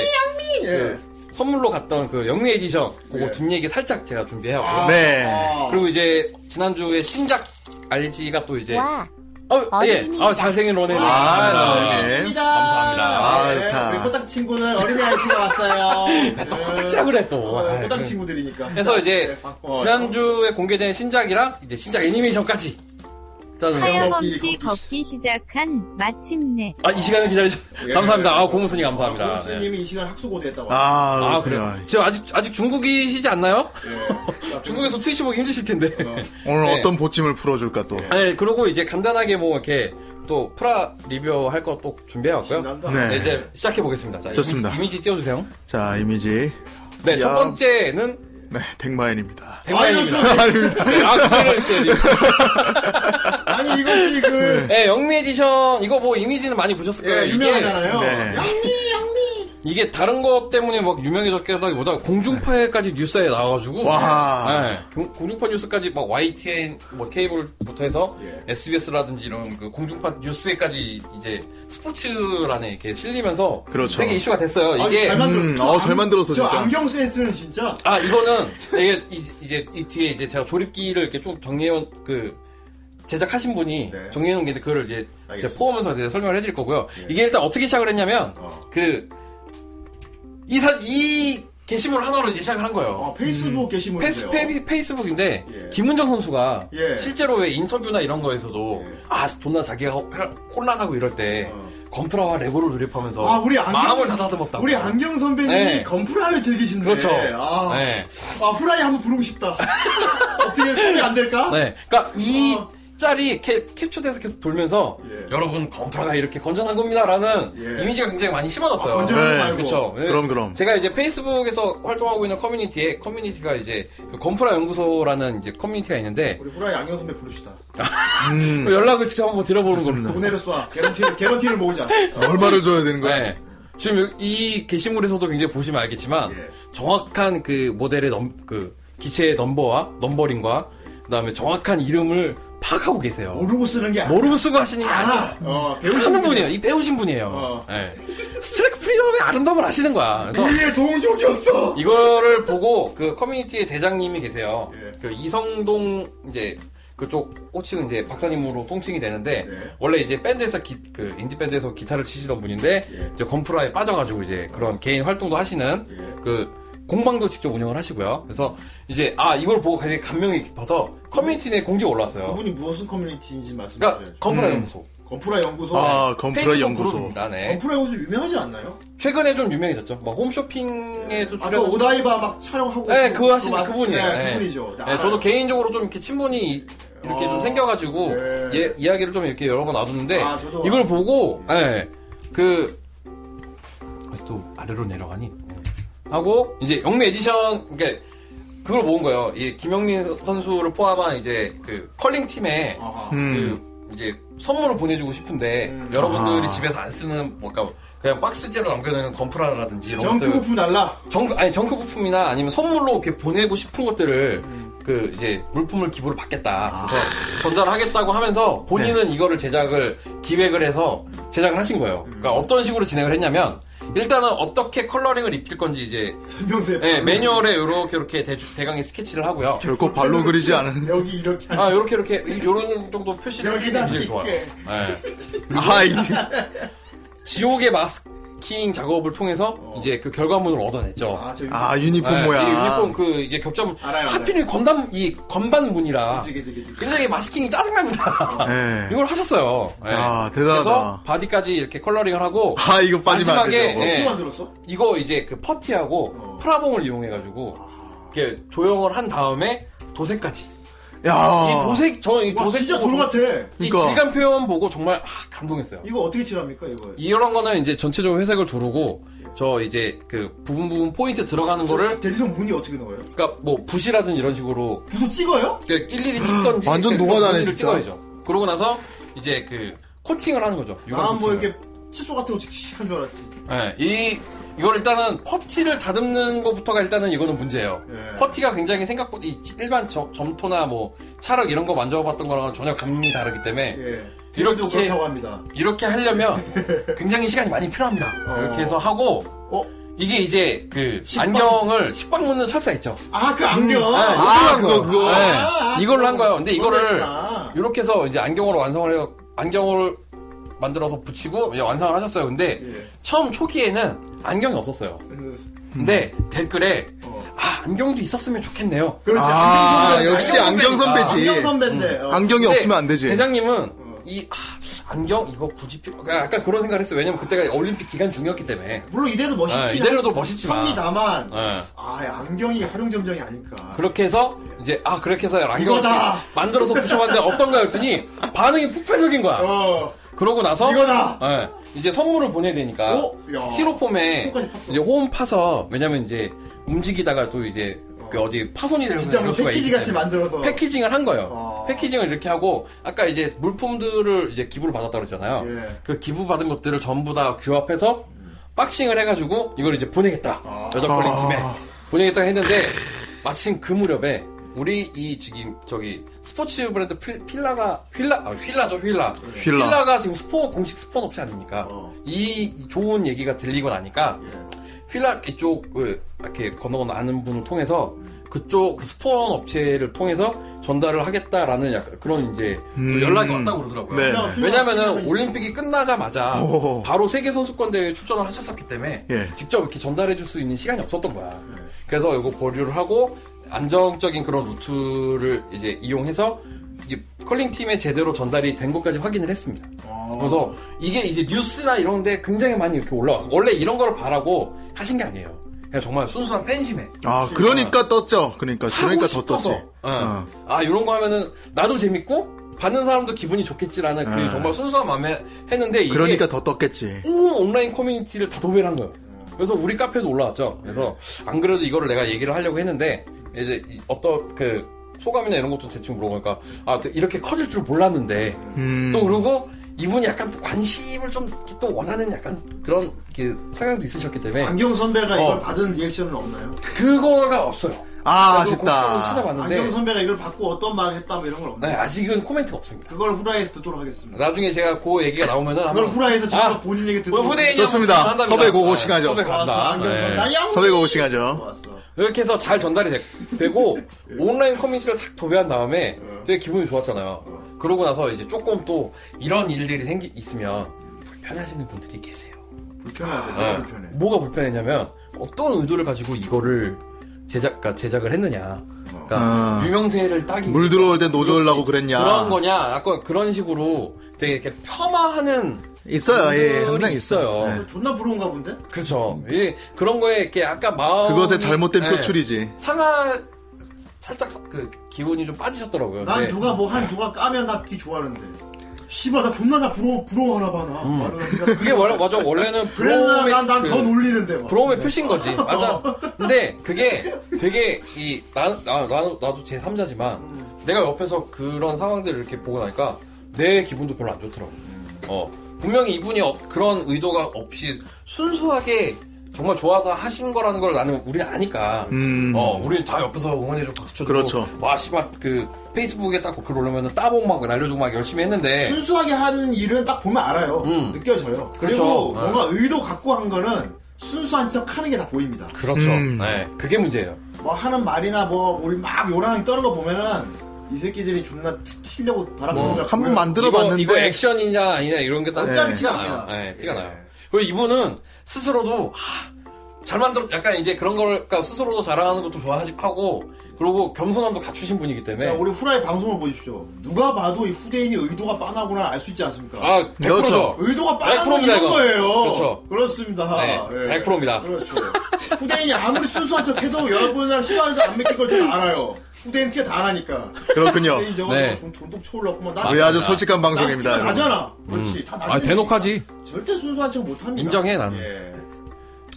[SPEAKER 1] 예.
[SPEAKER 2] 선물로 갔던 그 영미 에디션 그거
[SPEAKER 1] 예.
[SPEAKER 2] 뒷얘기 살짝 제가 준비해왔고
[SPEAKER 3] 네.
[SPEAKER 1] 아.
[SPEAKER 2] 그리고 이제 지난주에 신작 RG가 또 이제
[SPEAKER 4] 와,
[SPEAKER 2] 어예아 잘생긴 런앤
[SPEAKER 3] 아, 네.
[SPEAKER 1] 감사합니다.
[SPEAKER 3] 아,
[SPEAKER 1] 네,
[SPEAKER 3] 좋다.
[SPEAKER 1] 우리 코딱 친구는 어린이 아저씨가 왔어요.
[SPEAKER 2] 또 코딱지라 그래 아, 또
[SPEAKER 1] 어,
[SPEAKER 2] 아이,
[SPEAKER 1] 코딱
[SPEAKER 2] 그-
[SPEAKER 1] 친구들이니까.
[SPEAKER 2] 그래서 이제
[SPEAKER 1] 어,
[SPEAKER 2] 지난주에 공개된 신작이랑 이제 신작 애니메이션까지 일단은
[SPEAKER 4] 하염없이 걷기 시작한 마침내.
[SPEAKER 2] 아, 이 시간을 기다리셔.
[SPEAKER 1] 예.
[SPEAKER 2] 감사합니다. 아, 고무순이 감사합니다.
[SPEAKER 1] 아, 고수님이 이 시간 학수고대했다고.
[SPEAKER 3] 아,
[SPEAKER 2] 아,
[SPEAKER 3] 그렇군요.
[SPEAKER 2] 그래요? 지금 아직, 아직 중국이시지 않나요?
[SPEAKER 1] 예.
[SPEAKER 2] 중국에서 트위치 보기 힘드실 텐데.
[SPEAKER 3] 오늘
[SPEAKER 2] 네.
[SPEAKER 3] 어떤 보침을 풀어줄까 또.
[SPEAKER 2] 아니, 그리고 이제 간단하게 뭐, 이렇게 또 프라 리뷰 할 거 또 준비해왔고요.
[SPEAKER 1] 신난다.
[SPEAKER 3] 네.
[SPEAKER 2] 네, 이제 시작해보겠습니다. 자,
[SPEAKER 3] 좋습니다.
[SPEAKER 2] 이미지, 이미지 띄워주세요.
[SPEAKER 3] 자, 이미지.
[SPEAKER 2] 네, 첫
[SPEAKER 3] 야.
[SPEAKER 2] 번째는
[SPEAKER 3] 네, 댕마인입니다.
[SPEAKER 2] 대마입니다. 네,
[SPEAKER 3] 아닙니다.
[SPEAKER 2] 악수를 이렇게. 리뷰.
[SPEAKER 1] 아니 이것이 그
[SPEAKER 2] 네, 영미 에디션, 이거 뭐 이미지는 많이 보셨을 거예요.
[SPEAKER 1] 예,
[SPEAKER 2] 이게
[SPEAKER 1] 유명하잖아요.
[SPEAKER 3] 네.
[SPEAKER 1] 영미 영미.
[SPEAKER 2] 이게 다른 것 때문에 막 유명해졌다기보다 공중파에까지 뉴스에 나와가지고
[SPEAKER 3] 와.
[SPEAKER 2] 네, 공- 공중파 뉴스까지 막 YTN 뭐 케이블부터 해서 SBS라든지 이런 그 공중파 뉴스에까지 이제 스포츠란에 이렇게 실리면서
[SPEAKER 3] 그렇죠.
[SPEAKER 2] 되게 이슈가 됐어요. 이게
[SPEAKER 1] 아, 잘 만들었어.
[SPEAKER 3] 음,
[SPEAKER 1] 저
[SPEAKER 3] 어,
[SPEAKER 1] 안-
[SPEAKER 3] 잘 만들었어,
[SPEAKER 1] 저
[SPEAKER 3] 진짜.
[SPEAKER 1] 안경 센스는 진짜.
[SPEAKER 2] 아 이거는 이게 이- 이제 이 뒤에 이제 제가 조립기를 이렇게 좀 정리해온 그 제작하신 분이
[SPEAKER 1] 네.
[SPEAKER 2] 정리해놓은 게 있는데 그거를 이제
[SPEAKER 1] 알겠습니다. 예.
[SPEAKER 2] 제가 포함해서 이제 설명을 해드릴 거고요. 이게 일단 어떻게 시작을 했냐면
[SPEAKER 1] 어.
[SPEAKER 2] 그 이사 이 게시물 하나로 이제 시작을 한 거예요.
[SPEAKER 1] 어, 페이스북 게시물인데요.
[SPEAKER 2] 음. 페이스, 북인데
[SPEAKER 1] 예.
[SPEAKER 2] 김은정 선수가
[SPEAKER 1] 예.
[SPEAKER 2] 실제로 왜 인터뷰나 이런 거에서도
[SPEAKER 1] 예.
[SPEAKER 2] 아 존나 자기가 혼- 혼란하고 이럴 때
[SPEAKER 1] 어.
[SPEAKER 2] 검프라와 레고를 조립하면서
[SPEAKER 1] 아, 우리 안경-
[SPEAKER 2] 마음을 다다듬었다고.
[SPEAKER 1] 우리 안경 선배님이
[SPEAKER 2] 네.
[SPEAKER 1] 건프라를 즐기신데.
[SPEAKER 2] 그렇죠.
[SPEAKER 1] 아,
[SPEAKER 2] 네.
[SPEAKER 1] 아, 후라이 한번 부르고 싶다. 어떻게 소리 안 될까?
[SPEAKER 2] 네. 그러니까 이
[SPEAKER 1] 어.
[SPEAKER 2] 짤이 캐- 캡처돼서 계속 돌면서
[SPEAKER 1] 예.
[SPEAKER 2] 여러분 검프라가 이렇게 건전한 겁니다라는
[SPEAKER 1] 예.
[SPEAKER 2] 이미지가 굉장히 많이 심어졌어요.
[SPEAKER 1] 아, 건전한
[SPEAKER 3] 네,
[SPEAKER 1] 말고.
[SPEAKER 2] 그렇죠.
[SPEAKER 3] 그럼, 그럼.
[SPEAKER 2] 제가 이제 페이스북에서 활동하고 있는 커뮤니티에 커뮤니티가 이제 그 건프라 연구소라는 이제 커뮤니티가 있는데 그
[SPEAKER 1] 우리 후라이 안경 선배 부릅시다.
[SPEAKER 2] 네.
[SPEAKER 3] 음,
[SPEAKER 2] 연락을 직접 한번 드려보는 걸로.
[SPEAKER 1] 돈내를 쏴. 개런티를, 개런티를 모으자.
[SPEAKER 3] 얼마를 줘야 되는 거야?
[SPEAKER 2] 네. 지금 여기- 이 게시물에서도 굉장히 보시면 알겠지만
[SPEAKER 1] 예.
[SPEAKER 2] 정확한 그 모델의 넘, 그 기체의 넘버와 넘버링과 그다음에 정확한 이름을 파악하고 계세요.
[SPEAKER 1] 모르고 쓰는 게 아니야.
[SPEAKER 2] 모르고 쓰고 하시는 게 아니라
[SPEAKER 1] 알아. 어, 배우시는
[SPEAKER 2] 뭐 하는 분이에요. 이 배우신 분이에요.
[SPEAKER 1] 어.
[SPEAKER 2] 예. 스트라이크 프리덤의 아름다움을 아시는 거야. 그래서
[SPEAKER 1] 이게 동족이었어.
[SPEAKER 2] 이거를 보고 그 커뮤니티의 대장님이 계세요.
[SPEAKER 1] 예.
[SPEAKER 2] 그 이성동 이제 그쪽 호칭은 이제 박사님으로 통칭이 되는데
[SPEAKER 1] 예.
[SPEAKER 2] 원래 이제 밴드에서 기- 그 인디 밴드에서 기타를 치시던 분인데
[SPEAKER 1] 예.
[SPEAKER 2] 이제 건프라에 빠져가지고 이제 그런 개인 활동도 하시는
[SPEAKER 1] 예.
[SPEAKER 2] 그 공방도 직접 운영을 하시고요. 그래서 이제 아 이걸 보고 되게 감명이 깊어서 커뮤니티 내 공지가 올라왔어요.
[SPEAKER 1] 그분이 무슨 커뮤니티인지 말씀해주세요.
[SPEAKER 2] 그러니까 건프라 연구소,
[SPEAKER 1] 건프라 연구소.
[SPEAKER 3] 아, 음. 건프라
[SPEAKER 2] 페이스북
[SPEAKER 3] 연구소.
[SPEAKER 2] 그룹입니다. 네.
[SPEAKER 1] 건프라 연구소 유명하지 않나요?
[SPEAKER 2] 최근에 좀 유명해졌죠. 막 홈쇼핑에도
[SPEAKER 1] 네. 아까 그
[SPEAKER 2] 출연.
[SPEAKER 1] 오다이바 막 촬영하고.
[SPEAKER 2] 네,
[SPEAKER 1] 있고,
[SPEAKER 2] 그거 하시는
[SPEAKER 1] 막-
[SPEAKER 2] 그분이에요.
[SPEAKER 1] 네,
[SPEAKER 2] 네.
[SPEAKER 1] 그분이죠.
[SPEAKER 2] 네, 저도 개인적으로 좀 이렇게 친분이 이- 이렇게
[SPEAKER 1] 아,
[SPEAKER 2] 좀 생겨가지고
[SPEAKER 1] 예.
[SPEAKER 2] 예, 이야기를 좀 이렇게 여러 번 놔뒀는데
[SPEAKER 1] 아, 저도
[SPEAKER 2] 이걸 보고 네. 예그또 아래로 내려가니 네. 하고 이제 영미 에디션 그러니까 그걸 모은 거예요. 이 김영민 선수를 포함한 이제 그 컬링 팀에
[SPEAKER 1] 아하.
[SPEAKER 3] 음.
[SPEAKER 2] 그 이제 선물을 보내주고 싶은데
[SPEAKER 1] 음.
[SPEAKER 2] 여러분들이
[SPEAKER 3] 아.
[SPEAKER 2] 집에서 안 쓰는 뭔가 그냥 박스째로 남겨놓는 건프라라든지 이런
[SPEAKER 1] 정크
[SPEAKER 2] 것들
[SPEAKER 1] 부품 달라.
[SPEAKER 2] 정크 아니 정크 부품이나 아니면 선물로 이렇게 보내고 싶은 것들을
[SPEAKER 1] 음.
[SPEAKER 2] 그 이제 물품을 기부를
[SPEAKER 3] 아.
[SPEAKER 2] 받겠다. 그래서 전달을 하겠다고 하면서 본인은
[SPEAKER 3] 네.
[SPEAKER 2] 이거를 제작을 기획을 해서 제작을 하신 거예요.
[SPEAKER 1] 음.
[SPEAKER 2] 그러니까 어떤 식으로 진행을 했냐면 일단은 어떻게 컬러링을 입힐 건지 이제
[SPEAKER 1] 설명서에.
[SPEAKER 2] 예,
[SPEAKER 1] 바로
[SPEAKER 2] 매뉴얼에 이렇게 이렇게 대강의 스케치를 하고요.
[SPEAKER 3] 결코 발로 그리지 않은.
[SPEAKER 1] 여기 이렇게
[SPEAKER 2] 아 이렇게 이렇게 이런 정도 표시를 해주는 게
[SPEAKER 1] 여기다
[SPEAKER 2] 굉장히 좋아요.
[SPEAKER 1] 찍게.
[SPEAKER 2] 예.
[SPEAKER 3] 아이.
[SPEAKER 2] 지옥의 마스킹 작업을 통해서 이제 그 결과물을 얻어냈죠.
[SPEAKER 1] 어. 아, 저
[SPEAKER 3] 아, 유니폼
[SPEAKER 2] 네,
[SPEAKER 3] 모양.
[SPEAKER 2] 이 유니폼 그 이게 겹점
[SPEAKER 1] 알아요,
[SPEAKER 2] 하필이 건담 이 건반 문이라
[SPEAKER 1] 그지, 그지, 그지.
[SPEAKER 2] 굉장히 마스킹이 짜증납니다.
[SPEAKER 3] 예.
[SPEAKER 2] 이걸 하셨어요. 예.
[SPEAKER 3] 아, 대단하다.
[SPEAKER 2] 그래서 바디까지 이렇게 컬러링을 하고
[SPEAKER 3] 아, 이거 빠지면 안
[SPEAKER 2] 마지막에,
[SPEAKER 3] 되죠.
[SPEAKER 2] 예.
[SPEAKER 1] 어떻게 만들었어?
[SPEAKER 2] 이거 이제 그 퍼티하고
[SPEAKER 1] 어.
[SPEAKER 2] 프라봉을 이용해 가지고 이렇게 조형을 한 다음에 도색까지.
[SPEAKER 3] 야.
[SPEAKER 2] 이 도색 저이
[SPEAKER 1] 와,
[SPEAKER 2] 도색
[SPEAKER 1] 진짜
[SPEAKER 2] 보고
[SPEAKER 1] 돌 같아.
[SPEAKER 2] 이
[SPEAKER 3] 아. 그러니까.
[SPEAKER 2] 질감 표현 보고 정말 아, 감동했어요.
[SPEAKER 1] 이거 어떻게 칠합니까, 이거?
[SPEAKER 2] 이런 거는 이제 전체적으로 회색을 두르고 저 이제 그 부분 부분 포인트 들어가는
[SPEAKER 1] 그렇죠.
[SPEAKER 2] 거를
[SPEAKER 1] 대리석 문이 어떻게 넣어요?
[SPEAKER 2] 그러니까 뭐 붓이라든 이런 식으로
[SPEAKER 1] 부서 찍어요?
[SPEAKER 2] 그 일일이 찍던지
[SPEAKER 3] 음, 완전 노가다네,
[SPEAKER 2] 일일이
[SPEAKER 3] 진짜.
[SPEAKER 2] 찍어야죠. 그러고 나서 이제 그 코팅을 하는 거죠. 유광
[SPEAKER 1] 아, 난뭐
[SPEAKER 2] 코팅을.
[SPEAKER 1] 이렇게 칫솔 같은 거 칙칙한 줄 알았지.
[SPEAKER 2] 예, 이 이걸 일단은 퍼티를 다듬는 것부터가 일단은 이거는 문제예요.
[SPEAKER 1] 예.
[SPEAKER 2] 퍼티가 굉장히 생각보다 이 일반 점, 토나뭐 찰흙 이런 거 만져봤던 거랑 전혀 감이 다르기 때문에
[SPEAKER 1] 예.
[SPEAKER 2] 이렇게-
[SPEAKER 1] 대리도 그렇다고 합니다.
[SPEAKER 2] 이렇게 하려면 굉장히 시간이 많이 필요합니다.
[SPEAKER 1] 어.
[SPEAKER 2] 이렇게 해서 하고
[SPEAKER 1] 어?
[SPEAKER 2] 이게 이제 그 안경을 식빵 묻는 철사 있죠.
[SPEAKER 1] 아, 그 안경.
[SPEAKER 2] 예,
[SPEAKER 1] 아,
[SPEAKER 3] 아,
[SPEAKER 2] 이걸로 한 거예요.
[SPEAKER 3] 그거, 그거.
[SPEAKER 2] 예,
[SPEAKER 1] 아,
[SPEAKER 2] 이걸로 한
[SPEAKER 1] 그거.
[SPEAKER 2] 거예요. 근데 이거를
[SPEAKER 1] 그거구나.
[SPEAKER 2] 이렇게 해서 이제 안경으로 완성을 해요. 안경을 만들어서 붙이고 이제 완성을 하셨어요. 근데
[SPEAKER 1] 예.
[SPEAKER 2] 처음 초기에는 안경이 없었어요. 근데 댓글에
[SPEAKER 1] 그, 음. 어.
[SPEAKER 2] 아 안경도 있었으면 좋겠네요.
[SPEAKER 1] 그렇지.
[SPEAKER 3] 아,
[SPEAKER 1] 안경 선배.
[SPEAKER 3] 역시 안경 선배지.
[SPEAKER 1] 안경 선배인데.
[SPEAKER 2] 음.
[SPEAKER 1] 어.
[SPEAKER 3] 안경이
[SPEAKER 2] 근데
[SPEAKER 3] 없으면 안 되지.
[SPEAKER 2] 대장님은
[SPEAKER 1] 어.
[SPEAKER 2] 이 아, 안경 이거 굳이 필요? 그러니까 약간 그런 생각을 했어요. 왜냐면 그때가 올림픽 기간 중이었기 때문에.
[SPEAKER 1] 물론 이대도 멋있긴
[SPEAKER 2] 아, 이대로도
[SPEAKER 1] 하지-
[SPEAKER 2] 멋있지만.
[SPEAKER 1] 합니다만.
[SPEAKER 2] 예.
[SPEAKER 1] 아, 안경이 활용점정이 아닐까.
[SPEAKER 2] 그렇게 해서 이제 아 그렇게 해서 안경
[SPEAKER 1] 이거다.
[SPEAKER 2] 만들어서 붙여봤는데 어떤가 했더니 반응이 폭발적인 거야.
[SPEAKER 1] 어.
[SPEAKER 2] 그러고 나서
[SPEAKER 1] 이거다!
[SPEAKER 2] 예, 이제 선물을 보내야 되니까
[SPEAKER 1] 오? 야.
[SPEAKER 2] 스티로폼에
[SPEAKER 1] 손까지 팠어.
[SPEAKER 2] 이제 호흡 파서 왜냐면 이제 움직이다가 또 이제 그 어디 파손이 되는
[SPEAKER 1] 진짜 뭐 패키지 같이 만들어서.
[SPEAKER 2] 패키징을 한 거예요.
[SPEAKER 1] 어.
[SPEAKER 2] 패키징을 이렇게 하고 아까 이제 물품들을 이제 기부를 받았다 그랬잖아요.
[SPEAKER 1] 예.
[SPEAKER 2] 그 기부 받은 것들을 전부 다 규합해서 박싱을 해가지고 이걸 이제 보내겠다
[SPEAKER 1] 아.
[SPEAKER 2] 여정벌린 팀에 보내겠다 했는데 마침 그 무렵에 우리 이 지금 저기 스포츠 브랜드 필- 필라가 휠라 아 휠라죠 휠라
[SPEAKER 1] 예.
[SPEAKER 3] 휠라.
[SPEAKER 2] 가 지금 스포 공식 스폰 업체 아닙니까
[SPEAKER 1] 어.
[SPEAKER 2] 이 좋은 얘기가 들리고 나니까
[SPEAKER 1] 예.
[SPEAKER 2] 휠라 이쪽 이렇게 건너 건너 아는 분을 통해서 그쪽 그 스폰 업체를 통해서 전달을 하겠다라는 약간 그런 이제
[SPEAKER 3] 음.
[SPEAKER 2] 연락이 왔다고 그러더라고요.
[SPEAKER 3] 네.
[SPEAKER 2] 왜냐면은 올림픽이 끝나자마자
[SPEAKER 3] 오호호.
[SPEAKER 2] 바로 세계 선수권 대회에 출전을 하셨었기 때문에
[SPEAKER 3] 예.
[SPEAKER 2] 직접 이렇게 전달해 줄 수 있는 시간이 없었던 거야. 그래서 이거 보류를 하고 안정적인 그런 루트를 이제 이용해서 이게 컬링 팀에 제대로 전달이 된 것까지 확인을 했습니다.
[SPEAKER 3] 아.
[SPEAKER 2] 그래서 이게 이제 뉴스나 이런데 굉장히 많이 이렇게 올라왔어. 원래 이런 거를 바라고 하신 게 아니에요. 그냥 정말 순수한 팬심에
[SPEAKER 3] 아, 그러니까 떴죠. 그러니까, 그러니까
[SPEAKER 2] 하고
[SPEAKER 3] 더 떴지.
[SPEAKER 2] 싶어서. 예.
[SPEAKER 3] 어.
[SPEAKER 2] 아 이런 거 하면은 나도 재밌고 받는 사람도 기분이 좋겠지라는 그
[SPEAKER 3] 예.
[SPEAKER 2] 정말 순수한 마음에 했는데 이게
[SPEAKER 3] 그러니까 더 떴겠지.
[SPEAKER 2] 온 온라인 커뮤니티를 다 도배를 한 거예요. 그래서 우리 카페도 올라왔죠. 그래서 안 그래도 이거를 내가 얘기를 하려고 했는데 이제 이- 어떤 그 소감이나 이런 것 좀 대충 물어보니까 아 이렇게 커질 줄 몰랐는데
[SPEAKER 3] 음.
[SPEAKER 2] 또 그리고 이분이 약간 또 관심을 좀 또 원하는 약간 그런 이렇게 성향도 있으셨기 때문에
[SPEAKER 1] 안경 선배가 이걸
[SPEAKER 2] 어.
[SPEAKER 1] 받은 리액션은 없나요?
[SPEAKER 2] 그거가 없어요.
[SPEAKER 3] 아,
[SPEAKER 2] 그래서 곡수를
[SPEAKER 3] 아쉽다.
[SPEAKER 2] 찾아봤는데
[SPEAKER 1] 안경 선배가 이걸 받고 어떤 말을 했다 뭐 이런 건
[SPEAKER 2] 네,
[SPEAKER 1] 없나요?
[SPEAKER 2] 아직은 코멘트가 없습니다.
[SPEAKER 1] 그걸 후라이에서 듣도록 하겠습니다.
[SPEAKER 2] 나중에 제가 그 얘기가 나오면은
[SPEAKER 1] 그걸
[SPEAKER 2] 한번
[SPEAKER 1] 후라이에서 직접
[SPEAKER 2] 아,
[SPEAKER 1] 본인 얘기 듣도록
[SPEAKER 2] 후대인
[SPEAKER 3] 좋습니다. 섭외 고고 시간이죠.
[SPEAKER 2] 섭외
[SPEAKER 1] 좋았어.
[SPEAKER 2] 간다.
[SPEAKER 1] 안경
[SPEAKER 2] 네.
[SPEAKER 1] 선배. 나 양!
[SPEAKER 3] 섭외가 오시하죠
[SPEAKER 1] 좋았어.
[SPEAKER 2] 이렇게 해서 잘 전달이 되, 고 온라인 커뮤니티를 싹 도배한 다음에 되게 기분이 좋았잖아요. 그러고 나서 이제 조금 또 이런 일들이 생기 있으면 불편하시는 분들이 계세요.
[SPEAKER 1] 불편하대.
[SPEAKER 2] 네.
[SPEAKER 1] 너무 아, 불편해.
[SPEAKER 2] 뭐가 불편했냐면 어떤 의도를 가지고 이거를 제작 그러니까 제작을 했느냐. 그러니까
[SPEAKER 3] 아.
[SPEAKER 2] 유명세를 따기
[SPEAKER 3] 물 들어올 때 노조려고
[SPEAKER 2] 그렇지.
[SPEAKER 3] 그랬냐.
[SPEAKER 2] 그런 거냐. 약간 그런 식으로 되게 이렇게 폄하하는
[SPEAKER 3] 있어요. 예,
[SPEAKER 2] 분들이
[SPEAKER 3] 항상 있어요.
[SPEAKER 2] 있어요.
[SPEAKER 3] 예.
[SPEAKER 1] 존나 부러운가 본데?
[SPEAKER 2] 그렇죠. 이 그런 거에 이렇게 약간 마음 네.
[SPEAKER 3] 그것의 잘못된
[SPEAKER 2] 예.
[SPEAKER 3] 표출이지.
[SPEAKER 2] 상하 살짝 그 기운이 좀 빠지셨더라고요. 네.
[SPEAKER 1] 난
[SPEAKER 2] 근데
[SPEAKER 1] 누가 뭐 한 누가 까면 나 되게 좋아하는데. 씨발 나 존나 나 부러워 부러워하나 봐 나. 말을 하니까.
[SPEAKER 2] 음. 그게 원래 맞아 원래는
[SPEAKER 1] 그래서
[SPEAKER 2] 브로우의 그-
[SPEAKER 1] 난난더 놀리는데. 막.
[SPEAKER 3] 네.
[SPEAKER 2] 브로우의 표시인 거지. 맞아. 근데 그게 되게 이 나는 나, 나, 나도 제 3자지만 내가 옆에서 그런 상황들을 이렇게 보고 나니까 내 기분도 별로 안 좋더라고.
[SPEAKER 3] 음.
[SPEAKER 2] 어 분명히 이분이 어- 그런 의도가 없이 순수하게 정말 좋아서 하신 거라는 걸 나는 우리는 아니까.
[SPEAKER 3] 음.
[SPEAKER 2] 어, 우리 다 옆에서 응원해주고 박수 쳐주고.
[SPEAKER 3] 그렇죠.
[SPEAKER 2] 와, 씨발, 그, 페이스북에 딱 글 올리면 따봉 막 날려주고 막 열심히 했는데.
[SPEAKER 1] 순수하게 하는 일은 딱 보면 알아요.
[SPEAKER 2] 네. 음.
[SPEAKER 1] 느껴져요. 그리고
[SPEAKER 2] 그렇죠.
[SPEAKER 1] 뭔가 의도 갖고 한 거는 순수한 척 하는 게 다 보입니다.
[SPEAKER 2] 그렇죠.
[SPEAKER 3] 음.
[SPEAKER 2] 네, 그게 문제예요.
[SPEAKER 1] 뭐 하는 말이나 뭐 우리 막 요랑이 떠는 거 보면은 이 새끼들이 존나 튀- 튀려고 바라보는
[SPEAKER 2] 뭐,
[SPEAKER 1] 거
[SPEAKER 3] 한 번
[SPEAKER 1] 보여요.
[SPEAKER 3] 만들어봤는데.
[SPEAKER 2] 이거, 이거 액션이냐 아니냐 이런 게 딱.
[SPEAKER 1] 짬짬이
[SPEAKER 3] 네.
[SPEAKER 1] 티가
[SPEAKER 2] 나요.
[SPEAKER 1] 납니다.
[SPEAKER 2] 네, 티가 나요. 그리고 이분은 스스로도, 하, 잘 만들었, 약간 이제 그런 걸, 그러니까 스스로도 자랑하는 것도 좋아하고, 그리고 겸손함도 갖추신 분이기 때문에.
[SPEAKER 1] 자, 우리 후라이 방송을 보십시오. 누가 봐도 이 후대인이 의도가 빠나구나 알 수 있지 않습니까?
[SPEAKER 2] 아, 100%죠.
[SPEAKER 3] 그렇죠.
[SPEAKER 1] 의도가 빠른
[SPEAKER 2] 100%
[SPEAKER 1] 건
[SPEAKER 2] 입니다,
[SPEAKER 1] 이런
[SPEAKER 2] 이거.
[SPEAKER 1] 거예요.
[SPEAKER 2] 그렇죠.
[SPEAKER 1] 습니다
[SPEAKER 2] 네, 100% 입니다.
[SPEAKER 1] 그렇죠. 후대인이 아무리 순수한 척 해도 여러분이랑 시간이 안 맥힐 걸 제가 알아요. 후대인 티가 다 나니까.
[SPEAKER 3] 그렇군요.
[SPEAKER 1] 후대인 저거
[SPEAKER 2] 그렇죠. 네.
[SPEAKER 1] 좀 존독 쳐올랐구만. 나
[SPEAKER 3] 왜 아주 솔직한 방송입니다.
[SPEAKER 1] 방송입니다.
[SPEAKER 3] 여러분.
[SPEAKER 1] 나잖아. 그렇지. 다 나잖아.
[SPEAKER 2] 아, 대놓고하지.
[SPEAKER 1] 절대 순수한 척 못합니다.
[SPEAKER 2] 인정해, 나는.
[SPEAKER 1] 예.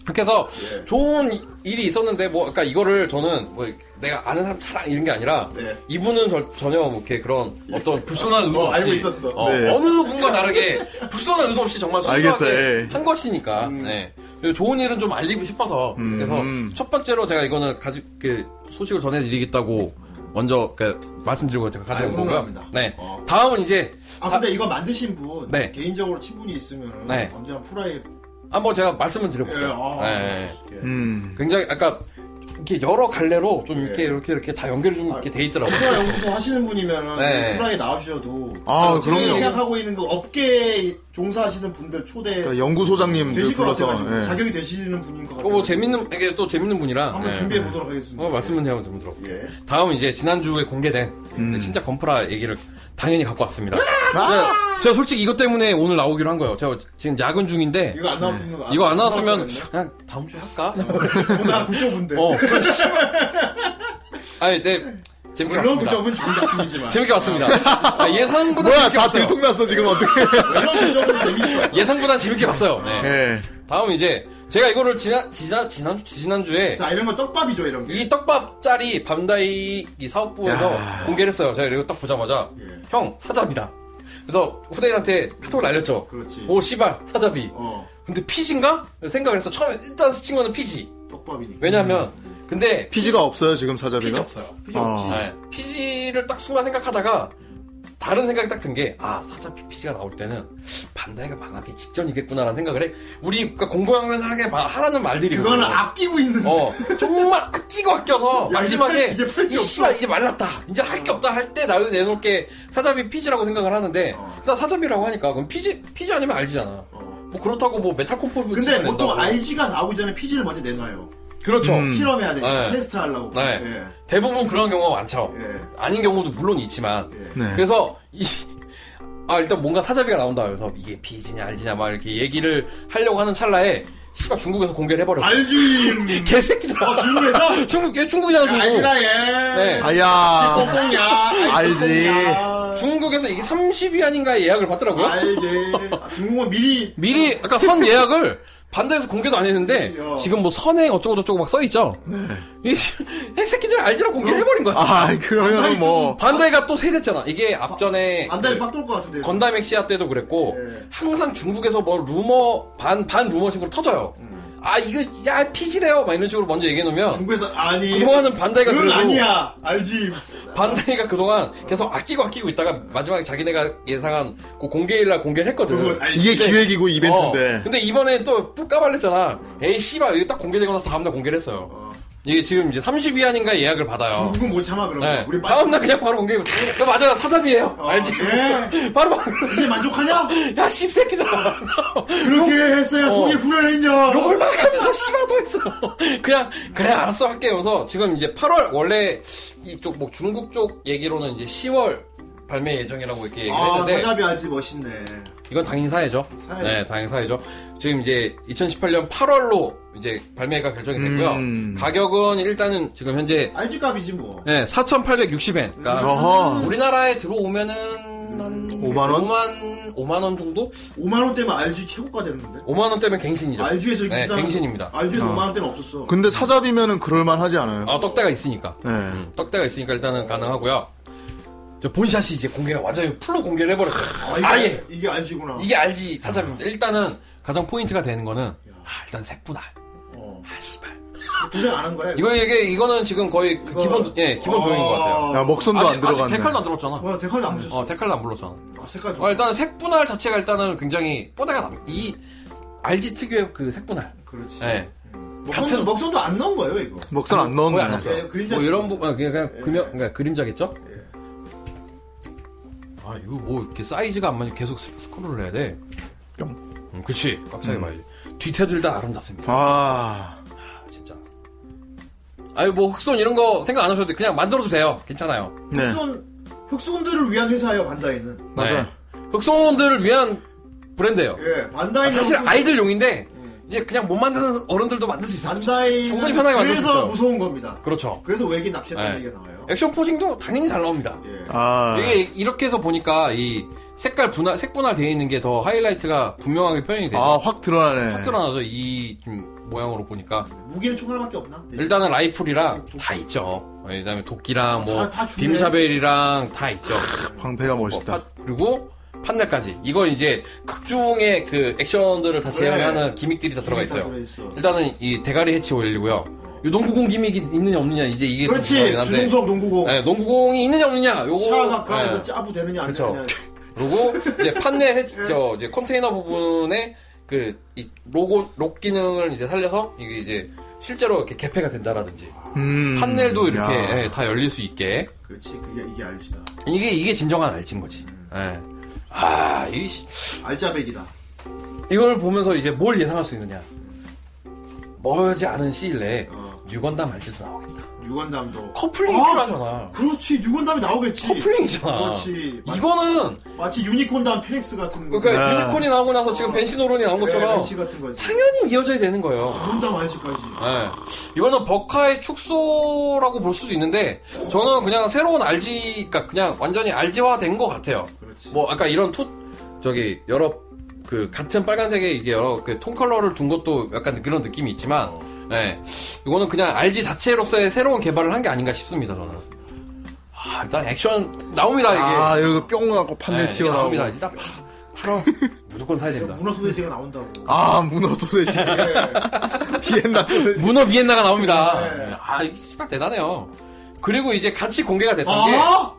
[SPEAKER 2] 그래서
[SPEAKER 1] 예.
[SPEAKER 2] 좋은 일이 있었는데 뭐 그러니까 이거를 저는 뭐 내가 아는 사람 자랑 이런 게 아니라
[SPEAKER 1] 네.
[SPEAKER 2] 이분은 절- 전혀 뭐 이렇게 그런 어떤 불손한 의도
[SPEAKER 1] 어,
[SPEAKER 2] 없이
[SPEAKER 1] 알고 있었어.
[SPEAKER 2] 어,
[SPEAKER 3] 네.
[SPEAKER 2] 느 분과 다르게 불손한 의도 없이 정말
[SPEAKER 3] 알겠어요,
[SPEAKER 2] 순수하게
[SPEAKER 3] 예.
[SPEAKER 2] 한 것이니까
[SPEAKER 1] 음.
[SPEAKER 2] 네. 그리고 좋은 일은 좀 알리고 싶어서 그래서
[SPEAKER 3] 음.
[SPEAKER 2] 첫 번째로 제가 이거는 가지 그 소식을 전해드리겠다고 먼저 그 말씀드리고 제가 가져온
[SPEAKER 1] 알고는
[SPEAKER 2] 거고요.
[SPEAKER 1] 합니다.
[SPEAKER 2] 네,
[SPEAKER 1] 아, 어.
[SPEAKER 2] 다음은 이제
[SPEAKER 1] 아 근데 이거 만드신 분
[SPEAKER 2] 네.
[SPEAKER 1] 개인적으로 친분이 있으면
[SPEAKER 2] 네.
[SPEAKER 1] 언제 한 후라이
[SPEAKER 2] 한번 제가 말씀을
[SPEAKER 1] 예,
[SPEAKER 2] 드려볼게요.
[SPEAKER 1] 아,
[SPEAKER 2] 네.
[SPEAKER 1] 예.
[SPEAKER 3] 음.
[SPEAKER 2] 굉장히 아까 이렇게 여러 갈래로 좀 이렇게
[SPEAKER 1] 예.
[SPEAKER 2] 이렇게 이렇게 다 연결이 좀 이렇게 돼 있더라고요.
[SPEAKER 1] 후라이 연구소 하시는 분이면
[SPEAKER 2] 네.
[SPEAKER 1] 후라이 나오셔도
[SPEAKER 3] 아,
[SPEAKER 1] 지금
[SPEAKER 3] 그럼요.
[SPEAKER 1] 생각하고 있는 그 업계 종사하시는 분들 초대
[SPEAKER 3] 그러니까 연구소장님
[SPEAKER 1] 되실 것
[SPEAKER 3] 불러서.
[SPEAKER 1] 같아가지고
[SPEAKER 3] 예.
[SPEAKER 1] 자격이 되시는 분인 것 같아요.
[SPEAKER 2] 뭐 재밌는 이게 또 재밌는 분이라
[SPEAKER 1] 한번
[SPEAKER 2] 예.
[SPEAKER 1] 준비해 보도록 하겠습니다.
[SPEAKER 2] 어, 말씀은 제가 한번 들어볼게요.
[SPEAKER 1] 예.
[SPEAKER 2] 다음은 이제 지난주에 공개된 진짜 건프라 얘기를 당연히 갖고 왔습니다. 네, 제가, 제가 솔직히 이것 때문에 오늘 나오기로 한 거예요. 제가 지금 야근 중인데
[SPEAKER 1] 이거
[SPEAKER 3] 네.
[SPEAKER 1] 안 나왔으면
[SPEAKER 2] 이거 안 나왔으면 그냥 다음 주에 할까?
[SPEAKER 1] 나 구조분데.
[SPEAKER 2] 어. 아니, 네. 재밌게
[SPEAKER 1] 물론
[SPEAKER 2] 봤습니다.
[SPEAKER 1] 구조분 좋은 작품이지만
[SPEAKER 2] 재밌게 봤습니다. 아, 예상보다
[SPEAKER 3] 뭐야,
[SPEAKER 2] 재밌게
[SPEAKER 3] 다
[SPEAKER 2] 봤어요.
[SPEAKER 3] 들통났어, 지금 어떻게.
[SPEAKER 1] 물론 구조분 재밌었어.
[SPEAKER 2] 예상보다 재밌게 봤어요. 네.
[SPEAKER 3] 예.
[SPEAKER 2] 다음 이제 제가 이거를 지난 지난 지난주 지난주에
[SPEAKER 1] 자 이런 건 떡밥이죠 이런 게.
[SPEAKER 2] 이 떡밥 짤이 밤다이 이 사업부에서 공개를 했어요. 제가 이거 딱 보자마자
[SPEAKER 1] 예.
[SPEAKER 2] 형 사자입니다. 그래서 후대인한테 카톡을 날렸죠.
[SPEAKER 1] 그렇지.
[SPEAKER 2] 오, 씨발, 사자비.
[SPEAKER 1] 어,
[SPEAKER 2] 근데 피지인가? 생각을 해서 처음에 일단 스친 거는 피지.
[SPEAKER 1] 떡밥이니까.
[SPEAKER 2] 왜냐면,
[SPEAKER 1] 음.
[SPEAKER 2] 근데
[SPEAKER 3] 피지가 없어요 지금
[SPEAKER 2] 피지
[SPEAKER 3] 사자비가.
[SPEAKER 2] 없어요.
[SPEAKER 1] 필요 없지.
[SPEAKER 3] 아.
[SPEAKER 2] 네. 피지를 딱 순간 생각하다가 다른 생각이 딱 든 게, 아, 사자피 피지가 나올 때는 반다이가 망하기 직전이겠구나라는 생각을 해. 우리 그러니까 공부양면하게 하라는 말들이.
[SPEAKER 1] 그거는 아끼고 있는.
[SPEAKER 2] 뭐- 어, 정말 아끼고 아껴서
[SPEAKER 1] 야,
[SPEAKER 2] 마지막에
[SPEAKER 1] 이제 팔- 이제 팔게
[SPEAKER 2] 이 씨발 이제 말랐다. 이제 할 게 없다 할 때 나를 내놓을 게 사자비 피지라고 생각을 하는데 나 사자비라고 하니까 그럼 피지 피지 아니면 알지잖아.
[SPEAKER 1] 어.
[SPEAKER 2] 뭐 그렇다고 뭐 메탈 콤포
[SPEAKER 1] 근데 보통 RG가 나오기 전에 PG를 먼저 내놔요.
[SPEAKER 2] 그렇죠.
[SPEAKER 3] 음.
[SPEAKER 1] 실험해야 되니까
[SPEAKER 2] 네.
[SPEAKER 1] 테스트 하려고.
[SPEAKER 2] 네.
[SPEAKER 1] 예.
[SPEAKER 2] 대부분 그런 경우가 많죠.
[SPEAKER 1] 예.
[SPEAKER 2] 아닌 경우도 물론 있지만
[SPEAKER 1] 예.
[SPEAKER 3] 네.
[SPEAKER 2] 그래서 이 아, 일단 뭔가 사자비가 나온다. 그래서 이게 피지냐 알지냐 막 이렇게 얘기를 하려고 하는 찰나에 씨발 중국에서 공개를 해버렸어.
[SPEAKER 1] RG.
[SPEAKER 2] 개새끼들아.
[SPEAKER 1] 어, 중국에서?
[SPEAKER 2] 중국 예 중국이잖아
[SPEAKER 1] 야,
[SPEAKER 2] 중국.
[SPEAKER 1] 알기라, 예.
[SPEAKER 2] 네.
[SPEAKER 3] 아야.
[SPEAKER 1] 뽕뽕이야.
[SPEAKER 3] 알지.
[SPEAKER 2] 중국에서 이게 30위 아닌가 예약을 받더라고요.
[SPEAKER 1] 알지.
[SPEAKER 2] 뭐?
[SPEAKER 1] 아, 중국은 미리.
[SPEAKER 2] 미리 아까 선 예약을 반대에서 공개도 안 했는데
[SPEAKER 1] 야. 네.
[SPEAKER 2] 지금 뭐 선행 어쩌고 저쩌고 막 써 있죠. 이 새끼들 알지라 공개를 해버린 거야.
[SPEAKER 3] 아 그러면 뭐
[SPEAKER 2] 반대가 또 세댔잖아. 이게 앞전에
[SPEAKER 1] 아, 안달이
[SPEAKER 2] 그
[SPEAKER 1] 빡돌것 같은데.
[SPEAKER 2] 건담 엑시아 때도 그랬고
[SPEAKER 1] 예.
[SPEAKER 2] 항상 중국에서 뭐 루머 반 반 루머식으로 터져요. 아 이거 야 피지래요 막 이런 식으로 먼저 얘기해 놓으면
[SPEAKER 1] 음. 중국에서 아니.
[SPEAKER 2] 그동안은 반대가
[SPEAKER 1] 그건
[SPEAKER 2] 그래도
[SPEAKER 1] 아니야. 알지.
[SPEAKER 2] 반대가 그동안 계속 아끼고 아끼고 있다가 마지막에 자기네가 예상한 그 공개일날 공개를 했거든.
[SPEAKER 1] 그건 알지.
[SPEAKER 3] 이게
[SPEAKER 2] 네.
[SPEAKER 3] 기획이고
[SPEAKER 2] 어,
[SPEAKER 3] 이벤트인데.
[SPEAKER 2] 근데 이번에 또 까발렸잖아. 에이, 씨발, 이거 딱 공개되고 나서 다음날 공개를 했어요.
[SPEAKER 1] 어.
[SPEAKER 2] 이게 지금 이제 30위 아닌가 예약을 받아요.
[SPEAKER 1] 중국은 못 참아, 그런 거.
[SPEAKER 2] 네.
[SPEAKER 1] 우리 빨리.
[SPEAKER 2] 다음날 그냥 바로 공개해. 너 맞아, 사자비예요 알지?
[SPEAKER 1] 네.
[SPEAKER 2] 바로 바로.
[SPEAKER 1] 이제 만족하냐?
[SPEAKER 2] 야, 씹새끼들아.
[SPEAKER 1] 그렇게 했어야 속이 후련했냐?
[SPEAKER 2] 욕을 막 하면서 씨발도 했어. 그냥, 그래, 알았어, 할게. 이러면서 지금 이제 8월, 원래 이쪽, 뭐 중국 쪽 얘기로는 이제 10월 발매 예정이라고 이렇게 얘기를
[SPEAKER 1] 아,
[SPEAKER 2] 했는데.
[SPEAKER 1] 사자비 알지 멋있네.
[SPEAKER 2] 이건 당연히 사회죠.
[SPEAKER 1] 사회.
[SPEAKER 2] 네, 당연히 사회죠. 지금 이제 2018년 8월로 이제 발매가 결정이 됐고요.
[SPEAKER 3] 음.
[SPEAKER 2] 가격은 일단은 지금 현재
[SPEAKER 1] 알지 값이지 뭐.
[SPEAKER 2] 네, 4,860엔. 그러니까
[SPEAKER 3] 어허.
[SPEAKER 2] 우리나라에 들어오면은 한
[SPEAKER 3] 5만 원?
[SPEAKER 2] 5만 5만 원 정도?
[SPEAKER 1] 5만 원대면 알지 최고가 되는 건데.
[SPEAKER 2] 5만 원 때면 갱신이죠.
[SPEAKER 1] 알지에서 이렇게
[SPEAKER 2] 네,
[SPEAKER 1] 비싼
[SPEAKER 2] 갱신입니다. 그-
[SPEAKER 1] 알지에서
[SPEAKER 3] 어.
[SPEAKER 1] 5만 원대는 없었어.
[SPEAKER 3] 근데 사자비면은 그럴만하지 않아요.
[SPEAKER 2] 아, 떡대가 있으니까.
[SPEAKER 3] 네.
[SPEAKER 2] 음, 떡대가 있으니까 일단은 가능하고요. 저 본샷이 이제 공개가 완전히 풀로 공개를 해버렸어요.
[SPEAKER 1] 이게,
[SPEAKER 2] 아예
[SPEAKER 1] 이게 알지구나.
[SPEAKER 2] 이게 알지 사자입니다. 일단은 가장 포인트가 되는 거는 아, 일단 색분할.
[SPEAKER 1] 어.
[SPEAKER 2] 아 씨발.
[SPEAKER 1] 도전 안한 거야. 이거.
[SPEAKER 2] 이거 이게 이거는 지금 거의 그
[SPEAKER 1] 이거-
[SPEAKER 2] 기본 예 기본
[SPEAKER 1] 아.
[SPEAKER 2] 조형인 것 같아요.
[SPEAKER 3] 야 먹선도
[SPEAKER 2] 아직-
[SPEAKER 3] 안
[SPEAKER 2] 아직 데칼도
[SPEAKER 3] 들어갔네.
[SPEAKER 2] 안 들었잖아.
[SPEAKER 1] 와, 데칼도 안 붙였어.
[SPEAKER 2] 어 데칼도 안 불렀잖아.
[SPEAKER 1] 아, 색깔 좋아.
[SPEAKER 2] 어, 일단은 색분할 자체가 일단은 굉장히 뽀대가 남. 이 RG 특유의 그 색분할.
[SPEAKER 1] 그렇지.
[SPEAKER 2] 예. 같은-
[SPEAKER 1] 먹선도, 먹선도 안 넣은 거예요, 이거.
[SPEAKER 3] 먹선안
[SPEAKER 2] 거의 안
[SPEAKER 3] 넣었네.
[SPEAKER 2] 났어요.
[SPEAKER 1] 예, 그림자
[SPEAKER 2] 뭐
[SPEAKER 1] 색깔.
[SPEAKER 2] 이런 부분 그냥, 그냥
[SPEAKER 1] 예.
[SPEAKER 2] 금형 그러니까 그림자겠죠? 아 이거 뭐 이렇게 사이즈가 안 맞니 계속 스- 스크롤을 해야 돼.
[SPEAKER 3] 뿅.
[SPEAKER 2] 음, 그렇지. 꽉 차게 봐야지. 뒤태들 다 아름답습니다.
[SPEAKER 3] 아
[SPEAKER 2] 진짜. 아유 뭐 흑손 이런 거 생각 안 하셔도 돼. 그냥 만들어도 돼요. 괜찮아요.
[SPEAKER 3] 네.
[SPEAKER 1] 흑손, 흑손들을 위한 회사예요, 반다이는.
[SPEAKER 3] 맞아요.
[SPEAKER 2] 네. 흑손들을 위한 브랜드예요.
[SPEAKER 1] 예,
[SPEAKER 2] 아,
[SPEAKER 1] 반다이는.
[SPEAKER 2] 사실
[SPEAKER 1] 흑손-
[SPEAKER 2] 아이들용인데 이제 그냥 못 만드는 어른들도 만들 수 있어요.
[SPEAKER 1] 반다이는.
[SPEAKER 2] 충분히 편하게 만들 수
[SPEAKER 1] 그래서
[SPEAKER 2] 있어요.
[SPEAKER 1] 무서운 겁니다.
[SPEAKER 2] 그렇죠.
[SPEAKER 1] 그래서 외계 납치했다는
[SPEAKER 2] 예.
[SPEAKER 1] 얘기가 나와요.
[SPEAKER 2] 액션 포징도 당연히 잘 나옵니다.
[SPEAKER 1] 예.
[SPEAKER 3] 아.
[SPEAKER 2] 이게 이렇게 해서 보니까 이 색깔 분할 색분할 되어 있는 게 더 하이라이트가 분명하게 표현이 돼요.
[SPEAKER 3] 아 확 드러나네.
[SPEAKER 2] 확 드러나죠. 이 좀 모양으로 보니까
[SPEAKER 1] 무기는 총알밖에 없나? 네.
[SPEAKER 2] 일단은 라이플이랑 다 있죠. 어, 그다음에 도끼랑 뭐
[SPEAKER 1] 다- 다 주네.
[SPEAKER 2] 빔사벨이랑 다 있죠.
[SPEAKER 3] 방패가 아, 멋있다.
[SPEAKER 2] 어, 팟- 그리고 판넬까지. 이거 이제 극중의 그 액션들을 다 제한하는 기믹들이 다 들어가 있어요.
[SPEAKER 1] 들어있어.
[SPEAKER 2] 일단은 이 대가리 해치 올리고요. 이 농구공 기믹이 있느냐 없느냐 이제 이게 좀
[SPEAKER 1] 그렇지.
[SPEAKER 2] 중요하긴 한데.
[SPEAKER 1] 주동석 농구공.
[SPEAKER 2] 네, 농구공이 있느냐 없느냐 요거.
[SPEAKER 1] 샤가카에서 예.
[SPEAKER 2] 네.
[SPEAKER 1] 짜부 되느냐 안
[SPEAKER 2] 그렇죠.
[SPEAKER 1] 되느냐.
[SPEAKER 2] 그리고 이제 판넬 해치 저 이제 컨테이너 부분에 그 이 로고 록 기능을 이제 살려서 이게 이제 실제로 이렇게 개폐가 된다라든지
[SPEAKER 3] 음.
[SPEAKER 2] 판넬도 이렇게
[SPEAKER 3] 야.
[SPEAKER 2] 예, 다 열릴 수 있게
[SPEAKER 1] 그렇지. 그게 이게 알지다.
[SPEAKER 2] 이게 이게 진정한 알친 거지. 예. 아, 이 씨-
[SPEAKER 1] 알짜배기다.
[SPEAKER 2] 이걸 보면서 이제 뭘 예상할 수 있느냐. 멀지 않은 시일 내에
[SPEAKER 1] 어.
[SPEAKER 2] 뉴건담 알지도 나오겠다.
[SPEAKER 1] 유건담도.
[SPEAKER 2] 커플링이
[SPEAKER 1] 아!
[SPEAKER 2] 필요하잖아.
[SPEAKER 1] 그렇지. 유건담이 나오겠지.
[SPEAKER 2] 커플링이잖아.
[SPEAKER 1] 그렇지. 마치-
[SPEAKER 2] 이거는
[SPEAKER 1] 마치 유니콘담 페닉스 같은 거.
[SPEAKER 2] 그러니까
[SPEAKER 3] 네.
[SPEAKER 2] 유니콘이 나오고 나서 지금 벤시노론이 나온 것처럼
[SPEAKER 1] 아. 네, 벤치 같은 거지.
[SPEAKER 2] 당연히 이어져야 되는 거예요.
[SPEAKER 1] 유건담 알지까지.
[SPEAKER 3] 아.
[SPEAKER 2] 예. 이거는 버카의 축소라고 볼 수도 있는데 저는 그냥 새로운 RG, 그러니까 그냥 완전히 RG화 된 것 같아요.
[SPEAKER 1] 그렇지.
[SPEAKER 2] 뭐 아까 이런 투 저기 여러 그 같은 빨간색에 이게 여러 그 톤 컬러를 둔 것도 약간 그런 느낌이 있지만
[SPEAKER 1] 어.
[SPEAKER 2] 네. 예 이거는 그냥 RG 자체로서의 새로운 개발을 한 게 아닌가 싶습니다 저는 아 야, 일단 액션 나옵니다, 이게.
[SPEAKER 3] 아, 이러고 뿅 하고 판넬
[SPEAKER 2] 네,
[SPEAKER 3] 튀어나오고.
[SPEAKER 2] 나옵니다. 일단 파, 팔어. 무조건 사야 됩니다.
[SPEAKER 1] 문어 소세지가 나온다고.
[SPEAKER 3] 아, 문어 소세지. 비엔나 소세지.
[SPEAKER 2] 문어 비엔나가 나옵니다. 아, 이게 씨발 대단해요. 그리고 이제 같이 공개가 됐던
[SPEAKER 1] 아!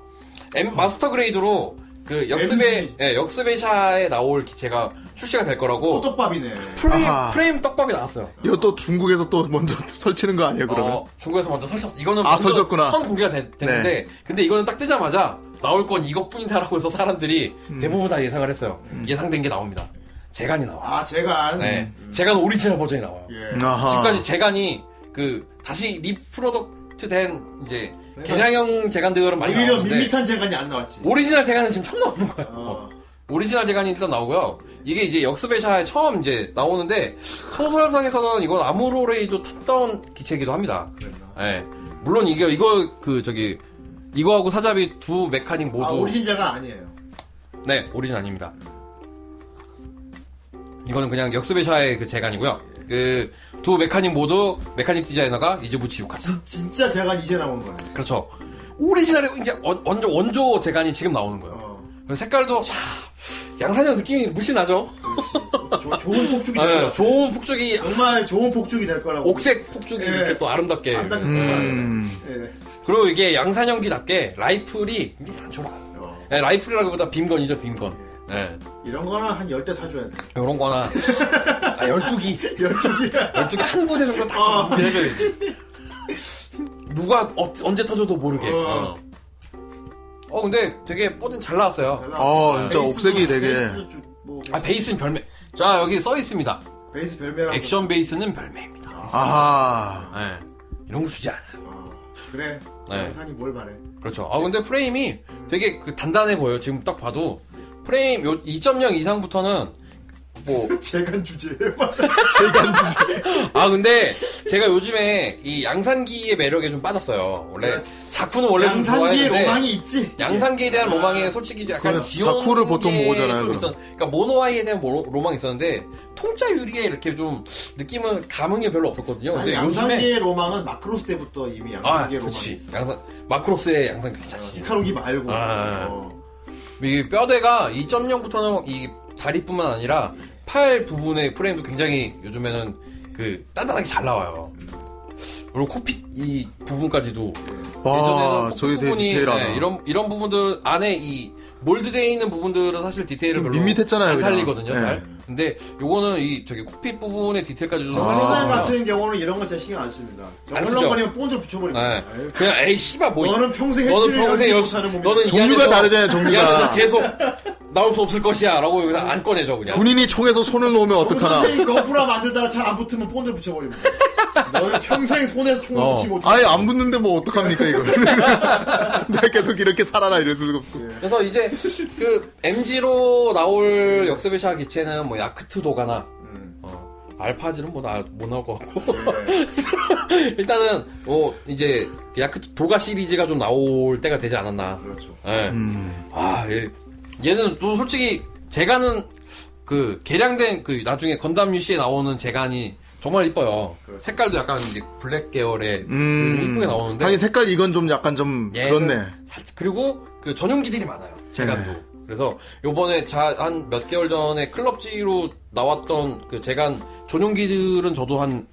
[SPEAKER 2] 게 엠- 마스터 그레이드로 그 역습의
[SPEAKER 1] MG.
[SPEAKER 2] 예, 역습의 샤에 나올 기체가 출시가 될 거라고
[SPEAKER 1] 호떡밥이네.
[SPEAKER 2] 프레임
[SPEAKER 3] 아하.
[SPEAKER 2] 프레임 떡밥이 나왔어요.
[SPEAKER 3] 이거 또 중국에서 또 먼저 설치는 거 아니에요, 그러면?
[SPEAKER 2] 어, 중국에서 먼저 설쳤어. 이거는
[SPEAKER 3] 아,
[SPEAKER 2] 먼저
[SPEAKER 3] 설쳤구나.
[SPEAKER 2] 선 공개가 되, 됐는데 근데 이거는 딱 뜨자마자 나올 건 이것뿐이다라고 해서 사람들이 대부분 다 예상을 했어요. 예상된 게 나옵니다. 재간이 나와.
[SPEAKER 1] 아, 제가.
[SPEAKER 2] 네, 재간 오리지널 버전이 나와요.
[SPEAKER 1] 예.
[SPEAKER 3] 아하.
[SPEAKER 2] 지금까지 재간이 그 다시 리프로덕트 된 이제 개량형 재간들은 많이
[SPEAKER 1] 네. 오히려
[SPEAKER 2] 나오는데
[SPEAKER 1] 밋밋한 재간이 안 나왔지.
[SPEAKER 2] 오리지널 재간은 지금 처음 나오는 거예요.
[SPEAKER 1] 어.
[SPEAKER 2] 오리지널 재간이 일단 나오고요. 이게 이제 역습의샤에 처음 이제 나오는데 소설상에서는 이건 아무로레이도 탑다운 기체이기도 합니다.
[SPEAKER 1] 그렇죠.
[SPEAKER 2] 예. 물론 이게 이거 그 저기 이거하고 사자비 두 메카닉 모두
[SPEAKER 1] 아, 오리진 재간 아니에요.
[SPEAKER 2] 네, 오리진 아닙니다. 이거는 그냥 역스베샤의 그 재간이고요. 그 두 메카닉 모두 메카닉 디자이너가 이즈부치 유카스.
[SPEAKER 1] 그 진, 진짜 재간 이제 나온 거네.
[SPEAKER 2] 그렇죠. 오리지널의 이제 원, 원조 원조 재간이 지금 나오는 거예요.
[SPEAKER 1] 어.
[SPEAKER 2] 그 색깔도 샤, 양산형 느낌이 무시 나죠.
[SPEAKER 1] 그렇지. 조- 좋은 폭죽이
[SPEAKER 2] 아,
[SPEAKER 1] 될
[SPEAKER 2] 네,
[SPEAKER 1] 거야.
[SPEAKER 2] 좋은 폭죽이
[SPEAKER 1] 정말 좋은 폭죽이 될 거라고.
[SPEAKER 2] 옥색 폭죽이
[SPEAKER 1] 예.
[SPEAKER 2] 이렇게 또 아름답게.
[SPEAKER 1] 안 닦을
[SPEAKER 3] 음.
[SPEAKER 1] 거야. 예.
[SPEAKER 2] 그리고 이게 양산형기답게 라이플이 굉장히 단촐하
[SPEAKER 1] 어.
[SPEAKER 2] 라이플이라기보다 빔건이죠 빔건. 네.
[SPEAKER 1] 이런 거는 한 열대 사줘야 돼.
[SPEAKER 2] 요런 거나 아, 열두기
[SPEAKER 1] 열두기야.
[SPEAKER 2] 열두개 한 부대 정도 딱
[SPEAKER 1] 어.
[SPEAKER 2] 준비해줘야지. 누가 어- 언제 터져도 모르게.
[SPEAKER 1] 어.
[SPEAKER 2] 어. 어, 근데 되게 뽀든 잘 나왔어요.
[SPEAKER 3] 어, 진짜 옥색이 되게-
[SPEAKER 2] 아 베이스는 별매. 자 여기 써 있습니다.
[SPEAKER 1] 뭐 베이스 별매라고.
[SPEAKER 2] 액션 베이스는 별매입니다.
[SPEAKER 3] 아하.
[SPEAKER 2] 예. 이런 거 주지 않아요.
[SPEAKER 1] 어. 그래.
[SPEAKER 2] 네.
[SPEAKER 1] 양산이 뭘 바래.
[SPEAKER 2] 그렇죠. 아 근데 프레임이 되게 그 단단해 보여요. 지금 딱 봐도 프레임 요 2.0 이상부터는 뭐
[SPEAKER 1] 재간 주제예요.
[SPEAKER 2] 아 근데 제가 요즘에 이 양산기의 매력에 좀 빠졌어요. 원래 자쿠는 원래 좀
[SPEAKER 1] 네. 양산기의
[SPEAKER 2] 좋아했는데
[SPEAKER 1] 로망이 있지.
[SPEAKER 2] 양산기에 대한 로망이 솔직히 약간
[SPEAKER 3] 그건
[SPEAKER 2] 지원
[SPEAKER 3] 자쿠를 보통
[SPEAKER 2] 게
[SPEAKER 3] 모으잖아요,
[SPEAKER 2] 좀
[SPEAKER 3] 그럼.
[SPEAKER 2] 있었, 그러니까 모노아이에 대한 모- 로망이 있었는데 통짜 유리에 이렇게 좀 느낌은 감흥이 별로 네, 없었거든요.
[SPEAKER 1] 아니,
[SPEAKER 2] 근데 요즘에
[SPEAKER 1] 양산기의 로망은 마크로스 때부터 이미
[SPEAKER 2] 아
[SPEAKER 1] 양산기의 로망이
[SPEAKER 2] 그렇지
[SPEAKER 1] 있어.
[SPEAKER 2] 양산 마크로스의 양산기 자체
[SPEAKER 1] 히카루기 말고.
[SPEAKER 2] 아.
[SPEAKER 1] 어.
[SPEAKER 2] 이 뼈대가 2.0부터는 이 다리뿐만 아니라 팔 부분의 프레임도 굉장히 요즘에는 그 단단하게 잘 나와요. 그리고 코핏 이 부분까지도
[SPEAKER 3] 와,
[SPEAKER 2] 예전에는
[SPEAKER 3] 아,
[SPEAKER 2] 뭐
[SPEAKER 3] 저게 되게
[SPEAKER 2] 부분이,
[SPEAKER 3] 디테일하다.
[SPEAKER 2] 네, 이런 이런 부분들 안에 이 몰드되어 있는 부분들은 사실 디테일을 별로
[SPEAKER 3] 밋밋했잖아요,
[SPEAKER 2] 안
[SPEAKER 3] 그냥.
[SPEAKER 2] 살리거든요.
[SPEAKER 3] 네.
[SPEAKER 2] 잘. 근데 요거는 이 저기 코핏 부분의 디테일까지 좀
[SPEAKER 1] 정말 생각
[SPEAKER 2] 살려놔요.
[SPEAKER 1] 아, 같은 경우는 이런 거 진짜 신경 안 씁니다.
[SPEAKER 2] 아. 안 쓰죠.
[SPEAKER 1] 헐렁거리면 본드를 붙여버립니다.
[SPEAKER 2] 네.
[SPEAKER 1] 아유,
[SPEAKER 2] 그냥 에이 씨발 뭐
[SPEAKER 1] 너는 평생
[SPEAKER 2] 너는
[SPEAKER 1] 해치를
[SPEAKER 2] 평생
[SPEAKER 1] 열지
[SPEAKER 2] 열
[SPEAKER 1] 못하는 몸이다.
[SPEAKER 2] 너는 이
[SPEAKER 3] 종류가
[SPEAKER 2] 안에서-
[SPEAKER 3] 다르잖아요, 종류가.
[SPEAKER 2] 이 안에서 계속 나올 수 없을 것이야라고 그냥 안 꺼내죠 그냥.
[SPEAKER 3] 군인이 총에서 손을 놓으면 어떡하나.
[SPEAKER 1] 평생 거프라 만들다가 잘 안 붙으면 본드를 붙여버립니다. 너는 평생 손에서 총을
[SPEAKER 2] 어.
[SPEAKER 1] 붙이지 못해.
[SPEAKER 3] 아예 안 붙는데 뭐 어떡합니까, 이거는. 내가 계속 이렇게 살아라, 이럴 수가 없고.
[SPEAKER 2] 그래서 이제 그 MG로 나올 역습의샤 기체는 뭐 야크트 도가나
[SPEAKER 3] 음.
[SPEAKER 2] 어, 알파지는 뭐 나- 못 나올 것 같고
[SPEAKER 3] 네.
[SPEAKER 2] 일단은 뭐 이제 야크트 도가 시리즈가 좀 나올 때가 되지 않았나.
[SPEAKER 1] 그렇죠.
[SPEAKER 2] 예.
[SPEAKER 3] 음.
[SPEAKER 2] 아 얘, 얘는 또 솔직히 재간은 그 개량된 그 나중에 건담 유시에 나오는 재간이 정말 이뻐요. 색깔도 약간 이제 블랙 계열의
[SPEAKER 3] 그렇죠. 음.
[SPEAKER 2] 이쁘게 나오는데
[SPEAKER 3] 하긴 색깔 이건 좀 약간 좀
[SPEAKER 2] 예,
[SPEAKER 3] 그렇네. 네.
[SPEAKER 2] 살- 그리고 그 전용기들이 많아요. 재간도. 그래서 요번에 자 한 몇 개월 전에 클럽지로 나왔던 그 재간 전용기들은 저도 한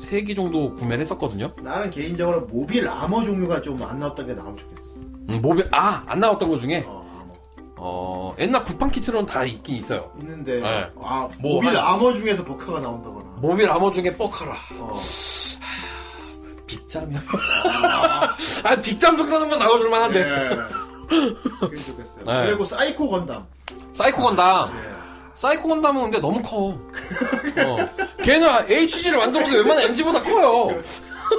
[SPEAKER 2] 3기 정도 구매를 했었거든요.
[SPEAKER 1] 나는 개인적으로 모빌 아머 종류가 좀 안 나왔던 게 나오면 좋겠어.
[SPEAKER 2] 음, 모빌 아 안 나왔던 것 중에
[SPEAKER 1] 어,
[SPEAKER 2] 어 옛날 구판 키트로는 다 있긴 있어요.
[SPEAKER 1] 아머. 있는데
[SPEAKER 2] 네.
[SPEAKER 1] 아
[SPEAKER 2] 뭐
[SPEAKER 1] 모빌
[SPEAKER 2] 한- 뭐
[SPEAKER 1] 아머 중에서 버카가 나온다거나.
[SPEAKER 2] 모빌 아머 중에 뻑하라
[SPEAKER 1] 어.
[SPEAKER 2] 빅잠이요. 아 빅잠 정도는 뭐 나와줄 만한데
[SPEAKER 3] 네.
[SPEAKER 1] 네. 그게 좋겠어요.
[SPEAKER 2] 네.
[SPEAKER 1] 그리고 사이코 건담.
[SPEAKER 2] 사이코 건담.
[SPEAKER 1] 예.
[SPEAKER 2] 사이코 건담은 근데 너무 커. 어. 걔는 HG를 만들어도 웬만한 MG보다 커요.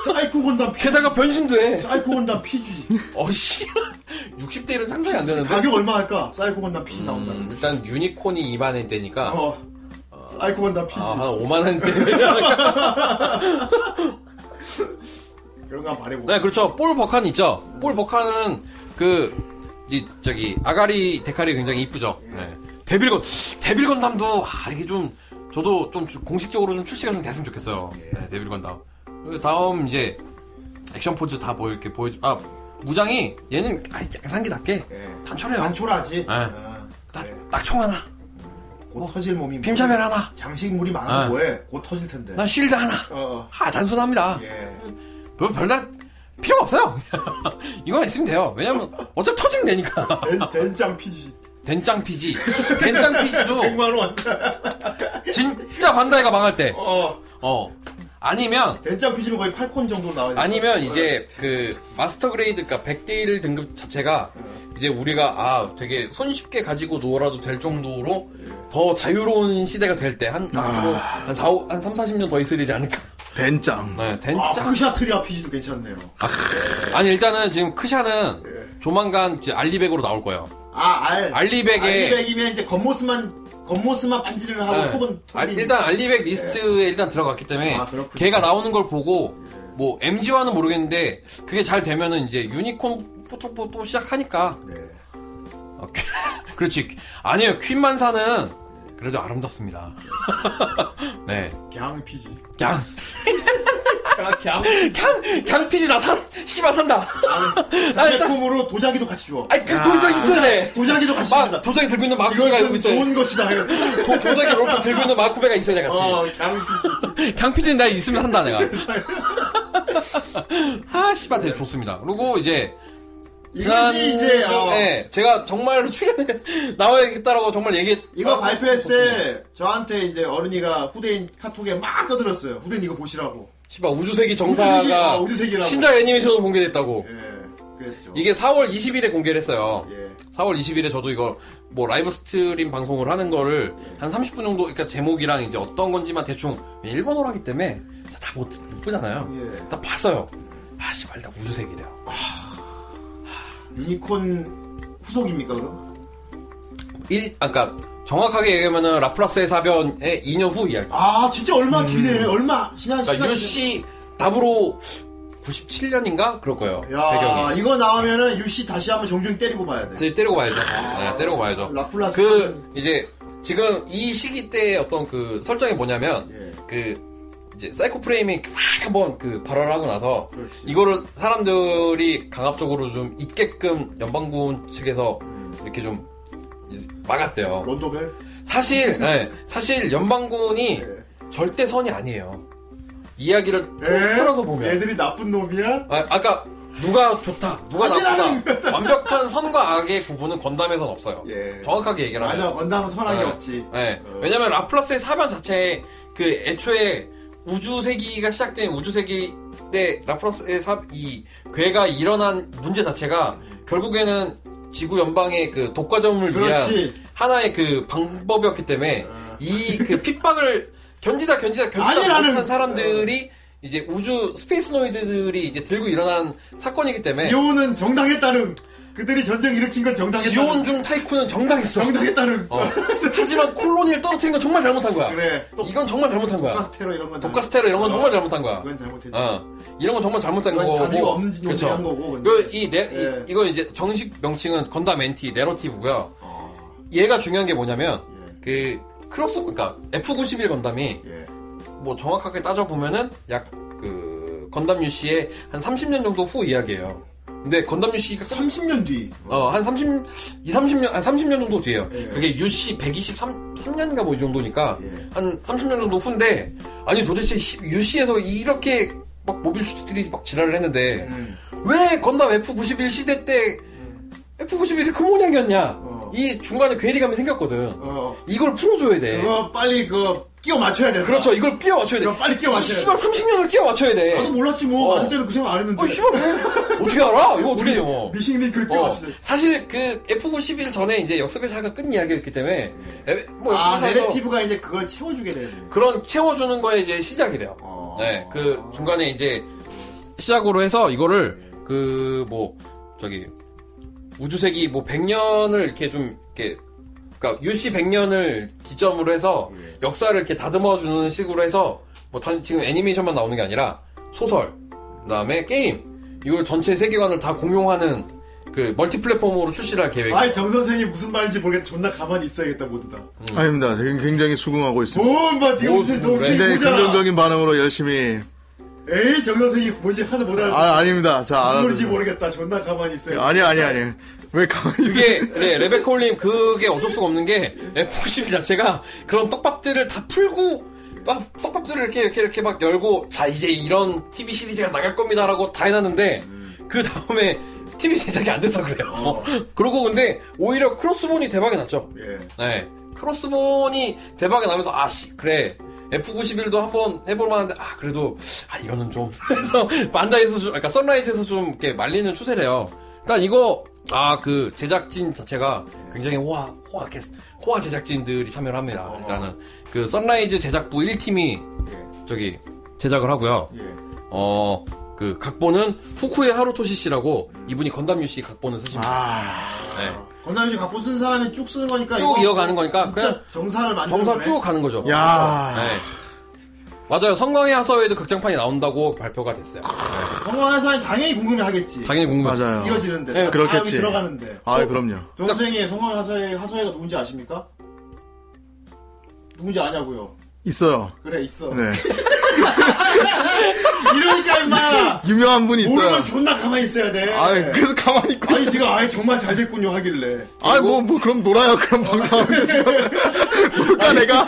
[SPEAKER 1] 사이코 건담 피-
[SPEAKER 2] 게다가 변신도 해.
[SPEAKER 1] 사이코 건담 PG.
[SPEAKER 2] 어씨 60대 1은 상상이 안 되는데
[SPEAKER 1] 가격 얼마 할까? 사이코 건담 PG 나온다.
[SPEAKER 2] 음, 일단 유니콘이 2만 엔대니까
[SPEAKER 1] 어. 사이코 건담 PG.
[SPEAKER 2] 아, 한 5만 엔대
[SPEAKER 1] 그런 거 한번 바래보고.
[SPEAKER 2] 네 그렇죠 볼 버칸 있죠 볼 버칸은 그 이, 저기 아가리 데칼이 굉장히 이쁘죠 네. 데빌건 데빌건담도 아 이게 좀 저도 좀 주- 공식적으로 좀 출시가 좀 됐으면 좋겠어요 네, 데빌건담 그 다음 이제 액션 포즈 다뭐 보여 이렇게 보여 아 무장이 얘는 아예 양산기답게
[SPEAKER 1] 예.
[SPEAKER 2] 단촐해요. 네.
[SPEAKER 1] 단촐하지. 아, 그래.
[SPEAKER 2] 딱, 뭐 딱총 하나,
[SPEAKER 1] 곧 터질 몸이.
[SPEAKER 2] 빔샤벨 하나,
[SPEAKER 1] 장식물이 많아서
[SPEAKER 2] 아.
[SPEAKER 1] 뭐해? 곧 터질 텐데.
[SPEAKER 2] 난 쉴드 하나.
[SPEAKER 1] 어, 어.
[SPEAKER 2] 아 단순합니다.
[SPEAKER 1] 예.
[SPEAKER 2] 별 별다른 필요가 없어요. 이거만 있으면 돼요. 왜냐면 어차피 터지면 되니까.
[SPEAKER 1] 된, 된장 피지.
[SPEAKER 2] 된장 피지. 된장 피지도
[SPEAKER 1] 100만원.
[SPEAKER 2] 진짜 반다이가 망할 때.
[SPEAKER 1] 어.
[SPEAKER 2] 어. 아니면
[SPEAKER 1] 된장 피지면 거의 팔콘 정도로 나와야 돼.
[SPEAKER 2] 아니면 이제 그 마스터 그레이드 그러니까 100대 1 등급 자체가 이제 우리가 아 되게 손쉽게 가지고 놀아도 될 정도로 더 자유로운 시대가 될 때 한 아, 앞으로 한 4, 5, 한 3, 40년 더 있어야 되지 않을까.
[SPEAKER 3] 벤짱.
[SPEAKER 2] 네,
[SPEAKER 1] 아,
[SPEAKER 2] 된장
[SPEAKER 1] 크샤트리아 피지도 괜찮네요.
[SPEAKER 2] 아니 일단은 지금 크샤는 조만간 이제 알리백으로 나올 거예요.
[SPEAKER 1] 아, 알.
[SPEAKER 2] 알리백에-
[SPEAKER 1] 알리백이면 이제 겉모습만, 겉모습만 반지를 하고
[SPEAKER 2] 네.
[SPEAKER 1] 어, 속은
[SPEAKER 2] 아,
[SPEAKER 1] 털린.
[SPEAKER 2] 일단 알리백 리스트에 일단 들어갔기 때문에
[SPEAKER 1] 네. 아, 그렇군요.
[SPEAKER 2] 걔가 나오는 걸 보고 뭐 MG와는 모르겠는데 그게 잘 되면은 이제 유니콘 포토포 또 시작하니까
[SPEAKER 1] 네.
[SPEAKER 2] 아, 퀸- 그렇지 아니에요 퀸 만사는 그래도 아름답습니다 네
[SPEAKER 1] 갱 피지.
[SPEAKER 2] 강,
[SPEAKER 1] 아,
[SPEAKER 2] 강, 강피지 나 사, 씨발 산다
[SPEAKER 1] 상품으로 도자기도 같이 줘.
[SPEAKER 2] 아, 아니 그 도저 있어야 돼
[SPEAKER 1] 도자기도 같이
[SPEAKER 2] 막,
[SPEAKER 1] 줍니다.
[SPEAKER 2] 도저히 들고 있는 마쿠베가
[SPEAKER 1] 이것은
[SPEAKER 2] 있고 있어요
[SPEAKER 1] 좋은 것이다.
[SPEAKER 2] 도, 도저히 롤프 들고 있는 마쿠베가 있어야 돼 같이
[SPEAKER 1] 어, 갱 피지.
[SPEAKER 2] 강피진 나 있으면 한다 내가. 아 씨발 되게 좋습니다. 그리고 이제 지난-
[SPEAKER 1] 이것이 이제, 어,
[SPEAKER 2] 네, 제가 정말로 출연에 나와야겠다라고 정말 얘기.
[SPEAKER 1] 이거 발표할
[SPEAKER 2] 아,
[SPEAKER 1] 때 저한테 이제 어른이가 후대인 카톡에 막 떠들었어요. 후대인 이거 보시라고.
[SPEAKER 2] 씨발
[SPEAKER 1] 우주세기,
[SPEAKER 2] 우주세기
[SPEAKER 1] 아,
[SPEAKER 2] 정사가
[SPEAKER 1] 우주세기라고.
[SPEAKER 2] 신작 애니메이션으로 공개됐다고.
[SPEAKER 1] 예, 그랬죠.
[SPEAKER 2] 이게 4월 20일에 공개를 했어요.
[SPEAKER 1] 예.
[SPEAKER 2] 4월 20일에 저도 이거 뭐 라이브 스트림 방송을 하는 거를 한 30분 정도 그러니까 제목이랑 이제 어떤 건지만 대충 일본어로 하기 때문에 다못 보잖아요.
[SPEAKER 1] 예.
[SPEAKER 2] 다 봤어요. 아 씨발 다 우주세기래요.
[SPEAKER 1] 유니콘 후속입니까 그럼?
[SPEAKER 2] 일, 아, 그니까, 정확하게 얘기하면은, 라플라스의 사변의 2년 후 이야기.
[SPEAKER 1] 아 진짜 얼마 뒤네. 얼마 지난 시간.
[SPEAKER 2] 음. 그니까, 그러니까 유씨 답으로 97년인가? 그럴 거예요.
[SPEAKER 1] 야
[SPEAKER 2] 배경이.
[SPEAKER 1] 이거 나오면은 유씨 다시 한번 정중히 때리고 봐야 돼.
[SPEAKER 2] 그 때리고 봐야죠. 네, 때리고 봐야죠.
[SPEAKER 1] 라플라스.
[SPEAKER 2] 그, 이제, 지금 이 시기 때 어떤 그 설정이 뭐냐면,
[SPEAKER 1] 예.
[SPEAKER 2] 그, 이제, 사이코 프레임이 확 한번 그 발언하고 나서,
[SPEAKER 1] 그렇지.
[SPEAKER 2] 이거를 사람들이 강압적으로 좀 있게끔 연방군 측에서
[SPEAKER 1] 음.
[SPEAKER 2] 이렇게 좀 막았대요.
[SPEAKER 1] 론도벨.
[SPEAKER 2] 사실, 네, 사실 연방군이
[SPEAKER 1] 예.
[SPEAKER 2] 절대 선이 아니에요. 이야기를 풀-
[SPEAKER 1] 에?
[SPEAKER 2] 풀어서 보면.
[SPEAKER 1] 예? 애들이 나쁜 놈이야?
[SPEAKER 2] 아, 아까 누가 좋다, 누가 나쁘다. 완벽한 선과 악의 구분은 건담에선 없어요.
[SPEAKER 1] 예.
[SPEAKER 2] 정확하게 얘기를
[SPEAKER 1] 맞아
[SPEAKER 2] 하면.
[SPEAKER 1] 건담은 선악이
[SPEAKER 2] 네.
[SPEAKER 1] 없지.
[SPEAKER 2] 네.
[SPEAKER 1] 어.
[SPEAKER 2] 왜냐면 라플라스의 사변 자체에 그 애초에 우주세기가 시작된 우주세기 때 라플라스의 사, 이 괴가 일어난 문제 자체가 결국에는 지구 연방의 그 독과점을 위한
[SPEAKER 1] 그렇지.
[SPEAKER 2] 하나의 그 방법이었기 때문에 이그 핍박을 견디다 견디다 견디다
[SPEAKER 1] 아. 아니라는-
[SPEAKER 2] 못한 사람들이 이제 우주 스페이스 노이드들이 이제 들고 일어난 사건이기 때문에
[SPEAKER 1] 지오는 정당했다는 그들이 전쟁 일으킨 건 정당했다는.
[SPEAKER 2] 지온중 타이쿤은 정당했어.
[SPEAKER 1] 정당했다는.
[SPEAKER 2] 어. 하지만 콜로니를 떨어뜨린 건 정말 잘못한 거야.
[SPEAKER 1] 그래. 또
[SPEAKER 2] 이건 정말 잘못한 거야.
[SPEAKER 1] 독가스테로 이런 건
[SPEAKER 2] 독가스테라 이런 건
[SPEAKER 1] 어.
[SPEAKER 2] 정말 잘못한 거야.
[SPEAKER 1] 그건 잘못했지.
[SPEAKER 2] 어. 이런 건 정말 잘못한
[SPEAKER 1] 그건
[SPEAKER 2] 거고.
[SPEAKER 1] 자비가 없는 짓을
[SPEAKER 2] 그쵸.
[SPEAKER 1] 한 거고, 근데.
[SPEAKER 2] 그, 이, 내, 이-
[SPEAKER 1] 예.
[SPEAKER 2] 이거 이제 정식 명칭은 건담 엔티 내러티브고요.
[SPEAKER 1] 어.
[SPEAKER 2] 얘가 중요한 게 뭐냐면 그 크로스 그러니까 F91 건담이
[SPEAKER 1] 예.
[SPEAKER 2] 뭐 정확하게 따져 보면은 약 그 건담 유씨의 한 30년 정도 후 이야기예요. 근데 건담 유씨가
[SPEAKER 1] 30년 뒤.
[SPEAKER 2] 어, 한 30, 2, 30년, 한 30년 정도 뒤에요.
[SPEAKER 1] 예.
[SPEAKER 2] 그게 UC 123년인가 뭐 이 정도니까,
[SPEAKER 1] 예.
[SPEAKER 2] 한 30년 정도 후인데, 아니 도대체 UC에서 이렇게 막 모빌 슈트들이 막 지랄을 했는데,
[SPEAKER 1] 음.
[SPEAKER 2] 왜 건담 F91 시대 때 F91이 그 모양이었냐?
[SPEAKER 1] 어.
[SPEAKER 2] 이 중간에 괴리감이 생겼거든.
[SPEAKER 1] 어.
[SPEAKER 2] 이걸 풀어줘야 돼.
[SPEAKER 1] 그거 빨리 그 끼워 맞춰야 돼.
[SPEAKER 2] 예. 그렇죠. 이걸 끼워 맞춰야 돼.
[SPEAKER 1] 이거 빨리 끼워 맞춰야
[SPEAKER 2] 이 씨발 30년을 끼워 맞춰야 돼.
[SPEAKER 1] 나도 몰랐지 뭐.
[SPEAKER 2] 어.
[SPEAKER 1] 아는 때는 그 생각 안 했는데.
[SPEAKER 2] 어, 씨발. 어떻게 알아? 이거 어떻게 해요? 뭐.
[SPEAKER 1] 미싱링크를 끼워
[SPEAKER 2] 어,
[SPEAKER 1] 맞추자.
[SPEAKER 2] 사실 그 F91 전에 이제 역습의 사가 끝 이야기였기 때문에 에, 뭐
[SPEAKER 1] 아,
[SPEAKER 2] 역습의 사에서
[SPEAKER 1] 내레티브가 이제 그걸 채워주게 되는.
[SPEAKER 2] 그런 채워주는 거에 이제 시작이래요.
[SPEAKER 1] 어.
[SPEAKER 2] 네, 그 중간에 이제 시작으로 해서 이거를 그 뭐 저기 우주세기 뭐 100년을 이렇게 좀 이렇게 그러니까 유씨 100년을 기점으로 해서 역사를 이렇게 다듬어 주는 식으로 해서 뭐 단, 지금 애니메이션만 나오는 게 아니라 소설 그다음에 게임 이걸 전체 세계관을 다 공용하는 그 멀티 플랫폼으로 출시를 할 계획.
[SPEAKER 1] 아이, 정선생이 무슨 말인지 모르겠다. 존나 가만히 있어야겠다, 모두다.
[SPEAKER 2] 음.
[SPEAKER 3] 아닙니다. 지금 굉장히 수긍하고 있습니다.
[SPEAKER 1] 뭔 봐, 니가
[SPEAKER 2] 뭐,
[SPEAKER 1] 무슨
[SPEAKER 2] 뭐,
[SPEAKER 1] 정신이
[SPEAKER 3] 굉장히
[SPEAKER 1] 잖아
[SPEAKER 3] 긍정적인 반응으로 열심히
[SPEAKER 1] 에이 정 선생이 뭔지 하나도 못 알아.
[SPEAKER 3] 아, 아닙니다.
[SPEAKER 1] 무슨
[SPEAKER 3] 자, 알아.
[SPEAKER 1] 소리인지 모르겠다. 존나 가만히 있어요.
[SPEAKER 3] 아니, 아니, 아니. 왜 가만히 있어?
[SPEAKER 2] 그게 네, 레베카 올림 그게 어쩔 수가 없는 게 F92 자체가 그런 떡밥들을 다 풀고 막 떡밥들을 이렇게 이렇게 이렇게 막 열고 자 이제 이런 TV 시리즈가 나갈 겁니다라고 다 해놨는데 그 다음에 TV 제작이 안 돼서 그래요. 그리고 근데 오히려 크로스본이 대박이 났죠.
[SPEAKER 1] 예.
[SPEAKER 2] 네. 크로스본이 대박이 나면서, 아, 씨, 그래. F91도 한번 해볼만 한데, 아, 그래도, 아, 이거는 좀. 그래서, 반다이에서 좀, 그러니까 선라이즈에서 좀, 이렇게 말리는 추세래요. 일단 이거, 아, 그, 제작진 자체가 굉장히 호화, 호화 캐스트, 호화 제작진들이 참여를 합니다. 일단은. 그, 선라이즈 제작부 1팀이, 저기, 제작을 하고요.
[SPEAKER 1] 예.
[SPEAKER 2] 어, 그, 각본은 후쿠에 하루토시 씨라고, 이분이 건담유 씨 각본을 쓰십니다.
[SPEAKER 3] 아,
[SPEAKER 2] 네.
[SPEAKER 1] 건담 유지 갖고 쓴 사람이 쭉 쓰는 거니까
[SPEAKER 2] 쭉
[SPEAKER 1] 이거
[SPEAKER 2] 이어가는 거니까,
[SPEAKER 1] 진짜
[SPEAKER 2] 그냥,
[SPEAKER 1] 정사를 만드는
[SPEAKER 2] 아, 정사
[SPEAKER 1] 거네.
[SPEAKER 2] 쭉 가는 거죠.
[SPEAKER 3] 야.
[SPEAKER 2] 네. 맞아요. 성광의 하서에도 극장판이 나온다고 발표가 됐어요.
[SPEAKER 1] 건강한 사람이 당연히 궁금해하겠지.
[SPEAKER 2] 당연히 궁금해.
[SPEAKER 3] 맞아요.
[SPEAKER 1] 이어지는데.
[SPEAKER 2] 예,
[SPEAKER 3] 그렇겠지.
[SPEAKER 1] 사람이 들어가는데.
[SPEAKER 3] 아, 그럼요.
[SPEAKER 1] 정 선생이 성광 하서의 하서회가 누군지 아십니까? 누군지 아냐고요.
[SPEAKER 3] 있어요.
[SPEAKER 1] 그래 있어.
[SPEAKER 3] 네.
[SPEAKER 1] 이러니까 임마.
[SPEAKER 3] 유명한 분이 있어요.
[SPEAKER 1] 모르면 존나 가만히 있어야 돼.
[SPEAKER 3] 아, 그래서 가만히 있고.
[SPEAKER 1] 아니 네가 아예 정말 잘 됐군요 하길래.
[SPEAKER 3] 아, 뭐, 뭐, 그럼 놀아요. 그럼
[SPEAKER 1] 어.
[SPEAKER 3] 방송하는데 지금. 놀까, 내가?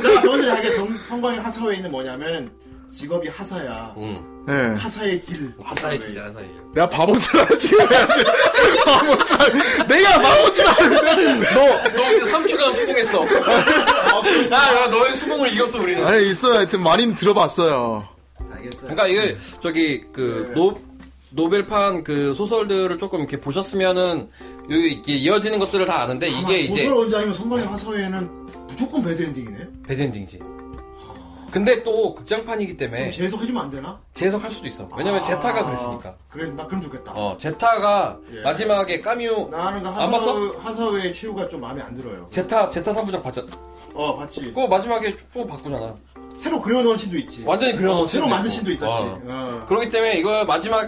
[SPEAKER 1] 자, 저는 하게 성광의 하사회에 있는 뭐냐면 직업이 하사야.
[SPEAKER 2] 응.
[SPEAKER 3] 네.
[SPEAKER 1] 하사의 길.
[SPEAKER 2] 하사의 길이야, 하사의 길.
[SPEAKER 3] 내가 바본 줄 알아, 지금. 바본 줄 알아. 내가 바본 줄 알아.
[SPEAKER 2] 너, 너 이제 3초간 수긍했어. 아, 야, 야, 너의 수긍을 이겼어, 우리는.
[SPEAKER 3] 아니, 있어요. 하여튼, 많이 들어봤어요.
[SPEAKER 1] 네. 알겠어요.
[SPEAKER 2] 그러니까 이게, 저기, 그,
[SPEAKER 1] 네.
[SPEAKER 2] 노, 노벨판 그 소설들을 조금 이렇게 보셨으면은, 여기 이렇게 이어지는 것들을 다 아는데,
[SPEAKER 1] 아마
[SPEAKER 2] 이게 이제,
[SPEAKER 1] 소설 원작이면 성광의 하사회는 무조건 배드엔딩이네.
[SPEAKER 2] 배드엔딩이지. 근데 또 극장판이기 때문에,
[SPEAKER 3] 음.
[SPEAKER 1] 재해석해주면 안 되나? 아.
[SPEAKER 2] 재해석할 수도 있어. 네. 왜냐면 제타가 그랬으니까.
[SPEAKER 1] 그래, 나 그럼 좋겠다.
[SPEAKER 2] 어, 제타가
[SPEAKER 1] 예.
[SPEAKER 2] 마지막에 까뮤
[SPEAKER 1] 나는 그
[SPEAKER 2] 안 봤어?
[SPEAKER 1] 하사회, 하사회의 최후가 좀 마음에 안 들어요.
[SPEAKER 2] 제타 제타 3부작 봤잖아.
[SPEAKER 1] 어, 봤지.
[SPEAKER 2] 그거 마지막에 또 바꾸잖아.
[SPEAKER 1] 새로 그려놓은 신도 있지.
[SPEAKER 2] 완전히 그려놓은
[SPEAKER 1] 어, 새로
[SPEAKER 2] 신도
[SPEAKER 1] 만든
[SPEAKER 2] 있고.
[SPEAKER 1] 신도 있었지.
[SPEAKER 2] 어.
[SPEAKER 1] 어.
[SPEAKER 2] 그렇기 때문에 이거 마지막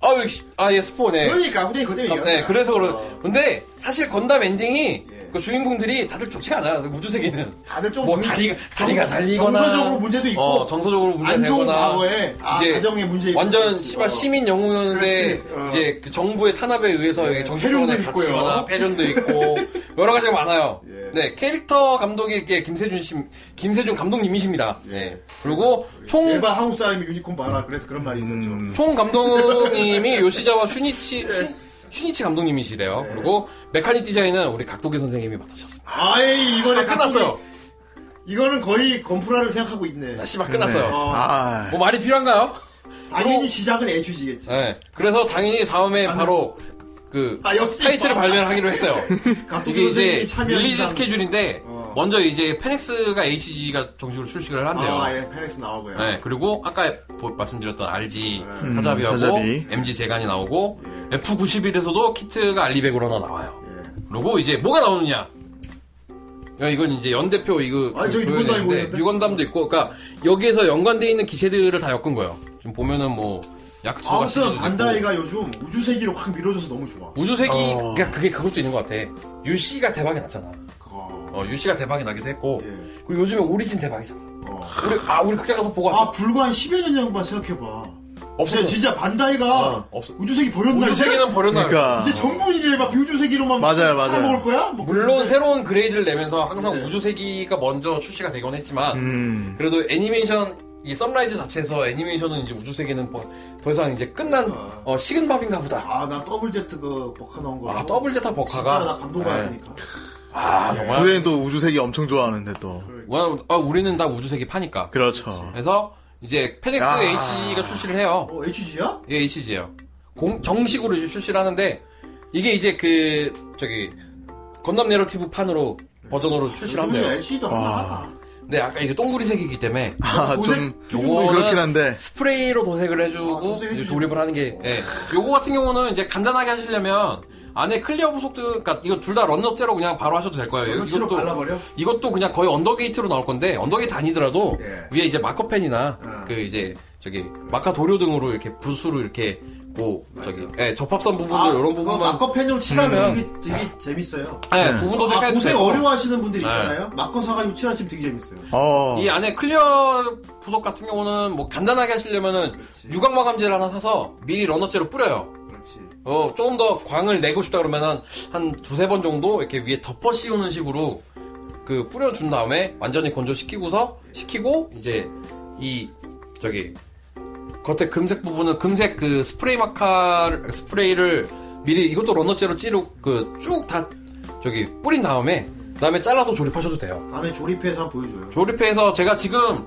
[SPEAKER 2] 아유 아예 스포네.
[SPEAKER 1] 그러니까, 후대이 그대로
[SPEAKER 2] 어,
[SPEAKER 1] 얘기하는
[SPEAKER 2] 네,
[SPEAKER 1] 거야.
[SPEAKER 2] 그래서 그런.
[SPEAKER 1] 어.
[SPEAKER 2] 근데 사실 건담 엔딩이
[SPEAKER 1] 예.
[SPEAKER 2] 그 주인공들이 다들 좋지 않아. 우주 세계는
[SPEAKER 1] 다들 좀
[SPEAKER 2] 뭐
[SPEAKER 1] 정-
[SPEAKER 2] 다리가 다리가
[SPEAKER 1] 정-
[SPEAKER 2] 잘리거나
[SPEAKER 1] 정서적으로 문제도 있고
[SPEAKER 2] 어, 정서적으로
[SPEAKER 1] 안 좋은
[SPEAKER 2] 문제되거나
[SPEAKER 1] 과거에 아,
[SPEAKER 2] 이제
[SPEAKER 1] 가정의 문제
[SPEAKER 2] 완전
[SPEAKER 1] 있고.
[SPEAKER 2] 씨발
[SPEAKER 1] 어.
[SPEAKER 2] 시민 영웅이었는데
[SPEAKER 1] 그렇지. 어.
[SPEAKER 2] 이제 그 정부의 탄압에 의해서
[SPEAKER 1] 네,
[SPEAKER 2] 이게
[SPEAKER 1] 폐륜도
[SPEAKER 2] 정신병원에
[SPEAKER 1] 있고요.
[SPEAKER 2] 갇히거나 폐륜도 있고 여러 가지가 많아요.
[SPEAKER 1] 예.
[SPEAKER 2] 네 캐릭터 감독이 이게 김세준 씨 김세준 감독님이십니다.
[SPEAKER 1] 예.
[SPEAKER 2] 네. 그리고 총
[SPEAKER 1] 일반 한국 사람이 유니콘 봐라. 그래서 그런 말이 있었죠.
[SPEAKER 2] 총 감독님이 요시자와 슈니치
[SPEAKER 1] 네.
[SPEAKER 2] 슈, 슈니치 감독님이시래요. 그리고 메카닉 디자인은 우리 각도기 선생님이 맡으셨습니다.
[SPEAKER 1] 아이 네, 이번에
[SPEAKER 2] 씨발 끝났어요.
[SPEAKER 1] 이거는 거의 건프라를 생각하고 있네.
[SPEAKER 2] 나 씨발 끝났어요.
[SPEAKER 1] 어,
[SPEAKER 3] 아,
[SPEAKER 2] 뭐 말이 필요한가요?
[SPEAKER 1] 당연히 시작은 HG겠지.
[SPEAKER 2] 네. 그래서 당연히 다음에 바로 그
[SPEAKER 1] 아, 역시
[SPEAKER 2] 타이틀을
[SPEAKER 1] 봐.
[SPEAKER 2] 발매하기로 했어요.
[SPEAKER 1] 감독이
[SPEAKER 2] 이게 이제
[SPEAKER 1] 참여한
[SPEAKER 2] 릴리즈
[SPEAKER 1] 이상-
[SPEAKER 2] 스케줄인데
[SPEAKER 1] 어.
[SPEAKER 2] 먼저 이제 페넥스가 HG가 정식으로 출시를 한대요.
[SPEAKER 1] 아, 예, 페렉스 나오고요.
[SPEAKER 2] 네, 그리고 아까 보- 말씀드렸던 RG
[SPEAKER 1] 음,
[SPEAKER 2] 사자비하고
[SPEAKER 3] 사자비.
[SPEAKER 2] MG 재간이 나오고 F91에서도 키트가 알리백으로 하나 나와요.
[SPEAKER 1] 예.
[SPEAKER 2] 그리고 이제 뭐가 나오느냐? 야, 이건 이제 연대표 이거
[SPEAKER 1] 아니, 저기
[SPEAKER 2] 보여야
[SPEAKER 1] 유건담이
[SPEAKER 2] 되는데
[SPEAKER 1] 보이는데?
[SPEAKER 2] 유건담도 있고 그러니까 여기에서 연관돼 있는 기체들을 다 엮은 거예요. 지금 보면은 뭐 야크토가
[SPEAKER 1] 아무튼 반다이가 요즘 우주 세계로 확 밀어줘서 너무 좋아.
[SPEAKER 2] 우주세기 그러니까 그게 그것도 있는 것 같아. UC가 대박이 났잖아.
[SPEAKER 1] 그거.
[SPEAKER 2] 어, UC가 대박이 나기도 했고
[SPEAKER 1] 예.
[SPEAKER 2] 그리고 요즘에 오리진 대박이잖아.
[SPEAKER 1] 어.
[SPEAKER 2] 우리 아 우리 극장 가서 보고
[SPEAKER 1] 아
[SPEAKER 2] 왔죠.
[SPEAKER 1] 불과 한 10여 년 전만 생각해봐.
[SPEAKER 2] 없었어.
[SPEAKER 1] 아, 진짜, 진짜 반다이가
[SPEAKER 2] 어, 없어.
[SPEAKER 1] 우주 세계 버렸나?
[SPEAKER 2] 우주세기는 버렸나 그랬어.
[SPEAKER 3] 그러니까.
[SPEAKER 1] 이제 전부 이제 막 우주 세계로만
[SPEAKER 3] 맞아요, 맞아요.
[SPEAKER 1] 먹을 거야? 뭐
[SPEAKER 2] 물론 새로운 그레이드를 내면서 항상
[SPEAKER 1] 네.
[SPEAKER 2] 우주세기가 먼저 출시가 되곤 했지만
[SPEAKER 3] 음.
[SPEAKER 2] 그래도 애니메이션 이 선라이즈 자체에서 애니메이션은 이제 우주세계는 뭐, 더 이상 이제 끝난
[SPEAKER 1] 어.
[SPEAKER 2] 어, 식은 밥인가 보다.
[SPEAKER 1] 아, 나 더블 제트 그 버카 나온 거.
[SPEAKER 2] 아 더블 제타
[SPEAKER 1] 진짜 나
[SPEAKER 2] 버카가
[SPEAKER 1] 감동받아야
[SPEAKER 2] 네.
[SPEAKER 1] 되니까.
[SPEAKER 2] 아 정말
[SPEAKER 3] 우대는 또 우주세계 엄청 좋아하는데 또.
[SPEAKER 2] 와, 아, 우리는 다 우주세계 파니까.
[SPEAKER 3] 그렇죠.
[SPEAKER 2] 그래서 이제 페덱스
[SPEAKER 3] 야.
[SPEAKER 2] HG가 출시를 해요.
[SPEAKER 1] 어, HG야?
[SPEAKER 2] 예, HG예요. 공, 정식으로 이제 출시를 하는데 이게 이제 그 저기 건담 내러티브 판으로 버전으로 출시를 한대요.
[SPEAKER 1] HG도 안
[SPEAKER 3] 와.
[SPEAKER 1] 나와.
[SPEAKER 2] 근데 약간 이게 동그리색이기 때문에
[SPEAKER 3] 아, 좀,
[SPEAKER 1] 도색
[SPEAKER 3] 좀
[SPEAKER 2] 요거는
[SPEAKER 3] 그렇긴 한데.
[SPEAKER 2] 스프레이로 도색을
[SPEAKER 1] 아,
[SPEAKER 2] 해주고
[SPEAKER 1] 도색해주지.
[SPEAKER 2] 이제 조립을 하는 게 예. 요거 같은 경우는 이제 간단하게 하시려면 안에 클리어 부속도 그러니까 이거 둘 다 런너째로 그냥 바로 하셔도 될 거예요.
[SPEAKER 1] 이것도 그렇죠. 발라버려?
[SPEAKER 2] 이것도 그냥 거의 언더게이트로 나올 건데 언더게이트 아니더라도
[SPEAKER 1] 예.
[SPEAKER 2] 위에 이제 마커펜이나
[SPEAKER 1] 어.
[SPEAKER 2] 그 이제 저기 마카 도료 등으로 이렇게 붓으로 이렇게 뭐 저기 예, 접합선 부분들
[SPEAKER 1] 아,
[SPEAKER 2] 이런
[SPEAKER 1] 그거
[SPEAKER 2] 부분만
[SPEAKER 1] 마커 펜으로 칠하면
[SPEAKER 2] 음.
[SPEAKER 1] 되게, 되게 재밌어요.
[SPEAKER 2] 예, 부분도
[SPEAKER 1] 아,
[SPEAKER 2] 색깔
[SPEAKER 1] 고생
[SPEAKER 2] 되고.
[SPEAKER 1] 어려워하시는 분들이
[SPEAKER 2] 네.
[SPEAKER 1] 있잖아요. 마커 사가지고 칠하시면 되게 재밌어요.
[SPEAKER 3] 어.
[SPEAKER 2] 이 아- 안에 클리어 보석 같은 경우는 뭐 간단하게 하시려면은 유광 마감제를 하나 사서 미리 러너째로 뿌려요.
[SPEAKER 1] 그렇지.
[SPEAKER 2] 어, 조금 더 광을 내고 싶다 그러면은 한 두세 번 정도 이렇게 위에 덮어 씌우는 식으로 그 뿌려준 다음에 완전히 건조시키고서 시키고 이제 이 저기 겉에 금색 부분은 금색 그 스프레이 마카 스프레이를 미리 이것도 러너째로 찌르고 그 쭉 다 저기 뿌린 다음에 그다음에 잘라서 조립하셔도 돼요.
[SPEAKER 1] 다음에 조립해서 한번 보여줘요.
[SPEAKER 2] 조립해서 제가 지금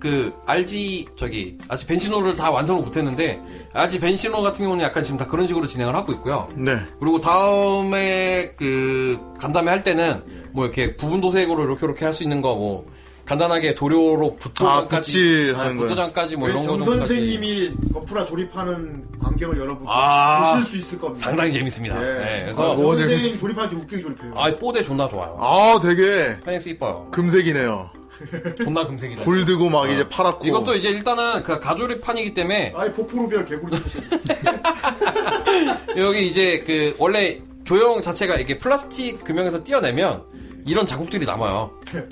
[SPEAKER 2] 그 RG 저기 아직 벤시노를 다 완성을 못했는데 RG 벤시노 같은 경우는 약간 지금 다 그런 식으로 진행을 하고 있고요.
[SPEAKER 3] 네.
[SPEAKER 2] 그리고 다음에 그 간담회 할 때는 뭐 이렇게 부분 도색으로 이렇게 이렇게 할 수 있는 거 뭐 간단하게 도료로
[SPEAKER 3] 아,
[SPEAKER 2] 붓도장까지
[SPEAKER 3] 붓질하는 거예요.
[SPEAKER 2] 붓도장까지 뭐
[SPEAKER 1] 왜
[SPEAKER 2] 이런
[SPEAKER 1] 정
[SPEAKER 2] 거까지
[SPEAKER 1] 선생님이 건프라 조립하는 광경을 여러분
[SPEAKER 2] 아.
[SPEAKER 1] 보실 수 있을 겁니다.
[SPEAKER 2] 상당히 재밌습니다.
[SPEAKER 1] 예.
[SPEAKER 2] 네,
[SPEAKER 1] 아,
[SPEAKER 2] 그래서
[SPEAKER 1] 정 선생님 조립할 때 웃기게 조립해요.
[SPEAKER 2] 아, 뽀대 존나 좋아요.
[SPEAKER 3] 아, 되게
[SPEAKER 2] 파닉스 이뻐요.
[SPEAKER 3] 금색이네요.
[SPEAKER 2] 존나 금색이다.
[SPEAKER 3] 골드고 막 이제 파랗고.
[SPEAKER 2] 아. 이것도 이제 일단은 그 가조립판이기 때문에
[SPEAKER 1] 아이 포포로비얼 개구리 조립.
[SPEAKER 2] 여기 이제 그 원래 조형 자체가 이게 플라스틱 금형에서 떼어내면 이런 자국들이 남아요.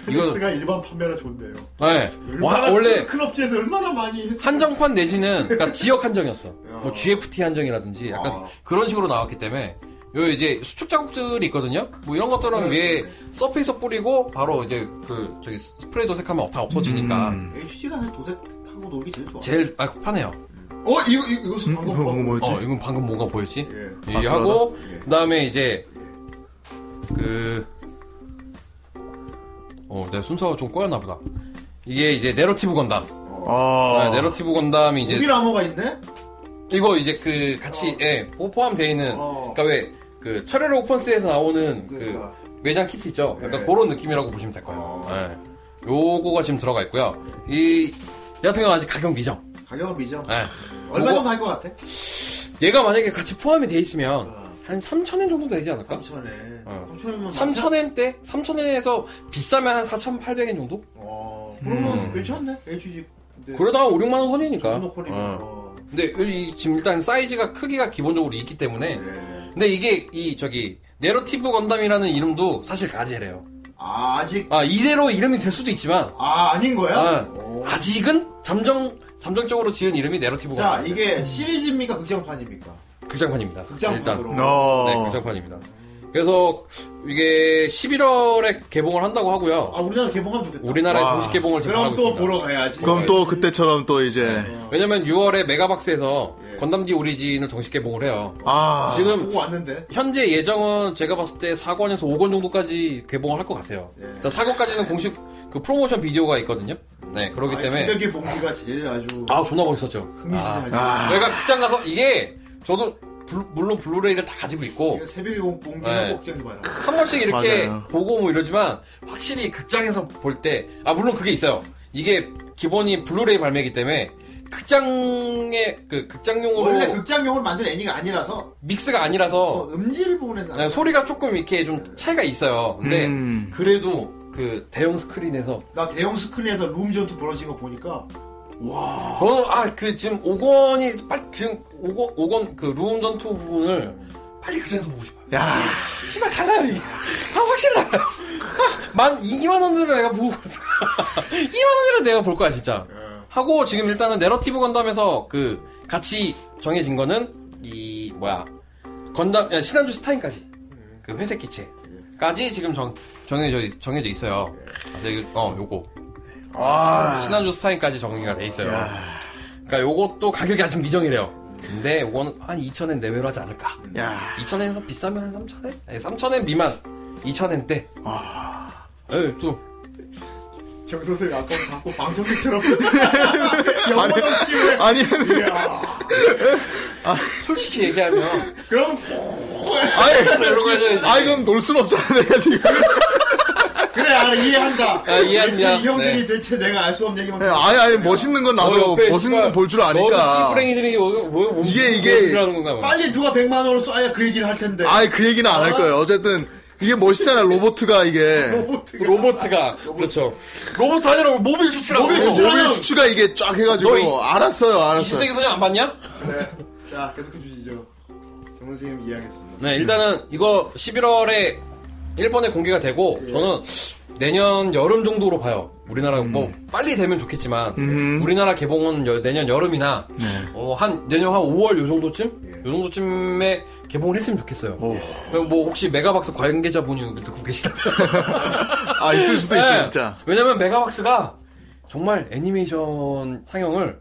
[SPEAKER 2] 이거
[SPEAKER 1] 펜스가 일반 판매나 좋은데요.
[SPEAKER 2] 네. 와,
[SPEAKER 1] 얼마나
[SPEAKER 2] 원래
[SPEAKER 1] 클럽지에서 얼마나 많이 했어.
[SPEAKER 2] 한정판 내지는 그러니까 지역 한정이었어. 뭐 GFT 한정이라든지 약간
[SPEAKER 1] 아.
[SPEAKER 2] 그런 식으로 나왔기 때문에 여기 이제 수축 자국들이 있거든요. 뭐 이런 것들은 위에 서페이서 뿌리고 바로 이제 그 저기 스프레이 도색하면 다 없어지니까
[SPEAKER 1] HG가 사실 도색하고 놀기 제일 좋아.
[SPEAKER 2] 제일 아, 편해요.
[SPEAKER 1] 어 이거 이거 이것은 방금
[SPEAKER 3] 어,
[SPEAKER 1] 방금
[SPEAKER 3] 뭐였지?
[SPEAKER 2] 어, 이건 방금 뭐가 보였지?
[SPEAKER 1] 예.
[SPEAKER 2] 예,
[SPEAKER 3] 바스라다?
[SPEAKER 2] 하고
[SPEAKER 1] 예.
[SPEAKER 2] 그다음에 이제 그 어, 내가 순서가 좀 꼬였나 보다. 이게 이제 내러티브 건담.
[SPEAKER 3] 아.
[SPEAKER 2] 네, 내러티브 건담이 이제
[SPEAKER 1] 모빌아머가 있네.
[SPEAKER 2] 이거 이제 그 같이 예, 포- 포함되어 있는
[SPEAKER 1] 어.
[SPEAKER 2] 그러니까 왜 그 철혈 오펀스에서 나오는 그
[SPEAKER 1] 그러니까.
[SPEAKER 2] 외장 키트 있죠? 약간
[SPEAKER 1] 예.
[SPEAKER 2] 그런 느낌이라고 보시면 될 거예요.
[SPEAKER 1] 어.
[SPEAKER 2] 예. 요거가 지금 들어가 있고요. 이 여하튼 간 아직 가격 미정.
[SPEAKER 1] 가격은 미정.
[SPEAKER 2] 예.
[SPEAKER 1] 얼마
[SPEAKER 2] 요거-
[SPEAKER 1] 정도 할 것 같아?
[SPEAKER 2] 얘가 만약에 같이 포함이 돼 있으면
[SPEAKER 1] 어.
[SPEAKER 2] 한 3,000엔 정도 되지 않을까?
[SPEAKER 1] 3천에.
[SPEAKER 2] 아, 어.
[SPEAKER 1] 3천이면 뭐
[SPEAKER 2] 3,000엔대? 3,000엔에서 비싸면 한 4,800엔 정도?
[SPEAKER 1] 어. 그러면 괜찮네. HG. 근데
[SPEAKER 2] 음. 그러다가 5, 6만원 선이니까.
[SPEAKER 1] 노코리가.
[SPEAKER 2] 어.
[SPEAKER 1] 어.
[SPEAKER 2] 근데 여기 지금 일단 사이즈가 크기가 기본적으로 있기 때문에.
[SPEAKER 1] 네.
[SPEAKER 2] 근데 이게 이 저기 내러티브 건담이라는 이름도 사실 가지래요.
[SPEAKER 1] 아, 아직
[SPEAKER 2] 아 이대로 이름이 될 수도 있지만
[SPEAKER 1] 아 아닌 거야?
[SPEAKER 2] 아.
[SPEAKER 1] 어.
[SPEAKER 2] 아직은 잠정 잠정적으로 지은 이름이 내러티브
[SPEAKER 1] 자
[SPEAKER 2] 건담.
[SPEAKER 1] 이게 시리즈입니까 극장판입니까?
[SPEAKER 2] 극장판입니다. 일단
[SPEAKER 1] 극장판으로.
[SPEAKER 3] 어.
[SPEAKER 2] 네 극장판입니다. 그래서 이게 11월에 개봉을 한다고 하고요.
[SPEAKER 1] 아 우리나라 개봉하면 좋겠다.
[SPEAKER 2] 우리나라에
[SPEAKER 3] 와.
[SPEAKER 2] 정식 개봉을 지금
[SPEAKER 1] 그럼
[SPEAKER 2] 하고
[SPEAKER 1] 또
[SPEAKER 2] 있습니다.
[SPEAKER 1] 보러 가야지.
[SPEAKER 3] 그럼 또 그때처럼 또 이제
[SPEAKER 2] 왜냐면 6월에 메가박스에서
[SPEAKER 1] 예.
[SPEAKER 2] 건담 디 오리진을 정식 개봉을 해요.
[SPEAKER 3] 아.
[SPEAKER 2] 지금
[SPEAKER 1] 보고 왔는데.
[SPEAKER 2] 현재 예정은 제가 봤을 때 4권에서 5권 정도까지 개봉을 할 것 같아요.
[SPEAKER 1] 예.
[SPEAKER 2] 그래서 4권까지는 공식 그 프로모션 비디오가 있거든요. 네, 그렇기 때문에
[SPEAKER 1] 새벽의 봉기가 제일 아주
[SPEAKER 2] 아 존나 멋있었죠.
[SPEAKER 1] 흥미진진하지. 그러니까
[SPEAKER 2] 내가 극장 가서 이게 저도 블- 물론 블루레이를 다 가지고 있고
[SPEAKER 1] 이거 새벽의 봉기는
[SPEAKER 2] 네.
[SPEAKER 1] 꼭장에서 봐라.
[SPEAKER 2] 한 번씩 이렇게
[SPEAKER 3] 맞아요.
[SPEAKER 2] 보고 뭐 이러지만 확실히 극장에서 볼 때 아 물론 그게 있어요. 이게 기본이 블루레이 발매기 때문에 극장의 그 극장용으로
[SPEAKER 1] 원래 극장용을 만든 애니가 아니라서
[SPEAKER 2] 믹스가 아니라서
[SPEAKER 1] 어, 음질 부분에서
[SPEAKER 2] 네, 소리가 조금 이렇게 좀 차이가 있어요. 근데
[SPEAKER 3] 음.
[SPEAKER 2] 그래도 그 대형 스크린에서
[SPEAKER 1] 나 대형 스크린에서 룸 전투 벌어진 거 보니까
[SPEAKER 2] 저는 아그 지금 5권이 빨리 지금 5권 5권 그 루움 전투 부분을 빨리 극장에서 보고 싶어요.
[SPEAKER 3] 야.
[SPEAKER 2] 씨발 달라요 이게. 아 확실히 달라요. 아, 만 2만 원으로 내가 보고 왔어. 2만 원으로 내가 볼 거야 진짜. 하고 지금 일단은 내러티브 건담에서 그 같이 정해진 거는 이 뭐야 건담 야, 신한주 스타인까지 그 회색 기체까지 지금 정 정해져 정해져 있어요. 아, 네, 이거- 어 요거 신한주 스타인까지 정리가 돼 있어요. 그러니까 요것도 가격이 아직 미정이래요. 근데 요거는 한 2,000엔 내외로 하지 않을까.
[SPEAKER 3] 야.
[SPEAKER 2] 2,000엔에서 비싸면 한 3,000엔? 아니, 3,000엔 미만. 2,000엔대. 아. 에 또.
[SPEAKER 1] 정 선생 아까 자꾸 방송객처럼 영원한 기회.
[SPEAKER 3] 아니.
[SPEAKER 2] 솔직히 얘기하면.
[SPEAKER 1] 그럼
[SPEAKER 3] 아니.
[SPEAKER 2] 이러고 해줘야지.
[SPEAKER 3] 아, 이건 놀 순 없잖아, 내가 지금.
[SPEAKER 1] 그래 알아 이해한다.
[SPEAKER 2] 아, 이해한다.
[SPEAKER 1] 대체 이 형들이
[SPEAKER 2] 네.
[SPEAKER 1] 대체 내가 알 수 없는 얘기만.
[SPEAKER 3] 네, 예, 아니, 아니, 멋있는 건
[SPEAKER 2] 어,
[SPEAKER 3] 나도 멋있는 건 볼 줄
[SPEAKER 2] 너
[SPEAKER 3] 아니까.
[SPEAKER 2] 씨뿌랭이들이 뭐, 뭐, 뭐,
[SPEAKER 3] 이게,
[SPEAKER 2] 뭐,
[SPEAKER 3] 이게-
[SPEAKER 2] 뭐 하는 건가 봐.
[SPEAKER 1] 빨리 누가 100만 원을 쏴야 그 얘기를 할 텐데.
[SPEAKER 3] 아이, 그 얘기는 안 할 거예요. 어쨌든, 이게 멋있잖아, 로보트가 이게.
[SPEAKER 1] 로봇가
[SPEAKER 2] 로봇가. 그렇죠. 로봇 아니라 모빌
[SPEAKER 3] 어,
[SPEAKER 2] 수출하고.
[SPEAKER 1] 모빌 수출.
[SPEAKER 3] 모빌 수추가 이게 쫙 해가지고.
[SPEAKER 2] 너 이-
[SPEAKER 3] 알았어요, 알았어요.
[SPEAKER 2] 20세기 소녀 안 봤냐?
[SPEAKER 1] 자, 계속해 주시죠. 정원 선생님 이해하겠습니다.
[SPEAKER 2] 네, 일단은 이거 11월에 일본에 공개가 되고
[SPEAKER 3] 예.
[SPEAKER 2] 저는 내년 여름 정도로 봐요. 우리나라 뭐
[SPEAKER 3] 음.
[SPEAKER 2] 빨리 되면 좋겠지만 우리나라 개봉은 여- 내년 여름이나
[SPEAKER 3] 네.
[SPEAKER 2] 어, 한 내년 한 5월 요 정도쯤
[SPEAKER 3] 예.
[SPEAKER 2] 요 정도쯤에 개봉을 했으면 좋겠어요. 그럼 뭐 혹시 메가박스 관계자분이 듣고 계시다.
[SPEAKER 3] 아, 있을 수도
[SPEAKER 2] 예.
[SPEAKER 3] 있어, 진짜.
[SPEAKER 2] 왜냐면 메가박스가 정말 애니메이션 상영을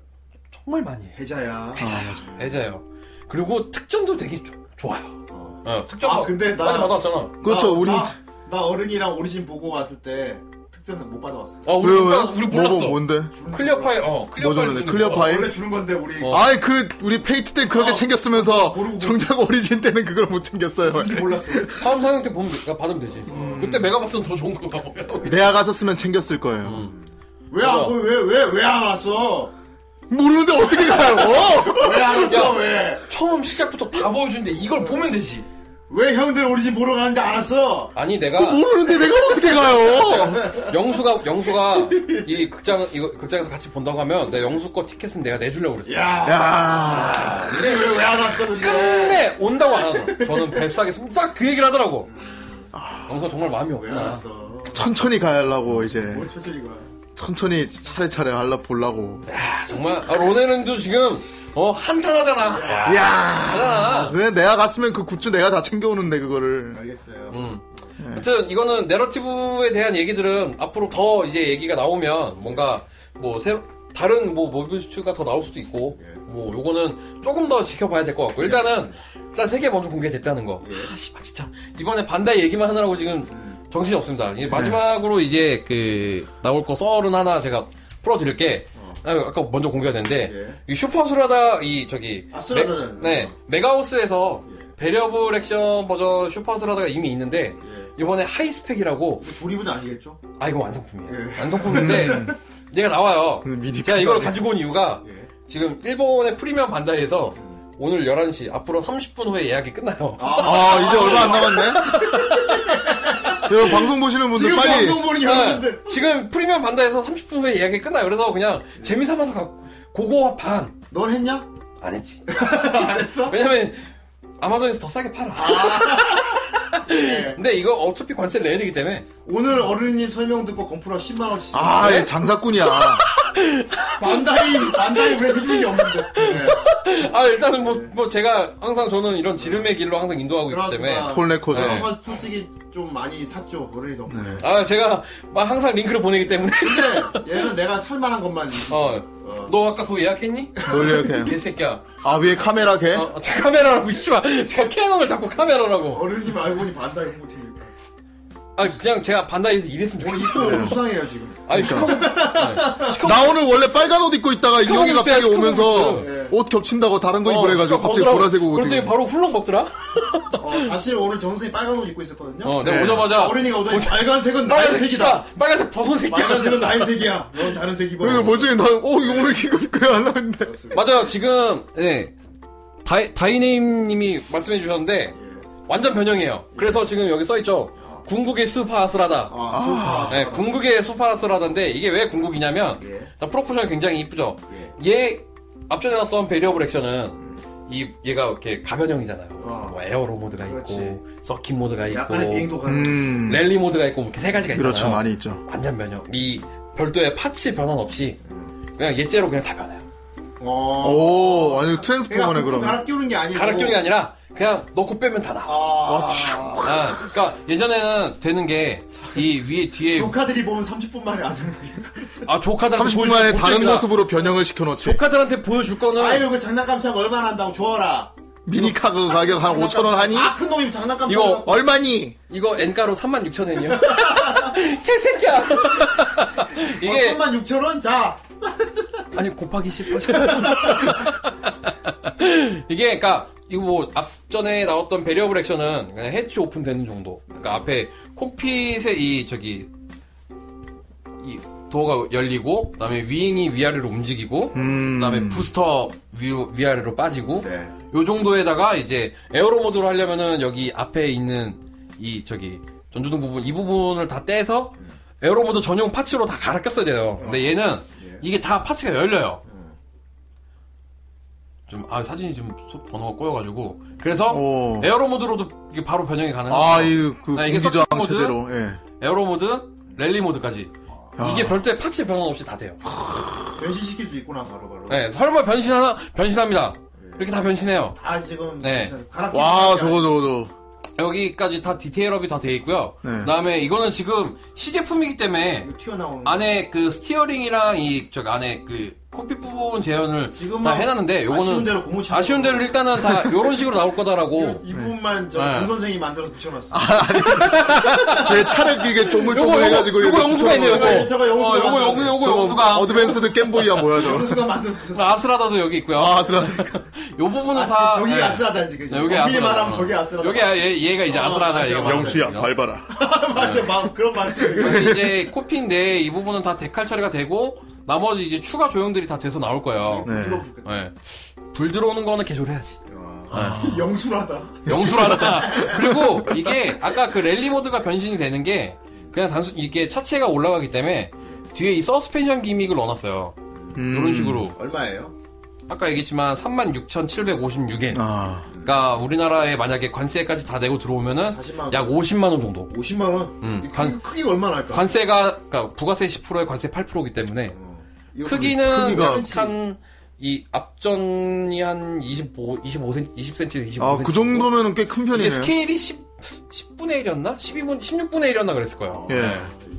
[SPEAKER 2] 정말 많이 해요.
[SPEAKER 1] 해자야.
[SPEAKER 3] 음.
[SPEAKER 2] 해자요. 그리고 특전도 되게 조- 좋아요. 어, 특전
[SPEAKER 1] 아,
[SPEAKER 2] 받-
[SPEAKER 1] 근데 나-
[SPEAKER 2] 많이 받았잖아.
[SPEAKER 3] 그렇죠, 우리.
[SPEAKER 1] 나, 나 어른이랑 오리진 보고 왔을 때 특전은 못 받아왔어.
[SPEAKER 2] 아, 우리,
[SPEAKER 3] 왜, 왜?
[SPEAKER 2] 몰라- 우리 몰랐어.
[SPEAKER 3] 뭐, 뭔데?
[SPEAKER 2] 클리어 파일, 어, 클리어
[SPEAKER 3] 뭐
[SPEAKER 2] 파일.
[SPEAKER 3] 줬는데,
[SPEAKER 2] 주는
[SPEAKER 3] 클리어
[SPEAKER 2] 거.
[SPEAKER 3] 파일?
[SPEAKER 1] 원래 주는 건데 우리
[SPEAKER 2] 어.
[SPEAKER 3] 아이, 그, 우리 페이트 때 그렇게
[SPEAKER 1] 어.
[SPEAKER 3] 챙겼으면서,
[SPEAKER 1] 모르고
[SPEAKER 3] 정작 오리진 때는 그걸 못
[SPEAKER 2] 아,
[SPEAKER 3] 챙겼어요.
[SPEAKER 1] 뭔지 몰랐어.
[SPEAKER 2] 다음 상영 때 보면, 되, 받으면 되지.
[SPEAKER 3] 음.
[SPEAKER 2] 그때 메가박스는 더 좋은 거 같고요.
[SPEAKER 3] 내가 갔었으면 챙겼을 거예요.
[SPEAKER 2] 음.
[SPEAKER 1] 왜안 왜, 왜, 왜 안 왔어?
[SPEAKER 3] 모르는데 어떻게 가요?
[SPEAKER 1] 왜 안 왔어? 왜?
[SPEAKER 2] 처음 시작부터 다 보여주는데 이걸 보면 되지.
[SPEAKER 1] 왜 형들 오리진 보러 가는데 안 왔어?
[SPEAKER 2] 아니, 내가,
[SPEAKER 3] 모르는데 내가 어떻게 가요?
[SPEAKER 2] 영수가, 영수가, 이 극장, 이거, 극장에서 같이 본다고 하면, 내가 영수 거 티켓은 내가 내주려고 그랬어.
[SPEAKER 1] 야,
[SPEAKER 3] 야
[SPEAKER 1] 근데 왜, 왜 안 왔어, 근데?
[SPEAKER 2] 끝내! 온다고 안 하죠. 저는 뱃속에 딱그 얘기를 하더라고.
[SPEAKER 3] 아.
[SPEAKER 2] 영수가 정말 마음이
[SPEAKER 1] 왜 안
[SPEAKER 2] 없구나.
[SPEAKER 1] 왔어?
[SPEAKER 3] 천천히 가야 하려고, 이제.
[SPEAKER 1] 뭘 천천히 가.
[SPEAKER 3] 천천히 차례차례 할라 보려고.
[SPEAKER 2] 아, 정말, 아, 로네는도 지금, 어, 한탄하잖아.
[SPEAKER 3] 야
[SPEAKER 2] 하잖아.
[SPEAKER 3] 그래, 내가 갔으면 그 굿즈 내가 다 챙겨오는데, 그거를.
[SPEAKER 1] 알겠어요.
[SPEAKER 2] 아무튼 이거는 내러티브에 대한 얘기들은 앞으로 더 이제 얘기가 나오면 뭔가 뭐 새로 다른 뭐 모비스가 더 나올 수도 있고 뭐 요거는 조금 더 지켜봐야 될 것 같고 일단은 일단 세계 먼저 공개됐다는 거.
[SPEAKER 1] 예.
[SPEAKER 2] 아 씨발 진짜 이번에 반다이 얘기만 하느라고 지금 정신이 없습니다.
[SPEAKER 1] 예.
[SPEAKER 2] 이제 마지막으로 이제 그 나올 거 썰은 하나 제가 풀어드릴게. 아, 아까 먼저 공개가 됐는데 이 슈퍼수라다 이 저기
[SPEAKER 1] 예. 아, 수라다잖아요. 예.
[SPEAKER 2] 네 메가우스에서 베리어블 액션 버전 슈퍼스라다가 이미 있는데
[SPEAKER 1] 예.
[SPEAKER 2] 이번에 하이스펙이라고
[SPEAKER 1] 조립은 아니겠죠?
[SPEAKER 2] 아 이거 완성품이에요
[SPEAKER 1] 예.
[SPEAKER 2] 완성품인데 얘가 나와요
[SPEAKER 3] 음, 미리
[SPEAKER 2] 제가 이걸
[SPEAKER 3] 판단해.
[SPEAKER 2] 가지고 온 이유가
[SPEAKER 1] 예.
[SPEAKER 2] 지금 일본의 프리미엄 반다이에서 오늘 11시 앞으로 30분 후에 예약이 끝나요
[SPEAKER 3] 아, 이제 얼마 안 남았네? 여러분, 방송 보시는 분들
[SPEAKER 1] 지금
[SPEAKER 3] 빨리.
[SPEAKER 1] 방송 보는
[SPEAKER 2] 네,
[SPEAKER 1] 여러분들.
[SPEAKER 2] 지금 프리미엄 반다이에서 30분 후에 예약이 끝나요 그래서 그냥 재미삼아서 가 그거 반
[SPEAKER 1] 넌 했냐?
[SPEAKER 2] 안 했지
[SPEAKER 1] 안 했어?
[SPEAKER 2] 왜냐면 아마존에서 더 싸게 팔아
[SPEAKER 1] 네.
[SPEAKER 2] 근데 이거 어차피 관세를 내야 되기 때문에
[SPEAKER 1] 오늘 어른님 설명 듣고 건프라 10만원씩.
[SPEAKER 3] 아, 얘 장사꾼이야.
[SPEAKER 1] 반다이, 반다이 왜 해주는 게 없는데. 네.
[SPEAKER 2] 아 일단은 뭐, 뭐 제가 항상 저는 이런 지름의 길로 항상 인도하고 있기 때문에
[SPEAKER 1] 그렇습니다.
[SPEAKER 3] 폴레코죠.
[SPEAKER 1] 네. 정말 솔직히 좀 많이 샀죠, 어른이 덕분에.
[SPEAKER 2] 아 제가 막 항상 링크를 보내기 때문에
[SPEAKER 1] 근데 얘는 내가 살만한 것만.
[SPEAKER 2] 어 너 아까 그거 예약했니?
[SPEAKER 3] 놀려, 걔.
[SPEAKER 2] 개새끼야
[SPEAKER 3] 아, 위에 카메라 걔?
[SPEAKER 2] 어, 어, 저 카메라라고 씨발 제가 캐논을 자꾸 카메라라고
[SPEAKER 1] 어른님 알고 보니 반다이 홍보팀이니까.
[SPEAKER 2] 아 그냥 제가 반다이에서 일했으면 좋겠어
[SPEAKER 1] 오늘 입고 수상해요, 지금.
[SPEAKER 2] 아니 슈커
[SPEAKER 3] 나 오늘 원래 빨간 옷 입고 있다가 이
[SPEAKER 2] 시커먼
[SPEAKER 3] 형이 갑자기
[SPEAKER 2] 옷이야,
[SPEAKER 3] 오면서
[SPEAKER 2] 시커먼
[SPEAKER 1] 옷.
[SPEAKER 3] 옷 겹친다고 다른
[SPEAKER 2] 어,
[SPEAKER 3] 거 입으래가지고 갑자기 보라색 옷
[SPEAKER 2] 그랬더니
[SPEAKER 3] 입고.
[SPEAKER 2] 바로 훌렁 먹더라
[SPEAKER 1] 어, 사실 오늘 정선이 빨간 옷 입고 있었거든요.
[SPEAKER 2] 어 내가
[SPEAKER 3] 네.
[SPEAKER 2] 오자마자
[SPEAKER 1] 어른이가 오더니 빨간색은 나의
[SPEAKER 2] 빨간색 씨발
[SPEAKER 1] 색이다.
[SPEAKER 2] 빨간색 버섯 새끼야
[SPEAKER 1] 빨간색은 나의 색이야. 넌 다른 색 입어.
[SPEAKER 3] 그래서 멀쩡히 나, 어, 이거 오늘 이거 입고야 하려고 했는데.
[SPEAKER 2] 맞아요 지금 예 다이, 다이네임님이 말씀해 주셨는데 완전 변형이에요 그래서 지금 여기 써있죠 궁극의 스파스라다
[SPEAKER 1] 아, 소파.
[SPEAKER 2] 네, 궁극의 소파라스라던데 이게 왜 궁극이냐면
[SPEAKER 1] 예.
[SPEAKER 2] 일단 프로포션 굉장히 이쁘죠. 얘 앞전에 나왔던 베리어블 액션은 이 얘가 이렇게 가변형이잖아요.
[SPEAKER 1] 어.
[SPEAKER 2] 뭐 에어로 모드가
[SPEAKER 1] 그렇지.
[SPEAKER 2] 있고 서킷 모드가 있고
[SPEAKER 1] 약간의 비행도 가는.
[SPEAKER 3] 음.
[SPEAKER 2] 랠리 모드가 있고 뭐 이렇게 세 가지가 있잖아요.
[SPEAKER 3] 그렇죠, 많이 있죠.
[SPEAKER 2] 완전 변형. 이 별도의 파츠 변환 없이 그냥 예제로 그냥 다 변해요.
[SPEAKER 1] 어.
[SPEAKER 3] 오, 아니,
[SPEAKER 1] 그러니까
[SPEAKER 3] 트랜스포머네,
[SPEAKER 1] 부품
[SPEAKER 3] 그러면.
[SPEAKER 1] 갈아 끼우는 게 아니고.
[SPEAKER 2] 갈아 끼우는 게 아니라 그냥 넣고 빼면 다 나와.
[SPEAKER 1] 아,
[SPEAKER 2] 아, 그러니까 예전에는 되는 게 이 위에 뒤에
[SPEAKER 1] 조카들이 보면 30분 만에 아잖아.
[SPEAKER 2] 아 조카들한테
[SPEAKER 3] 30분
[SPEAKER 2] 보여줄
[SPEAKER 3] 만에
[SPEAKER 2] 못
[SPEAKER 3] 다른
[SPEAKER 2] 됩니다.
[SPEAKER 3] 모습으로 변형을 시켜놓지.
[SPEAKER 2] 조카들한테 보여줄 거는
[SPEAKER 1] 아유, 그 장난감 샵 얼마나 한다고 줘라.
[SPEAKER 3] 미니카 그 가격 한 5천원 하니?
[SPEAKER 1] 아, 큰 놈이 장난감
[SPEAKER 2] 이거
[SPEAKER 1] 샵.
[SPEAKER 3] 얼마니?
[SPEAKER 2] 이거 엔가로 36,000엔이요? 개새끼야! 이게,
[SPEAKER 1] 3만 6천 원? 자.
[SPEAKER 2] 아니, 곱하기 10%. 이게, 그니까, 이거 뭐, 앞전에 나왔던 베리어블 액션은 그냥 해치 오픈되는 정도. 그니까 앞에 콕핏에 이, 저기, 이 도어가 열리고, 그 다음에 윙이 위아래로 움직이고, 그 다음에 부스터 위, 위아래로 빠지고, 요 정도에다가 이제 에어로 모드로 하려면은 여기 앞에 있는 이 저기 전조등 부분 이 부분을 다 떼서 에어로 모드 전용 파츠로 다 갈아 꼈어야 돼요. 근데 얘는 이게 다 파츠가 열려요. 좀, 아, 사진이 지금 소- 번호가 꼬여가지고. 그래서
[SPEAKER 3] 오.
[SPEAKER 2] 에어로 모드로도 이게 바로 변형이 가능해요.
[SPEAKER 3] 아, 이, 그,
[SPEAKER 2] 아, 이게
[SPEAKER 3] 공기저항
[SPEAKER 2] 석유 모드?
[SPEAKER 3] 제대로, 예.
[SPEAKER 2] 에어로 모드, 랠리 모드까지. 이게 별도의 파츠 변환 없이 다 돼요.
[SPEAKER 1] 변신시킬 수 있구나 바로바로
[SPEAKER 2] 네, 설마 변신하나? 변신합니다. 이렇게 다 변신해요.
[SPEAKER 1] 아 지금
[SPEAKER 2] 네.
[SPEAKER 1] 갈아 끼는
[SPEAKER 3] 와,
[SPEAKER 1] 게
[SPEAKER 3] 저거, 저거, 저거.
[SPEAKER 2] 여기까지 다 디테일업이 다 돼 있고요.
[SPEAKER 3] 네.
[SPEAKER 2] 그다음에 이거는 지금 시제품이기 때문에
[SPEAKER 1] 아니라 튀어나오는
[SPEAKER 2] 안에 그 스티어링이랑 이 저기 안에 그 코핏 부분 재현을
[SPEAKER 1] 지금은
[SPEAKER 2] 다 해놨는데 요거는
[SPEAKER 1] 아쉬운 대로 고무 치
[SPEAKER 2] 아쉬운 대로 일단은 다 요런 식으로 나올 거다라고
[SPEAKER 1] 이 부분만 저
[SPEAKER 2] 네. 아,
[SPEAKER 1] 정 선생이 만들어서 붙여놨어.
[SPEAKER 3] 내 차를 길게
[SPEAKER 2] 요거
[SPEAKER 3] 쪼물쪼물
[SPEAKER 2] 요거
[SPEAKER 3] 해가지고.
[SPEAKER 2] 요거
[SPEAKER 3] 이렇게
[SPEAKER 2] 영수가 있네요
[SPEAKER 3] 붙여놓은
[SPEAKER 2] 요거
[SPEAKER 3] 거.
[SPEAKER 1] 저거 영수가
[SPEAKER 2] 어, 요거
[SPEAKER 1] 만들었네.
[SPEAKER 2] 요거 요거
[SPEAKER 3] 저거
[SPEAKER 2] 영수가
[SPEAKER 3] 어드밴스드 겜보이야, 뭐야, 저거.
[SPEAKER 1] 정수가 만들어서 붙였어.
[SPEAKER 2] 아스라다도 여기 있고요
[SPEAKER 3] 아, 아슬아.
[SPEAKER 2] 요 부분은
[SPEAKER 1] 아,
[SPEAKER 2] 다
[SPEAKER 1] 저기
[SPEAKER 2] 예.
[SPEAKER 1] 아스라다 지금.
[SPEAKER 2] 네, 여기 아스라다
[SPEAKER 1] 말하면 저기 아스라다.
[SPEAKER 2] 여기 아- 얘, 얘가 이제
[SPEAKER 1] 어,
[SPEAKER 2] 아스라다
[SPEAKER 1] 맞아요,
[SPEAKER 2] 얘가
[SPEAKER 1] 맞아요.
[SPEAKER 3] 영수야,
[SPEAKER 2] 맞아요. 네.
[SPEAKER 3] 밟아라.
[SPEAKER 1] 맞아, 막 그런 말투.
[SPEAKER 2] 여기 이제 코핀 내에 이 부분은 다 데칼 처리가 되고 나머지 이제 추가 조형들이 다 돼서 나올 거예요
[SPEAKER 3] 네.
[SPEAKER 1] 죽겠다.
[SPEAKER 2] 예. 불 들어오는 거는 개조를 해야지 네.
[SPEAKER 1] 영수라다.
[SPEAKER 2] 영수라다. 그리고 이게 아까 그 랠리 모드가 변신이 되는 게 그냥 단순 이게 차체가 올라가기 때문에 뒤에 이 서스펜션 기믹을 넣어놨어요. 이런 식으로
[SPEAKER 1] 얼마예요?
[SPEAKER 2] 아까 얘기했지만 36,756엔.
[SPEAKER 3] 아,
[SPEAKER 2] 그러니까 우리나라에 만약에 관세까지 다 내고 들어오면은
[SPEAKER 1] 40만 원.
[SPEAKER 2] 약 50만 원 정도.
[SPEAKER 1] 50만 원.
[SPEAKER 2] 음,
[SPEAKER 1] 이
[SPEAKER 2] 관-
[SPEAKER 1] 크기, 가 얼마나 할까?
[SPEAKER 2] 관세가 그러니까 부가세 10%에 관세 8%이기 때문에
[SPEAKER 3] 어,
[SPEAKER 1] 이거
[SPEAKER 2] 크기는
[SPEAKER 1] 크기가
[SPEAKER 2] 약한 이 앞전이 한 25, 25cm, 20cm, 25cm.
[SPEAKER 3] 아, 그 정도면은 꽤 큰
[SPEAKER 2] 이게
[SPEAKER 3] 편이네. 요
[SPEAKER 2] 스케일이 10, 10분의 1이었나? 12분, 16분의 1이었나 그랬을 거예요.
[SPEAKER 3] 예.
[SPEAKER 2] 네.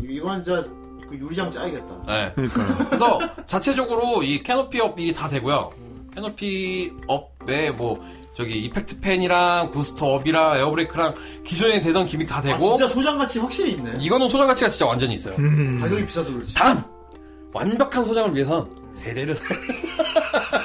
[SPEAKER 1] 이건 진짜 그 유리장 짜야겠다.
[SPEAKER 2] 네.
[SPEAKER 3] 그니까요.
[SPEAKER 2] 그래서 자체적으로 이 캐노피 업이 다 되고요. 캐노피 업에 뭐 저기 이펙트 펜이랑 부스터 업이랑 에어브레이크랑 기존에 되던 기믹 다
[SPEAKER 1] 아,
[SPEAKER 2] 되고
[SPEAKER 1] 진짜 소장가치 확실히 있네.
[SPEAKER 2] 이거는 소장 가치가 진짜 완전히 있어요.
[SPEAKER 1] 음. 가격이 비싸서 그렇지. 아,
[SPEAKER 2] 단 완벽한 소장을 위해선 세대를 사야 돼요.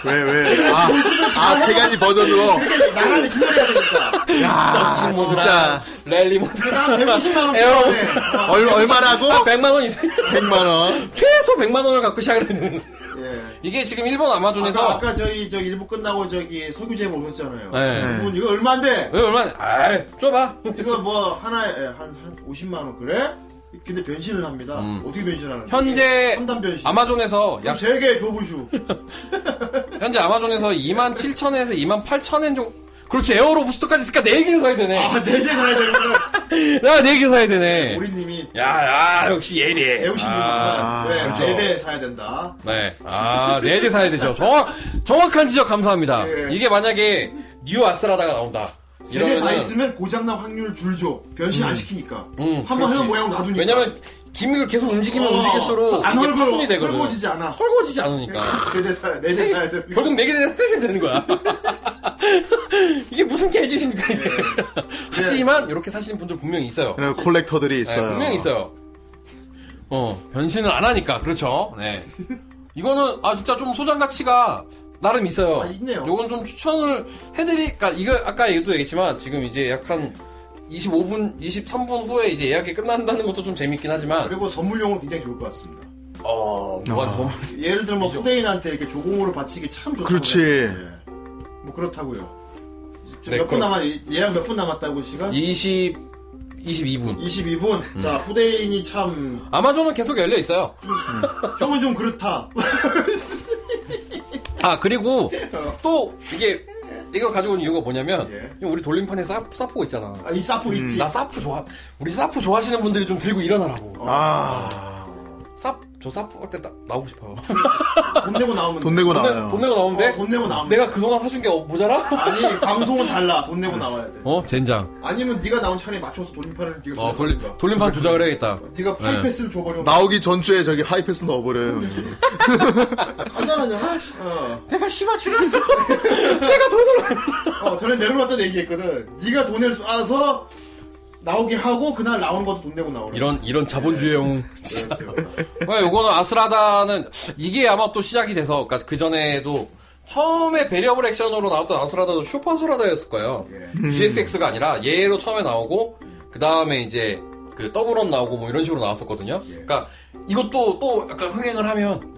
[SPEAKER 3] 왜, 왜. 아, 아, 세 가지 버전으로.
[SPEAKER 1] 나가는 진열해야 되니까.
[SPEAKER 3] 야, 진짜.
[SPEAKER 2] 랠리 모드
[SPEAKER 1] 난 150만 원.
[SPEAKER 2] 에어.
[SPEAKER 1] 필요하네.
[SPEAKER 3] 얼, 얼마라고?
[SPEAKER 2] 아, 100만 원 이상
[SPEAKER 3] 100만원.
[SPEAKER 2] 최소 100만 원을 갖고 시작을 했는데
[SPEAKER 1] 예.
[SPEAKER 2] 이게 지금 일본 아마존에서
[SPEAKER 1] 아까, 아까 저희 저 일부 끝나고 저기 석유제목 오셨잖아요.
[SPEAKER 2] 네.
[SPEAKER 1] 이분 이거 얼마인데?
[SPEAKER 2] 왜 얼마나 아 줘봐
[SPEAKER 1] 이거 뭐 하나에 한, 한 50만 원 그래? 근데 변신을 합니다. 어떻게 변신하는?
[SPEAKER 2] 음. 현재
[SPEAKER 1] 3단 변신.
[SPEAKER 2] 아마존에서
[SPEAKER 1] 그럼
[SPEAKER 2] 약
[SPEAKER 1] 세개 줘보슈.
[SPEAKER 2] 현재 아마존에서 2만 7천에서 2만 8천엔 정도. 그렇지, 에어로 부스터까지 있으니까 4개를 사야 되네.
[SPEAKER 1] 아, 네개 사야 되는구나.
[SPEAKER 2] 나 4개 사야 되네.
[SPEAKER 1] 우리님이
[SPEAKER 2] 야, 야, 역시 예리해. 아,
[SPEAKER 1] 애우신구나. 네, 네대 사야 된다.
[SPEAKER 2] 네. 아, 4개 사야 되죠. 정확, 정확한 지적 감사합니다.
[SPEAKER 1] 예.
[SPEAKER 2] 이게 만약에 뉴 아스라다가 나온다.
[SPEAKER 1] 세대 다
[SPEAKER 2] 이러면은-
[SPEAKER 1] 있으면 고장난 확률 줄죠. 변신 안 시키니까.
[SPEAKER 2] 음,
[SPEAKER 1] 한번
[SPEAKER 2] 그렇지.
[SPEAKER 1] 해놓은 모양 놔두니까.
[SPEAKER 2] 왜냐면, 기믹을 계속 움직이면
[SPEAKER 1] 어,
[SPEAKER 2] 움직일수록
[SPEAKER 1] 안
[SPEAKER 2] 이게
[SPEAKER 1] 헐거워.
[SPEAKER 2] 파손이 되거든.
[SPEAKER 1] 헐거워지지 않아.
[SPEAKER 2] 헐거워지지 않으니까.
[SPEAKER 1] 세대 사야, 네대 사야 돼.
[SPEAKER 2] 결국 4개 되는, 4개 되는 거야. 이게 무슨 개짓입니까,
[SPEAKER 1] 네.
[SPEAKER 2] 이게. 하지만, 이렇게 사시는 분들 분명히 있어요.
[SPEAKER 3] 그냥 콜렉터들이 있어요.
[SPEAKER 2] 네, 분명히 있어요. 어, 변신을 안 하니까, 그렇죠. 네. 이거는, 아, 진짜 좀 소장 가치가 나름 있어요.
[SPEAKER 1] 아, 있네요.
[SPEAKER 2] 요건 좀 추천을 해드리, 그니까, 이거, 아까 얘도 얘기했지만, 지금 이제 약한 25분, 23분 후에 이제 예약이 끝난다는 것도 좀 재밌긴 하지만,
[SPEAKER 1] 그리고 선물용으로 굉장히 좋을 것 같습니다.
[SPEAKER 2] 어, 뭐가 너무.
[SPEAKER 1] 예를 들면 후대인한테 이렇게 조공으로 바치기 참 좋다.
[SPEAKER 3] 그렇지.
[SPEAKER 1] 뭐 그렇다고요.
[SPEAKER 2] 네,
[SPEAKER 1] 몇 분
[SPEAKER 2] 그럼-
[SPEAKER 1] 남았 예약 몇 분 남았다고 시간?
[SPEAKER 2] 20, 22분.
[SPEAKER 1] 22분.
[SPEAKER 2] 음.
[SPEAKER 1] 자 후대인이 참
[SPEAKER 2] 아마존은 계속 열려 있어요.
[SPEAKER 1] 형은 좀 그렇다.
[SPEAKER 2] 아 그리고 또 이게 이걸 가지고 온 이유가 뭐냐면
[SPEAKER 1] 예.
[SPEAKER 2] 이거 우리 돌림판에 사, 사포가 있잖아
[SPEAKER 1] 아, 이 사포 있지.
[SPEAKER 2] 음. 나 사포 좋아 우리 사포 좋아하시는 분들이 좀 들고 일어나라고
[SPEAKER 3] 아,
[SPEAKER 2] 사저 사포 할때 나오고 싶어요
[SPEAKER 1] 돈 내고 나오면
[SPEAKER 3] 돈 내고 나와요.
[SPEAKER 2] 돈 내고 나오면 돼?
[SPEAKER 1] 어, 돈 내고 나오면
[SPEAKER 2] 내가 그동안 사준 게 어- 모자라?
[SPEAKER 1] 아니 방송은 달라. 돈 내고 나와야 돼.
[SPEAKER 2] 어 젠장
[SPEAKER 1] 아니면 네가 나온 차례에 맞춰서 돌림판을 네가
[SPEAKER 2] 어 돌림,
[SPEAKER 1] 다
[SPEAKER 2] 돌림판 조작을 해야겠다
[SPEAKER 1] 네가 파이패스를 줘버려.
[SPEAKER 3] 나오기 전주에 저기 하이패스 넣어버려요.
[SPEAKER 1] 간단하냐? 하나씩. 어.
[SPEAKER 2] 내가 시가 줄여 내가 돈을
[SPEAKER 1] 어, 전에 내려놨다 얘기했거든. 네가 돈을 쏴서 나오게 하고 그날 나오는 것도 돈 내고 나오래.
[SPEAKER 2] 이런 이런 자본주의형
[SPEAKER 1] 그랬어요.
[SPEAKER 2] 네, 요거는 아스라다는 이게 아마 또 시작이 돼서 그러니까 그 전에도 처음에 베리어블 액션으로 나왔던 아스라다도 슈퍼 아스라다였을 거예요. 음. GSX가 아니라 얘로 처음에 나오고 그 다음에 이제 그 더블원 나오고 뭐 이런 식으로 나왔었거든요. 그러니까 이것도 또 약간 흥행을 하면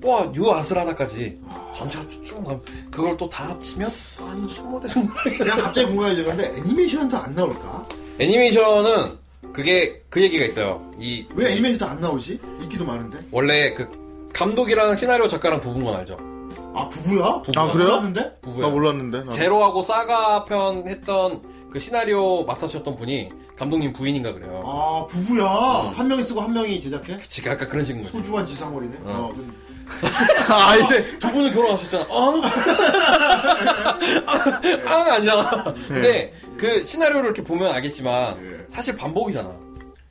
[SPEAKER 2] 또 뉴 아스라다까지 전체가 쭉 가면 그걸 또 다 합치면 한 20대 정도
[SPEAKER 1] 그냥 갑자기 궁금해지는데 애니메이션도 안 나올까?
[SPEAKER 2] 애니메이션은 그게 그 얘기가 있어요. 이
[SPEAKER 1] 왜 애니메이션도 안 나오지? 인기도 많은데.
[SPEAKER 2] 원래 그 감독이랑 시나리오 작가랑 부부인 건 알죠?
[SPEAKER 1] 아 부부야?
[SPEAKER 3] 아, 그래요?
[SPEAKER 1] 몰랐는데?
[SPEAKER 3] 나
[SPEAKER 2] 부부예요.
[SPEAKER 3] 몰랐는데. 나도.
[SPEAKER 2] 제로하고 사가 편 했던 그 시나리오 맡아주셨던 분이 감독님 부인인가 그래요.
[SPEAKER 1] 아 부부야.
[SPEAKER 2] 어.
[SPEAKER 1] 한 명이 쓰고 한 명이 제작해?
[SPEAKER 2] 지금 아까 그런 식인 거지.
[SPEAKER 1] 소중한 지상월이네. 어.
[SPEAKER 3] 아, 예.
[SPEAKER 2] 근데 두 분은 결혼하셨잖아. 어? 아,
[SPEAKER 1] 네.
[SPEAKER 2] 아니잖아. 근데 그 시나리오를 이렇게 보면 알겠지만 사실 반복이잖아.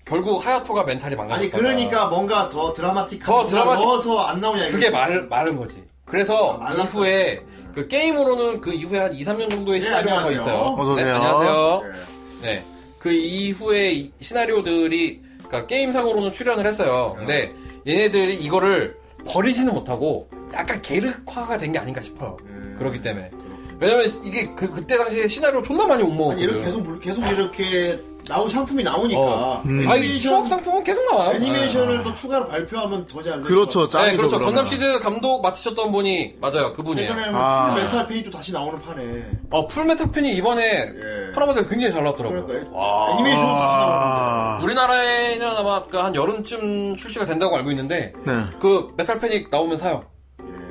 [SPEAKER 2] 결국 하야토가 멘탈이 망가졌다.
[SPEAKER 1] 아니 그러니까 뭔가 더 드라마틱한
[SPEAKER 2] 더
[SPEAKER 1] 걸
[SPEAKER 2] 드라마틱-
[SPEAKER 1] 넣어서 안 나오냐
[SPEAKER 2] 그게
[SPEAKER 1] 이거지.
[SPEAKER 2] 말, 말은 거지. 그래서
[SPEAKER 1] 아, 말랐어.
[SPEAKER 2] 이후에 그 게임으로는 그 이후에 한 2, 3년 정도의
[SPEAKER 1] 네,
[SPEAKER 2] 시나리오가
[SPEAKER 1] 안녕하세요.
[SPEAKER 2] 있어요.
[SPEAKER 3] 어서 오세요.
[SPEAKER 2] 네, 안녕하세요.
[SPEAKER 1] 예.
[SPEAKER 2] 네. 그 이후에 이 시나리오들이 그러니까 게임상으로는 출연을
[SPEAKER 1] 아.
[SPEAKER 2] 했어요. 근데 얘네들이 이거를 버리지는 못하고 약간 계륵화가 된 게 아닌가 싶어요.
[SPEAKER 1] 음,
[SPEAKER 2] 그렇기 때문에. 왜냐면 이게 그, 그때 당시에 시나리오 존나 많이 못
[SPEAKER 1] 아니
[SPEAKER 2] 먹었거든요.
[SPEAKER 1] 이렇게 계속 물- 계속 이렇게 나온 상품이 나오니까
[SPEAKER 2] 어. 아, 이 추억 상품은 계속 나와요.
[SPEAKER 1] 애니메이션을 더 추가로 발표하면 더잘 될
[SPEAKER 3] 그렇죠.
[SPEAKER 1] 것
[SPEAKER 2] 네,
[SPEAKER 3] 짱이죠.
[SPEAKER 2] 네, 그렇죠.
[SPEAKER 3] 그러면.
[SPEAKER 2] 건담 시드 감독 맡으셨던 분이 맞아요.
[SPEAKER 1] 같아요.
[SPEAKER 2] 그분이에요.
[SPEAKER 1] 최근에는 뭐
[SPEAKER 3] 아.
[SPEAKER 1] 풀 메탈 페이도 다시 나오는 판에
[SPEAKER 2] 어, 풀메탈 팬이 이번에
[SPEAKER 1] 예.
[SPEAKER 2] 프라모델 굉장히 잘 나왔더라고요.
[SPEAKER 1] 그러니까
[SPEAKER 2] 와.
[SPEAKER 1] 애니메이션도 다시 나오는데
[SPEAKER 3] 아,
[SPEAKER 2] 우리나라에는 아마 그 한 여름쯤 출시가 된다고 알고 있는데
[SPEAKER 3] 네.
[SPEAKER 2] 그 메탈 패닉 나오면 사요.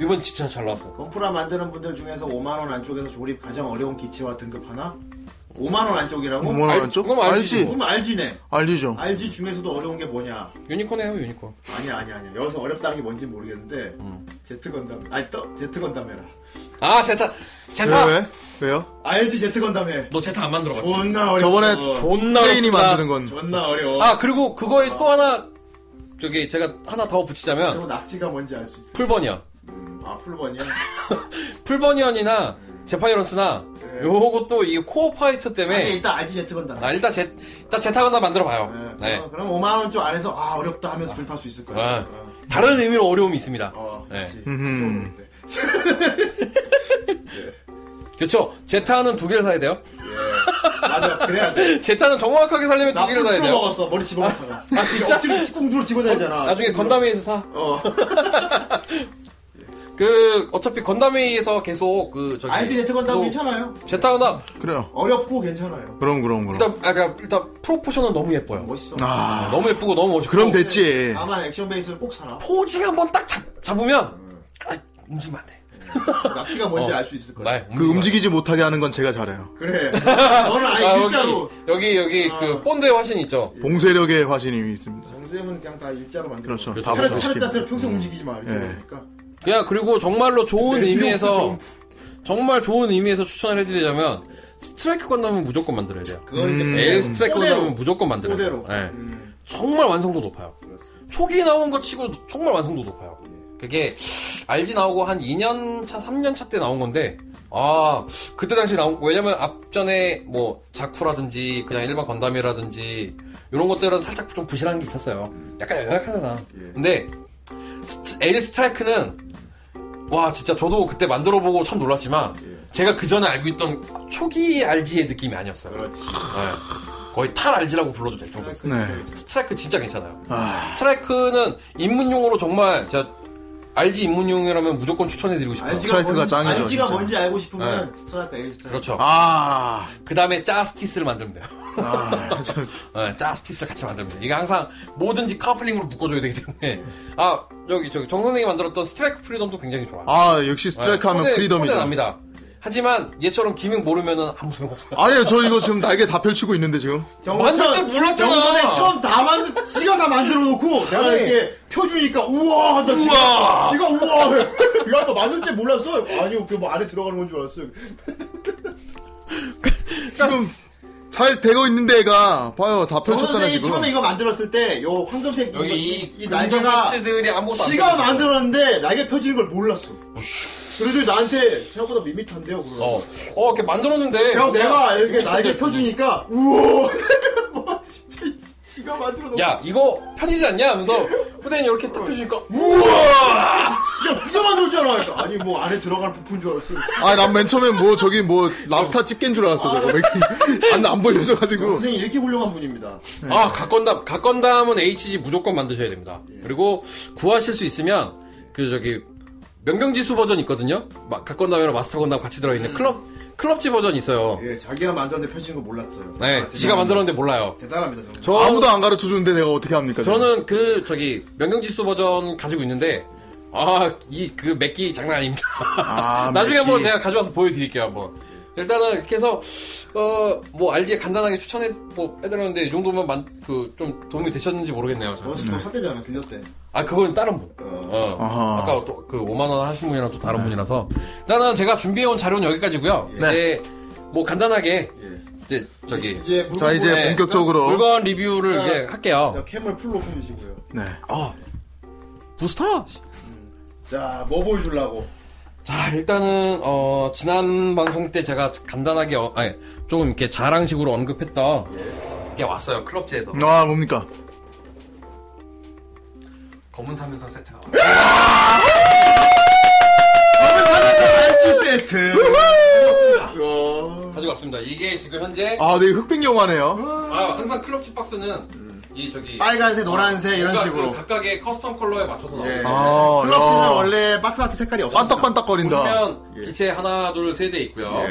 [SPEAKER 2] 이번 진짜 잘 나왔어.
[SPEAKER 1] 건프라 만드는 분들 중에서 5만 원 안쪽에서 조립 가장 어려운 기체와 등급 하나 5만 원 안쪽이라고
[SPEAKER 3] 뭐라
[SPEAKER 2] 알-
[SPEAKER 3] 랬죠
[SPEAKER 2] 그건 알지. 뭐. 아,
[SPEAKER 3] 알지.
[SPEAKER 1] 그럼 알지네
[SPEAKER 3] 알지죠.
[SPEAKER 1] 알지 중에서도 어려운 게 뭐냐
[SPEAKER 2] 유니콘이에요, 유니콘.
[SPEAKER 1] 아니야 아니야 아니야 여기서 어렵다는 게 뭔지 모르겠는데 제트 건담 아니 또 제트 건담 해라
[SPEAKER 2] 아, 제타. 제타.
[SPEAKER 3] 왜? 왜? 왜요?
[SPEAKER 1] 알지 제트 건담 해
[SPEAKER 2] 너 제타 안 만들어 봤지?
[SPEAKER 1] 존나 어려워
[SPEAKER 3] 저번에
[SPEAKER 2] 존나
[SPEAKER 3] 케인이
[SPEAKER 2] 어렵습니다.
[SPEAKER 3] 만드는 건.
[SPEAKER 1] 존나 어려워
[SPEAKER 2] 아, 그리고 그거에 또 하나 저기 제가 하나 더 붙이자면
[SPEAKER 1] 그리고 낙지가 뭔지 알 수 있어
[SPEAKER 2] 풀버니언.
[SPEAKER 1] 음, 아 풀번이야
[SPEAKER 2] 풀버니언이나 제파이런스나 요것도 이 코어 파이터
[SPEAKER 1] 아니
[SPEAKER 2] 때문에
[SPEAKER 1] 일단 알지 제트 건담
[SPEAKER 2] 아, 일단 제 일단 제타 건담 만들어
[SPEAKER 1] 예,
[SPEAKER 2] 봐요.
[SPEAKER 1] 그럼,
[SPEAKER 2] 네.
[SPEAKER 1] 그럼 5만 원 좀 안에서 아 어렵다 하면서 조립할 수 있을 거야.
[SPEAKER 2] 아.
[SPEAKER 1] 어,
[SPEAKER 2] 다른 의미로 어려움이 있습니다.
[SPEAKER 1] 어,
[SPEAKER 2] 네.
[SPEAKER 1] 그렇지.
[SPEAKER 3] 음.
[SPEAKER 1] 네.
[SPEAKER 2] 그렇죠. 제타는 두 개를 사야 돼요.
[SPEAKER 1] 예. 맞아, 그래야 돼.
[SPEAKER 2] 제타는 정확하게 살려면 두
[SPEAKER 1] 나
[SPEAKER 2] 개를
[SPEAKER 1] 풀로
[SPEAKER 2] 사야 돼요.
[SPEAKER 1] 먹었어, 머리 집어먹다가.
[SPEAKER 2] 아, 진짜?
[SPEAKER 1] 억지로 꽁주로 집어내잖아.
[SPEAKER 2] 나중에 건담회에서 사.
[SPEAKER 1] 어.
[SPEAKER 2] 그 어차피 건담회에서 계속 그 저기
[SPEAKER 1] 알지 제트 건담
[SPEAKER 2] 또
[SPEAKER 1] 괜찮아요.
[SPEAKER 2] 제타 건담
[SPEAKER 3] 그래요.
[SPEAKER 1] 어렵고 괜찮아요.
[SPEAKER 3] 그럼 그럼 그럼.
[SPEAKER 2] 일단 아, 그러니까 일단 프로포션은 너무 예뻐요.
[SPEAKER 1] 멋있어.
[SPEAKER 3] 아,
[SPEAKER 2] 너무 예쁘고 너무 멋있고.
[SPEAKER 3] 그럼 됐지.
[SPEAKER 2] 음.
[SPEAKER 1] 다만 액션 베이스를 꼭 사라.
[SPEAKER 2] 포징 한번 딱 잡, 잡으면 아, 움직이면 안 돼.
[SPEAKER 1] 낙지가 뭔지
[SPEAKER 2] 어.
[SPEAKER 1] 알 수 있을 거야.
[SPEAKER 2] 나의
[SPEAKER 3] 그 움직이지 못하게 하는 건 제가 잘해요.
[SPEAKER 1] 그래. 너는 아예 일자로.
[SPEAKER 2] 여기 여기
[SPEAKER 1] 아.
[SPEAKER 2] 그 본드의 화신 있죠.
[SPEAKER 3] 봉쇄력의 화신이 있습니다.
[SPEAKER 1] 정쌤은 그냥 다 일자로 만들어.
[SPEAKER 3] 그렇죠.
[SPEAKER 2] 그렇죠.
[SPEAKER 3] 다
[SPEAKER 1] 차를
[SPEAKER 3] 봉쇄시키
[SPEAKER 1] 차를 짜서 평생 움직이지 마. 이렇게
[SPEAKER 3] 예.
[SPEAKER 1] 되니까. 그
[SPEAKER 2] 야 그리고 정말로 좋은
[SPEAKER 1] 레디오스
[SPEAKER 2] 의미에서
[SPEAKER 1] 점프.
[SPEAKER 2] 정말 좋은 의미에서 추천을 해드리자면 스트라이크 건담은 무조건 만들어야 돼요.
[SPEAKER 1] 그걸 이제
[SPEAKER 3] 음.
[SPEAKER 2] 에일 스트라이크
[SPEAKER 1] 뽀대로,
[SPEAKER 2] 건담은 무조건 만들어야 돼요.
[SPEAKER 1] 뽀대로.
[SPEAKER 2] 예.
[SPEAKER 1] 음,
[SPEAKER 2] 정말 완성도 높아요.
[SPEAKER 1] 그렇습니다. 네.
[SPEAKER 2] 초기 나온 것 치고 정말 완성도 높아요. 그게 알지 나오고 한 2년 차, 3년 차 때 나온 건데 아 그때 당시 나온 왜냐면 앞전에 뭐 자쿠라든지 그냥 일반 건담이라든지 이런 것들은 살짝 좀 부실한 게 있었어요. 약간 연약하잖아.
[SPEAKER 1] 예.
[SPEAKER 2] 근데 스트- 에일 스트라이크는 와 진짜 저도 그때 만들어보고 참 놀랐지만
[SPEAKER 1] 예.
[SPEAKER 2] 제가 그 전에 알고 있던 초기 RG의 느낌이 아니었어요.
[SPEAKER 1] 그렇지.
[SPEAKER 2] 예. 거의 탈 RG라고 불러도 될 정도.
[SPEAKER 3] 네.
[SPEAKER 2] 스트라이크 진짜 괜찮아요. 스트라이크는 입문용으로 정말 제가 알지 입문용이라면 무조건 추천해드리고 싶어요.
[SPEAKER 3] 스트라이크가
[SPEAKER 1] 뭔-
[SPEAKER 3] 짱이죠,
[SPEAKER 1] 알지가
[SPEAKER 3] 진짜.
[SPEAKER 1] 뭔지 알고 싶으면
[SPEAKER 2] 예.
[SPEAKER 1] 스트라이크 에일 스트라이크.
[SPEAKER 2] 그렇죠.
[SPEAKER 3] 아,
[SPEAKER 2] 그 다음에 짜스티스를 만들면 돼요.
[SPEAKER 3] 아, 저-
[SPEAKER 2] 네, 짜스티스를 같이 만들면 돼요. 이게 항상 뭐든지 카플링으로 묶어줘야 되기 때문에 아 여기 저기 정 선생이 만들었던 스트라이크 프리덤도 굉장히 좋아. 요
[SPEAKER 3] 아, 역시 스트라이크 하면
[SPEAKER 2] 네,
[SPEAKER 3] 프리덤이다.
[SPEAKER 2] 납니다. 하지만 얘처럼 기믹 모르면은 아무 소용 없어요.
[SPEAKER 3] 아니요, 저 이거 지금 날개 다 펼치고 있는데 지금.
[SPEAKER 2] 만들 때 몰랐잖아.
[SPEAKER 1] 정선생 처음 다 만들, 지가 다 만들어 놓고, 내가 이렇게 펴주니까, 우와! 한다, 지가, 지가 우와! 해. 이거 아까 만들 때 몰랐어? 아니요, 그뭐 안에 들어가는 건 줄 알았어요.
[SPEAKER 3] 지금 잘 되고 있는데 애가 봐요, 다 펼쳤잖아
[SPEAKER 1] 정선생이
[SPEAKER 3] 지금.
[SPEAKER 1] 처음에 이거 만들었을 때, 요 황금색, 이거-
[SPEAKER 2] 여기 이,
[SPEAKER 1] 이
[SPEAKER 2] 날개가
[SPEAKER 1] 날개가,
[SPEAKER 2] 치들이 아무것도 안
[SPEAKER 1] 지가
[SPEAKER 2] 들어있어요.
[SPEAKER 1] 만들었는데, 날개 펴지는 걸 몰랐어. 그래도 나한테 생각보다 밋밋한데요, 그거.
[SPEAKER 2] 어, 어 이렇게 만들었는데
[SPEAKER 1] 형, 내가 이렇게
[SPEAKER 2] 여기
[SPEAKER 1] 날개
[SPEAKER 2] 있었는데.
[SPEAKER 1] 펴주니까, 우와! 뭐, 진짜, 지가 만들어 놓고.
[SPEAKER 2] 야 이거 편이지 않냐 하면서 후대인 이렇게 탁 펴주니까 우와
[SPEAKER 1] 야, 그가 만들었잖아! 아니, 뭐, 안에 들어가는 부품인 줄 알았어.
[SPEAKER 3] 아, 난 맨 처음에 뭐 저기 뭐 랍스타 집게인 줄 알았어. 저거. 안, 안 보여져가지고.
[SPEAKER 1] 선생님 이렇게 훌륭한 분입니다.
[SPEAKER 2] 아
[SPEAKER 1] 네.
[SPEAKER 2] 각건담 각건담은 HG 무조건 만드셔야 됩니다
[SPEAKER 1] 예.
[SPEAKER 2] 그리고 구하실 수 있으면 그 저기 명경지수 버전 있거든요 마- 각건담이랑 마스터건담 같이 들어있는 클럽 클럽지 버전 있어요
[SPEAKER 1] 음. 예, 자기가 만들었는데 펴지는 거 몰랐어요.
[SPEAKER 2] 네
[SPEAKER 1] 아,
[SPEAKER 2] 지가 만들었는데 몰라요
[SPEAKER 1] 대단합니다, 정말.
[SPEAKER 2] 저
[SPEAKER 3] 아무도 안 가르쳐 주는데 내가 어떻게 합니까? 지금?
[SPEAKER 2] 저는 그 저기 명경지수 버전 가지고 있는데 아, 이, 그, 맥기 장난 아닙니다.
[SPEAKER 3] 아, 맥기.
[SPEAKER 2] 나중에 한번 제가 가져와서 보여드릴게요, 한번. 일단은 이렇게 해서, 어, 뭐, 알지에 간단하게 추천해, 뭐, 해드렸는데, 이 정도면 만, 그, 좀 도움이 되셨는지 모르겠네요, 저는.
[SPEAKER 7] 원스톱 샀대잖아, 들렸대.
[SPEAKER 2] 아, 그건 다른 분. 어. 네.
[SPEAKER 3] 아하.
[SPEAKER 2] 아까 또 그 5만원 하신 분이랑 또 다른 분이라서. 일단은 제가 준비해온 자료는 여기까지고요 이제, 뭐, 간단하게, 이제, 저기,
[SPEAKER 7] 이제
[SPEAKER 3] 자, 이제
[SPEAKER 2] 네.
[SPEAKER 3] 본격적으로.
[SPEAKER 2] 물건 리뷰를
[SPEAKER 7] 자,
[SPEAKER 2] 이제 할게요.
[SPEAKER 7] 야, 캠을 풀로 켜주시고요.
[SPEAKER 3] 네.
[SPEAKER 2] 어. 부스터?
[SPEAKER 7] 자, 뭐 보여주려고?
[SPEAKER 2] 자, 일단은, 어, 지난 방송 때 제가 간단하게, 어, 아니, 조금 이렇게 자랑식으로 언급했던 게 왔어요. 클럽지에서.
[SPEAKER 3] 아, 뭡니까?
[SPEAKER 2] 검은 삼윤선 세트가 왔어요.
[SPEAKER 7] 세트.
[SPEAKER 2] 가지고 왔습니다. 이게 지금 현재,
[SPEAKER 3] 아, 되게 흑백 영화네요.
[SPEAKER 2] 아, 항상 클럽지 박스는, 이, 저기,
[SPEAKER 1] 빨간색, 노란색 이런
[SPEAKER 2] 각각
[SPEAKER 1] 식으로. 예. 네.
[SPEAKER 2] 그 각각의 커스텀 컬러에 맞춰서 나오는 거.
[SPEAKER 3] 아,
[SPEAKER 1] 클럽지는
[SPEAKER 3] 야.
[SPEAKER 1] 원래 박스 아트 색깔이 없어.
[SPEAKER 3] 반딱반딱거린다.
[SPEAKER 2] 보시면, 기체 하나, 둘, 세 대 있고요.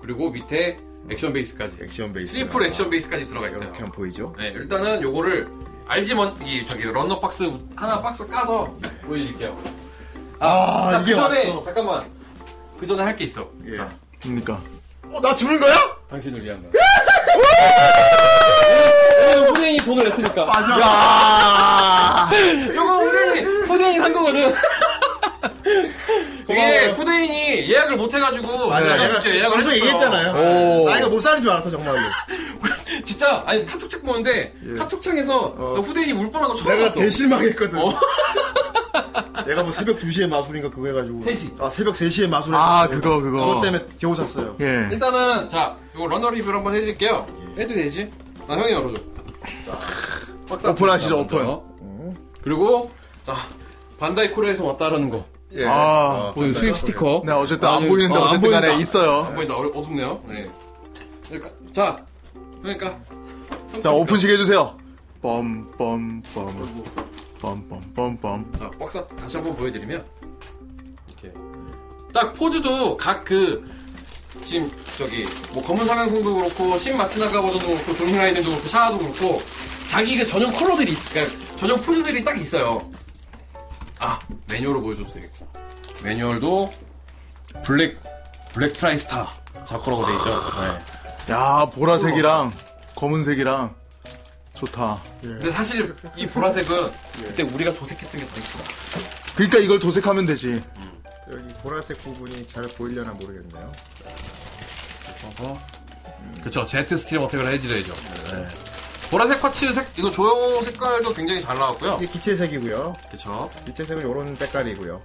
[SPEAKER 2] 그리고 밑에 액션 베이스까지.
[SPEAKER 7] 액션 베이스.
[SPEAKER 2] 트리플 액션 베이스까지 들어가 있어요.
[SPEAKER 7] 이렇게 한 보이죠?
[SPEAKER 2] 네, 일단은 요거를 알지먼 이 저기 런너 박스 하나 박스 까서 보여드릴게요. 아, 일단
[SPEAKER 7] 이게
[SPEAKER 2] 그 전에,
[SPEAKER 7] 왔어.
[SPEAKER 2] 잠깐만. 그 전에 할 게 있어. 자,
[SPEAKER 3] 뭡니까?
[SPEAKER 7] 어, 나 주는 거야?
[SPEAKER 2] 당신을 위한 거. 오늘 예. 후대인이 돈을 냈으니까.
[SPEAKER 3] 야
[SPEAKER 2] 아, 요거 후대인이 후대인이 산 거거든. 이게 후대인이 예약을 못 해가지고 내가
[SPEAKER 1] 내가
[SPEAKER 2] 진짜 네, 예약을
[SPEAKER 1] 방송에
[SPEAKER 2] 했어요.
[SPEAKER 1] 얘기했잖아요. 네.
[SPEAKER 3] 오.
[SPEAKER 1] 나 이거 못 사는 줄 알았어 정말로.
[SPEAKER 2] 진짜 아니 카톡창 보는데 카톡창에서 나 후대인이 울 뻔한 거 처음
[SPEAKER 1] 내가
[SPEAKER 2] 봤어.
[SPEAKER 1] 대 실망했거든.
[SPEAKER 2] 어.
[SPEAKER 1] 내가 뭐 새벽 2시에 마술인가 그거 해가지고.
[SPEAKER 2] 3시.
[SPEAKER 1] 아, 새벽 3시에 마술.
[SPEAKER 3] 아,
[SPEAKER 1] 해가지고.
[SPEAKER 3] 그거, 그거.
[SPEAKER 1] 그것 때문에 겨우 샀어요.
[SPEAKER 3] 예.
[SPEAKER 2] 일단은 자 이거 런너 리뷰를 한번 해드릴게요 해도 되지? 나 형이 열어줘 자, 박스
[SPEAKER 3] 오픈하시죠,
[SPEAKER 2] 앞에
[SPEAKER 3] 오픈.
[SPEAKER 2] 먼저. 그리고 자 반다이 코리아에서 왔다라는 거
[SPEAKER 7] 예.
[SPEAKER 3] 아.
[SPEAKER 2] 보여 수입 스티커
[SPEAKER 3] 네, 어쨌든 안
[SPEAKER 2] 아니,
[SPEAKER 3] 보이는데
[SPEAKER 2] 어, 안
[SPEAKER 3] 어쨌든 간에
[SPEAKER 2] 보인다. 안
[SPEAKER 3] 있어요.
[SPEAKER 2] 보인다 어려- 어둡네요 네. 그러니까, 자 그러니까
[SPEAKER 3] 자, 오픈식 해주세요. 뻔뻔뻔. 뻔뻔뻔뻔.
[SPEAKER 2] 자, 어, 박스 앞 다시 한번 보여드리면 이렇게 딱 포즈도 각 그 지금 저기 뭐 검은 삼양성도 그렇고 신 마츠나가 버전도 그렇고 조닝 라이덴도 그렇고 샤아도 그렇고 자기 그 전용 컬러들이 있, 그러니까 전용 포즈들이 딱 있어요. 아 매뉴얼을 보여줘도 되겠고 매뉴얼도 블랙 블랙 트라이스타 자커라고 돼 있죠. 네.
[SPEAKER 3] 야, 보라색이랑 검은색이랑 좋다.
[SPEAKER 2] 근데 사실 이 보라색은 그때 우리가 조색했던 게 더 이쁘다.
[SPEAKER 3] 그러니까 이걸 도색하면 되지.
[SPEAKER 7] 여기 보라색 부분이 잘 보이려나 모르겠네요.
[SPEAKER 2] 그쵸, 제트 스트림 어택을 해드려야죠. 네. 보라색 파츠 색, 이거 조형 색깔도 굉장히 잘 나왔고요.
[SPEAKER 7] 이게 기체색이고요.
[SPEAKER 2] 그쵸.
[SPEAKER 7] 기체색은 요런 때깔이고요.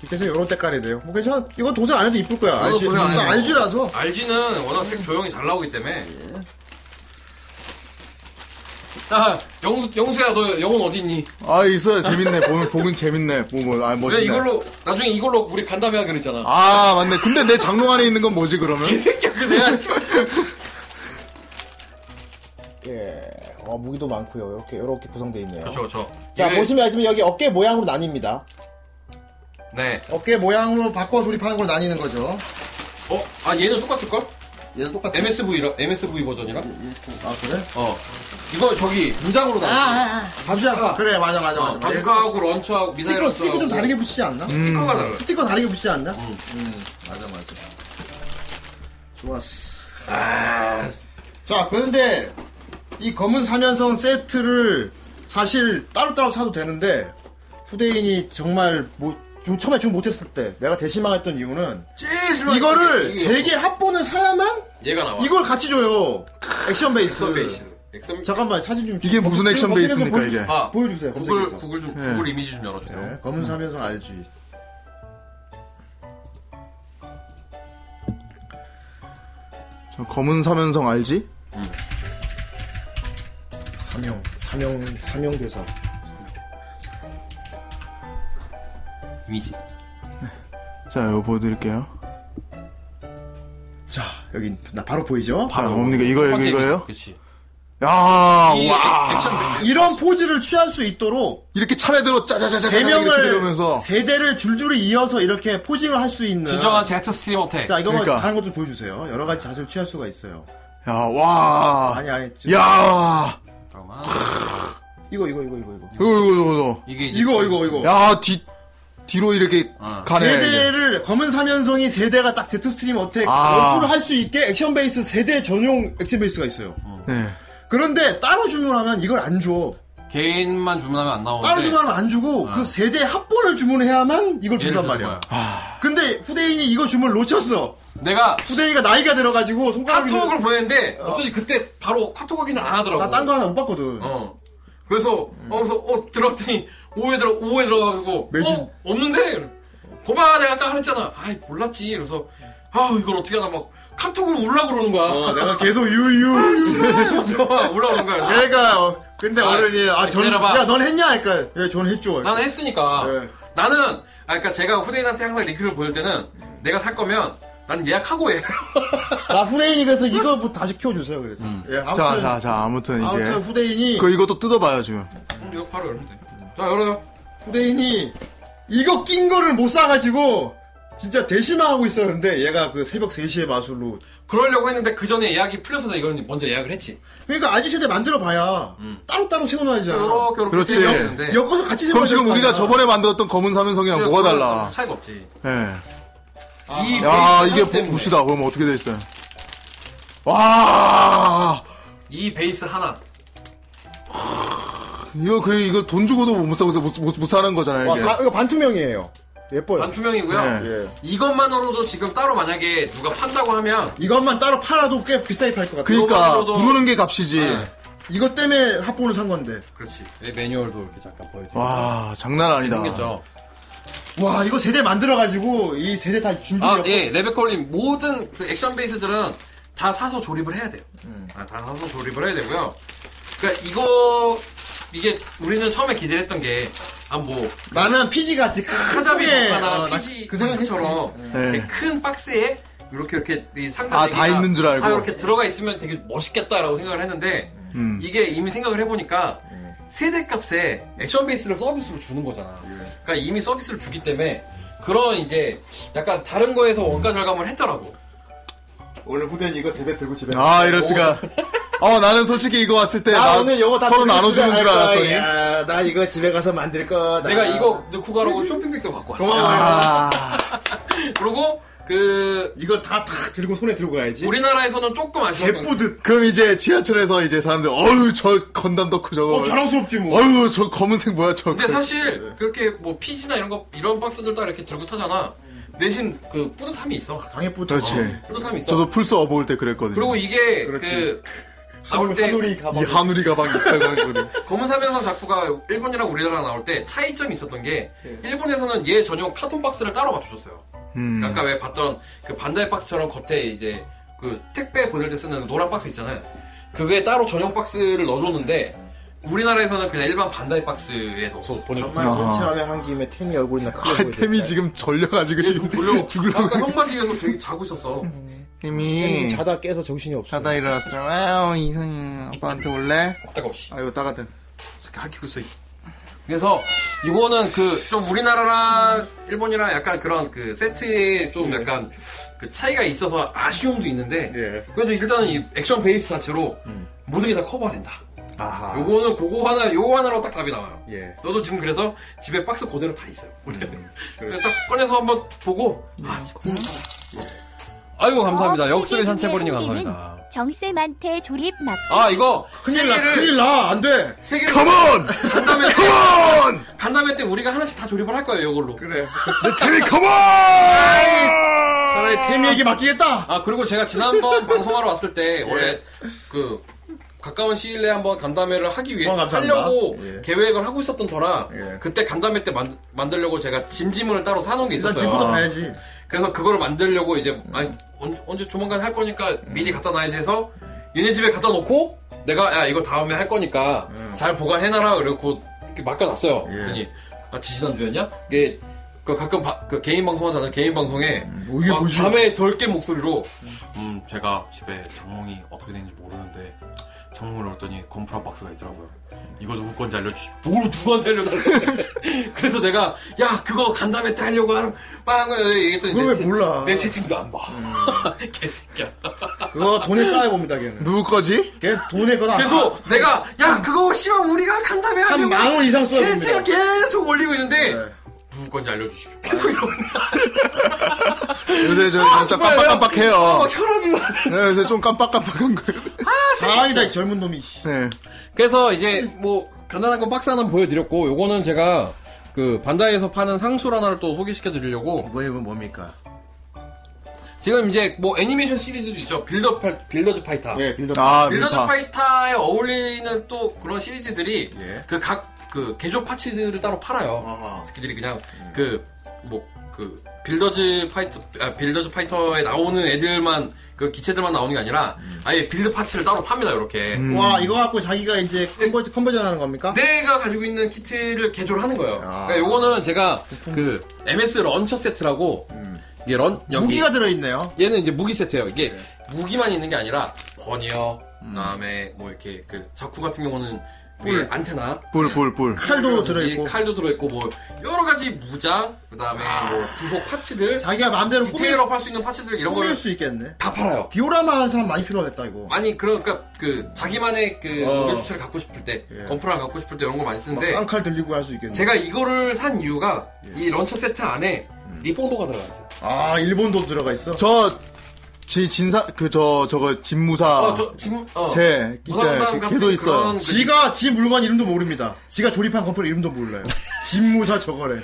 [SPEAKER 7] 기체색 요런 때깔이 돼요. 뭐 괜찮아. 이건 도색 안 해도 이쁠 거야.
[SPEAKER 2] 저도
[SPEAKER 7] 알지?
[SPEAKER 2] 도색 안 해요.
[SPEAKER 7] 나 알지라서.
[SPEAKER 2] RG는 워낙 색 조형이 잘 나오기 때문에. 자, 아, 영수, 영수야, 너 영혼 어디니?
[SPEAKER 3] 아, 있어요. 재밌네. 보면, 보긴 재밌네. 뭐, 뭐, 아,
[SPEAKER 2] 내가
[SPEAKER 3] 멋있네.
[SPEAKER 2] 이걸로, 나중에 이걸로 우리 간담회 하기로 했잖아.
[SPEAKER 3] 아, 맞네. 근데 내 장롱 안에 있는 건 뭐지, 그러면?
[SPEAKER 2] 이 새끼야, 그 내가.
[SPEAKER 7] 예. 어, 무기도 많고요. 이렇게 이렇게 구성되어 있네요.
[SPEAKER 2] 그쵸, 그쵸.
[SPEAKER 7] 자,
[SPEAKER 2] 그렇죠. 이게-
[SPEAKER 7] 보시면 알지만 여기 어깨 모양으로 나뉩니다.
[SPEAKER 2] 네.
[SPEAKER 1] 어깨 모양으로 바꿔 조립하는 걸 나뉘는 거죠.
[SPEAKER 2] 어, 아, 얘는 똑같을걸?
[SPEAKER 1] 얘도 똑같아.
[SPEAKER 2] MSV라, MSV 버전이랑?
[SPEAKER 1] 아, 그래?
[SPEAKER 2] 어. 이거 저기, 무장으로 나왔지.
[SPEAKER 1] 바주야.
[SPEAKER 2] 아.
[SPEAKER 1] 그래, 맞아, 맞아,
[SPEAKER 2] 어,
[SPEAKER 1] 맞아.
[SPEAKER 7] 예.
[SPEAKER 1] 얘
[SPEAKER 2] 바주카하고 런처하고 미사일
[SPEAKER 1] 스티커, 스티커 좀 다르게 붙이지 않나?
[SPEAKER 2] 스티커가 달라요.
[SPEAKER 1] 스티커 다르게 붙이지 않나? 음, 맞아, 맞아. 좋았어. 아. 자, 그런데 이 검은 사면성 세트를 사실 따로따로 사도 되는데 후대인이 정말 뭐, 좀 처음에 좀 못했을 때 내가 대실망했던 이유는
[SPEAKER 2] 제일 싫어.
[SPEAKER 1] 이거를 세 개
[SPEAKER 2] 뭐-
[SPEAKER 1] 합본을 사야만
[SPEAKER 2] 얘가 나와.
[SPEAKER 1] 이걸 같이 줘요. 액션 베이스.
[SPEAKER 2] 어. 액션 베이스. 액션
[SPEAKER 1] 잠깐만 사진 좀
[SPEAKER 3] 이게 무슨 액션
[SPEAKER 1] 지금 검색해서
[SPEAKER 3] 베이스입니까,
[SPEAKER 1] 보여주-
[SPEAKER 3] 이게?
[SPEAKER 2] 아,
[SPEAKER 1] 보여주세요.
[SPEAKER 2] 구글
[SPEAKER 1] 검색해서.
[SPEAKER 2] 구글 좀 구글 이미지 좀 열어주세요.
[SPEAKER 1] 네, 검은 사면성 알지.
[SPEAKER 3] 저 검은 사면성 알지?
[SPEAKER 1] 삼형, 삼형, 삼형 대사.
[SPEAKER 2] 이미지.
[SPEAKER 3] 자, 이거 보여드릴게요.
[SPEAKER 1] 자, 여기 나 바로 보이죠?
[SPEAKER 3] 자, 뭡니까? 이거, 이거, 이거예요?
[SPEAKER 2] 그렇지.
[SPEAKER 3] 야,
[SPEAKER 2] 이
[SPEAKER 3] 와.
[SPEAKER 2] 액션 아, 베이스.
[SPEAKER 1] 이런 포즈를 취할 수 있도록
[SPEAKER 3] 이렇게 차례대로 짜자자자
[SPEAKER 1] 세
[SPEAKER 3] 이렇게
[SPEAKER 1] 명을
[SPEAKER 3] 내려오면서
[SPEAKER 1] 세 대를 줄줄이 이어서 이렇게 포징을 할 수 있는.
[SPEAKER 2] 진정한 제트 스트림 어택.
[SPEAKER 1] 자, 이거 만
[SPEAKER 3] 그러니까.
[SPEAKER 1] 다른 것도 보여주세요. 여러 가지 자세를 취할 수가 있어요.
[SPEAKER 3] 야, 와.
[SPEAKER 1] 아니, 아니. 지금
[SPEAKER 3] 야.
[SPEAKER 2] 잠깐만.
[SPEAKER 1] 이거 이거 이거 이거 이거.
[SPEAKER 3] 이거, 이거, 이거,
[SPEAKER 2] 이게 이제 그
[SPEAKER 1] 이거 이거 이거.
[SPEAKER 3] 이거. 야, 뒤, 뒤로 이렇게
[SPEAKER 2] 어.
[SPEAKER 3] 가네. 이게.
[SPEAKER 1] 세대를 검은 사면성이 세대가 딱 제트 스트림 어택
[SPEAKER 3] 아.
[SPEAKER 1] 연출을 할 수 있게 액션 베이스 세대 전용 액션 베이스가 있어요.
[SPEAKER 3] 네.
[SPEAKER 1] 그런데 따로 주문하면 이걸 안 줘.
[SPEAKER 2] 개인만 주문하면 안 나오는데
[SPEAKER 1] 따로 주문하면 안 주고
[SPEAKER 2] 아.
[SPEAKER 1] 그 세대 합본을 주문해야만 이걸
[SPEAKER 2] 얘를
[SPEAKER 1] 준단
[SPEAKER 2] 주는
[SPEAKER 1] 말이야.
[SPEAKER 2] 거야.
[SPEAKER 1] 근데 후대인이 이거 주문을 놓쳤어.
[SPEAKER 2] 내가
[SPEAKER 1] 후대인이가 나이가 들어가지고 아, 손가락이
[SPEAKER 2] 카톡을 보냈는데 어쩐지 그때 바로 카톡 확인을 안 하더라고.
[SPEAKER 1] 나 딴 거 하나 못 봤거든.
[SPEAKER 2] 어. 그래서 어 그래서 어 들었더니 오후에 들어 오후에 들어가지고
[SPEAKER 1] 매진.
[SPEAKER 2] 어 없는데 고마 내가 아까 그랬잖아. 아이 몰랐지. 그래서 아 이걸 어떻게 하나 막 카톡으로 울라 그러는 거야.
[SPEAKER 1] 어, 내가 계속 유유.
[SPEAKER 2] 그래서 막 울라 그러는
[SPEAKER 3] 아,
[SPEAKER 2] 거야. 그래서
[SPEAKER 1] 얘가 어, 근데
[SPEAKER 2] 아,
[SPEAKER 1] 어른이 아, 전,
[SPEAKER 2] 기다려봐. 아,
[SPEAKER 1] 야, 넌 했냐? 그러니까 예, 전 했죠.
[SPEAKER 2] 나는 했으니까
[SPEAKER 1] 예.
[SPEAKER 3] 네.
[SPEAKER 2] 나는 아 그러니까 제가 후대인한테 항상 링크를 보낼 때는 내가 살 거면 난 예약하고 해. 음,
[SPEAKER 1] 나 후대인이 그래서 이거 뭐 다시 키워주세요. 그래서. 예, 아무튼,
[SPEAKER 3] 자, 자, 자, 아무튼 이게.
[SPEAKER 1] 아무튼 후대인이
[SPEAKER 3] 그, 이것도 뜯어봐요, 지금.
[SPEAKER 2] 음, 이거 바로 열면 돼. 자 열어요.
[SPEAKER 1] 후대인이 이거 낀 거를 못 사가지고 진짜 대신하고 있었는데 얘가 그 새벽 3시의 마술로
[SPEAKER 2] 그러려고 했는데 그 전에 예약이 풀려서 내가 이걸 먼저 예약을 했지.
[SPEAKER 1] 그러니까 아저씨한 만들어봐야
[SPEAKER 2] 음.
[SPEAKER 1] 따로따로 세워놔야지
[SPEAKER 2] 요렇게 요렇게
[SPEAKER 3] 그렇지.
[SPEAKER 2] 세워놨는데
[SPEAKER 1] 엮어서 같이 세워놔야
[SPEAKER 3] 그럼 지금 우리가 저번에 만들었던 검은 사면성이랑 뭐가 달라?
[SPEAKER 2] 차이가 없지.
[SPEAKER 3] 예.
[SPEAKER 2] 이
[SPEAKER 3] 아, 야,
[SPEAKER 2] 베이스
[SPEAKER 3] 이게
[SPEAKER 2] 하나
[SPEAKER 3] 보-
[SPEAKER 2] 때문에.
[SPEAKER 3] 봅시다. 그럼 어떻게 돼 있어요? 와,
[SPEAKER 2] 이 베이스 하나.
[SPEAKER 3] 이거 그 이거 돈 주고도 못 사고 못, 못, 못 사는 거잖아요.
[SPEAKER 1] 와,
[SPEAKER 3] 이게.
[SPEAKER 1] 다- 이거 반투명이에요 예뻐요
[SPEAKER 2] 반투명이고요.
[SPEAKER 3] 네.
[SPEAKER 1] 예.
[SPEAKER 2] 이것만으로도 지금 따로 만약에 누가 판다고 하면
[SPEAKER 1] 이것만 따로 팔아도 꽤 비싸게 팔 것 같아 요
[SPEAKER 3] 그러니까
[SPEAKER 2] 이거만으로도-
[SPEAKER 3] 부르는 게 값이지.
[SPEAKER 2] 네.
[SPEAKER 1] 이것 때문에 합본을 산 건데
[SPEAKER 2] 그렇지. 내 매뉴얼도 이렇게 잠깐 보여드릴게요.
[SPEAKER 3] 와, 장난 아니다.
[SPEAKER 2] 생겼죠.
[SPEAKER 1] 와 이거 세대 만들어가지고 이 세대 다 준비
[SPEAKER 2] 아,
[SPEAKER 1] 엮고
[SPEAKER 2] 예, 레베콜님 모든 그 액션 베이스들은 다 사서 조립을 해야 돼요.
[SPEAKER 3] 음.
[SPEAKER 2] 아, 다 사서 조립을 해야 되고요. 그러니까 이거 이게 우리는 처음에 기대했던 게아뭐
[SPEAKER 1] 나는 피지 같이
[SPEAKER 2] 카자비
[SPEAKER 1] 어,
[SPEAKER 2] 그 하나
[SPEAKER 1] 나
[SPEAKER 2] 피지
[SPEAKER 1] 그
[SPEAKER 2] 그
[SPEAKER 1] 생각했지
[SPEAKER 2] 상처처럼
[SPEAKER 3] 네.
[SPEAKER 2] 되게 큰 박스에 이렇게 이렇게 이 상자
[SPEAKER 3] 아,
[SPEAKER 2] 네
[SPEAKER 3] 다
[SPEAKER 2] 개가
[SPEAKER 3] 있는 줄 알고.
[SPEAKER 2] 다 이렇게 들어가 있으면 되게 멋있겠다라고 생각을 했는데
[SPEAKER 3] 음.
[SPEAKER 2] 이게 이미 생각을 해보니까 세대 값에 액션 베이스를 서비스로 주는 거잖아. 그러니까 이미 서비스를 주기 때문에 그런 이제 약간 다른 거에서 원가 절감을 했더라고.
[SPEAKER 1] 오늘 후대는 이거 세대 들고 집에
[SPEAKER 3] 아, 이럴 수가. 어, 나는 솔직히 이거 왔을 때
[SPEAKER 1] 나,
[SPEAKER 3] 나,
[SPEAKER 1] 오늘 이거 다
[SPEAKER 3] 서로
[SPEAKER 1] 들고
[SPEAKER 3] 나눠주는
[SPEAKER 1] 집에
[SPEAKER 3] 줄
[SPEAKER 1] 갈 거야.
[SPEAKER 3] 알았더니.
[SPEAKER 1] 야, 나 이거 집에 가서 만들 거다
[SPEAKER 2] 내가 이거 넣고 가라고 쇼핑백도 갖고 왔어.
[SPEAKER 1] 아. 고마워요
[SPEAKER 3] 아,
[SPEAKER 2] 그리고 그
[SPEAKER 1] 이거 다 다 들고 손에 들고 가야지
[SPEAKER 2] 우리나라에서는 조금 아쉬웠던
[SPEAKER 1] 예쁘듯
[SPEAKER 3] 그럼 이제 지하철에서 이제 사람들 어유 저 건담 덕후 저거.
[SPEAKER 1] 어 자랑스럽지 뭐
[SPEAKER 3] 어유 저 검은색 뭐야 저.
[SPEAKER 1] 네.
[SPEAKER 2] 근데 사실 그렇게 뭐 피지나 이런 거 이런 박스들 다 이렇게 들고 타잖아. 내신 그 뿌듯함이 있어.
[SPEAKER 1] 당해 뿌듯
[SPEAKER 3] 그렇지.
[SPEAKER 2] 뿌듯함이 있어.
[SPEAKER 3] 저도 풀스 업어올 때 그랬거든요.
[SPEAKER 2] 그리고 이게
[SPEAKER 1] 그렇지.
[SPEAKER 2] 그 나올 때
[SPEAKER 1] 하늘이 가방
[SPEAKER 3] 이 하누리 가방 있다고 한 거를.
[SPEAKER 2] 검은 사면성 작품가 일본이랑 우리나라 나올 때 차이점이 있었던 게
[SPEAKER 1] 네.
[SPEAKER 2] 일본에서는 얘 전용 카톤 박스를 따로 맞춰줬어요.
[SPEAKER 3] 음.
[SPEAKER 2] 아까 왜 봤던 그 반달 박스처럼 겉에 이제 그 택배 보낼 때 쓰는 그 노란 박스 있잖아요. 그게 따로 전용 박스를 넣어줬는데 우리나라에서는 그냥 일반 반달 박스에 넣어서 보내줬어요.
[SPEAKER 1] 정말 전체하면 한 김에 템이 얼굴이나 크게
[SPEAKER 3] 아,
[SPEAKER 2] 네.
[SPEAKER 3] 템이 지금 절려가지고 지금
[SPEAKER 2] 졸려.
[SPEAKER 3] 죽으려고.
[SPEAKER 2] 아까 형바지 위에서 되게 자고 있었어.
[SPEAKER 3] 템이
[SPEAKER 1] 자다 깨서 정신이 없어
[SPEAKER 3] 자다 일어났어. 아우 이상해. 아빠한테 올래?
[SPEAKER 2] 따가워 씨.
[SPEAKER 3] 아이고 따가든.
[SPEAKER 2] 새끼 할퀴고 있어. 이. 그래서 이거는 그 좀 우리나라랑 일본이랑 약간 그런 그 세트에 좀 약간 그 차이가 있어서 아쉬움도 있는데
[SPEAKER 1] 예.
[SPEAKER 2] 그래도 일단은 이 액션 베이스 자체로 모든 게 다 커버가 된다.
[SPEAKER 1] 아하
[SPEAKER 2] 요거는 그거 하나 요거 하나로 딱 답이 나와요.
[SPEAKER 1] 예.
[SPEAKER 2] 너도 지금 그래서 집에 박스 그대로 다 있어요. 그래서 딱 꺼내서 한번 보고 아, 이거 궁금하다. 아이고 감사합니다.
[SPEAKER 5] 어,
[SPEAKER 2] 역습의
[SPEAKER 5] 세계
[SPEAKER 2] 산채버리님
[SPEAKER 5] 중에
[SPEAKER 2] 감사합니다.
[SPEAKER 5] 정쌤한테 조립 맞춰
[SPEAKER 2] 아 이거
[SPEAKER 1] 큰일 나
[SPEAKER 2] 세계를-
[SPEAKER 1] 큰일 나 안돼
[SPEAKER 2] 세계를
[SPEAKER 3] 컴온!
[SPEAKER 2] 간담회 때
[SPEAKER 3] 컴온!
[SPEAKER 2] 간담회 때 우리가 하나씩 다 조립을 할 거예요, 이걸로. 그래.
[SPEAKER 3] 내 템이 컴온!
[SPEAKER 1] 차라리 템이에게 맡기겠다
[SPEAKER 2] 아 그리고 제가 지난번 방송하러 왔을
[SPEAKER 1] 예.
[SPEAKER 2] 때 원래 그 가까운 시일 내에 한번 간담회를 하기 위해
[SPEAKER 1] 어, 감사합니다.
[SPEAKER 2] 하려고
[SPEAKER 1] 예.
[SPEAKER 2] 계획을 하고 있었던 터라
[SPEAKER 1] 예.
[SPEAKER 2] 그때 간담회 때 만, 만들려고 제가 짐짐을 따로 사놓은 게
[SPEAKER 1] 일단
[SPEAKER 2] 있었어요.
[SPEAKER 1] 집부터 가야지
[SPEAKER 2] 그래서 그걸 만들려고 이제 아니, 언, 언제 조만간 할 거니까 미리 갖다 놔야지 해서 얘네 집에 갖다 놓고 내가 야 이거 다음에 할 거니까 잘 보관해놔라 그리고 이렇게 맡겨놨어요.
[SPEAKER 1] 예.
[SPEAKER 2] 그랬더니 아 지지난 주였냐? 이게 그 가끔 바- 그 개인 방송하잖아요. 개인 방송에
[SPEAKER 1] 이게 뭐지?
[SPEAKER 2] 막
[SPEAKER 1] 음.
[SPEAKER 2] 음, 잠에 덜 깬 목소리로 음 제가 집에 장롱이 어떻게 되는지 모르는데 창문을 열었더니 건프라 박스가 있더라고요. 이거 누구 건지 알려주시. 뭘 누구한테 알려달래? 그래서 내가 야 그거 간담회 때 하려고 하는 빵 얘기했더니
[SPEAKER 8] 그걸
[SPEAKER 2] 내
[SPEAKER 8] 왜
[SPEAKER 2] 채-
[SPEAKER 8] 몰라?
[SPEAKER 2] 내 채팅도 안 봐. 음. 개새끼야.
[SPEAKER 1] 그거 돈에 쌓여봅니다, 걔는.
[SPEAKER 3] 누구 거지?
[SPEAKER 1] 걔 돈에 거다.
[SPEAKER 2] 그래서 내가 야 그거 씨발 우리가 간담회
[SPEAKER 1] 한
[SPEAKER 2] 하려고
[SPEAKER 1] 만 원 이상 써야 됩니다.
[SPEAKER 2] 채팅 계속 올리고 있는데
[SPEAKER 1] 네.
[SPEAKER 2] 누구 건지
[SPEAKER 8] 아.
[SPEAKER 2] 알려주십시오. 계속 이러고 있는 거야.
[SPEAKER 3] 요새 저
[SPEAKER 2] 아,
[SPEAKER 3] 진짜
[SPEAKER 2] 정말요?
[SPEAKER 3] 깜빡깜빡해요.
[SPEAKER 2] 막 혈압이 막
[SPEAKER 3] 네, 요새 좀 깜빡깜빡한 거예요.
[SPEAKER 1] 사랑이다, 이 젊은 놈이. 씨.
[SPEAKER 3] 네.
[SPEAKER 2] 그래서 이제 뭐 간단한 건 박스 하나 보여드렸고 요거는 제가 그 반다이에서 파는 상술 하나를 또 소개시켜 드리려고
[SPEAKER 1] 뭐예요, 이건 뭡니까?
[SPEAKER 2] 지금 이제 뭐 애니메이션 시리즈도 있죠 빌더 파, 빌더즈 파이터
[SPEAKER 1] 예, 빌더.
[SPEAKER 3] 아,
[SPEAKER 2] 빌더즈
[SPEAKER 3] 밀파.
[SPEAKER 2] 파이터에 어울리는 또 그런 시리즈들이
[SPEAKER 1] 예.
[SPEAKER 2] 그 각 그 개조 파츠들을 따로 팔아요
[SPEAKER 1] 어허.
[SPEAKER 2] 스키들이 그냥 그 뭐 그 빌더즈 파이터 아, 빌더즈 파이터에 나오는 애들만 그 기체들만 나오는 게 아니라 아예 빌드 파츠를 따로 팝니다 이렇게
[SPEAKER 1] 와, 이거 갖고 자기가 이제 컨버, 컨버전 하는 겁니까?
[SPEAKER 2] 내가 가지고 있는 키트를 개조를 하는 거예요.
[SPEAKER 1] 아.
[SPEAKER 2] 그러니까 요거는 제가 그 MS 런처 세트라고 이게 런 여기
[SPEAKER 1] 음. 무기가 들어있네요. 네.
[SPEAKER 2] 얘는 이제 무기 세트예요. 이게 무기만 있는 게 아니라 권이요. 그다음에 뭐 이렇게 그 자쿠 같은 경우는 그 안테나
[SPEAKER 3] 불, 불, 불.
[SPEAKER 1] 칼도
[SPEAKER 2] 이
[SPEAKER 1] 들어있고.
[SPEAKER 2] 칼도 들어 있고 뭐 여러 가지 무장 그다음에 뭐 부속 파츠들
[SPEAKER 1] 아. 자기가 마음대로 꾸밀,
[SPEAKER 2] 디테일업 할 수 있는 파츠들 이런
[SPEAKER 1] 꾸밀
[SPEAKER 2] 거를
[SPEAKER 1] 수 있겠네.
[SPEAKER 2] 다 팔아요.
[SPEAKER 1] 디오라마 하는 사람 많이 필요하겠다, 이거.
[SPEAKER 2] 아니 그러니까 그 자기만의 그
[SPEAKER 1] 어.
[SPEAKER 2] 노래 주체를 갖고 싶을 때
[SPEAKER 1] 예.
[SPEAKER 2] 건프라 갖고 싶을 때 이런 거 많이
[SPEAKER 1] 막
[SPEAKER 2] 쓰는데
[SPEAKER 1] 쌍칼 들리고 할 수 있겠네.
[SPEAKER 2] 제가 이거를 산 이유가 이 런처 세트 안에 니폰도가 들어가 있어요.
[SPEAKER 1] 아, 일본도 들어가 있어?
[SPEAKER 3] 저, 지, 진사, 그, 저, 저거, 진무사.
[SPEAKER 2] 어, 저 지금 어.
[SPEAKER 3] 아. 제,
[SPEAKER 2] 무당담
[SPEAKER 3] 있잖아요.
[SPEAKER 2] 같은
[SPEAKER 3] 걔도 있어요.
[SPEAKER 2] 그런 그-
[SPEAKER 1] 지가 지 물건 이름도 모릅니다. 지가 조립한 건프라 이름도 몰라요. 진무사 저거래.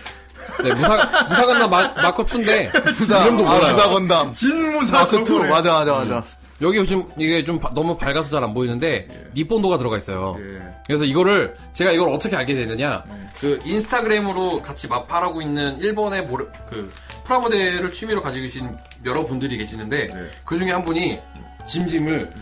[SPEAKER 2] 네, 무사 무사간다 마, 마커 2인데
[SPEAKER 3] 무사,
[SPEAKER 2] 이름도
[SPEAKER 3] 아,
[SPEAKER 2] 몰라요. 음.
[SPEAKER 3] 무사 건담.
[SPEAKER 1] 진무사
[SPEAKER 3] 마크 투
[SPEAKER 1] 저거래.
[SPEAKER 3] 맞아, 맞아, 맞아.
[SPEAKER 2] 여기 지금 이게 좀 바- 너무 밝아서 잘 안 보이는데 니폰도가 들어가 있어요.
[SPEAKER 1] 예.
[SPEAKER 2] 그래서 이거를 제가 이걸 어떻게 알게 되느냐 그 인스타그램으로 같이 마팔하고 있는 일본의 모래- 그 프라모델을 취미로 가지고 계신 여러 분들이 계시는데 그 중에 한 분이 짐짐을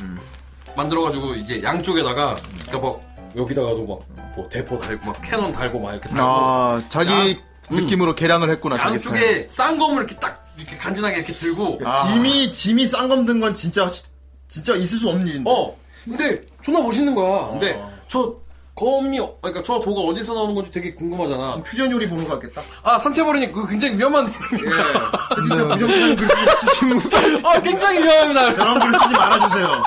[SPEAKER 2] 만들어가지고 이제 양쪽에다가 그러니까 막 여기다가도 막뭐 대포 달고 막 캐논 달고 막 이렇게 달고
[SPEAKER 3] 아, 자기 느낌으로 계량을 했구나, 자기 스타일.
[SPEAKER 2] 음. 양쪽에 쌍검을 이렇게 딱 이렇게 간지나게 이렇게 들고
[SPEAKER 1] 아. 짐이 짐이 쌍검 든 건 진짜 진짜 있을 수 없는 일인데.
[SPEAKER 2] 어 근데 존나 멋있는 거야 근데 저 검이 어- 그러니까 저 도가 어디서 나오는 건지 되게 궁금하잖아
[SPEAKER 1] 퓨전 요리 보는 것 같겠다.
[SPEAKER 2] 아 산채버리니 그 굉장히 위험한
[SPEAKER 1] 예. 저 진짜 무조건 그
[SPEAKER 3] 진무사.
[SPEAKER 2] 아 굉장히 위험합니다
[SPEAKER 1] 그런 글 쓰지 말아주세요.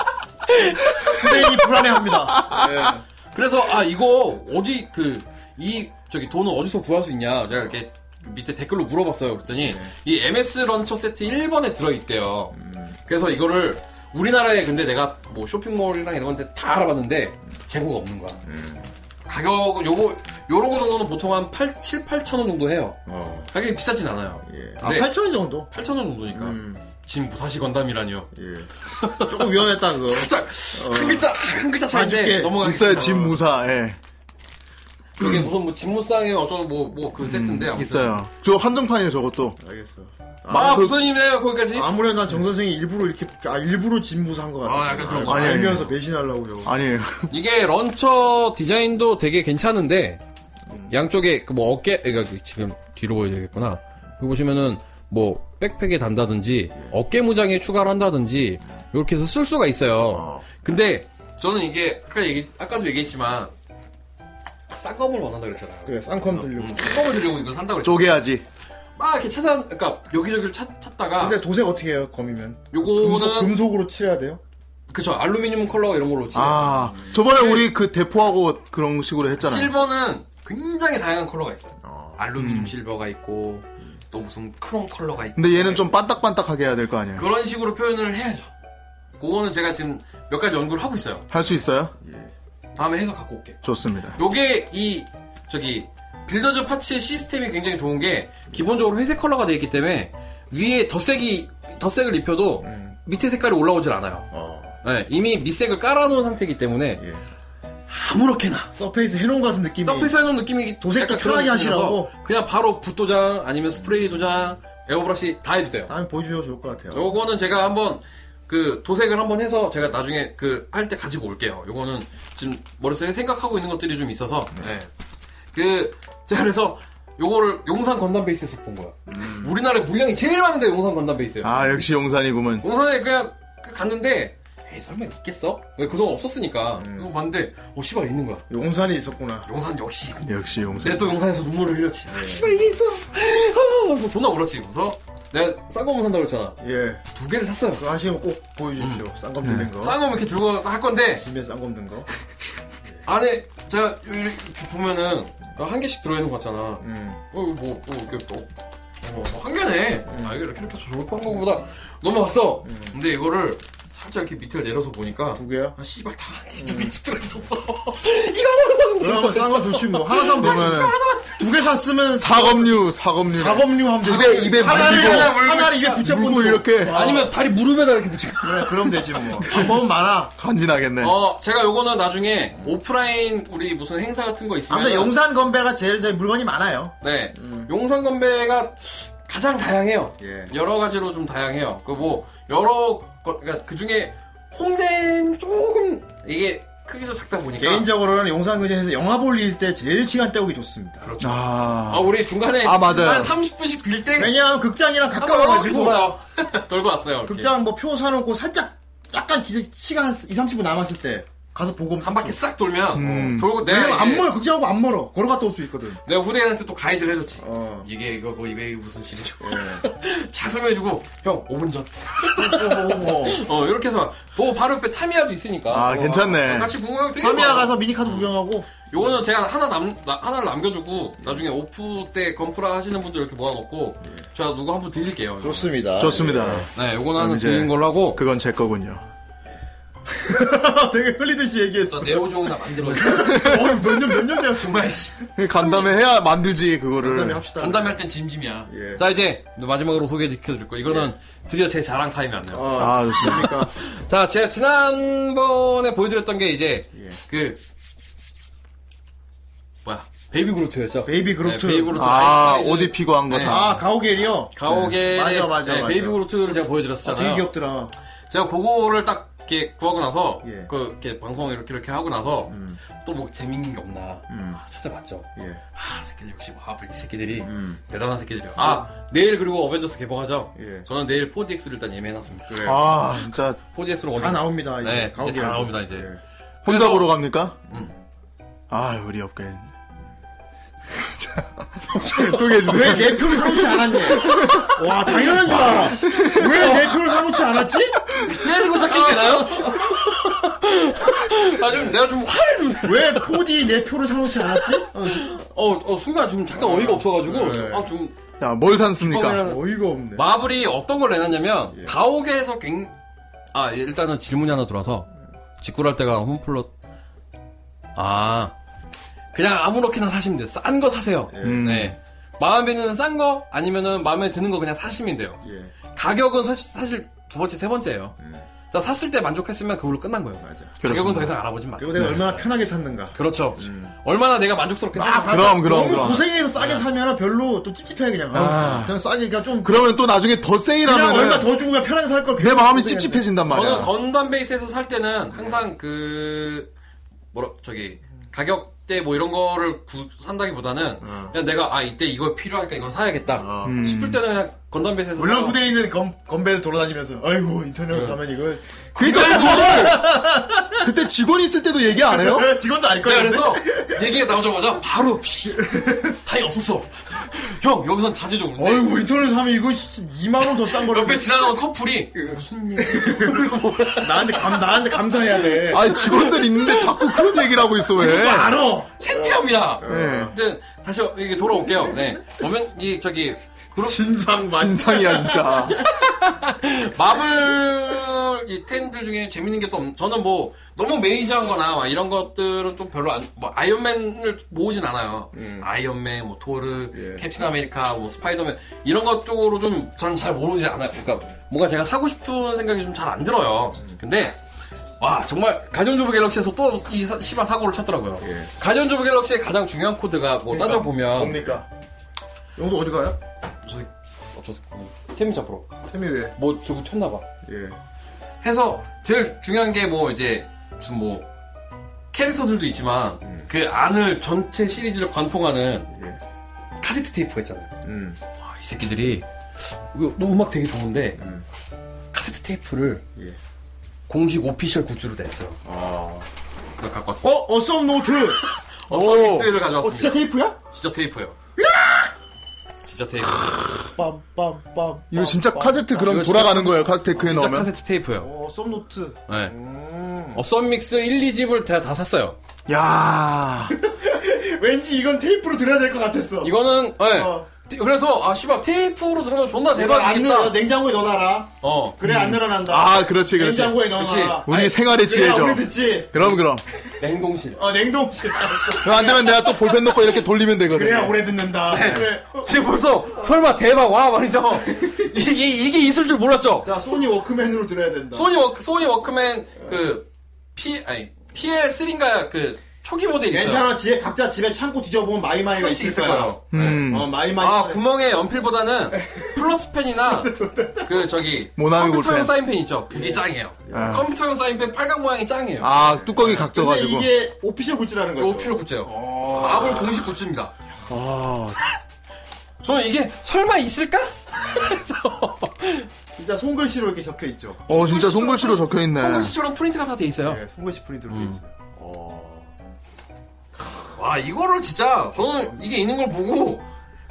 [SPEAKER 1] 후대인이 불안해합니다.
[SPEAKER 2] 그래서 아 이거 어디 그 이 저기 돈은 어디서 구할 수 있냐 제가 이렇게 밑에 댓글로 물어봤어요 그랬더니 이 MS 런처 세트 1번에 들어있대요 그래서 이거를 우리나라에 근데 내가 뭐 쇼핑몰이랑 이런 건데 다 알아봤는데 재고가 없는 거야 가격은 요거 요런 거 정도는 보통 한 8, 7, 8천 원 정도 해요
[SPEAKER 1] 예. 어.
[SPEAKER 2] 가격이 비싸진 않아요
[SPEAKER 1] 예. 아,
[SPEAKER 2] 네.
[SPEAKER 1] 8천 원 정도.
[SPEAKER 2] 8천 원 정도니까
[SPEAKER 1] 음.
[SPEAKER 2] 지금 무사시 건담이라니요
[SPEAKER 1] 예. 조금 위험했다 그거.
[SPEAKER 2] 살짝 한 글자 한 글자 차인데
[SPEAKER 1] 봐줄게.
[SPEAKER 2] 넘어가겠어요
[SPEAKER 3] 있어요, 진무사, 예.
[SPEAKER 2] 그게 무슨 뭐 집무쌍에 어쩌고 뭐뭐
[SPEAKER 1] 음,
[SPEAKER 2] 그 세트인데 아무튼.
[SPEAKER 3] 있어요. 저 한정판이에요, 저것도.
[SPEAKER 1] 알겠어.
[SPEAKER 2] 마 부처님이네요 거기까지
[SPEAKER 1] 아, 그 아무래도 난 정 선생이 일부러 이렇게 아 일부로 진부사 한것 같아.
[SPEAKER 2] 아, 약간 그런 거.
[SPEAKER 1] 아,
[SPEAKER 3] 아니, 아니.
[SPEAKER 1] 알면서 배신하려고 저거.
[SPEAKER 3] 아니에요.
[SPEAKER 2] 이게 런처 디자인도 되게 괜찮은데 양쪽에 그 뭐 어깨 그러니까 지금 뒤로 보여야 되겠구나 여기 보시면은 뭐 백팩에 단다든지 어깨 무장에 추가를 한다든지 이렇게 해서 쓸 수가
[SPEAKER 1] 아.
[SPEAKER 2] 있어요 근데 저는 이게 아까 얘기, 아까도 얘기했지만 쌍검을 원한다 그랬잖아요
[SPEAKER 1] 그래 쌍컴 들리고.
[SPEAKER 2] 쌍검을 들려고 이거 산다고 그랬죠
[SPEAKER 3] 쪼개야지.
[SPEAKER 2] 막 이렇게 찾아 그러니까 여기저기를 찾, 찾다가
[SPEAKER 1] 근데 도색 어떻게 해요 검이면? 금속,
[SPEAKER 2] 요거는
[SPEAKER 1] 금속으로 칠해야 돼요?
[SPEAKER 2] 그쵸 알루미늄 컬러 이런 걸로 지
[SPEAKER 3] 아, 저번에 우리 그 대포하고 그런 식으로 했잖아요. 아, 음.
[SPEAKER 2] 실버는 굉장히 다양한 컬러가 있어요. 알루미늄 실버가 있고 또 무슨 크롬 컬러가 있고.
[SPEAKER 3] 근데 얘는 좀 반딱반딱하게 해야 될 거 아니에요.
[SPEAKER 2] 그런 식으로 표현을 해야죠. 그거는 제가 지금 몇 가지 연구를 하고 있어요.
[SPEAKER 3] 할 수 있어요?
[SPEAKER 2] 다음에 해서 갖고 올게.
[SPEAKER 3] 좋습니다.
[SPEAKER 2] 요게 이 저기 빌더즈 파츠 시스템이 굉장히 좋은 게 기본적으로 회색 컬러가 되어 있기 때문에 위에 덧색이 덧색을 입혀도
[SPEAKER 3] 음.
[SPEAKER 2] 밑에 색깔이 올라오질 않아요.
[SPEAKER 1] 어.
[SPEAKER 2] 네, 이미 밑색을 깔아놓은 상태이기 때문에
[SPEAKER 1] 예.
[SPEAKER 2] 아무렇게나
[SPEAKER 1] 서페이스 해놓은 것 같은 느낌이.
[SPEAKER 2] 서페이스 해놓은 느낌이
[SPEAKER 1] 도색도
[SPEAKER 2] 약간
[SPEAKER 1] 편하게
[SPEAKER 2] 그런 느낌이라서
[SPEAKER 1] 하시라고?
[SPEAKER 2] 그냥 바로 붓도장 아니면 스프레이 도장 에어브러시 다 해도 돼요
[SPEAKER 1] 다음에 보여주셔도 좋을 것 같아요.
[SPEAKER 2] 요거는 제가 한번 그 도색을 한번 해서 제가 나중에 그 할 때 가지고 올게요 요거는 지금 머릿속에 생각하고 있는 것들이 좀 있어서 네. 그 제가 그래서 요거를 용산 건담 베이스에서 본 거야
[SPEAKER 1] 음. 아.
[SPEAKER 2] 우리나라에 물량이 제일 많은데 용산 건담 베이스예요
[SPEAKER 3] 아, 역시 용산이구먼.
[SPEAKER 2] 용산에 그냥 그 갔는데 에이 설마 있겠어? 왜 그동안 없었으니까
[SPEAKER 1] 음.
[SPEAKER 2] 이거 봤는데 어 씨발 있는 거야
[SPEAKER 1] 용산이 있었구나.
[SPEAKER 2] 용산 역시
[SPEAKER 3] 역시 용산.
[SPEAKER 2] 내가 또 용산에서 눈물을 흘렸지 아, 씨발 이게 있어 아, 그래서 존나 울었지 그래서 내가 싼 거만 산다고 그랬잖아
[SPEAKER 1] 예.
[SPEAKER 2] 두 개를 샀어요
[SPEAKER 1] 그거 하시면 꼭 보여주십시오. 음. 네. 쌍검 들린 거.
[SPEAKER 2] 싼 거면 이렇게 들고 할 건데
[SPEAKER 1] 집에 쌍검 든 거.
[SPEAKER 2] 안에 제가 이렇게 보면은 한 개씩 들어있는 거 같잖아
[SPEAKER 1] 음.
[SPEAKER 2] 어, 이거 뭐, 뭐, 이렇게 또. 어, 한 개네. 아, 이거 이렇게 해서 저렇게 한 거보다 넘어갔어. 근데 이거를 살짝 이렇게 밑에 내려서 보니까.
[SPEAKER 1] 두 개야?
[SPEAKER 2] 아, 씨발, 다, 두 개씩 들어있었어. 이거 하나만 사면
[SPEAKER 1] 그러면 쌍검 좋지 뭐. 하나 사면 되면은
[SPEAKER 2] 하나만
[SPEAKER 1] 두 개 샀으면
[SPEAKER 3] 사검류, 사검류.
[SPEAKER 1] 사검류 하면 되지.
[SPEAKER 3] 입에, 입에
[SPEAKER 1] 하나를
[SPEAKER 3] 물고.
[SPEAKER 1] 하나 하나를 입에 붙여보는
[SPEAKER 3] 물고
[SPEAKER 1] 거.
[SPEAKER 3] 이렇게
[SPEAKER 2] 아, 아니면 다리 무릎에다 이렇게 붙이고.
[SPEAKER 1] 그래, 그럼 되지 뭐. 방법은 많아.
[SPEAKER 3] 간지나겠네.
[SPEAKER 2] 어, 제가 요거는 나중에 오프라인 우리 무슨 행사 같은 거 있으면.
[SPEAKER 1] 아무튼 용산 건배가 제일 제 물건이 많아요.
[SPEAKER 2] 네. 용산 건배가 가장 다양해요.
[SPEAKER 1] 예.
[SPEAKER 2] 여러 가지로 좀 다양해요. 그 뭐, 여러, 거, 그러니까 그 중에 홍대는 조금, 이게 크기도 작다 보니까.
[SPEAKER 1] 개인적으로는 용산 근처에서 영화 볼일 때 제일 시간 때우기 좋습니다.
[SPEAKER 2] 그렇죠.
[SPEAKER 3] 아,
[SPEAKER 2] 아, 우리 중간에
[SPEAKER 3] 아, 맞아요.
[SPEAKER 2] 한 30분씩 빌 때.
[SPEAKER 1] 왜냐하면 극장이랑
[SPEAKER 2] 한번 이렇게
[SPEAKER 1] 가까워가지고
[SPEAKER 2] 돌아요. 돌고 왔어요. 이렇게.
[SPEAKER 1] 극장 뭐 표 사놓고 살짝 약간 기- 시간 한 2, 30분 남았을 때 가서 보고
[SPEAKER 2] 한 바퀴 싹 돌면
[SPEAKER 3] 음.
[SPEAKER 2] 어, 돌고 내가
[SPEAKER 1] 왜냐면 안
[SPEAKER 2] 이게-
[SPEAKER 1] 멀어 극장하고 안 멀어 걸어갔다 올 수 있거든.
[SPEAKER 2] 내가 후대인한테 또 가이드를 해줬지.
[SPEAKER 1] 어. 예.
[SPEAKER 2] 이게 이거고 이게 무슨 시리즈고 자 설명해주고 형 5분 전. 어 이렇게 해서 뭐 바로 옆에 타미야도 있으니까. 어,
[SPEAKER 3] 아, 괜찮네.
[SPEAKER 2] 같이 구경 되게
[SPEAKER 1] 타미야
[SPEAKER 2] 많아.
[SPEAKER 1] 가서 미니카드 구경하고
[SPEAKER 2] 요거는 제가 하나 남 나- 하나를 남겨주고 나중에 오프 때 건프라 하시는 분들 이렇게 모아놓고 제가 누구 한 분 드릴게요. 이거.
[SPEAKER 1] 좋습니다.
[SPEAKER 3] 좋습니다.
[SPEAKER 2] 네, 요거는 하나
[SPEAKER 3] 그럼 이제-
[SPEAKER 2] 드리는 걸로 하고
[SPEAKER 3] 그건 제 거군요.
[SPEAKER 1] 아, 되게 흘리듯이 얘기했어.
[SPEAKER 2] 나 네오종이나 만들어.
[SPEAKER 1] 몇년몇년
[SPEAKER 3] 네.
[SPEAKER 1] 됐어.
[SPEAKER 2] 정말 씨.
[SPEAKER 3] 그 간담회 해야 만들지
[SPEAKER 1] 그다음에
[SPEAKER 3] 그거를.
[SPEAKER 1] 합시다.
[SPEAKER 2] 간담회 할 땐 짐짐이야.
[SPEAKER 1] 예.
[SPEAKER 2] 자, 이제 마지막으로 소개시켜드릴 거. 이거는 드디어 제 자랑 타임이 왔네요.
[SPEAKER 1] 어,
[SPEAKER 3] 아, 좋습니다.
[SPEAKER 1] 그러니까
[SPEAKER 2] 자, 제가 지난번에 보여드렸던 게 이제 그 뭐야 베이비 그루트였죠.
[SPEAKER 1] 베이비 그루트.
[SPEAKER 2] 네, 베이비 그루트.
[SPEAKER 3] 아,
[SPEAKER 2] 아이즈-
[SPEAKER 3] 오디 피고 한 거
[SPEAKER 2] 네.
[SPEAKER 3] 다.
[SPEAKER 1] 아 가오겔이요.
[SPEAKER 2] 가오게
[SPEAKER 1] 네, 맞아, 맞아, 맞아.
[SPEAKER 2] 네, 베이비 그루트를 제가
[SPEAKER 1] 아,
[SPEAKER 2] 보여드렸잖아요.
[SPEAKER 1] 되게 귀엽더라.
[SPEAKER 2] 제가 그거를 딱 이렇게 구하고 나서
[SPEAKER 1] 예. 음.
[SPEAKER 2] 그 이렇게 방송 이렇게 이렇게 하고 나서 또 뭐 재밌는 게 없나 아, 찾아봤죠.
[SPEAKER 1] 예.
[SPEAKER 2] 아 새끼들 역시 와이 새끼들이 대단한 새끼들이요. 아 내일 그리고 어벤져스 개봉하죠.
[SPEAKER 1] 음. 예.
[SPEAKER 2] 저는 내일 4DX를 일단 예매해놨습니다. 네.
[SPEAKER 3] 아, 진짜
[SPEAKER 2] 4DX로
[SPEAKER 1] 다 나옵니다. 이제 예.
[SPEAKER 2] 네, 이제
[SPEAKER 1] 가오겔.
[SPEAKER 2] 다 나옵니다, 이제.
[SPEAKER 3] 혼자 보러 갑니까?
[SPEAKER 2] 음.
[SPEAKER 3] 아, 우리 업계. 자, 소개해 주세요.
[SPEAKER 1] 왜 내 표를 사놓지 않았니? 와 당연한 줄 알아. 왜 내 표를 사놓지 않았지?
[SPEAKER 2] 때리고 네, 시작했나요? 아, 좀, 내가 좀 화를 좀. 내-
[SPEAKER 1] 왜 4D 내 표를 사놓지 않았지? 어,
[SPEAKER 2] 어, 어, 순간 좀 잠깐 어이가 없어가지고.
[SPEAKER 1] 네.
[SPEAKER 2] 아, 좀.
[SPEAKER 3] 자, 뭘 샀습니까?
[SPEAKER 1] 그러니까.
[SPEAKER 2] 뻥이라는-
[SPEAKER 1] 어이가 없네.
[SPEAKER 2] 마블이 어떤 걸 내놨냐면,
[SPEAKER 1] 예.
[SPEAKER 2] 가오게에서 굉, 아, 일단은 질문이 하나 들어와서, 직구할 때가 홈플러, 아, 그냥 아무렇게나 사시면 돼요. 싼 거
[SPEAKER 1] 예.
[SPEAKER 2] 사세요. 네. 마음에 드는 싼 거, 아니면은 마음에 드는 거 그냥 사시면 돼요.
[SPEAKER 1] 예. 음.
[SPEAKER 2] 가격은 사실, 사실 두 번째, 세 번째예요. 자, 샀을 때 만족했으면 그걸로 끝난 거예요.
[SPEAKER 1] 맞아.
[SPEAKER 2] 가격은 더 이상 알아보지 마세요.
[SPEAKER 1] 그리고
[SPEAKER 2] 네.
[SPEAKER 1] 내가 음. 얼마나 편하게 샀는가.
[SPEAKER 2] 그렇죠. 얼마나 내가 만족스럽게
[SPEAKER 1] 아,
[SPEAKER 2] 어. 생각하고
[SPEAKER 3] 그럼, 그럼,
[SPEAKER 1] 너무
[SPEAKER 3] 그럼.
[SPEAKER 1] 고생해서 싸게 사면 별로 또 찝찝해 그냥. 아, 그냥 싸게 그냥 좀
[SPEAKER 3] 그러면 또 나중에
[SPEAKER 1] 그냥
[SPEAKER 3] 더
[SPEAKER 1] 얼마
[SPEAKER 3] 세일하면
[SPEAKER 1] 더 주고 그냥 편하게 살 걸.
[SPEAKER 3] 내 마음이
[SPEAKER 1] 네.
[SPEAKER 3] 찝찝해진단
[SPEAKER 2] 저는
[SPEAKER 3] 말이야.
[SPEAKER 2] 건담 베이스에서 살 때는 항상 그 뭐라 저기 가격대 뭐 이런 거를 구- 산다기보다는
[SPEAKER 1] 어.
[SPEAKER 2] 그냥 내가 아 이때 이거 필요하니까 이건 사야겠다 싶을 때는 그냥 건담 베이스에서
[SPEAKER 1] 물론
[SPEAKER 2] 사요.
[SPEAKER 1] 부대에 있는 검, 건배를 돌아다니면서 아이고 인터넷으로 사면 이걸
[SPEAKER 3] 그니까 그때 직원이 있을 때도 얘기 안 해요?
[SPEAKER 1] 직원도 알
[SPEAKER 2] 내가
[SPEAKER 1] 거야.
[SPEAKER 2] 네, 그래서 얘기가 나오자마자 바로 씨, 타이 없었어 형 여기선 자제 좀 근데
[SPEAKER 1] 아이고 인터넷 사면 이거 2만 원 더 싼 거를
[SPEAKER 2] 옆에 지나가는 커플이
[SPEAKER 1] 어.
[SPEAKER 2] 무슨 일
[SPEAKER 1] 나한테 감 나한테 감사해야 돼.
[SPEAKER 3] 아, 네. 직원들 있는데 자꾸 그런 얘기를 하고 있어 왜?
[SPEAKER 1] 그거 알아.
[SPEAKER 2] 창피합니다
[SPEAKER 3] 네.
[SPEAKER 2] 근데 다시 이게 돌아올게요 네 보면 이 저기 그룹
[SPEAKER 1] 진상 맛.
[SPEAKER 3] 진상이야 진짜.
[SPEAKER 2] 마블 이 텐들 중에 재밌는 게 또 저는 뭐 너무 메이저한거나 막 이런 것들은 좀 별로 안, 뭐 아이언맨을 모으진 않아요.
[SPEAKER 1] 음.
[SPEAKER 2] 아이언맨, 뭐 토르,
[SPEAKER 1] 예.
[SPEAKER 2] 캡틴 아메리카, 뭐 스파이더맨 이런 것 쪽으로 좀 저는 잘 모르지 않아요. 그러니까 뭔가 제가 사고 싶은 생각이 좀 잘 안 들어요. 근데 와 정말 가디언즈 오브 갤럭시에서 또 이 심한 사고를 쳤더라고요.
[SPEAKER 1] 예.
[SPEAKER 2] 가디언즈 오브 갤럭시의 가장 중요한 코드가 뭐 따져보면
[SPEAKER 1] 그러니까. 뭡니까? 용서 어디 가요?
[SPEAKER 2] 어, 저, 태민 잡으러
[SPEAKER 1] 태미 왜?
[SPEAKER 2] 뭐 저거 쳤나봐.
[SPEAKER 1] 예.
[SPEAKER 2] 해서 제일 중요한 게 뭐 이제 무슨 뭐 캐릭터들도 있지만
[SPEAKER 1] 음.
[SPEAKER 2] 그 안을 전체 시리즈를 관통하는 카세트 테이프가 있잖아요.
[SPEAKER 1] 예. 음.
[SPEAKER 2] 아, 이
[SPEAKER 1] 음. 예.
[SPEAKER 2] 새끼들이 이거 너 음악 되게 좋은데 카세트 테이프를 공식 오피셜 굿즈로 됐어요.
[SPEAKER 1] 아.
[SPEAKER 2] 이거 갖고 왔어.
[SPEAKER 1] 어, 어썸 노트.
[SPEAKER 2] 어, 서비스를
[SPEAKER 1] 어,
[SPEAKER 2] 가져왔습니다.
[SPEAKER 1] 진짜 테이프야?
[SPEAKER 2] 진짜 테이프예요. 진짜 테이프.
[SPEAKER 1] 빰빰빰.
[SPEAKER 3] 이거 진짜 카세트 그럼
[SPEAKER 2] 이거 진짜
[SPEAKER 3] 돌아가는 거예요. 카세테크에
[SPEAKER 2] 진짜
[SPEAKER 3] 넣으면.
[SPEAKER 2] 카세트 테이프예요.
[SPEAKER 1] 어, 음. 어썸 노트.
[SPEAKER 2] 네. 어, 썸믹스 1, 2집을 다, 다 샀어요.
[SPEAKER 3] 야,
[SPEAKER 1] 왠지 이건 테이프로 들어야 될 것 같았어.
[SPEAKER 2] 이거는, 예.
[SPEAKER 1] 어.
[SPEAKER 2] 티- 그래서, 아, 씨발, 테이프로 들으면 존나
[SPEAKER 1] 이걸 안 늘어.
[SPEAKER 2] 대박이겠다.
[SPEAKER 1] 냉장고에 넣어놔라.
[SPEAKER 2] 어.
[SPEAKER 1] 그래 안 늘어난다.
[SPEAKER 3] 아 그렇지 그렇지.
[SPEAKER 1] 냉장고에
[SPEAKER 2] 그렇지.
[SPEAKER 1] 넣어놔라.
[SPEAKER 3] 우리 생활의
[SPEAKER 1] 그래야
[SPEAKER 3] 지혜죠.
[SPEAKER 1] 우리 듣지.
[SPEAKER 3] 그럼 그럼.
[SPEAKER 2] 냉동실.
[SPEAKER 1] 어, 냉동실.
[SPEAKER 3] 그럼 안 되면 내가 또 볼펜 넣고 이렇게 돌리면 되거든.
[SPEAKER 1] 그래야 오래 듣는다. 그래. 어.
[SPEAKER 2] 지금 벌써, 설마 대박, 와, 말이죠. 이게, 이게 있을 줄 몰랐죠?
[SPEAKER 1] 자, 소니 워크맨으로 들어야 된다.
[SPEAKER 2] 소니 워크, 소니 워크맨, 그, P, 아니, PL3인가, 그, 초기 모델 있어요.
[SPEAKER 1] 괜찮아. 지혜 각자 집에 창고 뒤져보면 마이마이가
[SPEAKER 2] 조금씩
[SPEAKER 1] 있을
[SPEAKER 2] 있을
[SPEAKER 1] 거야.
[SPEAKER 2] 거예요.
[SPEAKER 3] 음.
[SPEAKER 1] 어, 마이마이.
[SPEAKER 2] 아, 구멍에 연필보다는 플러스펜이나 그 저기
[SPEAKER 3] 모나미
[SPEAKER 2] 컴퓨터용
[SPEAKER 3] 볼펜.
[SPEAKER 2] 사인펜 있죠. 그게 짱이에요. 컴퓨터용 사인펜 빨간 모양이 짱이에요.
[SPEAKER 3] 아 뚜껑이
[SPEAKER 1] 근데
[SPEAKER 3] 각져가지고.
[SPEAKER 1] 이게 오피셜 굿즈라는 거죠. 어,
[SPEAKER 2] 오피셜 굿즈예요. 마블 공식 굿즈입니다. 아. 저는 이게 설마 있을까? 그래서
[SPEAKER 1] 진짜 손글씨로 이렇게 적혀 있죠.
[SPEAKER 3] 어 진짜 손글씨로 적혀 있네.
[SPEAKER 2] 홍글씨처럼 프린트가 다 돼 있어요.
[SPEAKER 1] 네, 손글씨 프린트로 돼 있어요.
[SPEAKER 2] 와 이거를 진짜 저는 이게 있는 걸 보고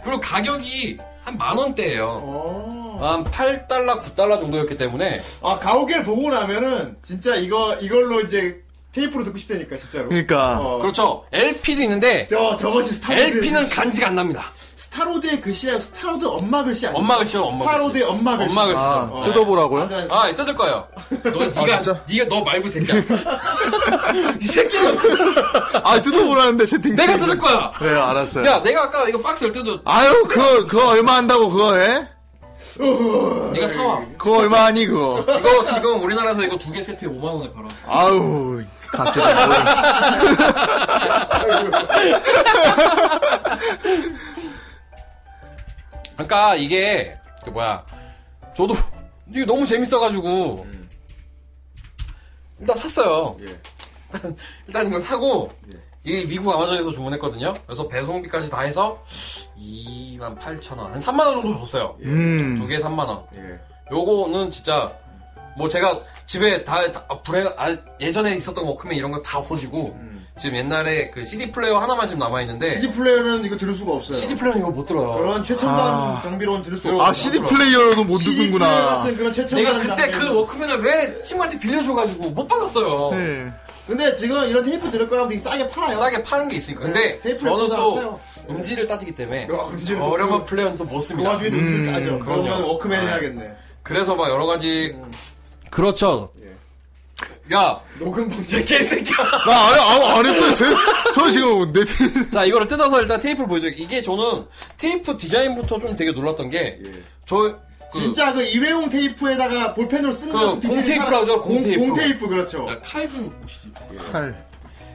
[SPEAKER 2] 그리고 가격이 한 만 원대예요.
[SPEAKER 1] 어.
[SPEAKER 2] 한 8달러, 9달러 정도였기 때문에
[SPEAKER 1] 아 가오갤 보고 나면은 진짜 이거 이걸로 이제 테이프로 듣고 싶다니까 진짜로.
[SPEAKER 3] 그러니까.
[SPEAKER 1] 어.
[SPEAKER 2] 그렇죠. LP도 있는데
[SPEAKER 1] 저 저것이 스타로드.
[SPEAKER 2] LP는 간지가 안 납니다.
[SPEAKER 1] 스타로드의 글씨야. 스타로드 엄마 글씨 아니야?
[SPEAKER 2] 엄마 글씨요, 엄마
[SPEAKER 1] 스타로드의 엄마 글씨.
[SPEAKER 2] 엄마 글씨.
[SPEAKER 3] 아
[SPEAKER 1] 어.
[SPEAKER 3] 뜯어보라고요?
[SPEAKER 1] 아들, 아들.
[SPEAKER 2] 아, 뜯을 거예요. 너, 니가,
[SPEAKER 3] 진짜?
[SPEAKER 2] 니가 너 말고 새끼야. 이 새끼는
[SPEAKER 3] 아 뜯어보라는데 채팅.
[SPEAKER 2] 내가 뜯을 거야.
[SPEAKER 3] 그래요 알았어요.
[SPEAKER 2] 야, 내가 아까 이거 박스를 뜯어.
[SPEAKER 3] 아유 그거 그거 얼마 한다고 그거 해?
[SPEAKER 2] 니가 사와.
[SPEAKER 3] 그거 얼마 하니 그거?
[SPEAKER 2] 이거 지금 우리나라에서 이거 두 개 세트에 5만 원에 팔아.
[SPEAKER 3] 아우 갑자기 뭘.
[SPEAKER 2] 그러니까 이게 그 뭐야? 저도 이게 너무 재밌어가지고 일단 샀어요. 일단 일단 이걸 사고 이게 미국 아마존에서 주문했거든요. 그래서 배송비까지 다 해서 2만 8천 원, 한 3만 원 정도 줬어요.
[SPEAKER 3] 음.
[SPEAKER 2] 두 개에 3만 원.
[SPEAKER 1] 예.
[SPEAKER 2] 요거는 진짜 뭐 제가 집에 다, 다 아, 불에 아, 예전에 있었던 워크맨 이런 거 다 없어지고 지금 옛날에 그 CD 플레이어 하나만 지금 남아 있는데
[SPEAKER 1] CD 플레이어는 이거 들을 수가 없어요.
[SPEAKER 2] CD 플레이어 이거 못 들어요.
[SPEAKER 1] 그런 최첨단
[SPEAKER 3] 아.
[SPEAKER 1] 장비로는 들을 수 없어요.
[SPEAKER 3] 아 CD 플레이어로도 못
[SPEAKER 1] CD 플레이어
[SPEAKER 3] 듣는구나.
[SPEAKER 1] 같은 그런 최첨단
[SPEAKER 2] 내가 그때
[SPEAKER 1] 장비는-
[SPEAKER 2] 그 워크맨을 왜 친구한테 빌려줘가지고 못 받았어요.
[SPEAKER 3] 네.
[SPEAKER 1] 근데 지금 이런 테이프 들을 거라면 되게 싸게 팔아요.
[SPEAKER 2] 싸게 파는 게 있으니까. 근데
[SPEAKER 1] 네, 테이프
[SPEAKER 2] 저는
[SPEAKER 1] 레코더
[SPEAKER 2] 또
[SPEAKER 1] 하세요.
[SPEAKER 2] 음질을 따지기 때문에
[SPEAKER 1] 야, 음질을 또
[SPEAKER 2] 저렴한
[SPEAKER 1] 그-
[SPEAKER 2] 플레이어는 또 못
[SPEAKER 1] 그
[SPEAKER 2] 씁니다.
[SPEAKER 1] 와중에 눈을 따죠. 그러면
[SPEAKER 2] 그럼요.
[SPEAKER 1] 워크맨
[SPEAKER 2] 네.
[SPEAKER 1] 해야겠네.
[SPEAKER 2] 그래서 막 여러 가지 그렇죠. 야
[SPEAKER 1] 예. 녹음 방지.
[SPEAKER 2] 이 개새끼야.
[SPEAKER 3] 나 안, 안, 안 했어요. 제, 저 지금 내 피-
[SPEAKER 2] 자, 이거를 뜯어서 일단 테이프를 보여드릴게요. 이게 저는 테이프 디자인부터 좀 되게 놀랐던 게, 저, 그,
[SPEAKER 1] 예. 진짜 그 일회용 테이프에다가 볼펜으로 쓴
[SPEAKER 2] 그
[SPEAKER 1] 것 디테일이
[SPEAKER 2] 공테이프라고
[SPEAKER 1] 살아-
[SPEAKER 2] 하죠, 공테이프. 아,
[SPEAKER 1] 공테이프 그렇죠.
[SPEAKER 2] 야, 칼 좀, 예.
[SPEAKER 3] 팔.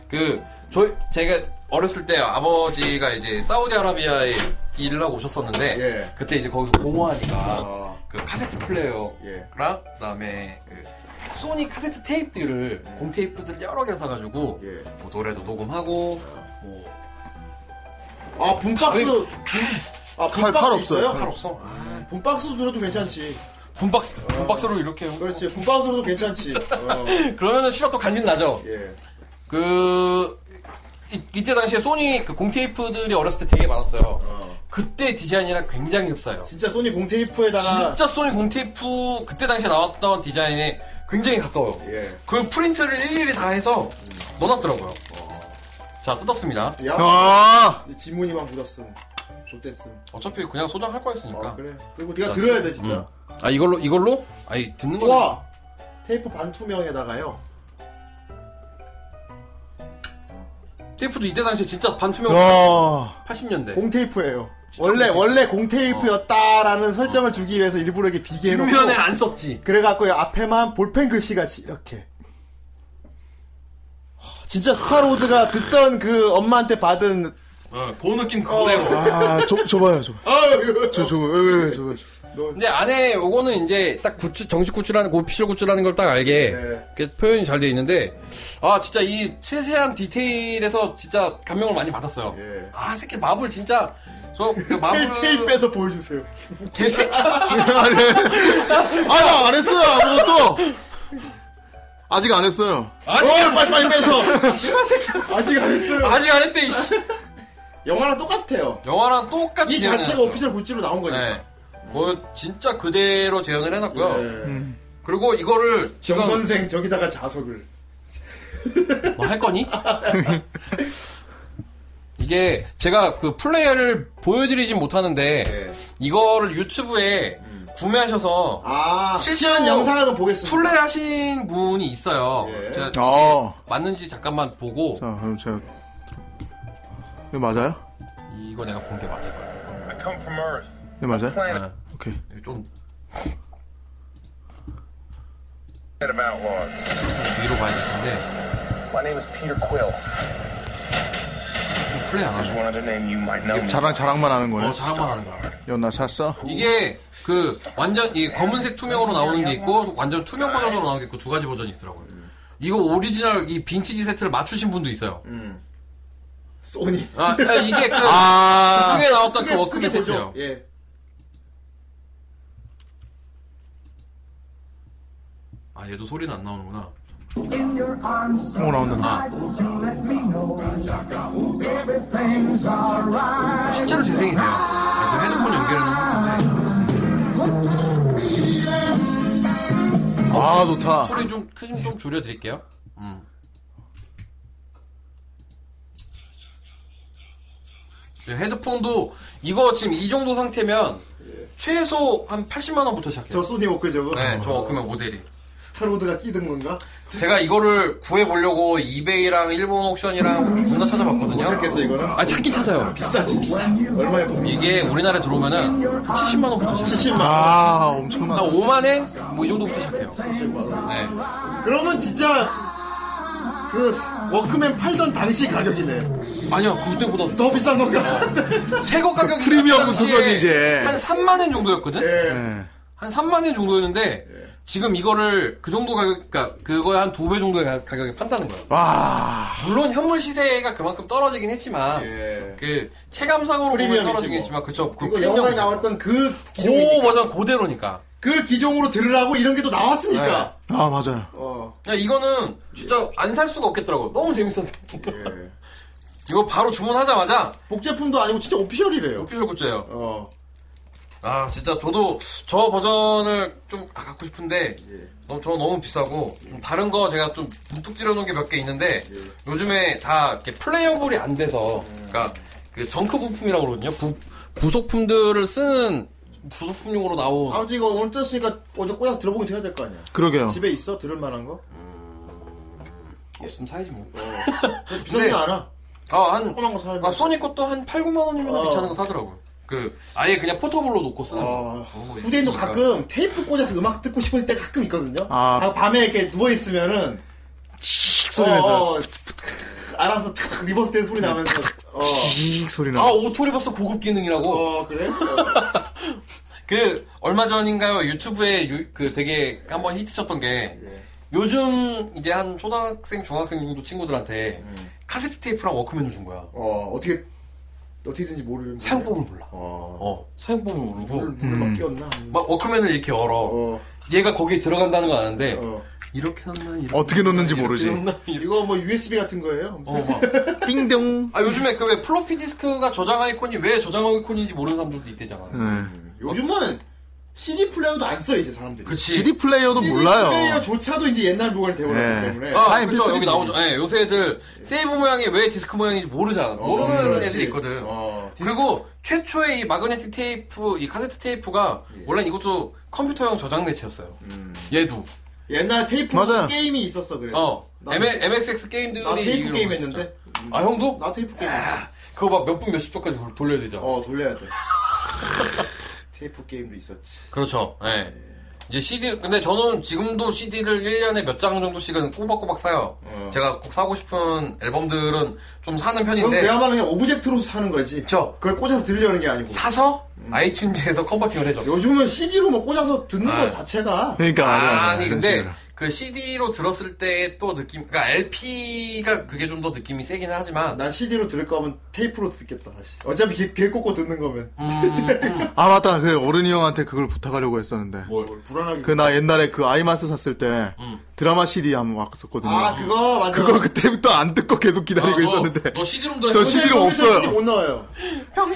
[SPEAKER 2] 그, 저, 제가 어렸을 때 아버지가 이제 사우디아라비아에 일을 하고 오셨었는데,
[SPEAKER 1] 예. 아.
[SPEAKER 2] 그때 이제 거기서 공허하니까, 그 카세트 플레이어랑,
[SPEAKER 1] 예.
[SPEAKER 2] 그 다음에 그, 소니 카세트 테이프들을, 공테이프들 여러 개 사가지고,
[SPEAKER 1] 예.
[SPEAKER 2] 뭐 노래도 녹음하고, 뭐,
[SPEAKER 1] 아 분박스. 아
[SPEAKER 3] 칼,
[SPEAKER 1] 분박스
[SPEAKER 3] 칼 없어요.
[SPEAKER 1] 있어요?
[SPEAKER 2] 칼 없어? 아,
[SPEAKER 1] 분박스로 들어도 괜찮지.
[SPEAKER 2] 분박스, 분박스로 이렇게.
[SPEAKER 1] 어. 그렇지. 분박스로도 괜찮지. 어,
[SPEAKER 2] 그러면은 시발 또 간진 나죠?
[SPEAKER 1] 예.
[SPEAKER 2] 그 이, 때 당시에 소니 그 공테이프들이 어렸을 때 되게 많았어요. 그때 디자인이랑 굉장히 흡사해요.
[SPEAKER 1] 진짜 소니 공테이프에다가
[SPEAKER 2] 진짜 소니 공테이프 그때 당시에 나왔던 디자인에 굉장히 가까워요.
[SPEAKER 1] 예.
[SPEAKER 2] 그 프린트를 일일이 다 해서 넣어놨더라고요. 자 뜯었습니다.
[SPEAKER 1] 야.
[SPEAKER 3] 아,
[SPEAKER 1] 이 지문이만 굳었음. 좆됐음.
[SPEAKER 2] 어차피 그냥 소장할 거였으니까.
[SPEAKER 1] 아, 그래. 그리고 네가 들어야 돼 진짜.
[SPEAKER 2] 아, 이걸로 이걸로? 아니 듣는 거.
[SPEAKER 1] 좋아. 테이프 반투명에다가요.
[SPEAKER 2] 테이프도 이때 당시에 진짜 반투명
[SPEAKER 3] 야.
[SPEAKER 2] 80년대.
[SPEAKER 1] 공테이프예요.
[SPEAKER 2] 네. 진짜
[SPEAKER 1] 원래
[SPEAKER 2] 공테이프. 어.
[SPEAKER 1] 원래 공테이프였다라는 설정을 주기 위해서 일부러 이렇게 비교해놓고
[SPEAKER 2] 뒷면에 아- 안 썼지.
[SPEAKER 1] 그래갖고 앞에만 볼펜 글씨같이 이렇게 하, 진짜 스타로드가 듣던 그 엄마한테 받은
[SPEAKER 2] 어, 그 느낌 그대로.
[SPEAKER 3] 아, 저, 줘봐요, 줘봐. 아, 저, 저, 왜, 왜, 왜, 줘봐요.
[SPEAKER 2] 근데 안에 요거는 이제 딱 굿즈 정식 굿즈라는 거, 오피셜 굿즈라는 걸 딱 알게
[SPEAKER 1] 네.
[SPEAKER 2] 이렇게 표현이 잘 돼 있는데 아 진짜 이 세세한 디테일에서 진짜 감명을 많이 받았어요. 아 새끼 마블 진짜 저그 마블
[SPEAKER 1] 예. 테이프 빼서 보여주세요
[SPEAKER 2] 개새끼
[SPEAKER 3] 아, 나 안 했어요, 아무것도. 아직 안 했어요.
[SPEAKER 2] 아직
[SPEAKER 1] 어, 빨리 빨리 빼서
[SPEAKER 2] 씨발 새끼야.
[SPEAKER 1] 아직 안 했어요.
[SPEAKER 2] 아직 안 했대 이씨.
[SPEAKER 1] 영화랑 똑같아요.
[SPEAKER 2] 영화랑 똑같이
[SPEAKER 1] 이
[SPEAKER 2] 재현을
[SPEAKER 1] 자체가
[SPEAKER 2] 해놨어요.
[SPEAKER 1] 오피셜 굿즈로 나온 거니까.
[SPEAKER 2] 네. 그 진짜 그대로 재현을 해놨고요.
[SPEAKER 1] 네.
[SPEAKER 2] 그리고 음. 이거를
[SPEAKER 1] 정
[SPEAKER 2] 지금
[SPEAKER 1] 선생 저기다가 자석을.
[SPEAKER 2] 뭐 할 거니? 이게 제가 그 플레이어를 보여드리진 못하는데 이거를 유튜브에 구매하셔서
[SPEAKER 1] 아 실시간
[SPEAKER 2] 실제로
[SPEAKER 1] 영상을 한번 보겠습니다.
[SPEAKER 2] 플레이하신 분이 있어요.
[SPEAKER 1] 예.
[SPEAKER 2] 제가
[SPEAKER 3] 어.
[SPEAKER 2] 맞는지 잠깐만 보고
[SPEAKER 3] 자, 그럼 제가. 이거 맞아요?
[SPEAKER 2] 이거 내가 본 게 맞을 거야.
[SPEAKER 3] 이거 맞아요?
[SPEAKER 2] 네.
[SPEAKER 3] 오케이.
[SPEAKER 2] 이거 좀
[SPEAKER 9] of outlaws.
[SPEAKER 2] 뒤로 봐야 될 텐데
[SPEAKER 9] My name is Peter Quill.
[SPEAKER 2] 스킨 플레이 안
[SPEAKER 9] There's
[SPEAKER 2] 하고
[SPEAKER 9] one other name you might know.
[SPEAKER 3] 이거 자랑, 자랑만 하는
[SPEAKER 2] 어,
[SPEAKER 3] 거네.
[SPEAKER 2] 자랑만 하는 거야.
[SPEAKER 3] 연나 샀어?
[SPEAKER 2] 이게 그 완전 이 검은색 투명으로 나오는 게 있고 완전 투명 버전으로 나오는 게 있고 두 가지 버전이 있더라고요. 이거 오리지널 이 빈티지 세트를 맞추신 분도 있어요.
[SPEAKER 1] 소니.
[SPEAKER 2] 아 아, 이게 그
[SPEAKER 3] 아.
[SPEAKER 2] 중에 나왔던 그
[SPEAKER 1] 크게- 크게
[SPEAKER 2] 워크맨 세트예요.
[SPEAKER 1] 예.
[SPEAKER 2] 아 얘도 소리는 안 나오는구나.
[SPEAKER 3] 오, 어, 나온다.
[SPEAKER 2] 아 실제로 재생이 돼요. 그래서 헤드폰 연결하는 건데
[SPEAKER 3] 아, 좋다.
[SPEAKER 2] 소리 좀 크림 좀 줄여드릴게요. 음. 지금 헤드폰도 이거 지금 이 정도 상태면 최소 한 80만 원부터 시작해요.
[SPEAKER 1] 저 소니 워크 저거.
[SPEAKER 2] 네, 저 워크맨 모델이.
[SPEAKER 1] 스타로드가 끼든 건가?
[SPEAKER 2] 제가 이거를 구해보려고 이베이랑 일본 옥션이랑 존나 찾아봤거든요.
[SPEAKER 1] 찾겠어 이거는.
[SPEAKER 2] 아, 찾긴 찾아요.
[SPEAKER 1] 비싸지 비싸. 얼마에 봅니까?
[SPEAKER 2] 이게 우리나라에 들어오면은 70만원부터 시작해요.
[SPEAKER 1] 70만.
[SPEAKER 3] 아, 엄청나.
[SPEAKER 2] 나 5만엔? 뭐 이 정도부터 시작해요. 네.
[SPEAKER 1] 그러면 진짜 그 워크맨 팔던 당시 가격이네.
[SPEAKER 2] 아니요, 그때보다
[SPEAKER 1] 더 비싼 건가?
[SPEAKER 2] 어. 그 새거 가격이.
[SPEAKER 3] 프리미엄은
[SPEAKER 2] 그 당시에
[SPEAKER 3] 두 거지, 이제.
[SPEAKER 2] 한 3만엔 정도였거든?
[SPEAKER 1] 예.
[SPEAKER 3] 예.
[SPEAKER 2] 한 3만엔 정도였는데, 지금 이거를 그 정도 가격, 그니까, 그거에 한 두 배 정도의 가- 가격에 판다는 거예요.
[SPEAKER 3] 아. 와.
[SPEAKER 2] 물론 현물 시세가 그만큼 떨어지긴 했지만,
[SPEAKER 1] 예.
[SPEAKER 2] 그, 체감상으로 보면
[SPEAKER 1] 프리미엄이지,
[SPEAKER 2] 떨어지긴
[SPEAKER 1] 뭐.
[SPEAKER 2] 했지만, 그쵸. 그
[SPEAKER 1] 그리고 영화에
[SPEAKER 2] 프리미엄.
[SPEAKER 1] 나왔던 그
[SPEAKER 2] 고
[SPEAKER 1] 기종이니까.
[SPEAKER 2] 버전 그대로니까.
[SPEAKER 1] 그 기종으로 들으라고 이런 게 또 나왔으니까.
[SPEAKER 2] 네.
[SPEAKER 3] 아, 맞아요.
[SPEAKER 1] 어.
[SPEAKER 2] 야, 이거는
[SPEAKER 1] 예.
[SPEAKER 2] 진짜 안 살 수가 없겠더라고. 너무 재밌었는데. 이거 바로 주문하자마자
[SPEAKER 1] 복제품도 아니고 진짜 오피셜이래요.
[SPEAKER 2] 오피셜 굿즈예요.
[SPEAKER 1] 어.
[SPEAKER 2] 아, 진짜 저도 저 버전을 좀 아, 갖고 싶은데
[SPEAKER 1] 예.
[SPEAKER 2] 너무 저 너무 비싸고 좀 다른 거 제가 좀 문득 찌려놓은 게 몇 개 있는데
[SPEAKER 1] 예.
[SPEAKER 2] 요즘에 다 이렇게 플레이어블이 안 돼서 그러니까 그 정크 부품이라고 그러거든요. 부, 부속품들을 쓰는 부속품용으로 나온
[SPEAKER 1] 아무튼 이거 오늘 떴으니까 어제 꼬야 들어보긴 해야 될 거 아니야.
[SPEAKER 3] 그러게요.
[SPEAKER 1] 집에 있어 들을 만한 거?
[SPEAKER 2] 없으면 사야지 뭐.
[SPEAKER 1] 예. 그래서 비싸지
[SPEAKER 2] 네.
[SPEAKER 1] 않아.
[SPEAKER 2] 아, 한
[SPEAKER 1] 조그만 거 사야 돼.
[SPEAKER 2] 아, 소니 것도 한 8, 9만 원이면
[SPEAKER 1] 어.
[SPEAKER 2] 괜찮은 거 사더라고요. 그, 아예 그냥 포터블로 놓고 쓰는 거.
[SPEAKER 1] 어,
[SPEAKER 2] 그런 거
[SPEAKER 1] 후대인도
[SPEAKER 2] 있으니까.
[SPEAKER 1] 가끔 테이프 꽂아서 음악 듣고 싶을 때 가끔 있거든요.
[SPEAKER 3] 아.
[SPEAKER 1] 다 밤에 이렇게 누워 있으면은
[SPEAKER 3] 소리 나서.
[SPEAKER 1] 어, 어, 알아서 탁 리버스 된 소리 나면서 어,
[SPEAKER 3] 킥 소리
[SPEAKER 2] 아,
[SPEAKER 3] 나.
[SPEAKER 2] 오토리버스 고급 기능이라고.
[SPEAKER 1] 어 그래? 어.
[SPEAKER 2] 그, 얼마 전인가요? 유튜브에 유- 그 되게 한번 히트 쳤던 게,
[SPEAKER 1] 네.
[SPEAKER 2] 요즘 이제 한 초등학생, 중학생 정도 친구들한테
[SPEAKER 1] 음.
[SPEAKER 2] 카세트 테이프랑 워크맨을 준 거야.
[SPEAKER 1] 어, 어떻게 어떻게 된지 모르는
[SPEAKER 2] 사용법을 몰라. 어, 음. 사용법을 모르고,
[SPEAKER 1] 물을 물을 막 끼웠나?
[SPEAKER 2] 막 워크맨을 이렇게 열어.
[SPEAKER 1] 음. 어,
[SPEAKER 2] 얘가 거기에 들어간다는 건 아는데,
[SPEAKER 1] 어.
[SPEAKER 2] 이렇게 넣나, 이렇게.
[SPEAKER 3] 어떻게 넣는지
[SPEAKER 2] 이렇게
[SPEAKER 3] 모르지.
[SPEAKER 2] 넣나, 이렇게.
[SPEAKER 1] 이거 뭐 USB 같은 거예요?
[SPEAKER 2] 어, 막.
[SPEAKER 3] 띵동.
[SPEAKER 2] 아 요즘에 그 왜 플로피 디스크가 저장 아이콘이 왜 저장 아이콘인지 모르는 사람들도 있대잖아.
[SPEAKER 3] 네.
[SPEAKER 1] 요즘은 CD 플레이어도 안 써 이제 사람들이.
[SPEAKER 2] 그치.
[SPEAKER 3] CD 플레이어도
[SPEAKER 1] CD
[SPEAKER 3] 몰라요.
[SPEAKER 1] 플레이어조차도 이제 옛날 물건이 돼버렸기
[SPEAKER 3] 예.
[SPEAKER 1] 때문에.
[SPEAKER 2] 아,
[SPEAKER 3] 사인
[SPEAKER 2] 그쵸,
[SPEAKER 3] 필수지.
[SPEAKER 2] 여기 나오죠. 예, 요새 애들 세이브 모양이 왜 디스크 모양인지 모르잖아. 모르는
[SPEAKER 1] 어, 그렇지.
[SPEAKER 2] 애들이 있거든.
[SPEAKER 1] 어.
[SPEAKER 2] 그리고 최초의 이 마그네틱 테이프, 이 카세트 테이프가
[SPEAKER 1] 예.
[SPEAKER 2] 원래 이것도 컴퓨터용 저장 매체였어요.
[SPEAKER 1] 음.
[SPEAKER 2] 얘도.
[SPEAKER 1] 옛날 테이프
[SPEAKER 3] 맞아요.
[SPEAKER 1] 게임이 있었어 그래.
[SPEAKER 2] 어.
[SPEAKER 1] 나-
[SPEAKER 2] M, MXX 게임들이.
[SPEAKER 1] 나 테이프
[SPEAKER 2] 이런
[SPEAKER 1] 게임
[SPEAKER 2] 거 있었죠.
[SPEAKER 1] 했는데.
[SPEAKER 2] 아, 형도?
[SPEAKER 1] 나 테이프 게임. 했어.
[SPEAKER 2] 그거 막 몇 분 몇십 초까지 돌- 돌려야 되잖아.
[SPEAKER 1] 어 돌려야 돼. 테이프 게임도 있었지.
[SPEAKER 2] 그렇죠. 예. 이제 CD, 근데 저는 지금도 CD를 1년에 몇 장 정도씩은 꼬박꼬박 사요.
[SPEAKER 1] 어.
[SPEAKER 2] 제가 꼭 사고 싶은 앨범들은 좀 사는
[SPEAKER 1] 그럼
[SPEAKER 2] 편인데.
[SPEAKER 1] 그야말로 그냥 오브젝트로 사는 거지.
[SPEAKER 2] 그쵸.
[SPEAKER 1] 그걸 꽂아서 들려는 게 아니고.
[SPEAKER 2] 사서 아이튠즈에서 컨버팅을 해줘.
[SPEAKER 1] 요즘은 CD로 뭐 꽂아서 듣는
[SPEAKER 2] 아.
[SPEAKER 1] 것 자체가
[SPEAKER 3] 그러니까 맞아.
[SPEAKER 2] 아니, 근데 그 CD로 들었을 때 또 느낌, 그러니까 LP가 그게 좀 더 느낌이 세긴 하지만.
[SPEAKER 1] 난 CD로 들을 거면 테이프로 듣겠다 다시. 어차피 귀, 귀에 꽂고 듣는 거면
[SPEAKER 2] 음.
[SPEAKER 3] 아 맞다.
[SPEAKER 2] 음.
[SPEAKER 3] 그 어른이 형한테 그걸 부탁하려고 했었는데.
[SPEAKER 1] 뭘 불안하게.
[SPEAKER 3] 그 나 옛날에 그 아이마스 샀을 때 드라마 CD 한번 왔었거든요.
[SPEAKER 1] 아 그거 맞아.
[SPEAKER 3] 그거 그때부터 안 듣고 계속 기다리고 있었는데.
[SPEAKER 2] 아, 너 CD롬도
[SPEAKER 3] 저
[SPEAKER 2] 뭐. 했어?
[SPEAKER 3] CD 로
[SPEAKER 1] 컴퓨터에
[SPEAKER 3] 없어요.
[SPEAKER 1] CD 못 나와요.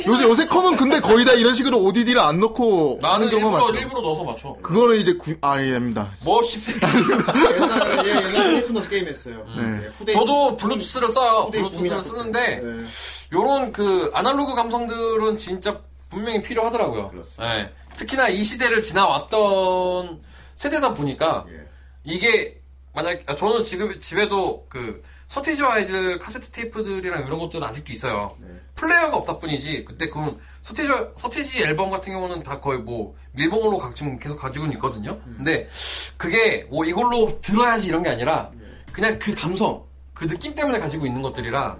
[SPEAKER 3] 요새 요새 컴은 근데 거의 다 이런 식으로 ODD를 안 넣고
[SPEAKER 2] 나는
[SPEAKER 3] 하는 경우가
[SPEAKER 2] 일부러,
[SPEAKER 3] 많아요.
[SPEAKER 2] 일부러 넣어서 맞춰.
[SPEAKER 3] 그거는 이제 구, 아, 예, 아닙니다.
[SPEAKER 2] 뭐, 10세.
[SPEAKER 1] 옛날에 예, 옛날에 테이프너스 게임 했어요. 네, 후대.
[SPEAKER 2] 음. 저도 블루투스를 써요.
[SPEAKER 1] 후대인
[SPEAKER 2] 블루투스를
[SPEAKER 1] 고민할 때.
[SPEAKER 2] 쓰는데,
[SPEAKER 1] 네.
[SPEAKER 2] 요런 그 아날로그 감성들은 진짜 분명히 필요하더라고요.
[SPEAKER 1] 그렇습니다.
[SPEAKER 2] 예. 특히나 이 시대를 지나왔던 세대다 보니까
[SPEAKER 1] 예.
[SPEAKER 2] 이게 만약 아, 저는 지금 집에도 그 서티지 와이즈 카세트 테이프들이랑 이런 것들은 아직도 있어요. 플레이어가 없다 뿐이지 그때 그건 서티지 서티지 앨범 같은 경우는 다 거의 뭐 밀봉으로 각- 지금 계속 가지고는 있거든요. 근데 그게 뭐 이걸로 들어야지 이런 게 아니라 그냥 그 감성, 그 느낌 때문에 가지고 있는 것들이라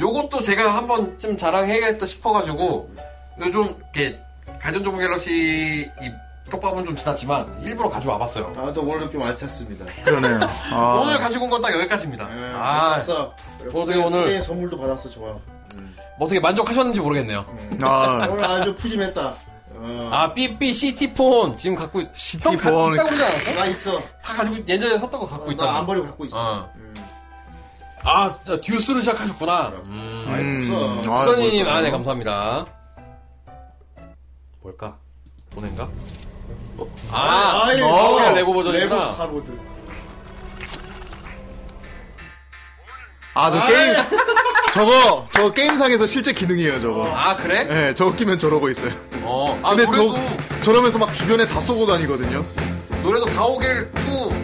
[SPEAKER 2] 요것도 제가 한번 좀 자랑해야겠다 싶어가지고 요즘 이렇게 가전조보 갤럭시 이 떡밥은 좀 지났지만 일부러 가져와봤어요.
[SPEAKER 1] 아또 오늘 좀 알찼습니다.
[SPEAKER 3] 그러네요. 아.
[SPEAKER 2] 오늘 가지고 온 건 딱 여기까지입니다.
[SPEAKER 1] 예,
[SPEAKER 2] 아,
[SPEAKER 1] 알찼어.
[SPEAKER 2] 어떻게 오늘-
[SPEAKER 1] 후대 선물도 받았어 좋아.
[SPEAKER 2] 뭐 어떻게 만족하셨는지 모르겠네요.
[SPEAKER 3] 아,
[SPEAKER 1] 오늘 아주 푸짐했다. 어,
[SPEAKER 2] 아, 삐삐 시티 폰 지금 갖고 있- 형 갖고
[SPEAKER 3] 시티폰
[SPEAKER 2] 있다고 그러지 않았어?
[SPEAKER 1] 나 있어.
[SPEAKER 2] 다 가지고 예전에 샀던 거 갖고
[SPEAKER 1] 어, 나 안
[SPEAKER 2] 있다.
[SPEAKER 1] 버리고 갖고 있어. 음.
[SPEAKER 2] 어. 아, 진짜 듀스를 시작하셨구나. 음.
[SPEAKER 3] 음,
[SPEAKER 1] 없어.
[SPEAKER 3] 아,
[SPEAKER 2] 선생님,
[SPEAKER 3] 뭘까요?
[SPEAKER 2] 아, 네, 감사합니다. 뭘까? 돈인가? 어, 아,
[SPEAKER 1] 아이,
[SPEAKER 3] 어,
[SPEAKER 1] 뭐야.
[SPEAKER 2] 레고 버전이구나.
[SPEAKER 1] 레고 스타로드.
[SPEAKER 3] 아, 저 게임 저거 저 게임상에서 실제 기능이에요, 저거.
[SPEAKER 2] 아, 그래?
[SPEAKER 3] 예, 저거 끼면 저러고 있어요.
[SPEAKER 2] 어, 아,
[SPEAKER 3] 근데
[SPEAKER 2] 노래도,
[SPEAKER 3] 저 저러면서 막 주변에 다 쏘고 다니거든요.
[SPEAKER 2] 노래도 가오갤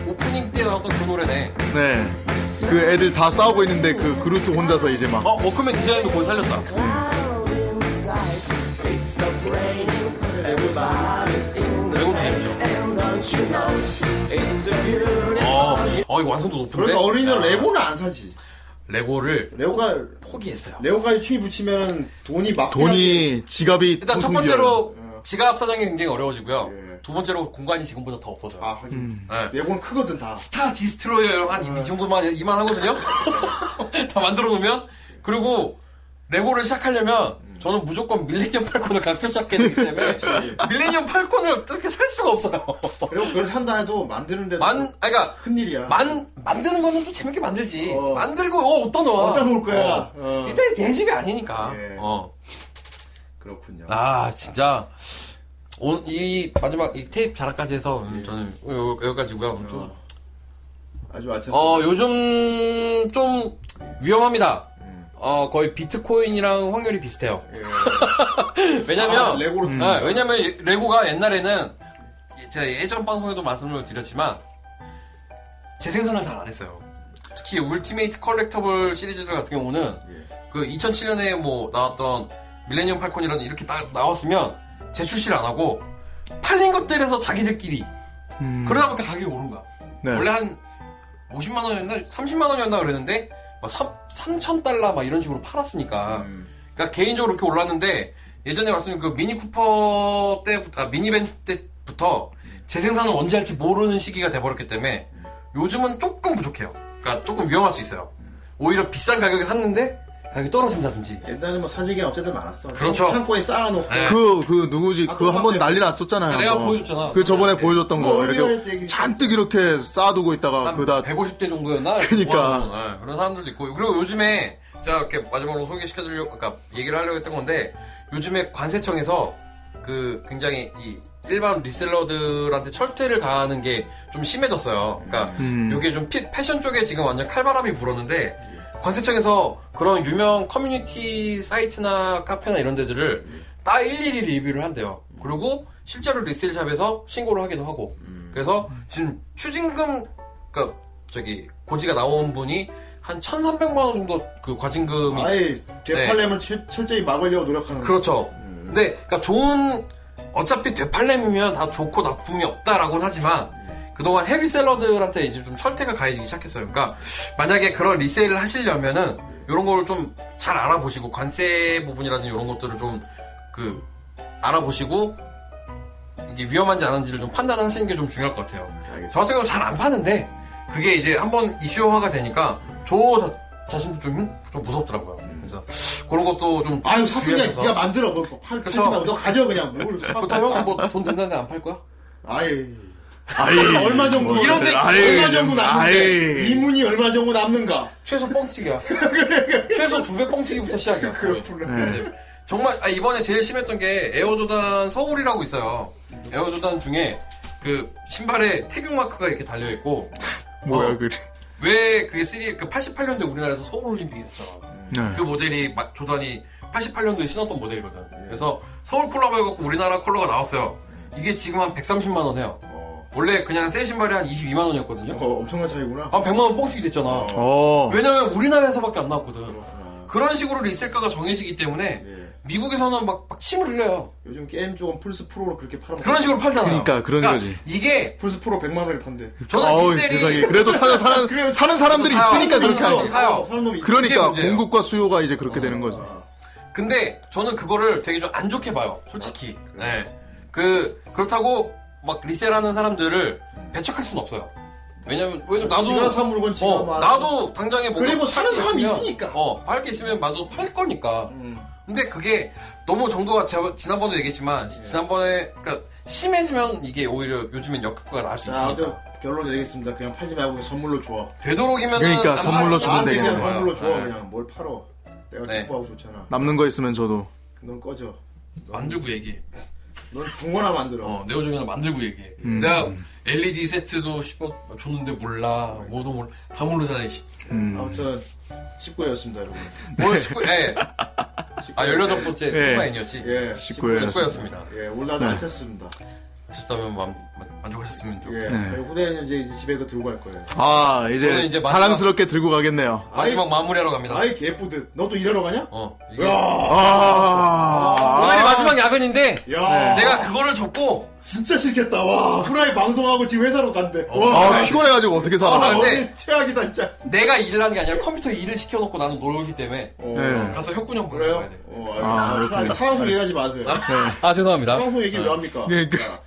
[SPEAKER 2] 2 오프닝 때 나왔던 그 노래네.
[SPEAKER 3] 네. 그 애들 다 싸우고 있는데 그 그루트 혼자서 이제 막
[SPEAKER 2] 어, 워크맨 디자인도 거의 살렸다. 레고 디자인이죠. 어, 어, 이거 완성도 높은데?
[SPEAKER 1] 그러니까 어린이는
[SPEAKER 2] 야,
[SPEAKER 1] 레고는 안 사지.
[SPEAKER 2] 레고를
[SPEAKER 1] 레고가
[SPEAKER 2] 포기했어요.
[SPEAKER 1] 레고까지 충이 붙이면 돈이 막
[SPEAKER 3] 돈이 지갑이
[SPEAKER 2] 일단 첫
[SPEAKER 3] 통통 비어요.
[SPEAKER 2] 번째로 지갑 사정이 굉장히 어려워지고요. 두 번째로 공간이 지금보다 더 없어져요.
[SPEAKER 1] 예. 아 하긴
[SPEAKER 2] 네.
[SPEAKER 1] 레고는 크거든 다.
[SPEAKER 2] 스타 디스트로이어 한이 정도만 이만 하거든요. 다 만들어 놓으면 그리고 레고를 시작하려면 저는 무조건 밀레니엄 팔콘을 갖고 시작했기 때문에 밀레니엄 팔콘을 어떻게 살 수가 없어요.
[SPEAKER 1] 그리고 그걸 산다 해도 만드는데
[SPEAKER 2] 만, 아, 그러니까
[SPEAKER 1] 큰일이야.
[SPEAKER 2] 만 만드는 거는 또 재밌게 만들지.
[SPEAKER 1] 어.
[SPEAKER 2] 만들고 어 어디다 넣어?
[SPEAKER 1] 어디다 놓을 거야?
[SPEAKER 2] 어.
[SPEAKER 1] 어.
[SPEAKER 2] 일단 내 집이 아니니까.
[SPEAKER 1] 예.
[SPEAKER 2] 어.
[SPEAKER 1] 그렇군요.
[SPEAKER 2] 아 진짜 오늘 이 마지막 이 테이프 자랑까지 해서 음, 저는 요- 여기까지고요. 좀,
[SPEAKER 1] 아주 아차스.
[SPEAKER 2] 어 요즘 좀 위험합니다.
[SPEAKER 1] 음.
[SPEAKER 2] 어 거의 비트코인이랑 확률이 비슷해요. 왜냐면
[SPEAKER 1] 아, 예. 레고로 주식.
[SPEAKER 2] 네, 왜냐면 예- 레고가 옛날에는 예- 제가 예전 방송에도 말씀을 드렸지만 재생산을 잘 안 했어요. 특히 울티메이트 컬렉터블 시리즈들 같은 경우는
[SPEAKER 1] 예.
[SPEAKER 2] 그 2007년에 뭐 나왔던 밀레니엄 팔콘이라는 이렇게 딱 나왔으면 재출시를 안 하고 팔린 것들에서 자기들끼리 그러다 보니까 가격이 오른 거야.
[SPEAKER 3] 네.
[SPEAKER 2] 원래 한 50만 원이었나 30만 원이었나 그랬는데 막 3, 3천 달러 막 이런 식으로 팔았으니까
[SPEAKER 3] 음.
[SPEAKER 2] 그러니까 개인적으로 이렇게 올랐는데 예전에 말씀드린 그 미니 쿠퍼 때부터 아, 미니밴 때부터 재생산을 언제 할지 모르는 시기가 돼버렸기 때문에 요즘은 조금 부족해요. 그러니까 조금 위험할 수 있어요. 오히려 비싼 가격에 샀는데 가격이 떨어진다든지.
[SPEAKER 1] 옛날에 뭐 사재기 업체들 많았어.
[SPEAKER 2] 네. 그렇죠.
[SPEAKER 1] 창고에 쌓아놓고.
[SPEAKER 2] 네.
[SPEAKER 3] 그, 그, 누구지?
[SPEAKER 1] 아,
[SPEAKER 3] 그거 한 번
[SPEAKER 1] 깜빡이야.
[SPEAKER 3] 난리 났었잖아요.
[SPEAKER 2] 내가
[SPEAKER 3] 그거.
[SPEAKER 2] 보여줬잖아.
[SPEAKER 3] 그 저번에 보여줬던 거.
[SPEAKER 1] 어,
[SPEAKER 3] 이렇게
[SPEAKER 1] 리얼
[SPEAKER 3] 잔뜩 이렇게 쌓아두고 있다가
[SPEAKER 2] 한
[SPEAKER 3] 그다
[SPEAKER 2] 150대 정도였나?
[SPEAKER 3] 그러니까.
[SPEAKER 2] 모아놓은, 예, 그런 사람들도 있고 그리고 요즘에 제가 이렇게 마지막으로 소개시켜드리려고 그러니까 얘기를 하려고 했던 건데 요즘에 관세청에서 그 굉장히 이 일반 리셀러들한테 철퇴를 가하는 게 좀 심해졌어요. 그러니까
[SPEAKER 3] 음.
[SPEAKER 2] 요게 좀 피- 패션 쪽에 지금 완전 칼바람이 불었는데 관세청에서 그런 유명 커뮤니티 사이트나 카페나 이런 데들을 다 일일이 리뷰를 한대요. 그리고 실제로 리셀샵에서 신고를 하기도 하고. 그래서 지금 추징금 그러니까 저기 고지가 나온 분이 한 1,300만 원 정도 그 과징금이
[SPEAKER 1] 아예 되팔렘을 철- 철저히 막으려고 노력하는.
[SPEAKER 2] 네. 그렇죠.
[SPEAKER 1] 음.
[SPEAKER 2] 근데 그러니까 좋은 어차피 되팔렘이면 다 좋고 나쁨이 없다라고는 하지만 그동안 헤비셀러들한테 이제 좀 철퇴가 가해지기 시작했어요. 그러니까 만약에 그런 리세일을 하시려면은 이런 걸 좀 잘 알아보시고 관세 부분이라든지 이런 것들을 좀 그 알아보시고 이게 위험한지 아닌지를 좀 판단하시는 게 좀 중요할 것 같아요. 저 같은 경우는 잘 안 파는데 그게 이제 한번 이슈화가 되니까 저 자, 신도 좀, 좀 무섭더라고요. 그래서 그런 것도 좀
[SPEAKER 1] 음. 아유 샀으니까
[SPEAKER 2] 주의하셔서.
[SPEAKER 1] 네가 만들어 그거 팔
[SPEAKER 2] 그렇죠.
[SPEAKER 1] 팔지
[SPEAKER 2] 아, 뭐,
[SPEAKER 1] 말고 너 가져 그냥 뭘 사.
[SPEAKER 2] 그렇다면 형은 뭐돈 된다는데 안 팔 거야?
[SPEAKER 1] 아예
[SPEAKER 3] 아이,
[SPEAKER 1] 얼마 정도
[SPEAKER 3] 뭐,
[SPEAKER 2] 이런데
[SPEAKER 3] 아이,
[SPEAKER 1] 얼마 정도
[SPEAKER 3] 좀,
[SPEAKER 1] 남는데
[SPEAKER 3] 아이.
[SPEAKER 1] 이문이 얼마 정도 남는가?
[SPEAKER 2] 최소 뻥튀기야. 최소 두 배 뻥튀기부터 시작이야. 거의. 그러니까. 네. 정말 아, 이번에 제일 심했던 게 에어조단 서울이라고 있어요. 에어조단 중에 그 신발에 태극 마크가 이렇게 달려 있고
[SPEAKER 3] 뭐야
[SPEAKER 2] 어.
[SPEAKER 3] 그래.
[SPEAKER 2] 왜 그게 쓰리 그 88년대 우리나라에서 서울 올림픽 있었잖아.
[SPEAKER 3] 네.
[SPEAKER 2] 그 모델이 마- 조단이 88년도에 신었던 모델이거든. 그래서 서울 콜라보 해갖고 우리나라 컬러가 나왔어요. 이게 지금 한 130만 원 해요. 원래 그냥 새 신발이 한 22만 원이었거든요.
[SPEAKER 1] 어, 엄청난 차이구나.
[SPEAKER 2] 한 100만 원 뻥튀기 됐잖아.
[SPEAKER 3] 어.
[SPEAKER 2] 왜냐면 우리나라에서밖에 안 나왔거든. 그런 식으로 리셀가가 정해지기 때문에
[SPEAKER 1] 예.
[SPEAKER 2] 미국에서는 막, 막 침을 흘려요.
[SPEAKER 1] 요즘 게임 쪽은 플스 프로로 그렇게 팔아.
[SPEAKER 2] 그런 식으로 팔잖아요.
[SPEAKER 3] 그러니까, 그런 거지.
[SPEAKER 2] 이게
[SPEAKER 1] 플스 프로 100만 원에 판대.
[SPEAKER 2] 저는
[SPEAKER 3] 어우,
[SPEAKER 2] 리셀이
[SPEAKER 3] 세상에. 그래도 사는, 사는, 사는 사람들이
[SPEAKER 2] 사는
[SPEAKER 1] 그러니까 그렇죠.
[SPEAKER 3] 있으니까
[SPEAKER 2] 사람들이
[SPEAKER 3] 그렇게 하는
[SPEAKER 2] 있어.
[SPEAKER 3] 거지.
[SPEAKER 2] 사요.
[SPEAKER 1] 사는 놈이 있어.
[SPEAKER 3] 그러니까,
[SPEAKER 2] 문제예요.
[SPEAKER 3] 공급과 수요가 이제 그렇게 되는 거지.
[SPEAKER 2] 근데 저는 그거를 되게 좀 안 좋게 봐요. 솔직히. 네. 그 그렇다고 막 리셀하는 사람들을 배척할 수는 없어요. 왜냐면 왜냐면 나도
[SPEAKER 1] 지가 산 물건 지가 뭐
[SPEAKER 2] 어,
[SPEAKER 1] 말하는
[SPEAKER 2] 나도 당장에 뭔가
[SPEAKER 1] 그리고
[SPEAKER 2] 팔게
[SPEAKER 1] 사는 사람이
[SPEAKER 2] 있으면,
[SPEAKER 1] 있으니까.
[SPEAKER 2] 어, 팔 게 있으면 나도 팔 거니까.
[SPEAKER 1] 음.
[SPEAKER 2] 근데 그게 너무 정도가 자- 지난번에도
[SPEAKER 1] 예.
[SPEAKER 2] 얘기했지만 지난번에 그러니까 심해지면 이게 오히려 요즘엔 역효과가 날 수
[SPEAKER 1] 자,
[SPEAKER 2] 있으니까.
[SPEAKER 1] 아, 결론 내리겠습니다. 그냥 팔지 말고 그냥 선물로 줘.
[SPEAKER 2] 되도록이면 어,
[SPEAKER 3] 그러니까 선물로 주면
[SPEAKER 1] 나한테 그냥
[SPEAKER 3] 되겠네.
[SPEAKER 1] 선물로 줘. 그냥 뭘 팔어. 내가
[SPEAKER 2] 네.
[SPEAKER 1] 기뻐하고 좋잖아.
[SPEAKER 3] 남는 거 있으면 저도.
[SPEAKER 1] 넌 꺼져.
[SPEAKER 2] 만들고 얘기.
[SPEAKER 1] 네. 넌 중고나 만들어.
[SPEAKER 2] 어, 네오종이나 만들고 얘기해.
[SPEAKER 3] 음,
[SPEAKER 2] 내가 LED 세트도 씹어 줬는데 몰라. 뭐도 몰라. 다 모르잖아, 이씨.
[SPEAKER 1] 아무튼 19회였습니다, 여러분.
[SPEAKER 2] 뭘 씻고, 예. 아, 18번째
[SPEAKER 3] 예.
[SPEAKER 2] 통과인이었지.
[SPEAKER 1] 예,
[SPEAKER 3] 19회.
[SPEAKER 1] 19회.
[SPEAKER 2] 19회였습니다.
[SPEAKER 1] 예,
[SPEAKER 3] 네.
[SPEAKER 1] 올라도 안 찼습니다.
[SPEAKER 2] 좋다면 만, 만- 만족하셨으면 좋겠고.
[SPEAKER 3] 네.
[SPEAKER 1] 예, 그리고 후대는 이제 이제 집에 그 들고 갈 거예요.
[SPEAKER 3] 아,
[SPEAKER 2] 저는
[SPEAKER 3] 이제,
[SPEAKER 2] 이제 마지막-
[SPEAKER 3] 자랑스럽게 들고 가겠네요.
[SPEAKER 2] 마지막 마무리하러 갑니다.
[SPEAKER 1] 아이 개뿌듯. 너도 일하러 가냐?
[SPEAKER 2] 어. 이게
[SPEAKER 1] 야,
[SPEAKER 3] 아,
[SPEAKER 2] 오늘이 마지막 야근인데,
[SPEAKER 1] 야,
[SPEAKER 3] 네.
[SPEAKER 2] 내가 그거를 줬고,
[SPEAKER 1] 진짜 싫겠다. 와, 후라이 방송하고 지금 회사로 간대. 와,
[SPEAKER 3] 아, 피곤해가지고 어떻게
[SPEAKER 1] 네. 아,
[SPEAKER 3] 살아.
[SPEAKER 2] 아,
[SPEAKER 1] 너네
[SPEAKER 2] 근데-
[SPEAKER 1] 최악이다 진짜.
[SPEAKER 2] 내가 일을 한 게 아니라 컴퓨터 일을 시켜놓고 나는 놀기 때문에,
[SPEAKER 1] 어,
[SPEAKER 3] 네.
[SPEAKER 2] 가서 혁군 형 보러 가야
[SPEAKER 1] 그래요?
[SPEAKER 2] 돼.
[SPEAKER 1] 어,
[SPEAKER 3] 아,
[SPEAKER 1] 알겠습니다.
[SPEAKER 3] 그렇군요.
[SPEAKER 1] 타방송 얘기하지 마세요.
[SPEAKER 3] 네.
[SPEAKER 2] 아, 죄송합니다.
[SPEAKER 1] 타방송 얘기 왜 합니까?
[SPEAKER 3] 그러니까.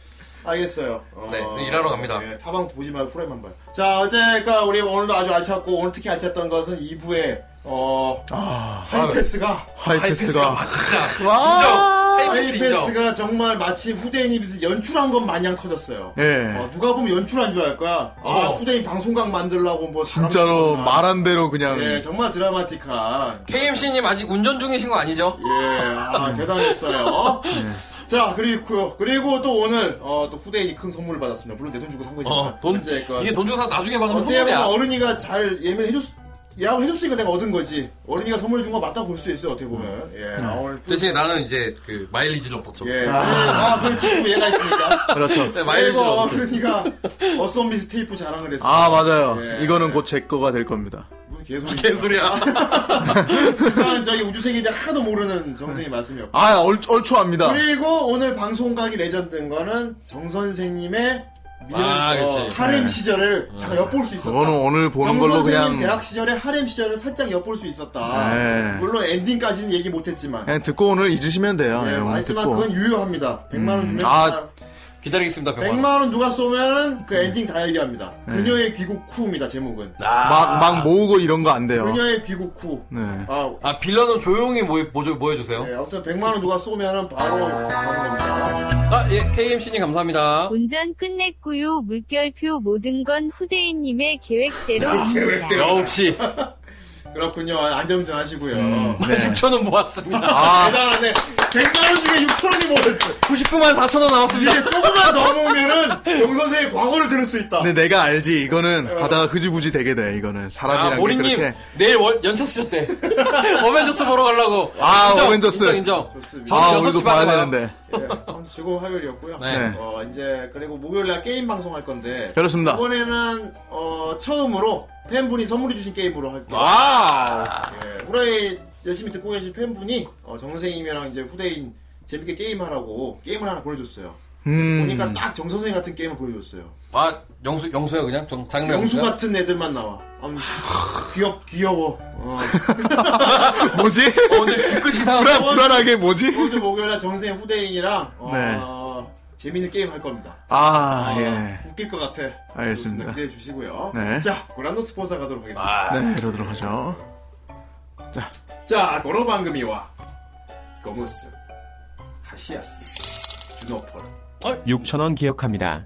[SPEAKER 1] 알겠어요. 어,
[SPEAKER 2] 네, 일하러 갑니다.
[SPEAKER 1] 예, 타방 보지 말고 후라이만 봐요. 자, 어제가 우리 오늘도 아주 안 찼고 오늘 특히 안 찼던 것은 2부에 어
[SPEAKER 3] 아,
[SPEAKER 1] 하이패스가
[SPEAKER 3] 하이패스가.
[SPEAKER 2] 아, 진짜.
[SPEAKER 3] 와.
[SPEAKER 2] 인정. 하이패스 인정.
[SPEAKER 1] 하이패스가 정말 마치 후대인이 연출한 것 마냥 터졌어요.
[SPEAKER 3] 예.
[SPEAKER 1] 어, 누가 보면 연출한 줄 알 거야. 아,
[SPEAKER 2] 어.
[SPEAKER 1] 후대인 방송각 만들려고 뭐 사람
[SPEAKER 3] 진짜로
[SPEAKER 1] 치구나.
[SPEAKER 3] 말한 대로 그냥.
[SPEAKER 1] 예, 정말 드라마틱한.
[SPEAKER 2] KMC님 아직 운전 중이신 거 아니죠?
[SPEAKER 1] 예, 아, 대단했어요.
[SPEAKER 2] 네.
[SPEAKER 1] 자, 그리고요. 그리고 또 오늘, 어, 또 후대인이 큰 선물을 받았습니다. 물론 내 돈 주고 산 거지만.
[SPEAKER 2] 어, 돈,
[SPEAKER 1] 이제 그
[SPEAKER 2] 이게 돈 줘서 나중에 받으면
[SPEAKER 1] 어떻게 보면
[SPEAKER 2] 선물이야.
[SPEAKER 1] 어른이가 잘 예민해줬, 야구 해줬으니까 내가 얻은 거지. 어른이가 선물 준 거 맞다 볼 수 있어요, 어떻게 보면. 예, 아, 오늘. 또-
[SPEAKER 2] 음. 대신에 나는 이제 그 마일리지를 얻었죠.
[SPEAKER 1] 예. 아, 아 그렇지. 얘가 있으니까.
[SPEAKER 3] 그렇죠.
[SPEAKER 2] 네,
[SPEAKER 1] 그리고
[SPEAKER 2] 마일리지를 얻었죠.
[SPEAKER 1] 어른이가 어썸미스 테이프 자랑을 했어요.
[SPEAKER 3] 아, 맞아요.
[SPEAKER 1] 예.
[SPEAKER 3] 이거는 곧 제 거가 될 겁니다.
[SPEAKER 1] 무슨 개소리. 아.
[SPEAKER 2] 개소리야.
[SPEAKER 1] 이상한 저기 우주세계 이제 하나도 모르는 정선생님 말씀이었고.
[SPEAKER 3] 아, 얼, 얼추 압니다.
[SPEAKER 1] 그리고 오늘 방송각이 레전드인 거는 정선생님의 미래,
[SPEAKER 2] 아,
[SPEAKER 1] 어,
[SPEAKER 2] 그치. 어.
[SPEAKER 1] 하렘 시절을 잠깐 엿볼 수 있었다.
[SPEAKER 3] 그거는 오늘 보는 걸로
[SPEAKER 1] 정선생님
[SPEAKER 3] 그냥.
[SPEAKER 1] 대학 시절의 하렘 시절을 살짝 엿볼 수 있었다.
[SPEAKER 3] 네.
[SPEAKER 1] 물론 엔딩까지는 얘기 못했지만.
[SPEAKER 3] 그냥 예, 듣고 오늘 잊으시면 돼요.
[SPEAKER 1] 네,
[SPEAKER 3] 예, 오늘
[SPEAKER 1] 알지만
[SPEAKER 3] 듣고.
[SPEAKER 1] 그건 유효합니다. 100만원 주면
[SPEAKER 3] 아,
[SPEAKER 1] 그냥
[SPEAKER 2] 기다리겠습니다, 100만 원.
[SPEAKER 1] 100만원 누가 쏘면은
[SPEAKER 3] 음.
[SPEAKER 1] 그 엔딩 다 얘기합니다.
[SPEAKER 3] 네.
[SPEAKER 1] 그녀의 귀국 후입니다, 제목은.
[SPEAKER 2] 아.
[SPEAKER 3] 막, 막 모으고 이런 거 안 돼요.
[SPEAKER 1] 그녀의 귀국 후.
[SPEAKER 3] 네.
[SPEAKER 1] 아,
[SPEAKER 2] 아, 빌런은 조용히 모, 모, 모여주세요.
[SPEAKER 1] 네, 아무튼 100만원 누가 쏘면은 바로 가버립니다.
[SPEAKER 2] 아, 예, KMC님 감사합니다.
[SPEAKER 4] 운전 끝냈고요. 물결표 모든 건 후대인님의 네, 계획대로입니다.
[SPEAKER 1] 네.
[SPEAKER 2] 역시,
[SPEAKER 3] 네.
[SPEAKER 1] 그렇군요. 안전운전 하시고요.
[SPEAKER 3] 음.
[SPEAKER 2] 6천원 모았습니다.
[SPEAKER 3] 아,
[SPEAKER 1] 대단하네. 100만원 중에 6천원이 모였어.
[SPEAKER 2] 99만 4천원 남았습니다.
[SPEAKER 1] 이게 조금만 더 모으면은 정선생의 과거를 들을 수 있다.
[SPEAKER 3] 근데 내가 알지. 이거는 가다가 흐지부지 되게 돼. 이거는
[SPEAKER 2] 아,
[SPEAKER 3] 사람이란 게
[SPEAKER 2] 모리님,
[SPEAKER 3] 그렇게.
[SPEAKER 2] 내일 월, 연차 쓰셨대. 어벤져스 보러 가려고.
[SPEAKER 3] 아,
[SPEAKER 2] 인정,
[SPEAKER 3] 어벤져스.
[SPEAKER 2] 인정, 인정.
[SPEAKER 1] 좋습니다.
[SPEAKER 2] 저는
[SPEAKER 3] 아,
[SPEAKER 2] 6시
[SPEAKER 3] 오늘도 봐야
[SPEAKER 2] 반에 봐요.
[SPEAKER 3] 되는데.
[SPEAKER 1] 예, 아무튼 즐거운 화요일이었고요.
[SPEAKER 2] 네.
[SPEAKER 3] 네.
[SPEAKER 1] 어, 이제 그리고 목요일날 게임 방송할 건데
[SPEAKER 3] 그렇습니다.
[SPEAKER 1] 이번에는 어, 처음으로 팬분이 선물해 주신 게임으로 할게요.
[SPEAKER 3] 아. 와우.
[SPEAKER 1] 예, 후라이 열심히 듣고 계신 팬분이 어, 정선생님이랑 이제 후대인 재밌게 게임하라고 게임을 하나 보내줬어요. 보니까
[SPEAKER 3] 음.
[SPEAKER 1] 딱 정선생 같은 게임을 보여줬어요.
[SPEAKER 2] 아, 영수, 영수야, 그냥? 정,
[SPEAKER 3] 네,
[SPEAKER 2] 장르
[SPEAKER 1] 영수
[SPEAKER 2] 영수야?
[SPEAKER 1] 같은 애들만 나와. 아무- 귀엽 귀여워. 어.
[SPEAKER 3] 뭐지?
[SPEAKER 2] 어, 근데 뒤끝 이상한데.
[SPEAKER 3] 불안, 불안하게 뭐지?
[SPEAKER 1] 오늘도 목요일날 정선생 후대인이랑 어, 재밌는 게임 할 겁니다.
[SPEAKER 3] 네. 아,
[SPEAKER 1] 아,
[SPEAKER 3] 예.
[SPEAKER 1] 웃길 것 같아.
[SPEAKER 3] 알겠습니다.
[SPEAKER 1] 기대해 주시고요.
[SPEAKER 3] 네.
[SPEAKER 1] 자, 고란도 스포사 가도록 하겠습니다.
[SPEAKER 3] 네, 이러도록 하죠.
[SPEAKER 1] 자, 고로방금이와 거무스, 하시아스, 주노폴,
[SPEAKER 6] 6천원 기억합니다.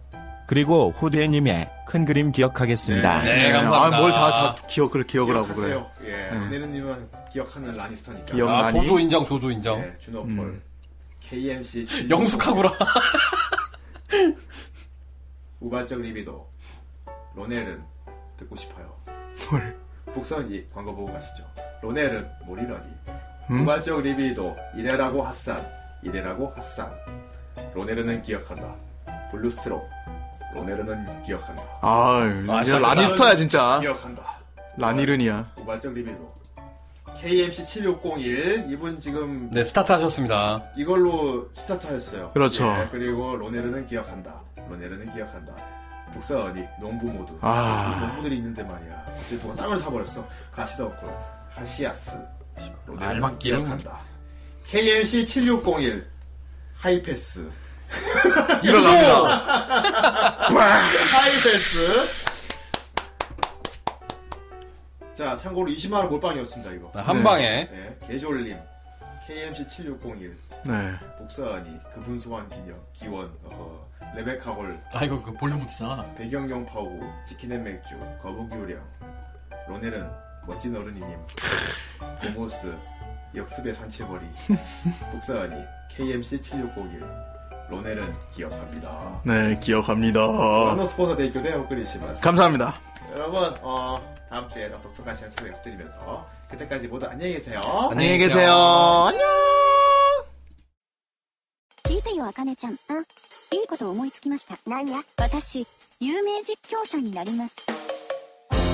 [SPEAKER 6] 그리고 호대님의 큰 그림 기억하겠습니다.
[SPEAKER 2] 네, 감사합니다.
[SPEAKER 3] 아, 뭘 다 기억을 기억을 하고 그래. 네.
[SPEAKER 1] 기억하세요. 예. 내는님은 기억하는 라니스터니까.
[SPEAKER 3] 기억- 음.
[SPEAKER 2] 아,
[SPEAKER 3] 많이.
[SPEAKER 2] 조조 인정, 조조 인정.
[SPEAKER 3] 네.
[SPEAKER 1] 예, 준호폴. KMC 준
[SPEAKER 2] 영숙하구라.
[SPEAKER 1] 우발적 리비도. 로넬은 듣고 싶어요. 복선이 광고 보고 가시죠. 로넬은 모리러니.
[SPEAKER 3] 음?
[SPEAKER 1] 우발적 리비도 이래라고 핫산. 이래라고 핫산. 로넬은 기억한다. 블루스트로. 로넬은 기억한다.
[SPEAKER 3] 아,
[SPEAKER 2] 진짜
[SPEAKER 3] 야, 라니스터야 진짜.
[SPEAKER 1] 기억한다.
[SPEAKER 3] 라니른이야.
[SPEAKER 1] 우발적 리뷰로 KMC 7601 이분 지금
[SPEAKER 2] 네, 스타트 하셨습니다.
[SPEAKER 1] 이걸로 시사타였어요.
[SPEAKER 3] 그렇죠.
[SPEAKER 1] 예, 그리고 로네르는 기억한다. 로네르는 기억한다. 복사 언니 농부 모두
[SPEAKER 3] 아.
[SPEAKER 1] 이 농부들이 있는데 말이야. 이제 누가 땅을 사버렸어. 가시더콜 하시아스 로네르는
[SPEAKER 2] 알맞기름.
[SPEAKER 1] 기억한다. KMC 7601 하이패스
[SPEAKER 3] 일어납니다.
[SPEAKER 1] 하이패스 자 참고로 20만원 몰빵이었습니다 이거
[SPEAKER 2] 한
[SPEAKER 3] 네.
[SPEAKER 2] 방에.
[SPEAKER 1] 예, 개졸님 KMC 7601
[SPEAKER 3] 네.
[SPEAKER 1] 복사하니 그분 소환 기념 기원 어, 레베카 홀
[SPEAKER 2] 아, 이거 그 볼륨부트잖아.
[SPEAKER 1] 배경용 파우 치킨앤 맥주 거북유령 로넬은 멋진 어른이님 도모스 역습의 산채벌이 복사하니 KMC 7601 로넬은 기억합니다.
[SPEAKER 3] 네, 기억합니다.
[SPEAKER 1] 만노 스포서 대교 대학 끓이시마스
[SPEAKER 3] 감사합니다.
[SPEAKER 1] 여러분 어, 다음 주에 더 독특한 시간 찾아 약드리면서 그때까지 모두 안녕히 계세요.
[SPEAKER 3] 안녕히 계세요. 안녕.
[SPEAKER 5] 聞いてよ、あかねちゃん。あ、いいこと思いつきました。何や私、有名実況者になります。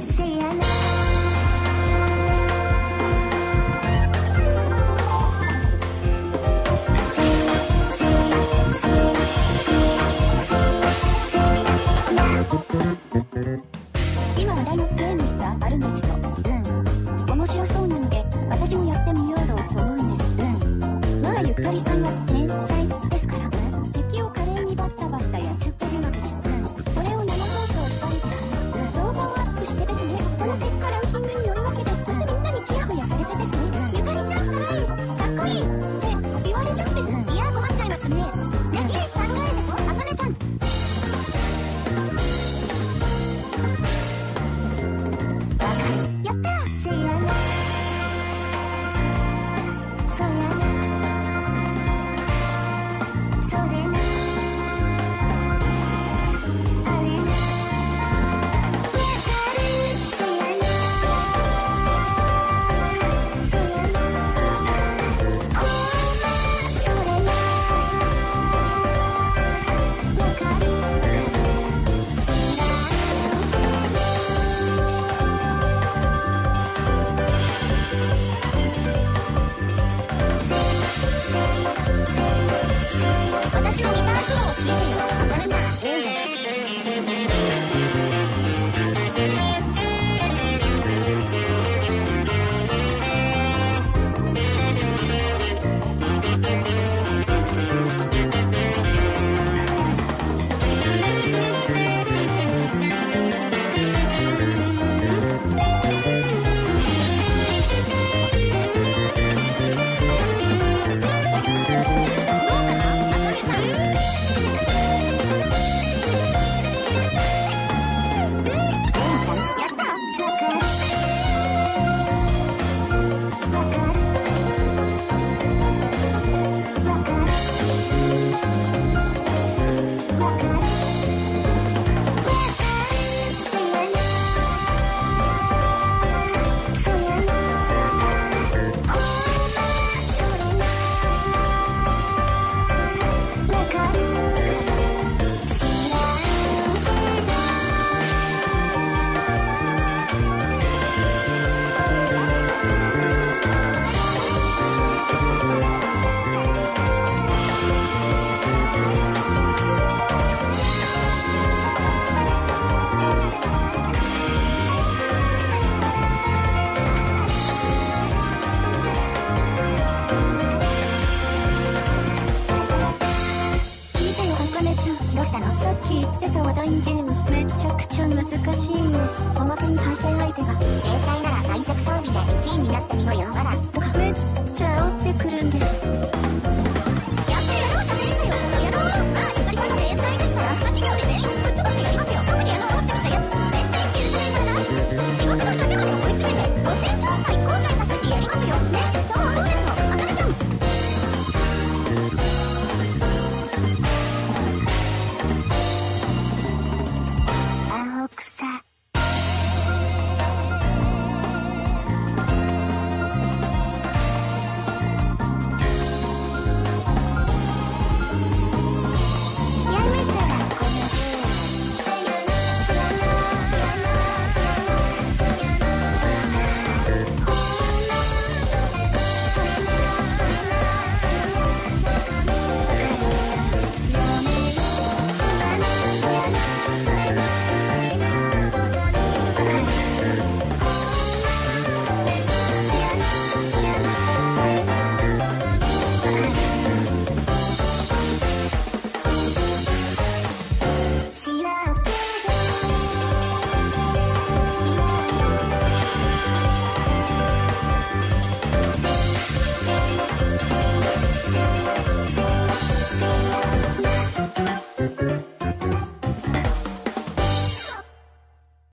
[SPEAKER 5] せやな。せやせやせやせやせやせやな今話題のゲームがあるんですよ。うん。面白そうなので、私もやってみようと思うんです。うん。まあ、ゆかりさんは天才ですから。うん敵を華麗にバッタバッタやっちゃってるわけです。うん。それを生放送したりですね。うん動画をアップしてですね。この結果ランキングによるわけです。そしてみんなにチヤホヤされてですね。ゆかりちゃんかわいいかっこいいって言われちゃうんです。いや、困っちゃいますね。ね、いい考えでしょあかねちゃん。やったーせやなそやなそれなあれなあれせやなそやなこんなそれなわかる知らん私はギターソロをしてるよ。あれじゃん、ゲームだよ。聞いたよあかねちゃんどうしたのさっき言ってた話題のゲームめちゃくちゃ難しいおまけに対戦相手が天才なら最弱装備で1位になってみろよあらとか